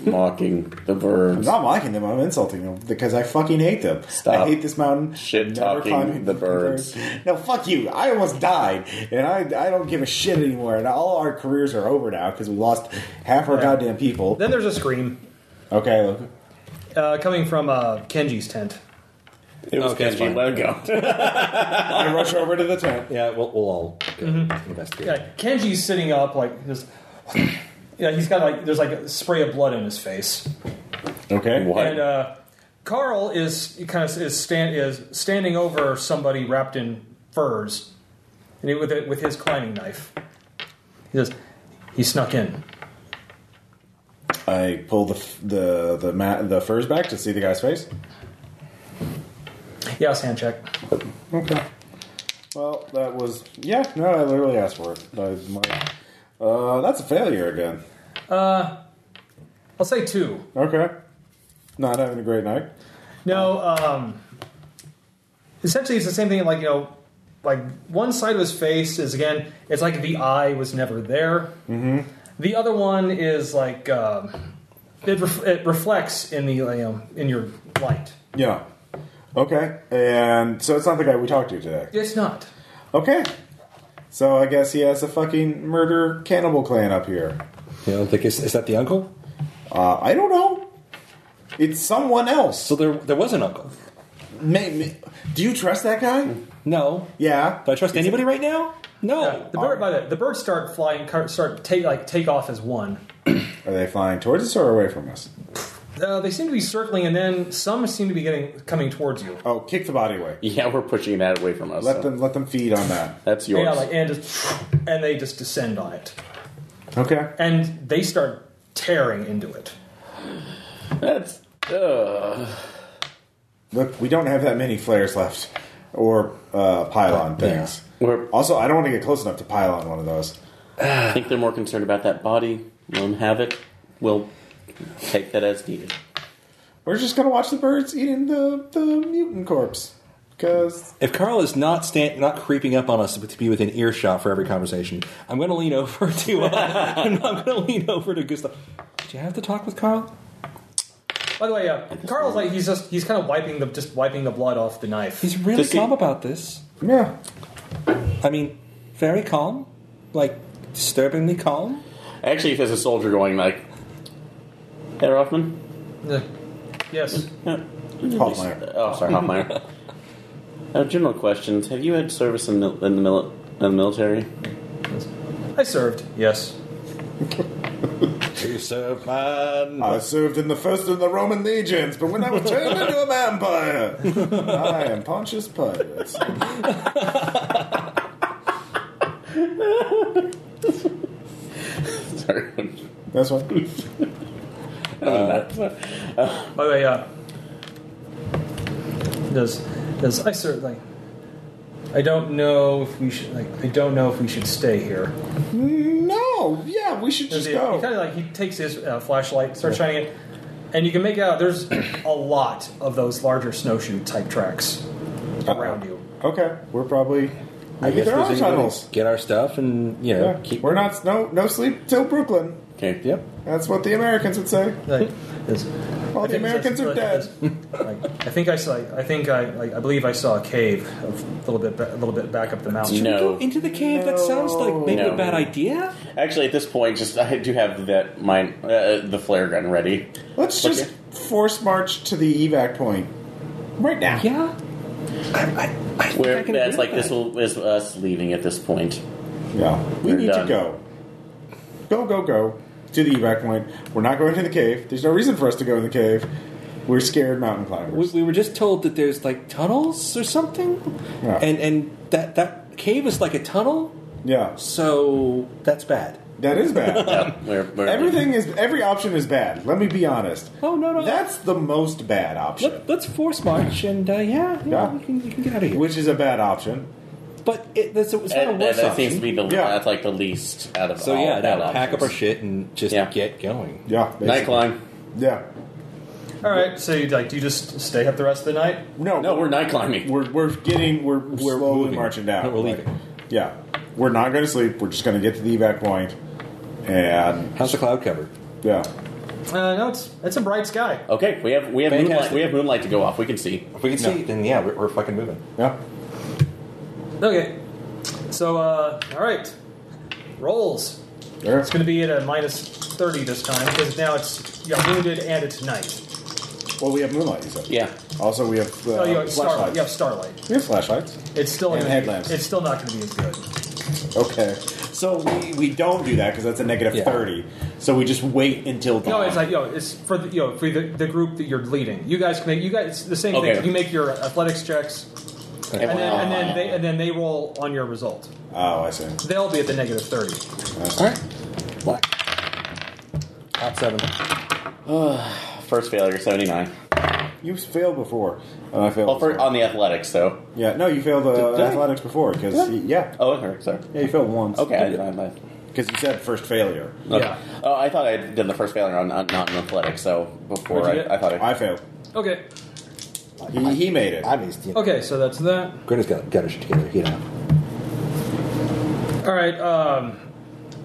[SPEAKER 3] mocking the
[SPEAKER 1] I'm
[SPEAKER 3] birds.
[SPEAKER 1] not mocking them. I'm insulting them because I fucking hate them. I
[SPEAKER 3] Stop
[SPEAKER 1] hate this mountain.
[SPEAKER 3] shit
[SPEAKER 1] Never
[SPEAKER 3] talking
[SPEAKER 1] climbing
[SPEAKER 3] the birds.
[SPEAKER 1] No, fuck you. I almost died, and I I don't give a shit anymore. And all our careers are over now because we lost half our
[SPEAKER 2] Yeah.
[SPEAKER 1] goddamn people.
[SPEAKER 2] Then there's a scream
[SPEAKER 1] Okay, look.
[SPEAKER 2] uh, coming from uh, Kenji's tent.
[SPEAKER 3] It was
[SPEAKER 4] Okay, it's
[SPEAKER 3] Kenji.
[SPEAKER 4] fine.
[SPEAKER 3] Let it go.
[SPEAKER 1] I rush over to the tent.
[SPEAKER 4] Yeah, we'll, we'll all go investigate.
[SPEAKER 2] Yeah, Kenji's sitting up like just yeah he's got like there's like a spray of blood in his face.
[SPEAKER 1] Okay.
[SPEAKER 3] What?
[SPEAKER 2] And uh, Carl is kind of is stand is standing over somebody wrapped in furs, and he, with it, with his climbing knife. He says, "He snuck in."
[SPEAKER 1] I pull the f- the the ma- the furs back to see the guy's face.
[SPEAKER 2] Yeah, hand check.
[SPEAKER 1] Okay. Well, that was yeah. No, I literally asked for it. That was my- uh, that's a failure again.
[SPEAKER 2] I'll say two.
[SPEAKER 1] Okay. Not having a great night.
[SPEAKER 2] No, um, essentially it's the same thing. Like you know, like one side of his face is again, it's like the eye was never there. Mm-hmm. The other one is like um, it, ref- it reflects in the um, in your light.
[SPEAKER 1] Yeah. Okay. And so it's not the guy we talked to today.
[SPEAKER 2] It's not.
[SPEAKER 1] Okay. So I guess he has a fucking murder cannibal clan up here.
[SPEAKER 4] You know, like is, is that the uncle?
[SPEAKER 1] Uh, I don't know. It's someone else.
[SPEAKER 4] So there, there was an uncle.
[SPEAKER 1] May, may- do you trust that guy?
[SPEAKER 4] No.
[SPEAKER 1] Yeah.
[SPEAKER 4] Do I trust anybody right now? No.
[SPEAKER 2] Yeah, the bird, by the, the birds start flying, car- start take like take off as one.
[SPEAKER 1] Are they flying towards us or away from us?
[SPEAKER 2] Uh, they seem to be circling, and then some seem to be getting coming towards you.
[SPEAKER 1] Oh, kick the body away.
[SPEAKER 3] yeah, we're pushing that away from us.
[SPEAKER 1] Let
[SPEAKER 3] so
[SPEAKER 1] them let them feed on that.
[SPEAKER 3] That's yours.
[SPEAKER 2] Yeah, like and just, and they just descend on it,
[SPEAKER 1] Okay.
[SPEAKER 2] and they start tearing into it.
[SPEAKER 3] That's. Uh,
[SPEAKER 1] Look, we don't have that many flares left, or uh, pylon things.
[SPEAKER 3] we're,
[SPEAKER 1] Also, I don't want to get close enough to pylon one of those.
[SPEAKER 3] I think they're more concerned about that body. Let them have it. We'll take that as needed.
[SPEAKER 1] We're just gonna watch the birds eating the, the mutant corpse. Cause
[SPEAKER 4] If Carl is not stand, not creeping up on us to be within earshot for every conversation, I'm going to lean over to. Uh, I'm going to lean over to Gustav. Did you have to talk with Carl?
[SPEAKER 2] By the way, uh, Carl's like he's just he's kind of wiping the just wiping the blood off the knife.
[SPEAKER 4] He's really
[SPEAKER 3] Does he-
[SPEAKER 4] calm about this.
[SPEAKER 1] yeah,
[SPEAKER 4] I mean, very calm, like disturbingly calm.
[SPEAKER 3] Actually, if there's a soldier going, like, Hey, Rothman?
[SPEAKER 2] Uh, yes,
[SPEAKER 1] Hoffmeyer.
[SPEAKER 3] Oh, sorry, Hoffmeyer. uh, general questions. Have you had service in, mil- in, the, mil- in the military?
[SPEAKER 2] I served. Yes,
[SPEAKER 4] To serve man.
[SPEAKER 1] I served in the first of the Roman legions, but when I was turned into a vampire, I am Pontius Pilate.
[SPEAKER 3] Sorry.
[SPEAKER 1] That's one.
[SPEAKER 2] By the way, uh, does does I sir like I don't know if we should like I don't know if we should stay here.
[SPEAKER 1] No, yeah, we should
[SPEAKER 2] Does
[SPEAKER 1] just
[SPEAKER 2] he,
[SPEAKER 1] go.
[SPEAKER 2] kind of like he takes his uh, flashlight, starts shining it, and you can make out there's a lot of those larger snowshoe type tracks around you.
[SPEAKER 1] Okay, we're probably.
[SPEAKER 4] I
[SPEAKER 1] Maybe
[SPEAKER 4] guess
[SPEAKER 1] there are
[SPEAKER 4] there's anybody-
[SPEAKER 1] tunnels.
[SPEAKER 4] get our stuff and you know
[SPEAKER 1] Yeah.
[SPEAKER 4] keep.
[SPEAKER 1] We're not no no sleep till Brooklyn.
[SPEAKER 3] Okay.
[SPEAKER 4] Yep.
[SPEAKER 1] That's what the Americans would say.
[SPEAKER 2] Like, it's-
[SPEAKER 1] All
[SPEAKER 2] I
[SPEAKER 1] the
[SPEAKER 2] think it's-
[SPEAKER 1] Americans are
[SPEAKER 2] like,
[SPEAKER 1] dead.
[SPEAKER 2] it's- like, I think I saw. I think I. Like, I believe I saw a cave a little bit. ba- A little bit back up the mountain.
[SPEAKER 3] No.
[SPEAKER 4] Into the cave. That sounds like maybe
[SPEAKER 3] No.
[SPEAKER 4] a bad idea.
[SPEAKER 3] Actually, at this point, just I do have that mine uh, the flare gun ready.
[SPEAKER 1] Let's just force march to the evac point right now.
[SPEAKER 4] Yeah. I, I, I think I
[SPEAKER 3] Where
[SPEAKER 4] can
[SPEAKER 3] that's
[SPEAKER 4] agree
[SPEAKER 3] like
[SPEAKER 4] with
[SPEAKER 3] this
[SPEAKER 4] that.
[SPEAKER 3] will, is us leaving at this point.
[SPEAKER 1] Yeah, we
[SPEAKER 3] We're
[SPEAKER 1] need
[SPEAKER 3] done.
[SPEAKER 1] to go. Go, go, go to the evac point. We're not going to the cave. There's no reason for us to go in the cave. We're scared mountain
[SPEAKER 4] We,
[SPEAKER 1] climbers.
[SPEAKER 4] we were just told that there's like tunnels or something,
[SPEAKER 1] Yeah.
[SPEAKER 4] and and that that cave is like a tunnel.
[SPEAKER 1] yeah,
[SPEAKER 4] So that's bad.
[SPEAKER 1] that is bad.
[SPEAKER 3] Yeah, we're, we're
[SPEAKER 1] Everything is every option is bad. Let me be honest.
[SPEAKER 4] Oh no no.
[SPEAKER 1] That's the most bad option,
[SPEAKER 4] let, us force march and uh, yeah, yeah,
[SPEAKER 1] Yeah.
[SPEAKER 4] You, can, you can get out of here.
[SPEAKER 1] which is a bad option.
[SPEAKER 4] But it, that's, it's not
[SPEAKER 3] And,
[SPEAKER 4] a
[SPEAKER 3] and
[SPEAKER 4] worse
[SPEAKER 3] that
[SPEAKER 4] option.
[SPEAKER 3] seems to be the
[SPEAKER 1] Yeah.
[SPEAKER 3] that's like the least out of
[SPEAKER 4] so
[SPEAKER 3] all
[SPEAKER 4] yeah,
[SPEAKER 3] bad
[SPEAKER 4] no, pack up our
[SPEAKER 3] options.
[SPEAKER 4] shit and just
[SPEAKER 3] Yeah.
[SPEAKER 4] get going.
[SPEAKER 1] Yeah,
[SPEAKER 3] Night
[SPEAKER 1] basically.
[SPEAKER 3] climb.
[SPEAKER 1] Yeah,
[SPEAKER 2] All right. So you like? Do you just stay up the rest of the night?
[SPEAKER 1] no,
[SPEAKER 3] No, we're night climbing.
[SPEAKER 1] we're we're getting we're we're slowly
[SPEAKER 4] moving.
[SPEAKER 1] marching down.
[SPEAKER 4] No, we're leaving.
[SPEAKER 1] Like, yeah, we're not going to sleep. We're just going to get to the evac point, and
[SPEAKER 4] How's the cloud cover?
[SPEAKER 1] yeah,
[SPEAKER 2] Uh, no, it's it's a bright sky.
[SPEAKER 3] Okay, we have we have
[SPEAKER 4] Fantastic.
[SPEAKER 3] moonlight we have moonlight to go off. We can see.
[SPEAKER 4] If we can see, then yeah, we're, we're fucking moving.
[SPEAKER 1] yeah.
[SPEAKER 2] Okay. So uh, all right. Rolls.
[SPEAKER 1] There.
[SPEAKER 2] It's going to be at a minus thirty this time because now it's you're wounded and it's night.
[SPEAKER 1] Well, we have moonlight. You said.
[SPEAKER 3] Yeah.
[SPEAKER 1] Also, we have uh,
[SPEAKER 2] Oh, you have starlight.
[SPEAKER 1] flashlights.
[SPEAKER 2] You have starlight.
[SPEAKER 1] We have flashlights.
[SPEAKER 2] It's still
[SPEAKER 1] And
[SPEAKER 2] gonna be-
[SPEAKER 1] headlamps.
[SPEAKER 2] It's still not going to be as good.
[SPEAKER 1] Okay. So we, we don't do that because that's a negative
[SPEAKER 4] Yeah.
[SPEAKER 1] 30. So we just wait until dawn.
[SPEAKER 2] No, it's like yo, it's for the yo for the, the group that you're leading. You guys can make you guys it's the same
[SPEAKER 3] Okay.
[SPEAKER 2] thing. You make your athletics checks, and then and then they and then they roll on your result.
[SPEAKER 1] oh, I see.
[SPEAKER 2] They'll be at the negative thirty.
[SPEAKER 4] All right. Black. Hot seven.
[SPEAKER 3] First failure, seventy nine.
[SPEAKER 1] You failed before. And I failed.
[SPEAKER 3] Well, for,
[SPEAKER 1] before.
[SPEAKER 3] on the athletics, so
[SPEAKER 1] yeah, no, you failed uh,
[SPEAKER 3] Did I?
[SPEAKER 1] athletics before because, yeah.
[SPEAKER 3] oh, it hurts. Sorry.
[SPEAKER 1] Yeah, you failed once.
[SPEAKER 3] Okay, I did my life.
[SPEAKER 1] Because you said first failure.
[SPEAKER 3] Okay.
[SPEAKER 2] Yeah.
[SPEAKER 3] Oh, I thought I did the first failure on not, not in athletics. So before
[SPEAKER 2] What'd you
[SPEAKER 3] I, I
[SPEAKER 2] get?
[SPEAKER 3] thought I,
[SPEAKER 1] I failed.
[SPEAKER 2] Okay.
[SPEAKER 1] He, he made it.
[SPEAKER 4] I missed. You know,
[SPEAKER 2] Okay, so that's that.
[SPEAKER 4] Greta's got got her shit together. You know.
[SPEAKER 2] All right. Um,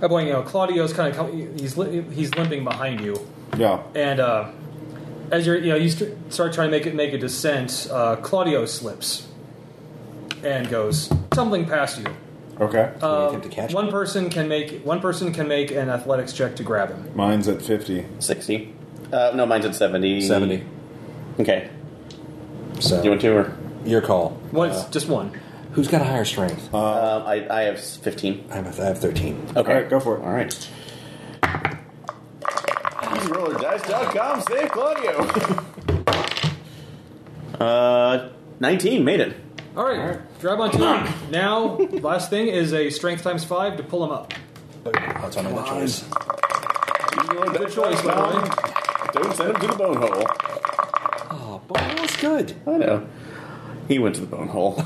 [SPEAKER 2] I'm going. You know, Claudio's kind of he's li- he's limping behind you,
[SPEAKER 1] Yeah.
[SPEAKER 2] and uh, as you're you know you st- start trying to make it make a descent, uh, Claudio slips and goes tumbling past you.
[SPEAKER 1] Okay.
[SPEAKER 2] Um,
[SPEAKER 4] attempt to catch
[SPEAKER 2] one person can make one person can make an athletics check to grab him.
[SPEAKER 1] Mine's at 50.
[SPEAKER 3] sixty. Uh, no, mine's at seventy.
[SPEAKER 4] Seventy.
[SPEAKER 3] Okay.
[SPEAKER 4] So
[SPEAKER 3] Do you want two or?
[SPEAKER 4] your call.
[SPEAKER 2] One,
[SPEAKER 4] Uh,
[SPEAKER 2] just one.
[SPEAKER 4] who's got a higher strength?
[SPEAKER 3] Um, I, I have 15.
[SPEAKER 4] I'm at, I have thirteen.
[SPEAKER 3] Okay.
[SPEAKER 1] All right, go for it.
[SPEAKER 3] All right. RollerDice.com, save Claudio. uh, 19, made it.
[SPEAKER 2] All right, grab onto him. Now, last thing is a strength times five to pull him up.
[SPEAKER 4] That's on another choice.
[SPEAKER 2] Good choice, by the way.
[SPEAKER 3] Don't send him to the bone hole.
[SPEAKER 4] Oh, but that was good.
[SPEAKER 3] I know. He went to the bone hole.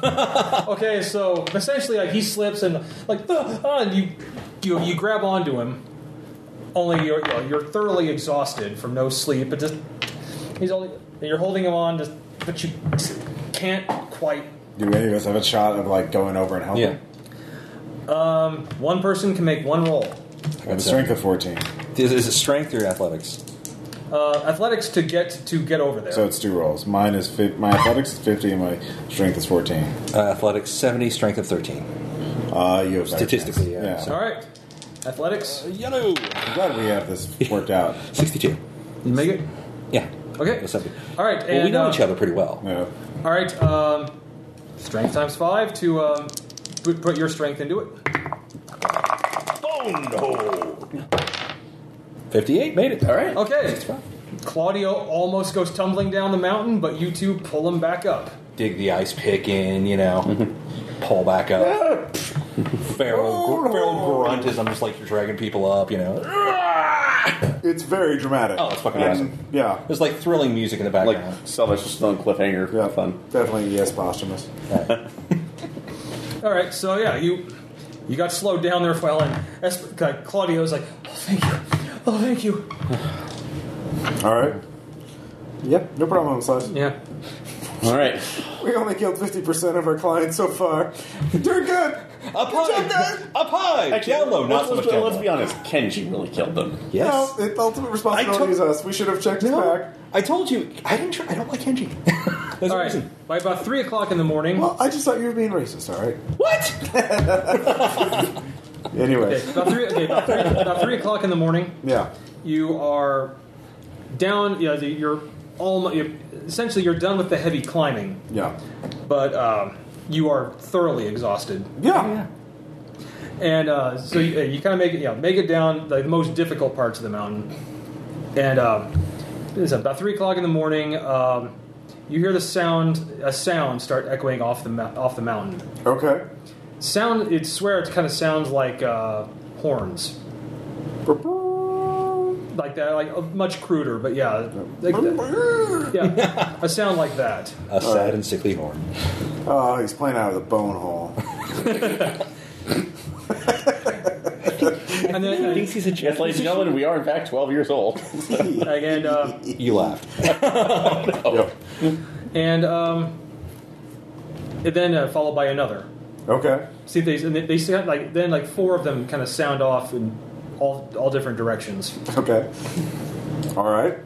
[SPEAKER 2] Okay, so essentially, like he slips and like "Ah, ah," and you, you you grab onto him. Only you're you know, you're thoroughly exhausted from no sleep, but just he's only and you're holding him on, just but you can't quite.
[SPEAKER 1] Do any of us have a shot of, like, going over and helping?
[SPEAKER 4] Yeah.
[SPEAKER 2] One person can make one roll.
[SPEAKER 1] I have a strength of 14.
[SPEAKER 4] Is, is it strength or athletics?
[SPEAKER 2] Uh, athletics to get to get over there.
[SPEAKER 1] So it's two rolls. Mine is fi- my athletics is 50 and my strength is 14.
[SPEAKER 4] Uh, athletics seventy, strength of thirteen.
[SPEAKER 1] Uh, you have better
[SPEAKER 4] Statistically,
[SPEAKER 1] chance.
[SPEAKER 4] yeah.
[SPEAKER 1] yeah.
[SPEAKER 4] So-
[SPEAKER 2] All right, athletics.
[SPEAKER 4] Yellow.
[SPEAKER 1] I'm glad we have this worked out.
[SPEAKER 4] Sixty-two.
[SPEAKER 2] You make it.
[SPEAKER 4] Yeah.
[SPEAKER 2] Okay.
[SPEAKER 4] That's something.
[SPEAKER 2] All right.
[SPEAKER 4] Well, we
[SPEAKER 2] and,
[SPEAKER 4] know
[SPEAKER 2] uh,
[SPEAKER 4] each other pretty well.
[SPEAKER 1] Yeah.
[SPEAKER 2] All right. Um, strength times five to um, put, put your strength into it.
[SPEAKER 7] Bone hole.
[SPEAKER 4] 58 made it. All right.
[SPEAKER 2] Okay. Claudio almost goes tumbling down the mountain, but you two pull him back up.
[SPEAKER 4] Dig the ice pick in, you know, pull back up. feral, gr- feral grunt as I'm just like you're dragging people up, you know.
[SPEAKER 1] It's very dramatic.
[SPEAKER 4] Oh, that's fucking
[SPEAKER 1] And,
[SPEAKER 4] awesome.
[SPEAKER 1] Yeah.
[SPEAKER 4] There's like thrilling music in the
[SPEAKER 3] Like
[SPEAKER 4] background.
[SPEAKER 3] Sylvester Stallone cliffhanger.
[SPEAKER 1] Yeah.
[SPEAKER 3] Fun.
[SPEAKER 1] Definitely yes, posthumous.
[SPEAKER 2] All right, so yeah, you you got slowed down there for a while, and Es- uh, Claudio's like, oh, thank you, oh, thank you.
[SPEAKER 1] All right. Yep, no problem, Slash.
[SPEAKER 2] Yeah.
[SPEAKER 3] All right.
[SPEAKER 1] We only killed 50% of our clients so far. Doing good!
[SPEAKER 4] up high, up high, down low, not
[SPEAKER 3] let's,
[SPEAKER 4] so much
[SPEAKER 3] let's,
[SPEAKER 4] down
[SPEAKER 3] let's
[SPEAKER 4] low.
[SPEAKER 3] be honest. Kenji really killed them.
[SPEAKER 4] Yes.
[SPEAKER 1] No, the ultimate responsibility
[SPEAKER 4] I took-
[SPEAKER 1] is us. We should have checked his back.
[SPEAKER 4] I told you. I didn't. Try, I don't like Kenji. There's
[SPEAKER 2] All
[SPEAKER 4] a
[SPEAKER 2] right.
[SPEAKER 4] reason.
[SPEAKER 2] By about three o'clock in the morning.
[SPEAKER 1] Well, I just thought you were being racist, all right?
[SPEAKER 4] What?
[SPEAKER 1] Anyway,
[SPEAKER 2] Okay, about three. Okay, about three, about three o'clock in the morning.
[SPEAKER 1] yeah.
[SPEAKER 2] you are down. You know, the- you're all. You're, essentially, you're done with the heavy climbing,
[SPEAKER 1] Yeah.
[SPEAKER 2] but um, you are thoroughly exhausted,
[SPEAKER 1] Yeah.
[SPEAKER 2] and uh, so you, you kind of make it. You know, make it down the most difficult parts of the mountain, and um, it's about three o'clock in the morning. Um, you hear the sound, a sound start echoing off the mou- off the mountain.
[SPEAKER 1] Okay.
[SPEAKER 2] Sound, it swear it kind of sounds like uh, horns, like that, like uh, much cruder, but yeah, like that. Yeah, a sound like that.
[SPEAKER 4] A sad and sickly horn.
[SPEAKER 1] Oh, he's playing out of the bone hole.
[SPEAKER 2] And then and,
[SPEAKER 4] he's a
[SPEAKER 3] Yes, ladies and gentlemen, we are in fact 12 years old.
[SPEAKER 2] and, uh,
[SPEAKER 4] You laughed.
[SPEAKER 3] Oh.
[SPEAKER 1] Yep.
[SPEAKER 2] and um, and then uh, followed by another.
[SPEAKER 1] Okay.
[SPEAKER 2] See, they and they- they sound like then like four of them kind of sound off in all all different directions.
[SPEAKER 1] Okay. All right.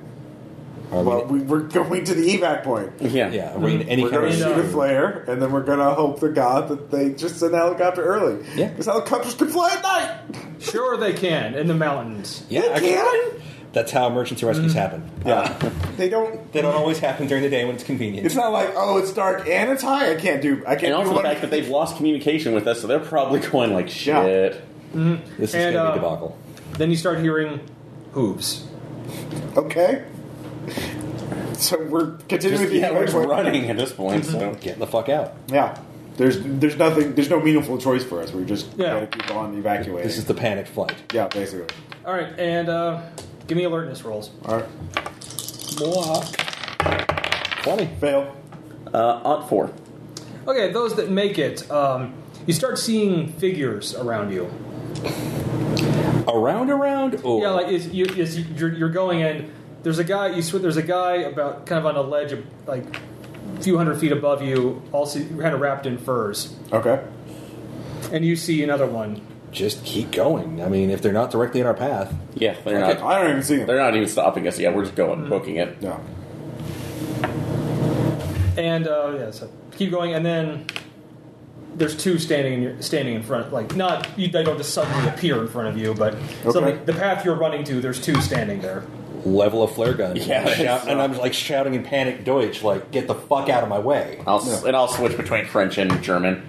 [SPEAKER 1] Well, we, we're going to the evac point.
[SPEAKER 3] yeah.
[SPEAKER 4] Yeah, we're in any
[SPEAKER 1] We're
[SPEAKER 4] kind
[SPEAKER 1] going
[SPEAKER 4] of
[SPEAKER 1] to
[SPEAKER 2] Yeah.
[SPEAKER 1] shoot a flare, and then we're going to hope to God that they just send the helicopter early.
[SPEAKER 4] Yeah.
[SPEAKER 1] Because helicopters can fly at night.
[SPEAKER 2] Sure, they can in the mountains.
[SPEAKER 4] Yeah,
[SPEAKER 1] They
[SPEAKER 4] actually,
[SPEAKER 1] can.
[SPEAKER 4] that's how emergency rescues happen.
[SPEAKER 1] Yeah. They don't.
[SPEAKER 4] They don't always happen during the day when it's convenient.
[SPEAKER 1] It's not like oh, it's dark and it's high. I can't do. I
[SPEAKER 3] And
[SPEAKER 1] can't
[SPEAKER 3] also
[SPEAKER 1] do
[SPEAKER 3] the
[SPEAKER 1] what
[SPEAKER 3] fact that they've lost communication with us, so they're probably going like shit.
[SPEAKER 4] this is
[SPEAKER 2] And,
[SPEAKER 4] going to
[SPEAKER 2] uh,
[SPEAKER 4] be a debacle.
[SPEAKER 2] Then you start hearing hooves.
[SPEAKER 1] Okay. So we're continuing with
[SPEAKER 3] Just,
[SPEAKER 1] the
[SPEAKER 3] yeah, we're
[SPEAKER 1] evac
[SPEAKER 3] just
[SPEAKER 1] point.
[SPEAKER 3] running at this point. So
[SPEAKER 4] Getting the fuck out.
[SPEAKER 1] Yeah. There's there's nothing. There's no meaningful choice for us. We're just
[SPEAKER 2] Yeah.
[SPEAKER 1] gotta keep on evacuating.
[SPEAKER 4] This is the panicked flight.
[SPEAKER 1] yeah, basically.
[SPEAKER 2] All right, and uh, give me alertness rolls.
[SPEAKER 1] All right.
[SPEAKER 4] Blah. Twenty.
[SPEAKER 1] Fail.
[SPEAKER 3] uh, aunt four.
[SPEAKER 2] Okay, those that make it, um, you start seeing figures around you.
[SPEAKER 4] Around, around, or
[SPEAKER 2] Yeah, like is you is you're, you're going and there's a guy you sw- there's a guy about kind of on a ledge of, like a few hundred feet above you, also kind of wrapped in furs,
[SPEAKER 1] Okay.
[SPEAKER 2] and you see another one.
[SPEAKER 4] just keep going. I mean, if they're not directly in our path,
[SPEAKER 3] Yeah, they're not.
[SPEAKER 1] I don't even see
[SPEAKER 3] They're
[SPEAKER 1] them.
[SPEAKER 3] not even stopping us. Yeah, we're just going, booking it.
[SPEAKER 1] No.
[SPEAKER 2] And uh, yeah, so keep going, and then there's two standing in your, standing in front, like not you, they don't just suddenly appear in front of you, but so
[SPEAKER 1] Okay.
[SPEAKER 2] the, the path you're running to, there's two standing there.
[SPEAKER 4] level a flare gun.
[SPEAKER 3] Yeah,
[SPEAKER 4] and, shout,
[SPEAKER 3] it's-
[SPEAKER 4] and I'm like shouting in panic Deutsch, like "Get the fuck out of my way!"
[SPEAKER 3] I'll s
[SPEAKER 1] No.
[SPEAKER 3] and I'll switch between French and German.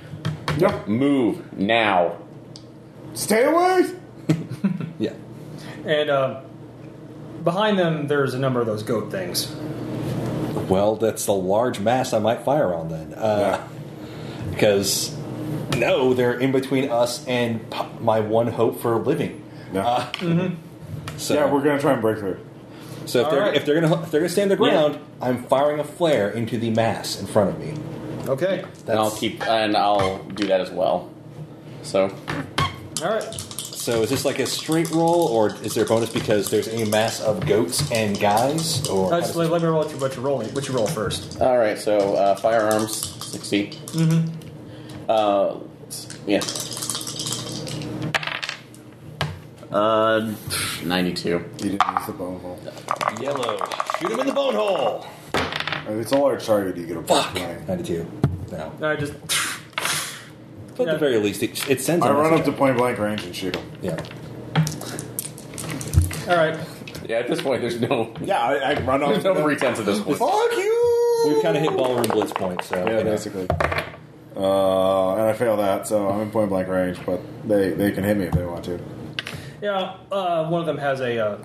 [SPEAKER 1] Yep.
[SPEAKER 3] Move now.
[SPEAKER 1] Stay away.
[SPEAKER 4] Yeah,
[SPEAKER 2] And uh, behind them, there's a number of those goat things.
[SPEAKER 4] Well, that's the large mass I might fire on then. Uh, Because, no, they're in between us and p- my one hope for a living.
[SPEAKER 1] No.
[SPEAKER 4] Uh, So,
[SPEAKER 1] yeah, we're gonna try and break through.
[SPEAKER 4] so if, they're,
[SPEAKER 2] Alright.
[SPEAKER 4] if they're gonna if they're gonna stand their ground, I'm firing a flare into the mass in front of me.
[SPEAKER 2] Okay,
[SPEAKER 3] And I'll keep and I'll do that as well. So
[SPEAKER 2] all right.
[SPEAKER 4] So is this like a straight roll, or is there a bonus because there's a mass of goats and guys? Or
[SPEAKER 2] Uh,
[SPEAKER 4] how
[SPEAKER 2] just
[SPEAKER 4] does-
[SPEAKER 2] let, let me roll what you what you roll what you roll first.
[SPEAKER 3] all right. So uh, firearms sixty. Mm-hmm. Uh, yeah. Uh, ninety-two.
[SPEAKER 1] You didn't use the bone hole.
[SPEAKER 4] yellow? Shoot him in the bone hole.
[SPEAKER 1] If it's all our target, you get a plus
[SPEAKER 4] Fuck.
[SPEAKER 1] nine.
[SPEAKER 4] Ninety-two. No,
[SPEAKER 2] All right, just
[SPEAKER 4] but at
[SPEAKER 2] Yeah.
[SPEAKER 4] the very least, it, it sends. a
[SPEAKER 1] I run
[SPEAKER 4] message
[SPEAKER 1] up to point blank range and shoot him.
[SPEAKER 4] Yeah.
[SPEAKER 2] all right.
[SPEAKER 3] Yeah. At this point, there's no
[SPEAKER 1] Yeah, I, I run up.
[SPEAKER 3] there's no pretense at this point.
[SPEAKER 1] Fuck you.
[SPEAKER 4] We've kind of hit ballroom blitz point, so
[SPEAKER 1] Yeah,
[SPEAKER 4] you know.
[SPEAKER 1] basically. Uh, and I fail that, so I'm in point blank range, but they, they can hit me if they want to.
[SPEAKER 2] Yeah, uh, one of them has a. Uh,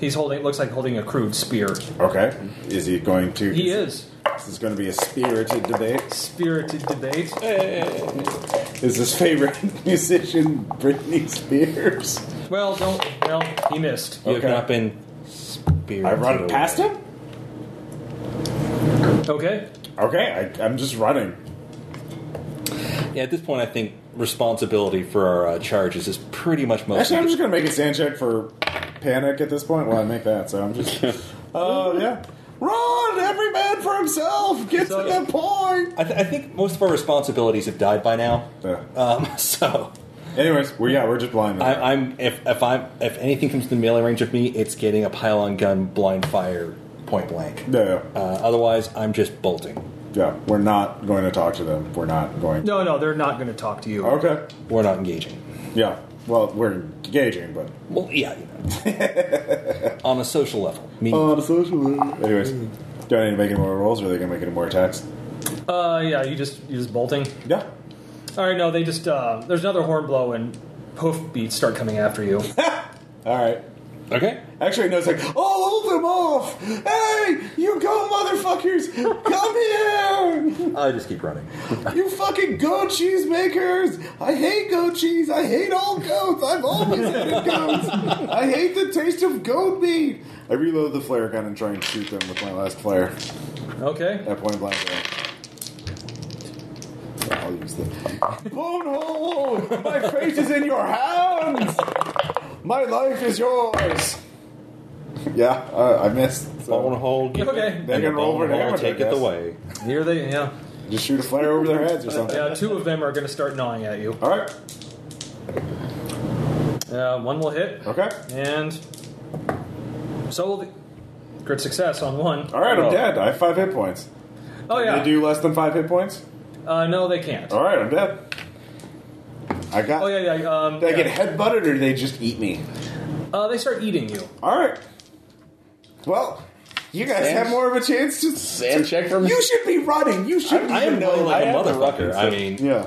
[SPEAKER 2] he's holding. Looks like holding a crude spear.
[SPEAKER 1] Okay. Is he going to?
[SPEAKER 2] He is
[SPEAKER 1] This is going to be a spirited debate.
[SPEAKER 2] spirited debate.
[SPEAKER 1] Is his favorite musician Britney Spears?
[SPEAKER 2] Well, don't. Well, he missed.
[SPEAKER 4] You've
[SPEAKER 1] Okay.
[SPEAKER 4] not been spirited.
[SPEAKER 1] I run past him.
[SPEAKER 2] Okay.
[SPEAKER 1] Okay, I, I'm just running.
[SPEAKER 4] Yeah, at this point, I think responsibility for our uh, charges is pretty much most.
[SPEAKER 1] Actually, I'm just gonna make a sand check for panic at this point. Well, I make that, so I'm just. Uh, yeah. Run, every man for himself. Get
[SPEAKER 2] So-
[SPEAKER 1] to that point.
[SPEAKER 4] I, th- I think most of our responsibilities have died by now.
[SPEAKER 1] Yeah.
[SPEAKER 4] Um, so
[SPEAKER 1] Anyways, we yeah, we're just blind.
[SPEAKER 4] I, I'm if if I'm if anything comes to the melee range of me, it's getting a pylon gun blind fire point blank.
[SPEAKER 1] yeah,
[SPEAKER 4] Uh, otherwise, I'm just bolting.
[SPEAKER 1] yeah, we're not going to talk to them. We're not going.
[SPEAKER 2] No, no, they're not going to talk to you.
[SPEAKER 1] Okay.
[SPEAKER 4] We're not engaging.
[SPEAKER 1] Yeah. Well, we're engaging, but
[SPEAKER 4] Well, yeah, you know. on a social level. I mean,
[SPEAKER 1] on a social. Anyways, do I need to make any more rolls, or are they gonna make any more attacks?
[SPEAKER 2] Uh, yeah, you just you just bolting.
[SPEAKER 1] Yeah.
[SPEAKER 2] All right, no, they just uh, there's another horn blow and hoof beats start coming after you.
[SPEAKER 1] All right.
[SPEAKER 4] okay.
[SPEAKER 1] Actually, no, it's like, oh, hold them off! Hey, you go, motherfuckers! Come here!
[SPEAKER 4] I just keep running.
[SPEAKER 1] You fucking goat cheese makers! I hate goat cheese! I hate all goats! I've always hated goats! I hate the taste of goat meat! I reload the flare gun and try and shoot them with my last flare
[SPEAKER 2] Okay.
[SPEAKER 1] at point blank range. I'll use the Bonehole! My fate is in your hands! My life is yours! Yeah, uh, I missed. so-
[SPEAKER 4] Bonehole, give
[SPEAKER 2] Okay.
[SPEAKER 1] They can roll over
[SPEAKER 4] bonehole,
[SPEAKER 1] damage.
[SPEAKER 4] take
[SPEAKER 1] I
[SPEAKER 4] it
[SPEAKER 1] guess.
[SPEAKER 4] away.
[SPEAKER 2] Here they yeah.
[SPEAKER 1] Just shoot a flare over their heads or something.
[SPEAKER 2] Yeah, two of them are going to start gnawing at you.
[SPEAKER 1] All right.
[SPEAKER 2] Uh, one will hit,
[SPEAKER 1] Okay.
[SPEAKER 2] and so will the great success on one.
[SPEAKER 1] All right. I'm
[SPEAKER 4] No.
[SPEAKER 1] dead. I have five hit points.
[SPEAKER 2] Oh
[SPEAKER 1] Can
[SPEAKER 2] yeah.
[SPEAKER 1] They do less than five hit points.
[SPEAKER 2] Uh, no, they can't.
[SPEAKER 1] All right. I'm dead. I got.
[SPEAKER 2] Oh yeah, yeah. Um,
[SPEAKER 1] Did I
[SPEAKER 2] yeah.
[SPEAKER 1] get headbutted or do they just eat me?
[SPEAKER 2] Uh, they start eating you.
[SPEAKER 1] All right. Well, you guys
[SPEAKER 3] Sam-
[SPEAKER 1] have more of a chance to.
[SPEAKER 3] Sam check from
[SPEAKER 1] You should be running. You should. be
[SPEAKER 4] I am
[SPEAKER 1] running.
[SPEAKER 4] running like
[SPEAKER 3] I
[SPEAKER 4] a
[SPEAKER 3] have the
[SPEAKER 4] motherfucker.
[SPEAKER 3] weapons,
[SPEAKER 4] I
[SPEAKER 3] so-
[SPEAKER 4] mean,
[SPEAKER 1] Yeah.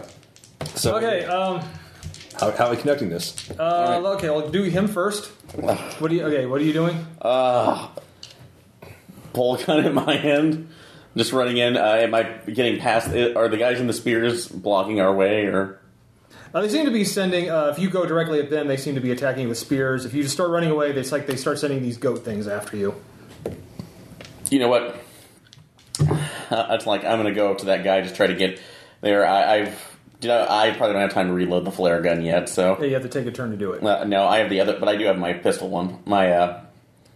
[SPEAKER 4] so
[SPEAKER 2] Okay. Um.
[SPEAKER 4] How, how are we connecting this?
[SPEAKER 2] Uh, Okay, I'll do him first. What do you? Okay, what are you doing?
[SPEAKER 3] pole gun in my hand. Just running in. Uh, am I getting past it? Are the guys in the spears blocking our way? Or
[SPEAKER 2] Uh, they seem to be sending. Uh, if you go directly at them, they seem to be attacking you with spears. If you just start running away, it's like they start sending these goat things after you.
[SPEAKER 3] you know what? Uh, it's like I'm gonna go up to that guy. Just try to get there. I, I've. You know, I probably don't have time to reload the flare gun yet. So
[SPEAKER 2] Yeah, you have to take a turn to do it.
[SPEAKER 3] uh, no, I have the other, but I do have my pistol one. My uh,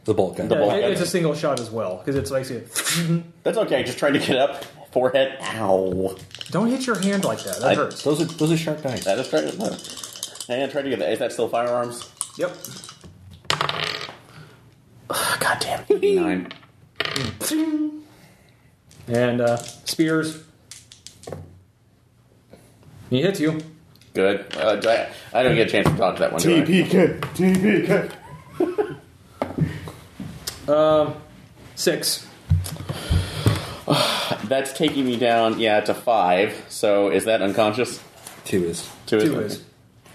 [SPEAKER 4] The bolt gun.
[SPEAKER 3] The
[SPEAKER 2] Yeah,
[SPEAKER 3] bolt
[SPEAKER 2] it-
[SPEAKER 3] gun.
[SPEAKER 2] it's a single shot as well because it's like
[SPEAKER 3] that's okay. Just trying to get up. Forehead. Ow.
[SPEAKER 2] don't hit your hand like that. That
[SPEAKER 3] I-
[SPEAKER 2] hurts.
[SPEAKER 4] Those are those are sharp knives.
[SPEAKER 3] That is trying to. And trying to get that. Is that still firearms?
[SPEAKER 2] Yep.
[SPEAKER 3] God damn. Nine.
[SPEAKER 2] And uh, spears. He hits you.
[SPEAKER 3] Good. Uh, do I, I don't get a chance to talk to that one. do I?
[SPEAKER 1] TPK. TPK.
[SPEAKER 2] Six.
[SPEAKER 3] That's taking me down, yeah, to five. So is that unconscious?
[SPEAKER 4] Two is.
[SPEAKER 3] Two,
[SPEAKER 2] Two is.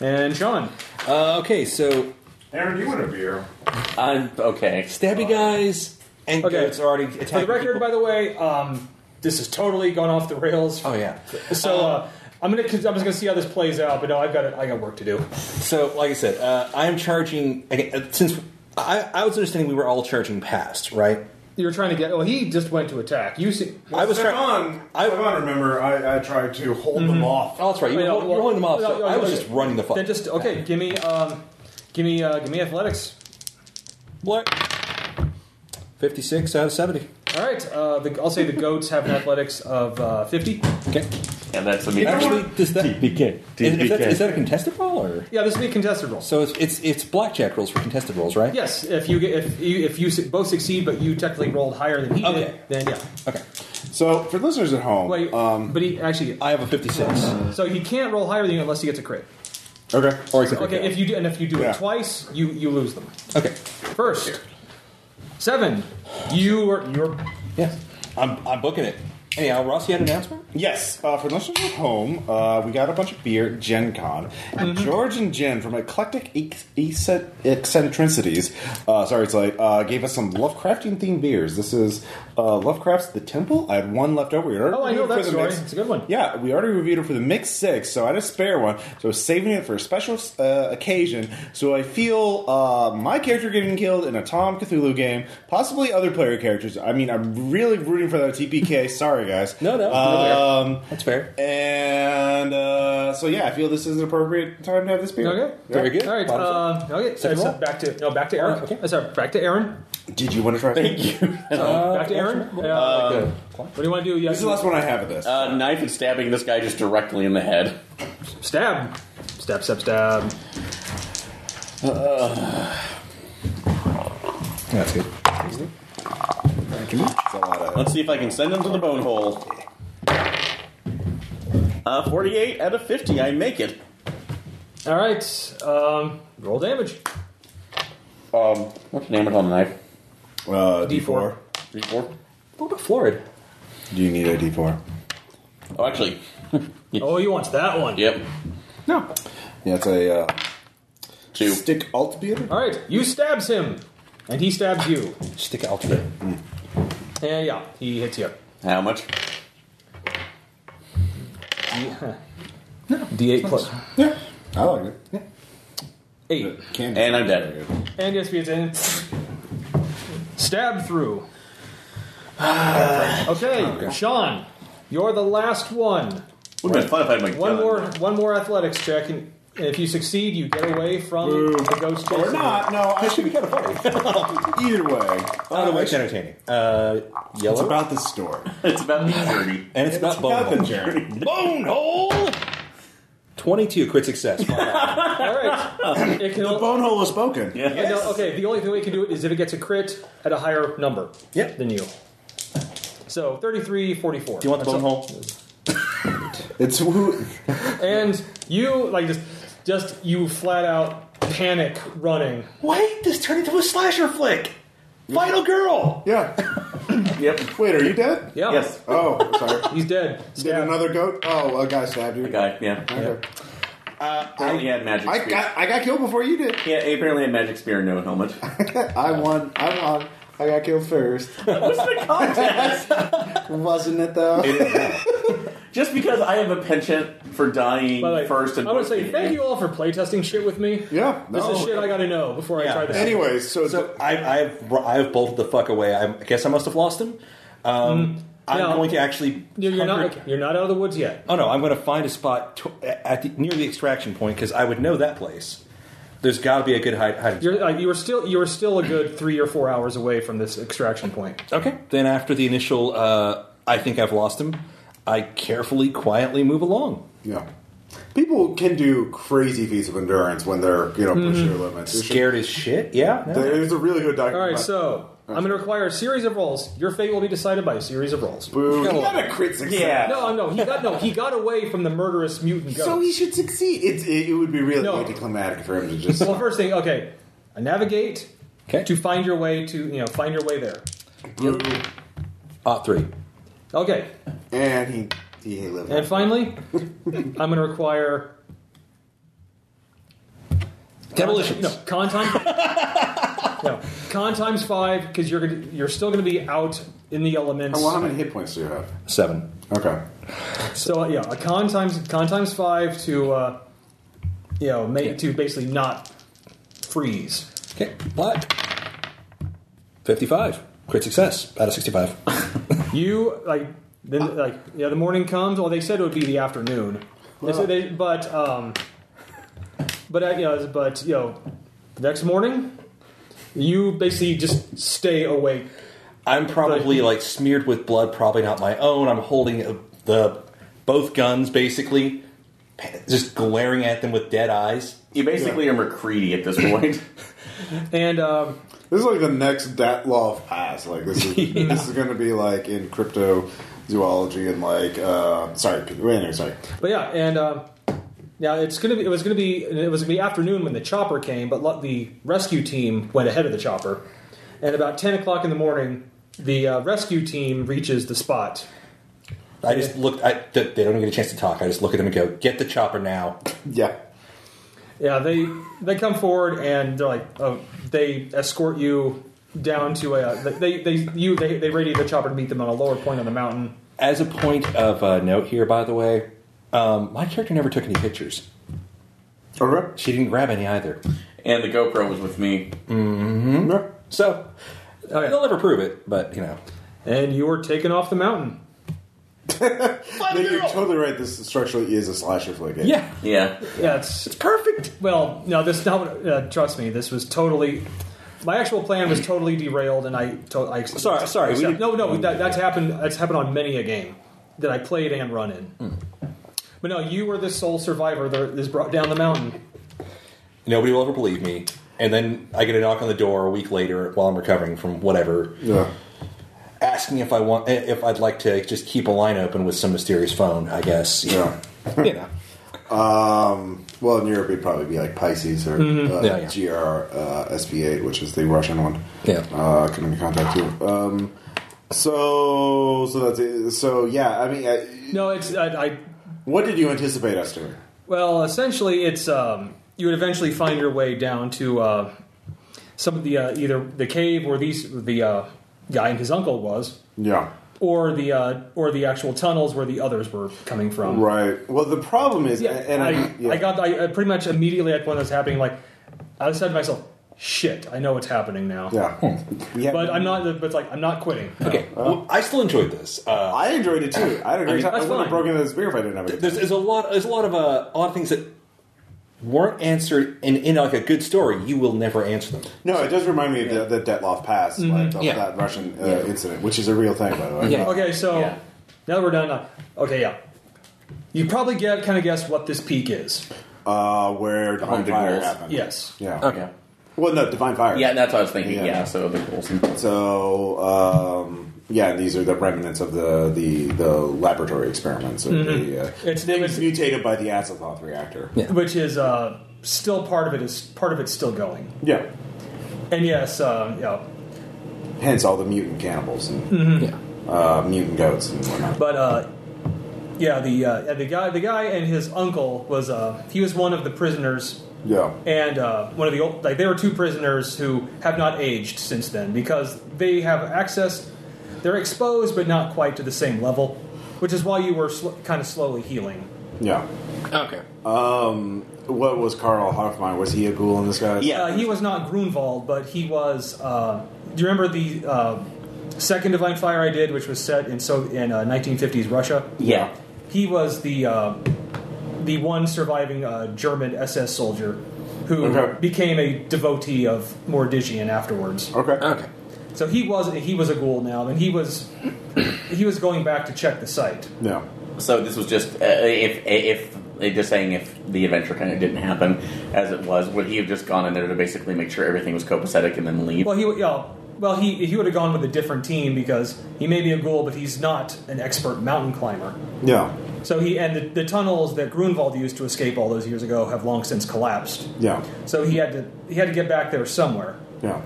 [SPEAKER 2] And Sean.
[SPEAKER 4] Uh, okay, so
[SPEAKER 1] Aaron, you want a beer?
[SPEAKER 3] I'm okay.
[SPEAKER 4] stabby guys and
[SPEAKER 2] Okay.
[SPEAKER 4] goats are already
[SPEAKER 2] For
[SPEAKER 4] attacking.
[SPEAKER 2] the record,
[SPEAKER 4] people.
[SPEAKER 2] by the way, um, this is totally gone off the rails.
[SPEAKER 4] oh yeah.
[SPEAKER 2] So uh, I'm gonna. I'm just gonna see how this plays out. But no, I've got I got work to do.
[SPEAKER 4] So like I said, uh, I'm charging again, uh, since I, I was understanding we were all charging past, right?
[SPEAKER 2] You're trying to get. Well, he just went to attack. You see.
[SPEAKER 4] I was trying.
[SPEAKER 1] Stefan.
[SPEAKER 4] I-
[SPEAKER 1] Stefan, remember, I, I tried to hold them off.
[SPEAKER 4] Oh, that's right. You,
[SPEAKER 2] Wait, no,
[SPEAKER 4] you're
[SPEAKER 2] well-
[SPEAKER 4] holding them off.
[SPEAKER 2] no,
[SPEAKER 4] so
[SPEAKER 2] no,
[SPEAKER 4] I was
[SPEAKER 2] okay.
[SPEAKER 4] just running the fuck.
[SPEAKER 2] Then just okay. Give me. Um, give me. Uh, give me athletics.
[SPEAKER 4] what? Fifty-six out of seventy.
[SPEAKER 2] All right. Uh, the, I'll say the goats have an athletics of uh, 50.
[SPEAKER 4] Okay.
[SPEAKER 3] And that's the meat.
[SPEAKER 4] Actually, does that
[SPEAKER 3] DPK.
[SPEAKER 4] is, is that is that a contested roll or?
[SPEAKER 2] Yeah, this will be a contested roll.
[SPEAKER 4] So it's it's it's blackjack rolls for contested rolls, right?
[SPEAKER 2] Yes, if you get if you if you su- both succeed, but you technically rolled higher than he
[SPEAKER 4] Okay.
[SPEAKER 2] did, then yeah.
[SPEAKER 4] Okay.
[SPEAKER 1] So, for listeners at home,
[SPEAKER 2] Wait,
[SPEAKER 1] um,
[SPEAKER 2] but he actually
[SPEAKER 4] I have a fifty-six.
[SPEAKER 2] so he can't roll higher than you unless he gets a crit.
[SPEAKER 1] okay.
[SPEAKER 4] Or I could
[SPEAKER 2] Okay, if you do and if you do
[SPEAKER 1] Yeah.
[SPEAKER 2] it twice, you you lose them.
[SPEAKER 4] okay.
[SPEAKER 2] First, seven. You are you're
[SPEAKER 4] Yeah. I'm I'm booking it. Anyhow, Ross, you had an announcement?
[SPEAKER 1] Yes, uh, for listeners at home, uh, we got a bunch of beer at Gen Con.
[SPEAKER 2] Mm-hmm.
[SPEAKER 1] George and Jen from Eclectic Ec- Ecce- Eccentricities, uh, sorry, it's like, uh, gave us some Lovecraftian themed beers. This is uh, Lovecraft's The Temple. I had one left over. We already
[SPEAKER 2] Oh, I
[SPEAKER 1] reviewed
[SPEAKER 2] know
[SPEAKER 1] it
[SPEAKER 2] that
[SPEAKER 1] for the
[SPEAKER 2] story.
[SPEAKER 1] mix.
[SPEAKER 2] It's a good one.
[SPEAKER 1] Yeah, we already reviewed it for the Mix 6, so I had a spare one. So I was saving it for a special uh, occasion. So I feel uh, my character getting killed in a Tom Cthulhu game, possibly other player characters. I mean, I'm really rooting for that TPK. Sorry, guys.
[SPEAKER 4] No, no,
[SPEAKER 1] Um,
[SPEAKER 4] That's fair.
[SPEAKER 1] and uh, so yeah, I feel this is an appropriate time to have this beer.
[SPEAKER 2] Okay.
[SPEAKER 4] Very good.
[SPEAKER 2] All right.
[SPEAKER 4] Bottoms up.
[SPEAKER 2] Uh, okay. So,
[SPEAKER 4] Second
[SPEAKER 2] so
[SPEAKER 4] roll?
[SPEAKER 2] back to no, back to Aaron.
[SPEAKER 4] Oh, okay.
[SPEAKER 2] Uh, Sorry, back to Aaron.
[SPEAKER 1] Did you want to try? Thank you.
[SPEAKER 4] Uh,
[SPEAKER 2] back to Aaron.
[SPEAKER 4] action.
[SPEAKER 2] Uh,
[SPEAKER 4] Um,
[SPEAKER 2] what do you want to do? Yeah,
[SPEAKER 1] This is the last one I have of this.
[SPEAKER 3] Uh, knife and stabbing this guy just directly in the head.
[SPEAKER 2] stab, stab, stab, stab.
[SPEAKER 1] That's good. Thank you. It's a lot of-
[SPEAKER 3] Let's see if I can send him to the bone hole. Uh, 48 out of 50, I make it.
[SPEAKER 2] All right. Um, roll damage.
[SPEAKER 3] Um, what's the name it on the knife?
[SPEAKER 1] Uh,
[SPEAKER 2] D four.
[SPEAKER 1] D4.
[SPEAKER 3] Three, four?
[SPEAKER 4] A little bit florid.
[SPEAKER 1] Do you need a D4?
[SPEAKER 3] Oh, actually,
[SPEAKER 2] Oh, he wants that one.
[SPEAKER 3] yep,
[SPEAKER 2] No.
[SPEAKER 1] Yeah, it's a uh,
[SPEAKER 3] two.
[SPEAKER 1] stick alt beer.
[SPEAKER 2] All right. You stabs him, and he stabs you.
[SPEAKER 4] Stick out there.
[SPEAKER 2] And yeah, he hits you.
[SPEAKER 3] How much?
[SPEAKER 2] D8 plus
[SPEAKER 1] Yeah, I like it. Yeah.
[SPEAKER 2] eight,
[SPEAKER 1] Candy.
[SPEAKER 3] And I'm dead.
[SPEAKER 2] and yes, it's in. Stab through. Ah, okay, Sean, you're the last one.
[SPEAKER 3] Would have been fun if I had my
[SPEAKER 2] One
[SPEAKER 3] gun.
[SPEAKER 2] more, one more athletics check, and if you succeed, you get away from the ghost.
[SPEAKER 1] or
[SPEAKER 2] chaser.
[SPEAKER 1] not? No, I should be kind of funny. Either way,
[SPEAKER 4] Either way, it's entertaining. Uh, yellow.
[SPEAKER 1] it's about this story.
[SPEAKER 3] It's about the journey.
[SPEAKER 4] and it's, about bone
[SPEAKER 1] Nothing,
[SPEAKER 4] hole.
[SPEAKER 1] Jerry.
[SPEAKER 12] Bone hole!
[SPEAKER 4] 22, crit success.
[SPEAKER 2] All right. It can
[SPEAKER 1] The
[SPEAKER 2] o-
[SPEAKER 1] bone hole is spoken. Yeah.
[SPEAKER 2] Yeah, no, okay, the only thing we can do it is if it gets a crit at a higher number
[SPEAKER 4] Yep.
[SPEAKER 2] than you. So 33, 44.
[SPEAKER 4] Do you want the bone hole?
[SPEAKER 1] It's who.
[SPEAKER 2] And you, like, just, just you flat out panic running.
[SPEAKER 12] Wait, this turned into a slasher flick! Final girl!
[SPEAKER 1] Yeah.
[SPEAKER 3] Yep.
[SPEAKER 1] Wait, are you dead?
[SPEAKER 2] Yeah.
[SPEAKER 3] Yes.
[SPEAKER 1] Oh, sorry.
[SPEAKER 2] He's dead.
[SPEAKER 1] Did
[SPEAKER 2] Stab.
[SPEAKER 1] another goat? Oh, a guy stabbed you.
[SPEAKER 3] The guy, yeah.
[SPEAKER 1] Okay.
[SPEAKER 3] Apparently he had magic
[SPEAKER 1] I
[SPEAKER 3] spear.
[SPEAKER 1] got I got killed before you did.
[SPEAKER 3] yeah, he apparently had magic spear and no helmet.
[SPEAKER 1] I won. I won. I got killed first.
[SPEAKER 3] What's the contest?
[SPEAKER 1] Wasn't it though?
[SPEAKER 3] Just because I have a penchant for dying
[SPEAKER 2] By the way,
[SPEAKER 3] first and
[SPEAKER 2] I want to say thank you all for playtesting shit with me.
[SPEAKER 1] Yeah. Oh,
[SPEAKER 2] This
[SPEAKER 1] No.
[SPEAKER 2] is shit I gotta know before I
[SPEAKER 4] Yeah.
[SPEAKER 2] try this.
[SPEAKER 1] Anyways, so,
[SPEAKER 4] So I, I've I've bolted the fuck away. I guess I must have lost him. Um, I'm
[SPEAKER 2] Mm. No.
[SPEAKER 4] going to actually.
[SPEAKER 2] You're, you're not,
[SPEAKER 4] hunker-
[SPEAKER 2] okay, you're not out of the woods yet.
[SPEAKER 4] Oh no! I'm going to find a spot to, at the, near the extraction point because I would know that place. There's got to be a good hide. hiding
[SPEAKER 2] You're, like, you were still you were still a good three or four hours away from this extraction point.
[SPEAKER 4] spot. Okay. Then after the initial, uh, I think I've lost him. I carefully, quietly move along.
[SPEAKER 1] yeah. People can do crazy feats of endurance when they're you know pushing their limits. There's-
[SPEAKER 4] Scared as shit. Yeah. no.
[SPEAKER 1] There's a really good document.
[SPEAKER 2] All right, so I'm going to require a series of rolls. Your fate will be decided by a series of rolls.
[SPEAKER 1] Boo. He got a crit success.
[SPEAKER 3] Yeah.
[SPEAKER 2] No, no, he got no. He got away from the murderous mutant ghost.
[SPEAKER 1] So he should succeed. It's it, it would be really
[SPEAKER 2] No.
[SPEAKER 1] anticlimactic for him to just.
[SPEAKER 2] well, first thing, okay, I navigate
[SPEAKER 4] Okay.
[SPEAKER 2] to find your way to you know find your way there.
[SPEAKER 1] Boo.
[SPEAKER 4] Uh, three.
[SPEAKER 2] Okay,
[SPEAKER 1] and he he lived.
[SPEAKER 2] and finally, I'm going to require
[SPEAKER 4] Demolitions.
[SPEAKER 2] No, con time. no, con times five because you're gonna, you're still going to be out in the elements.
[SPEAKER 1] Well, how many hit points do you have?
[SPEAKER 4] Seven.
[SPEAKER 1] Okay.
[SPEAKER 2] So uh, yeah, a con times con times five to uh, you know make to basically not freeze.
[SPEAKER 4] Okay. But fifty-five. Crit success out of sixty-five.
[SPEAKER 2] You like then like yeah, the morning comes. Well, they said it would be the afternoon. They said they, but um, but uh, you know, but you know, the next morning, you basically just stay awake.
[SPEAKER 4] I'm probably like smeared with blood, probably not my own. I'm holding uh, the both guns basically, just glaring at them with dead eyes.
[SPEAKER 3] You basically are McCready at this point.
[SPEAKER 2] And um,
[SPEAKER 1] This is like the next Datloff pass. Like this is this is going to be like in cryptozoology and like uh, sorry, wait, anyway, sorry.
[SPEAKER 2] but yeah, and um, now it's gonna be it was gonna be it was gonna be afternoon when the chopper came, but lu- the rescue team went ahead of the chopper, and about ten o'clock in the morning, the uh, rescue team reaches the spot.
[SPEAKER 4] I just look. I, th- they don't even get a chance to talk. I just look at them and go, "Get the chopper now."
[SPEAKER 1] Yeah.
[SPEAKER 2] Yeah, they they come forward and they're like, oh, they escort you down to a. uh, They they you they they ready the chopper to meet them on a lower point on the mountain.
[SPEAKER 4] As a point of uh, note here, by the way, um, my character never took any pictures.
[SPEAKER 1] Alright.
[SPEAKER 4] She didn't grab any either.
[SPEAKER 3] And the GoPro was with me.
[SPEAKER 4] So
[SPEAKER 2] Oh, yeah.
[SPEAKER 4] they'll never prove it, but you know.
[SPEAKER 2] And you were taken off the mountain.
[SPEAKER 1] No, you're totally right. This structurally is a slasher flick. eh?
[SPEAKER 4] Yeah,
[SPEAKER 3] Yeah.
[SPEAKER 2] Yeah, it's
[SPEAKER 4] perfect.
[SPEAKER 2] well, no, this not. what- Uh, trust me, this was totally. My actual plan was totally derailed, and I. To, I
[SPEAKER 4] Sorry, sorry, we didn't-
[SPEAKER 2] no, no, that, that's happened. That's happened on many a game that I played and run in.
[SPEAKER 4] Hmm.
[SPEAKER 2] But no, you were the sole survivor that is brought down the mountain.
[SPEAKER 4] Nobody will ever believe me. And then I get a knock on the door a week later while I'm recovering from whatever,
[SPEAKER 1] Yeah.
[SPEAKER 4] asking if I want if I'd like to just keep a line open with some mysterious phone. I guess.
[SPEAKER 1] Yeah.
[SPEAKER 4] you know.
[SPEAKER 1] Um, well, in Europe, it'd probably be like Pisces or
[SPEAKER 2] Mm-hmm.
[SPEAKER 1] uh,
[SPEAKER 4] Yeah, yeah.
[SPEAKER 1] GR uh, SB8, which is the Russian one.
[SPEAKER 4] Yeah.
[SPEAKER 1] Uh, come into contact you. Um, so, so that's it. So, yeah, I mean, I,
[SPEAKER 2] No, it's I, I
[SPEAKER 1] what did you anticipate us doing?
[SPEAKER 2] Well, essentially, it's um, you would eventually find your way down to uh, some of the uh, either the cave where these the uh, guy and his uncle was,
[SPEAKER 1] Yeah.
[SPEAKER 2] or the uh, or the actual tunnels where the others were coming from.
[SPEAKER 1] Right. Well, the problem is,
[SPEAKER 2] Yeah,
[SPEAKER 1] and
[SPEAKER 2] I,
[SPEAKER 1] I, yeah.
[SPEAKER 2] I got I, I pretty much immediately at when that was happening, like I said to myself, "Shit, I know what's happening now."
[SPEAKER 1] yeah. yeah.
[SPEAKER 2] But I'm not. But it's like I'm not quitting.
[SPEAKER 4] Okay, well, I still enjoyed this. Uh,
[SPEAKER 1] I enjoyed it too. I had a great
[SPEAKER 2] mean,
[SPEAKER 1] time. I wouldn't
[SPEAKER 2] that's
[SPEAKER 1] have
[SPEAKER 2] fine.
[SPEAKER 1] broken into this beer if I didn't have it.
[SPEAKER 4] there's, there's a lot. There's a lot of uh, a lot of things that weren't answered in, in like a good story. You will never answer them.
[SPEAKER 1] No, it does remind me of the, the Detloff Pass,
[SPEAKER 2] Mm-hmm.
[SPEAKER 1] like, of
[SPEAKER 4] Yeah.
[SPEAKER 1] that Russian uh, incident, which is a real thing, by the way.
[SPEAKER 4] Yeah.
[SPEAKER 2] Okay, so
[SPEAKER 3] Yeah.
[SPEAKER 2] now that we're done, uh, okay, yeah, you probably get kind of guess what this peak is.
[SPEAKER 1] Uh, where Divine
[SPEAKER 3] Haunted
[SPEAKER 1] Fire
[SPEAKER 3] Walls.
[SPEAKER 1] happened.
[SPEAKER 2] Yes.
[SPEAKER 1] Yeah.
[SPEAKER 3] Okay.
[SPEAKER 1] Well, no, Divine Fire.
[SPEAKER 3] Yeah, that's what I was thinking.
[SPEAKER 1] Yeah.
[SPEAKER 3] Yeah, so the goals.
[SPEAKER 1] So, um, yeah, these are the remnants of the the, the laboratory experiments. Or the, uh,
[SPEAKER 2] It's-
[SPEAKER 1] things
[SPEAKER 2] it's-
[SPEAKER 1] mutated by the Azathoth reactor.
[SPEAKER 4] Yeah.
[SPEAKER 2] which is uh, still part of it is part of it's still going.
[SPEAKER 1] Yeah.
[SPEAKER 2] And yes, um, yeah,
[SPEAKER 1] Hence all the mutant cannibals and
[SPEAKER 4] Yeah.
[SPEAKER 1] uh, mutant goats and whatnot.
[SPEAKER 2] but uh, yeah, the uh, and the guy, the guy and his uncle was uh, he was one of the prisoners,
[SPEAKER 1] Yeah.
[SPEAKER 2] and uh, one of the old like they were two prisoners who have not aged since then because they have access, they're exposed but not quite to the same level, which is why you were sl- kind of slowly healing.
[SPEAKER 1] Yeah.
[SPEAKER 4] Okay.
[SPEAKER 1] Um, what was Carl Hoffman? Was he a ghoul in disguise?
[SPEAKER 3] Yeah.
[SPEAKER 2] Uh, he was not Grunwald, but he was. Uh, do you remember the uh, second Divine Fire I did, which was set in so in uh, 1950s Russia?
[SPEAKER 3] Yeah.
[SPEAKER 2] He was the uh, the one surviving uh, German SS soldier who
[SPEAKER 1] Okay.
[SPEAKER 2] became a devotee of Mordigian afterwards.
[SPEAKER 1] Okay.
[SPEAKER 4] Okay.
[SPEAKER 2] So he was he was a ghoul now, and he was he was going back to check the site.
[SPEAKER 1] Yeah.
[SPEAKER 3] So this was just uh, if if if- just saying if the adventure kind of didn't happen as it was, would he have just gone in there to basically make sure everything was copacetic and then leave?
[SPEAKER 2] Well, he yeah, well he he would have gone with a different team because he may be a ghoul, but he's not an expert mountain climber.
[SPEAKER 1] Yeah.
[SPEAKER 2] So he and the, the tunnels that Grunwald used to escape all those years ago have long since collapsed.
[SPEAKER 1] Yeah.
[SPEAKER 2] So he had to he had to get back there somewhere.
[SPEAKER 1] Yeah.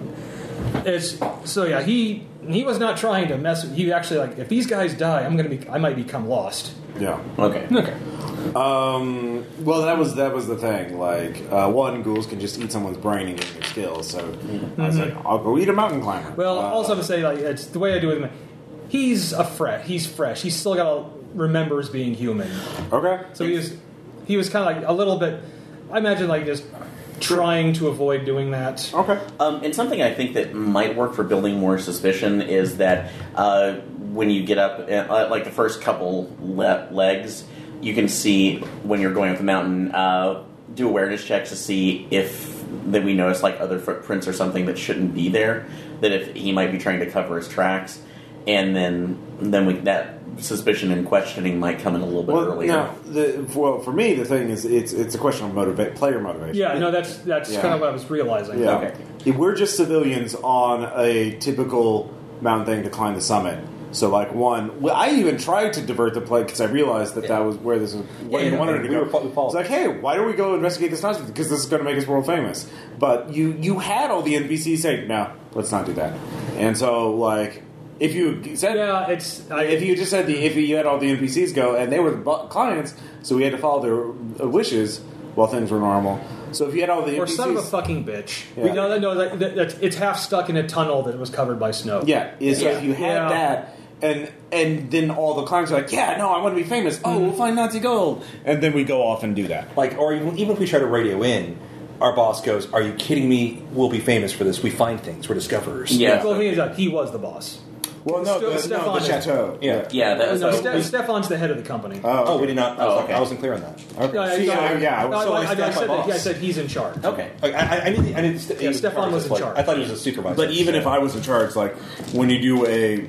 [SPEAKER 2] It's, so yeah, he he was not trying to mess. He actually like if these guys die, I'm gonna be I might become lost.
[SPEAKER 1] Yeah.
[SPEAKER 3] Okay.
[SPEAKER 4] Okay.
[SPEAKER 1] Um, well, that was that was the thing. Like, uh, one ghouls can just eat someone's brain and gain their skills. So I was like, I'll go eat a mountain climber.
[SPEAKER 2] Mm-hmm. Well,
[SPEAKER 1] Uh,
[SPEAKER 2] also to say like it's the way I do it. He's a fresh. He's fresh. He's still got to remembers being human.
[SPEAKER 1] okay.
[SPEAKER 2] So he was he was kind of like a little bit. I imagine like just trying to avoid doing that.
[SPEAKER 1] Okay.
[SPEAKER 3] Um, and something I think that might work for building more suspicion is that uh, when you get up, uh, like the first couple le- legs, you can see when you're going up the mountain, uh, do awareness checks to see if that we notice like other footprints or something that shouldn't be there. That if he might be trying to cover his tracks, and then then we that suspicion and questioning might come in a little bit
[SPEAKER 1] Well,
[SPEAKER 3] earlier.
[SPEAKER 1] now, the, well, for me, the thing is, it's it's a question of motivate player motivation.
[SPEAKER 2] Yeah, no, that's that's
[SPEAKER 1] Yeah.
[SPEAKER 2] kind of what I was realizing.
[SPEAKER 1] Yeah.
[SPEAKER 3] Okay.
[SPEAKER 1] If We're just civilians on a typical mountain thing to climb the summit. So, like, one, well, I even tried to divert the play because I realized that that was where this is what
[SPEAKER 4] Yeah,
[SPEAKER 1] you
[SPEAKER 4] yeah,
[SPEAKER 1] wanted
[SPEAKER 4] yeah.
[SPEAKER 1] to
[SPEAKER 4] We
[SPEAKER 1] go.
[SPEAKER 4] were fo- we followed.
[SPEAKER 1] it's like, hey, why don't we go investigate this nonsense? Because this is going to make us world famous. But you you had all the NPCs saying, no, let's not do that. And so, like,
[SPEAKER 13] If you said
[SPEAKER 2] Yeah, it's. I,
[SPEAKER 13] if you just had the if you had all the NPCs go and they were the bu- clients, so we had to follow
[SPEAKER 1] uh,
[SPEAKER 13] their wishes while things were normal. So if you had all the
[SPEAKER 2] or
[SPEAKER 13] NPCs,
[SPEAKER 2] son of a fucking bitch.
[SPEAKER 13] Yeah.
[SPEAKER 2] We know that, no, that, that, that's- it's half stuck in a tunnel that was covered by snow.
[SPEAKER 13] yeah, is so
[SPEAKER 2] Yeah.
[SPEAKER 13] if you had
[SPEAKER 2] Yeah.
[SPEAKER 13] that. And and then all the clients are like, yeah, no, I want to be famous. Oh,
[SPEAKER 2] Mm-hmm.
[SPEAKER 13] we'll find Nazi gold.
[SPEAKER 1] and then we go off and do that.
[SPEAKER 4] Like, or even, even if we try to radio in, our boss goes, "Are you kidding me? We'll be famous for this. We find things. We're discoverers."
[SPEAKER 3] Yeah.
[SPEAKER 2] Well, he, is, uh, he was the boss.
[SPEAKER 13] Well, no,
[SPEAKER 2] Still,
[SPEAKER 13] the, no,
[SPEAKER 2] Stefan
[SPEAKER 13] the
[SPEAKER 2] is-
[SPEAKER 13] chateau.
[SPEAKER 4] Yeah.
[SPEAKER 3] Yeah, that was
[SPEAKER 2] no,
[SPEAKER 3] so-
[SPEAKER 2] Ste- Stefan's the head of the company.
[SPEAKER 4] Oh, we did not. I, was
[SPEAKER 3] Oh,
[SPEAKER 4] like-
[SPEAKER 3] okay.
[SPEAKER 4] I wasn't clear on that.
[SPEAKER 13] Okay.
[SPEAKER 2] No,
[SPEAKER 13] See,
[SPEAKER 2] no,
[SPEAKER 13] I- Uh, yeah, I
[SPEAKER 2] no,
[SPEAKER 13] was-
[SPEAKER 2] I-
[SPEAKER 4] so
[SPEAKER 2] I-
[SPEAKER 4] is
[SPEAKER 2] I- I
[SPEAKER 4] Stefan
[SPEAKER 2] said that-
[SPEAKER 4] boss.
[SPEAKER 2] yeah, I said he's in charge.
[SPEAKER 4] Okay. Like, I, I, I knew. The, I knew the,
[SPEAKER 2] Yeah, Stefan was in
[SPEAKER 4] like-
[SPEAKER 2] charge.
[SPEAKER 4] I thought he was a supervisor.
[SPEAKER 13] But even if I was in charge, like when you do a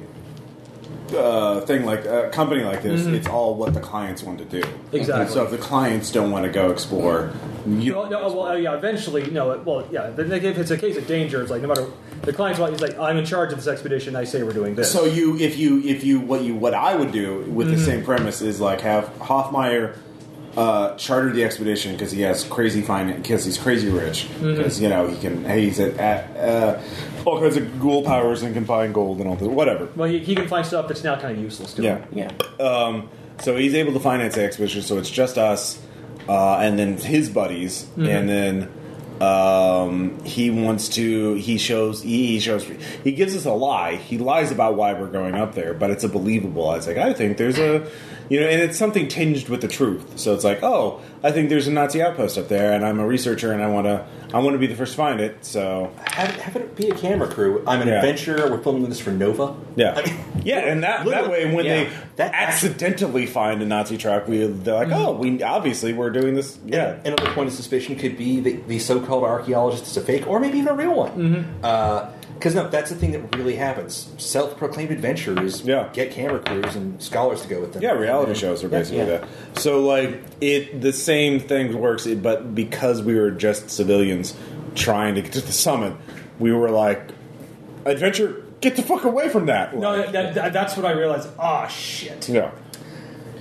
[SPEAKER 13] uh, thing like a company like this, it's all what the clients want to do.
[SPEAKER 2] Mm-hmm. Exactly.
[SPEAKER 13] And so if the clients don't want to go explore, you
[SPEAKER 2] No,
[SPEAKER 13] don't
[SPEAKER 2] no, well, uh,
[SPEAKER 13] explore.
[SPEAKER 2] yeah. Eventually, no. it- Well, yeah. Then like, if it's a case of danger, it's like no matter the client's what he's like, I'm in charge of this expedition. I say we're doing this.
[SPEAKER 13] So you, if you, if you, what you, what I would do with the same premise is like have Hoffmeyer uh, charter the expedition because he has crazy finance because he's crazy rich because you know he can he's at, at uh, all kinds of ghoul powers and can find gold and all that whatever.
[SPEAKER 2] well, he, he can find stuff that's now kind of useless to him.
[SPEAKER 13] Yeah.
[SPEAKER 3] yeah.
[SPEAKER 1] Um, so he's able to finance the expedition, so it's just us, uh, and then his buddies, and then um, he wants to. He shows. He, he shows. He gives us a lie. He lies about why we're going up there, but it's a believable. lie. It's like I think there's a, you know, and it's something tinged with the truth. So it's like, oh, I think there's a Nazi outpost up there, and I'm a researcher, and I want to. I want to be the first to find it. So
[SPEAKER 4] have, have it be a camera crew. I'm an
[SPEAKER 1] Yeah.
[SPEAKER 4] adventurer. We're filming this for Nova.
[SPEAKER 1] Yeah,
[SPEAKER 4] I mean,
[SPEAKER 1] yeah, and that that way when
[SPEAKER 4] yeah.
[SPEAKER 1] they
[SPEAKER 4] That actually-
[SPEAKER 1] accidentally find a Nazi track, we they're like, oh, we obviously we're doing this. Yeah,
[SPEAKER 4] Another point of suspicion could be the, the so-called archaeologist is a fake, or maybe even a real one.
[SPEAKER 2] Mm-hmm.
[SPEAKER 4] Because no, that's the thing that really happens. Self-proclaimed adventurers
[SPEAKER 1] Yeah.
[SPEAKER 4] get camera crews and scholars to go with them.
[SPEAKER 1] yeah, reality shows are
[SPEAKER 4] Yeah,
[SPEAKER 1] basically
[SPEAKER 4] yeah.
[SPEAKER 1] that. So like it, the same thing works, it- but because we were just civilians trying to get to the summit, we were like, adventure, get the fuck away from that.
[SPEAKER 2] No,
[SPEAKER 1] Like,
[SPEAKER 2] that, that, that's what I realized. Ah, shit.
[SPEAKER 1] yeah,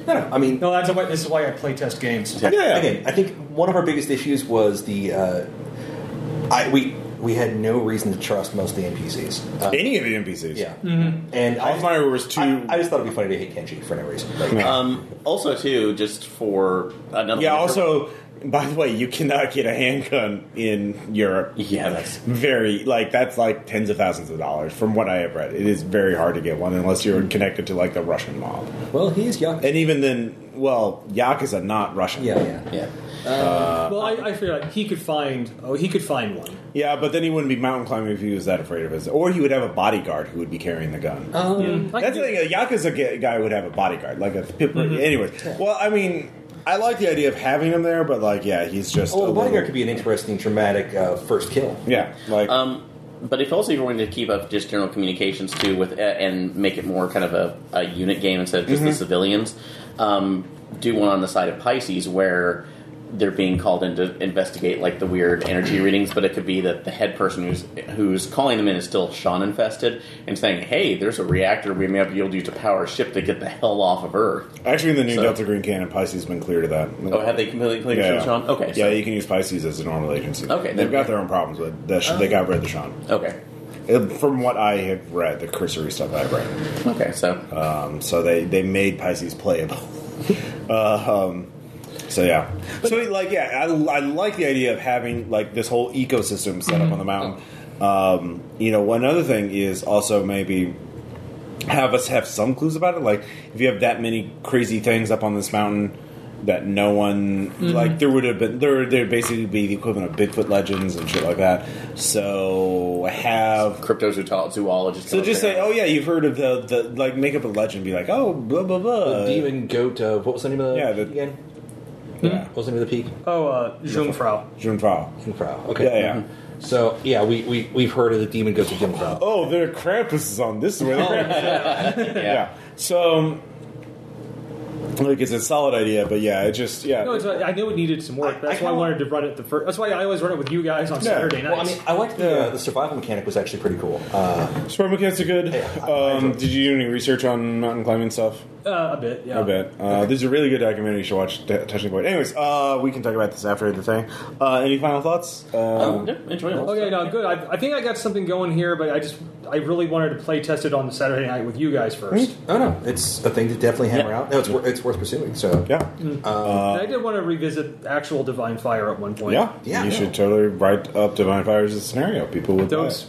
[SPEAKER 4] No, no, I mean,
[SPEAKER 2] No, that's why. This is why I play test games.
[SPEAKER 1] yeah, yeah.
[SPEAKER 4] Again, I think one of our biggest issues was the uh, I we we had no reason to trust most of the NPCs. Uh,
[SPEAKER 1] Any of the NPCs,
[SPEAKER 4] yeah,
[SPEAKER 2] Mm-hmm.
[SPEAKER 4] and I,
[SPEAKER 1] Alfmeyer was too.
[SPEAKER 4] I, I just thought it'd be funny to hate Kenji for no reason. Like, uh,
[SPEAKER 1] Yeah.
[SPEAKER 3] Um, also, too, just for another.
[SPEAKER 1] yeah. Also, by the way, you cannot get a handgun in Europe.
[SPEAKER 3] Yeah, that's.
[SPEAKER 1] very like that's like tens of thousands of dollars from what I have read. It is very hard to get one unless you're connected to like the Russian mob,
[SPEAKER 4] well, he's young.
[SPEAKER 1] and even then, well, Yakuza not Russian.
[SPEAKER 4] yeah, yeah.
[SPEAKER 3] Yeah.
[SPEAKER 2] well, I, I feel like he could find. Oh, he could find one.
[SPEAKER 1] yeah, but then he wouldn't be mountain climbing if he was that afraid of his, or he would have a bodyguard who would be carrying the gun.
[SPEAKER 4] Uh-huh.
[SPEAKER 2] Um, I
[SPEAKER 1] that's
[SPEAKER 2] could
[SPEAKER 1] the thing. A Yakuza g- guy would have a bodyguard, like a.
[SPEAKER 4] Mm-hmm.
[SPEAKER 1] Anyways, well, I mean, I like the idea of having him there, but like, yeah, he's just.
[SPEAKER 4] Oh,
[SPEAKER 1] a
[SPEAKER 4] the bodyguard
[SPEAKER 1] little-
[SPEAKER 4] could be an interesting, dramatic uh, first kill.
[SPEAKER 1] Yeah, like
[SPEAKER 3] Um, but if also you're going to keep up just general communications too with uh, and make it more kind of a, a unit game instead of just the civilians, um, do one on the side of Pisces where they're being called in to investigate like the weird energy readings, but it could be that the head person who's who's calling them in is still Sean infested and saying, "Hey, there's a reactor we may be able to use to power a ship to get the hell off of Earth."
[SPEAKER 1] actually, in the new
[SPEAKER 3] so-
[SPEAKER 1] Delta Green Cannon, Pisces has been clear to that.
[SPEAKER 3] Oh, have they completely cleaned
[SPEAKER 1] Yeah.
[SPEAKER 3] Sean? Okay,
[SPEAKER 1] yeah,
[SPEAKER 3] so-
[SPEAKER 1] you can use Pisces as a normal agency.
[SPEAKER 3] Okay,
[SPEAKER 1] they've
[SPEAKER 3] then-
[SPEAKER 1] got their own problems with that. they got rid of the Sean.
[SPEAKER 3] okay,
[SPEAKER 1] Uh, From what I have read, the cursory stuff I've read,
[SPEAKER 3] okay. So
[SPEAKER 1] um, so they they made Pisces playable. uh, um, so yeah, so like yeah, I, I like the idea of having like this whole ecosystem set up on the mountain. Um, you know, one other thing is also maybe have us have some clues about it. Like if you have that many crazy things up on this mountain that no one like there would have been there there'd basically be the equivalent of Bigfoot legends and shit like that. So have
[SPEAKER 3] cryptozoologists.
[SPEAKER 1] so just say, oh yeah, you've heard of the the like make up a legend, be like, oh blah blah blah.
[SPEAKER 4] the demon goat. Uh, what was the name of the
[SPEAKER 1] yeah,
[SPEAKER 4] yeah,
[SPEAKER 1] the-
[SPEAKER 4] again?
[SPEAKER 1] Yeah.
[SPEAKER 4] What was the name of the peak?
[SPEAKER 2] Oh, uh, Jungfrau.
[SPEAKER 1] Jungfrau.
[SPEAKER 4] Jungfrau.
[SPEAKER 1] Yeah,
[SPEAKER 4] Okay. Mm-hmm.
[SPEAKER 1] yeah.
[SPEAKER 4] So yeah, we we we have heard of the demon goat of Jungfrau.
[SPEAKER 1] Oh, their Krampus is on this way. The Krampus- Oh, yeah. So, um, like, it's a solid idea, but yeah, it just yeah.
[SPEAKER 2] No, it's, I knew it needed some work.
[SPEAKER 4] I-
[SPEAKER 2] That's
[SPEAKER 4] I
[SPEAKER 2] why I
[SPEAKER 4] kinda-
[SPEAKER 2] wanted to run it the first. That's why I always run it with you guys on
[SPEAKER 1] Yeah.
[SPEAKER 2] Saturday nights.
[SPEAKER 4] Well, I mean, I liked the, uh, the survival mechanic was actually pretty cool. Uh,
[SPEAKER 1] Sperm mechanics are good.
[SPEAKER 4] Yeah, I- I-
[SPEAKER 1] um, did you do any research on mountain climbing stuff?
[SPEAKER 2] Uh, a bit, yeah.
[SPEAKER 1] I bet. Uh, there's a really good documentary you should watch, T- Touching Point. Anyways, uh, we can talk about this after the thing. Uh, any final thoughts? Uh,
[SPEAKER 3] Oh, yeah, enjoyable.
[SPEAKER 2] Okay, no, good. I, I think I got something going here, but I just I really wanted to play test it on the Saturday night with you guys
[SPEAKER 1] Hmm?
[SPEAKER 2] first.
[SPEAKER 4] Oh no, it's a thing to definitely hammer out. No, it's wor- it's worth pursuing. So
[SPEAKER 1] yeah,
[SPEAKER 2] And I did want to revisit actual Divine Fire at one point.
[SPEAKER 1] yeah,
[SPEAKER 4] Yeah.
[SPEAKER 1] You should totally write up Divine Fire as a scenario. People would. buy
[SPEAKER 2] Those
[SPEAKER 1] it.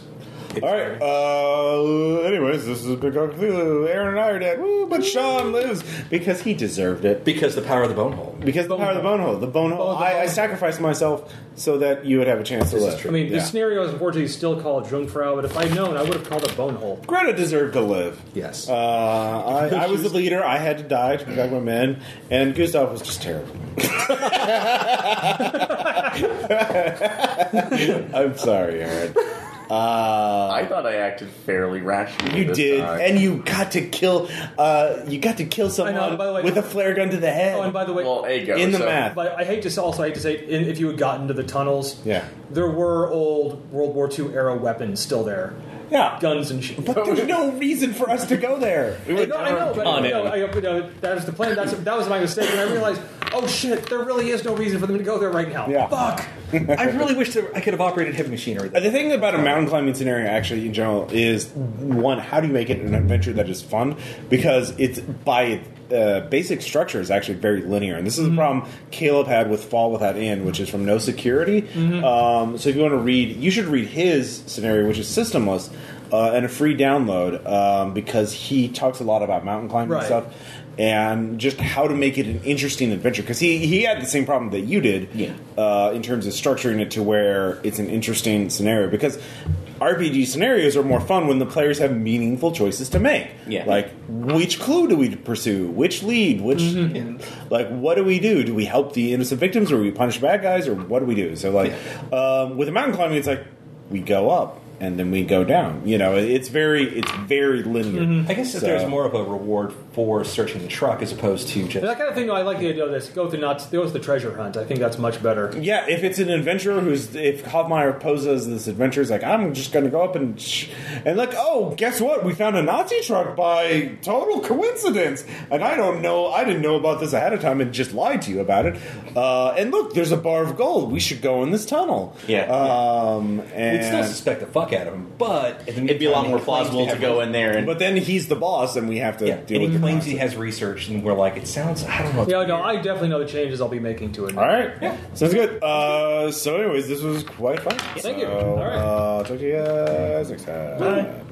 [SPEAKER 1] All right. Uh, anyways, this has been Call of Cthulhu. Aaron and I are dead. Woo, but Sean lives because he deserved it.
[SPEAKER 4] because the power of the bone hole.
[SPEAKER 1] Because the power of the bone hole. The bone hole.
[SPEAKER 2] Bone- the
[SPEAKER 1] I, I
[SPEAKER 2] bone-
[SPEAKER 1] sacrificed myself so that you would have a chance to live.
[SPEAKER 2] I mean, the
[SPEAKER 1] Yeah.
[SPEAKER 2] scenario is unfortunately still called Jungfrau, but if I'd known, I would have called it Bonehole.
[SPEAKER 1] Greta deserved to live.
[SPEAKER 4] Yes.
[SPEAKER 1] Uh, I, I was the leader. I had to die to protect my men, and Gustav was just terrible. I'm sorry, Aaron. Uh,
[SPEAKER 3] I thought I acted fairly rationally.
[SPEAKER 1] you
[SPEAKER 3] this
[SPEAKER 1] did,
[SPEAKER 3] time.
[SPEAKER 1] and you got to kill. Uh, you got to kill someone
[SPEAKER 2] by the way-
[SPEAKER 1] with a flare gun to the head.
[SPEAKER 2] Oh, and by the way,
[SPEAKER 3] well, there you go.
[SPEAKER 1] in the
[SPEAKER 3] so,
[SPEAKER 1] math.
[SPEAKER 2] but I hate to s- also hate to say, in, if you had gotten to the tunnels,
[SPEAKER 1] Yeah.
[SPEAKER 2] there were old World War II era weapons still there,
[SPEAKER 1] yeah,
[SPEAKER 2] guns and shit.
[SPEAKER 1] but there's no reason for us to go there.
[SPEAKER 2] I know, I know, but
[SPEAKER 3] on
[SPEAKER 2] you
[SPEAKER 3] it.
[SPEAKER 2] know, I, you know, that was the plan. That's, that was my mistake, and I realized, oh shit, there really is no reason for them to go there right now.
[SPEAKER 1] Yeah.
[SPEAKER 2] Fuck.
[SPEAKER 4] I really wish that I could have operated heavy machinery.
[SPEAKER 1] The thing about a mountain climbing scenario, actually, in general, is one: how do you make it an adventure that is fun? Because it's by uh, basic structure is actually very linear, and this is a problem Caleb had with Fall Without End, which is from No Security. Um, so if you want to read, you should read his scenario, which is systemless uh, and a free download, um, because he talks a lot about mountain climbing
[SPEAKER 2] Right.
[SPEAKER 1] and stuff and just how to make it an interesting adventure because he, he had the same problem that you did
[SPEAKER 3] Yeah.
[SPEAKER 1] uh, in terms of structuring it to where it's an interesting scenario because rpg scenarios are more fun when the players have meaningful choices to make
[SPEAKER 3] Yeah.
[SPEAKER 1] like which clue do we pursue which lead which
[SPEAKER 3] Mm-hmm.
[SPEAKER 1] like what do we do do we help the innocent victims or we punish bad guys or what do we do so like um, with the mountain climbing it's like we go up and then we go down you know it's very it's very linear
[SPEAKER 4] I guess that
[SPEAKER 1] So-
[SPEAKER 4] there's more of a reward for searching the truck as opposed to just.
[SPEAKER 2] That kind of thing. though, I like the idea of this. Go with the nuts. Go with the treasure hunt. I think that's much better.
[SPEAKER 1] Yeah, if it's an adventurer who's if Hoffmeyer poses as this adventurer, he's like, I'm just gonna go up and sh- and like, oh, guess what? We found a Nazi truck by total coincidence, and I don't know, I didn't know about this ahead of time and just lied to you about it. Uh, and look, there's a bar of gold. We should go in this tunnel.
[SPEAKER 3] Yeah.
[SPEAKER 1] Um, and
[SPEAKER 4] We'd still suspect the fuck out of him, but in the
[SPEAKER 3] It'd be a lot
[SPEAKER 4] meantime,
[SPEAKER 3] more
[SPEAKER 4] he claims
[SPEAKER 3] plausible to
[SPEAKER 4] have-
[SPEAKER 3] go in there and.
[SPEAKER 1] but then he's the boss, and we have to
[SPEAKER 4] Yeah, and
[SPEAKER 1] deal with
[SPEAKER 4] he
[SPEAKER 1] the
[SPEAKER 4] claims he
[SPEAKER 1] consequences.
[SPEAKER 4] has research, and we're like, it sounds. I don't know.
[SPEAKER 2] Yeah, no, I definitely know the changes I'll be making to it.
[SPEAKER 1] All right. Yeah. Sounds good. Uh, so, anyways, this was quite fun.
[SPEAKER 2] Thank
[SPEAKER 1] so,
[SPEAKER 2] you. All right.
[SPEAKER 1] Uh, talk to you guys next time.
[SPEAKER 2] Bye.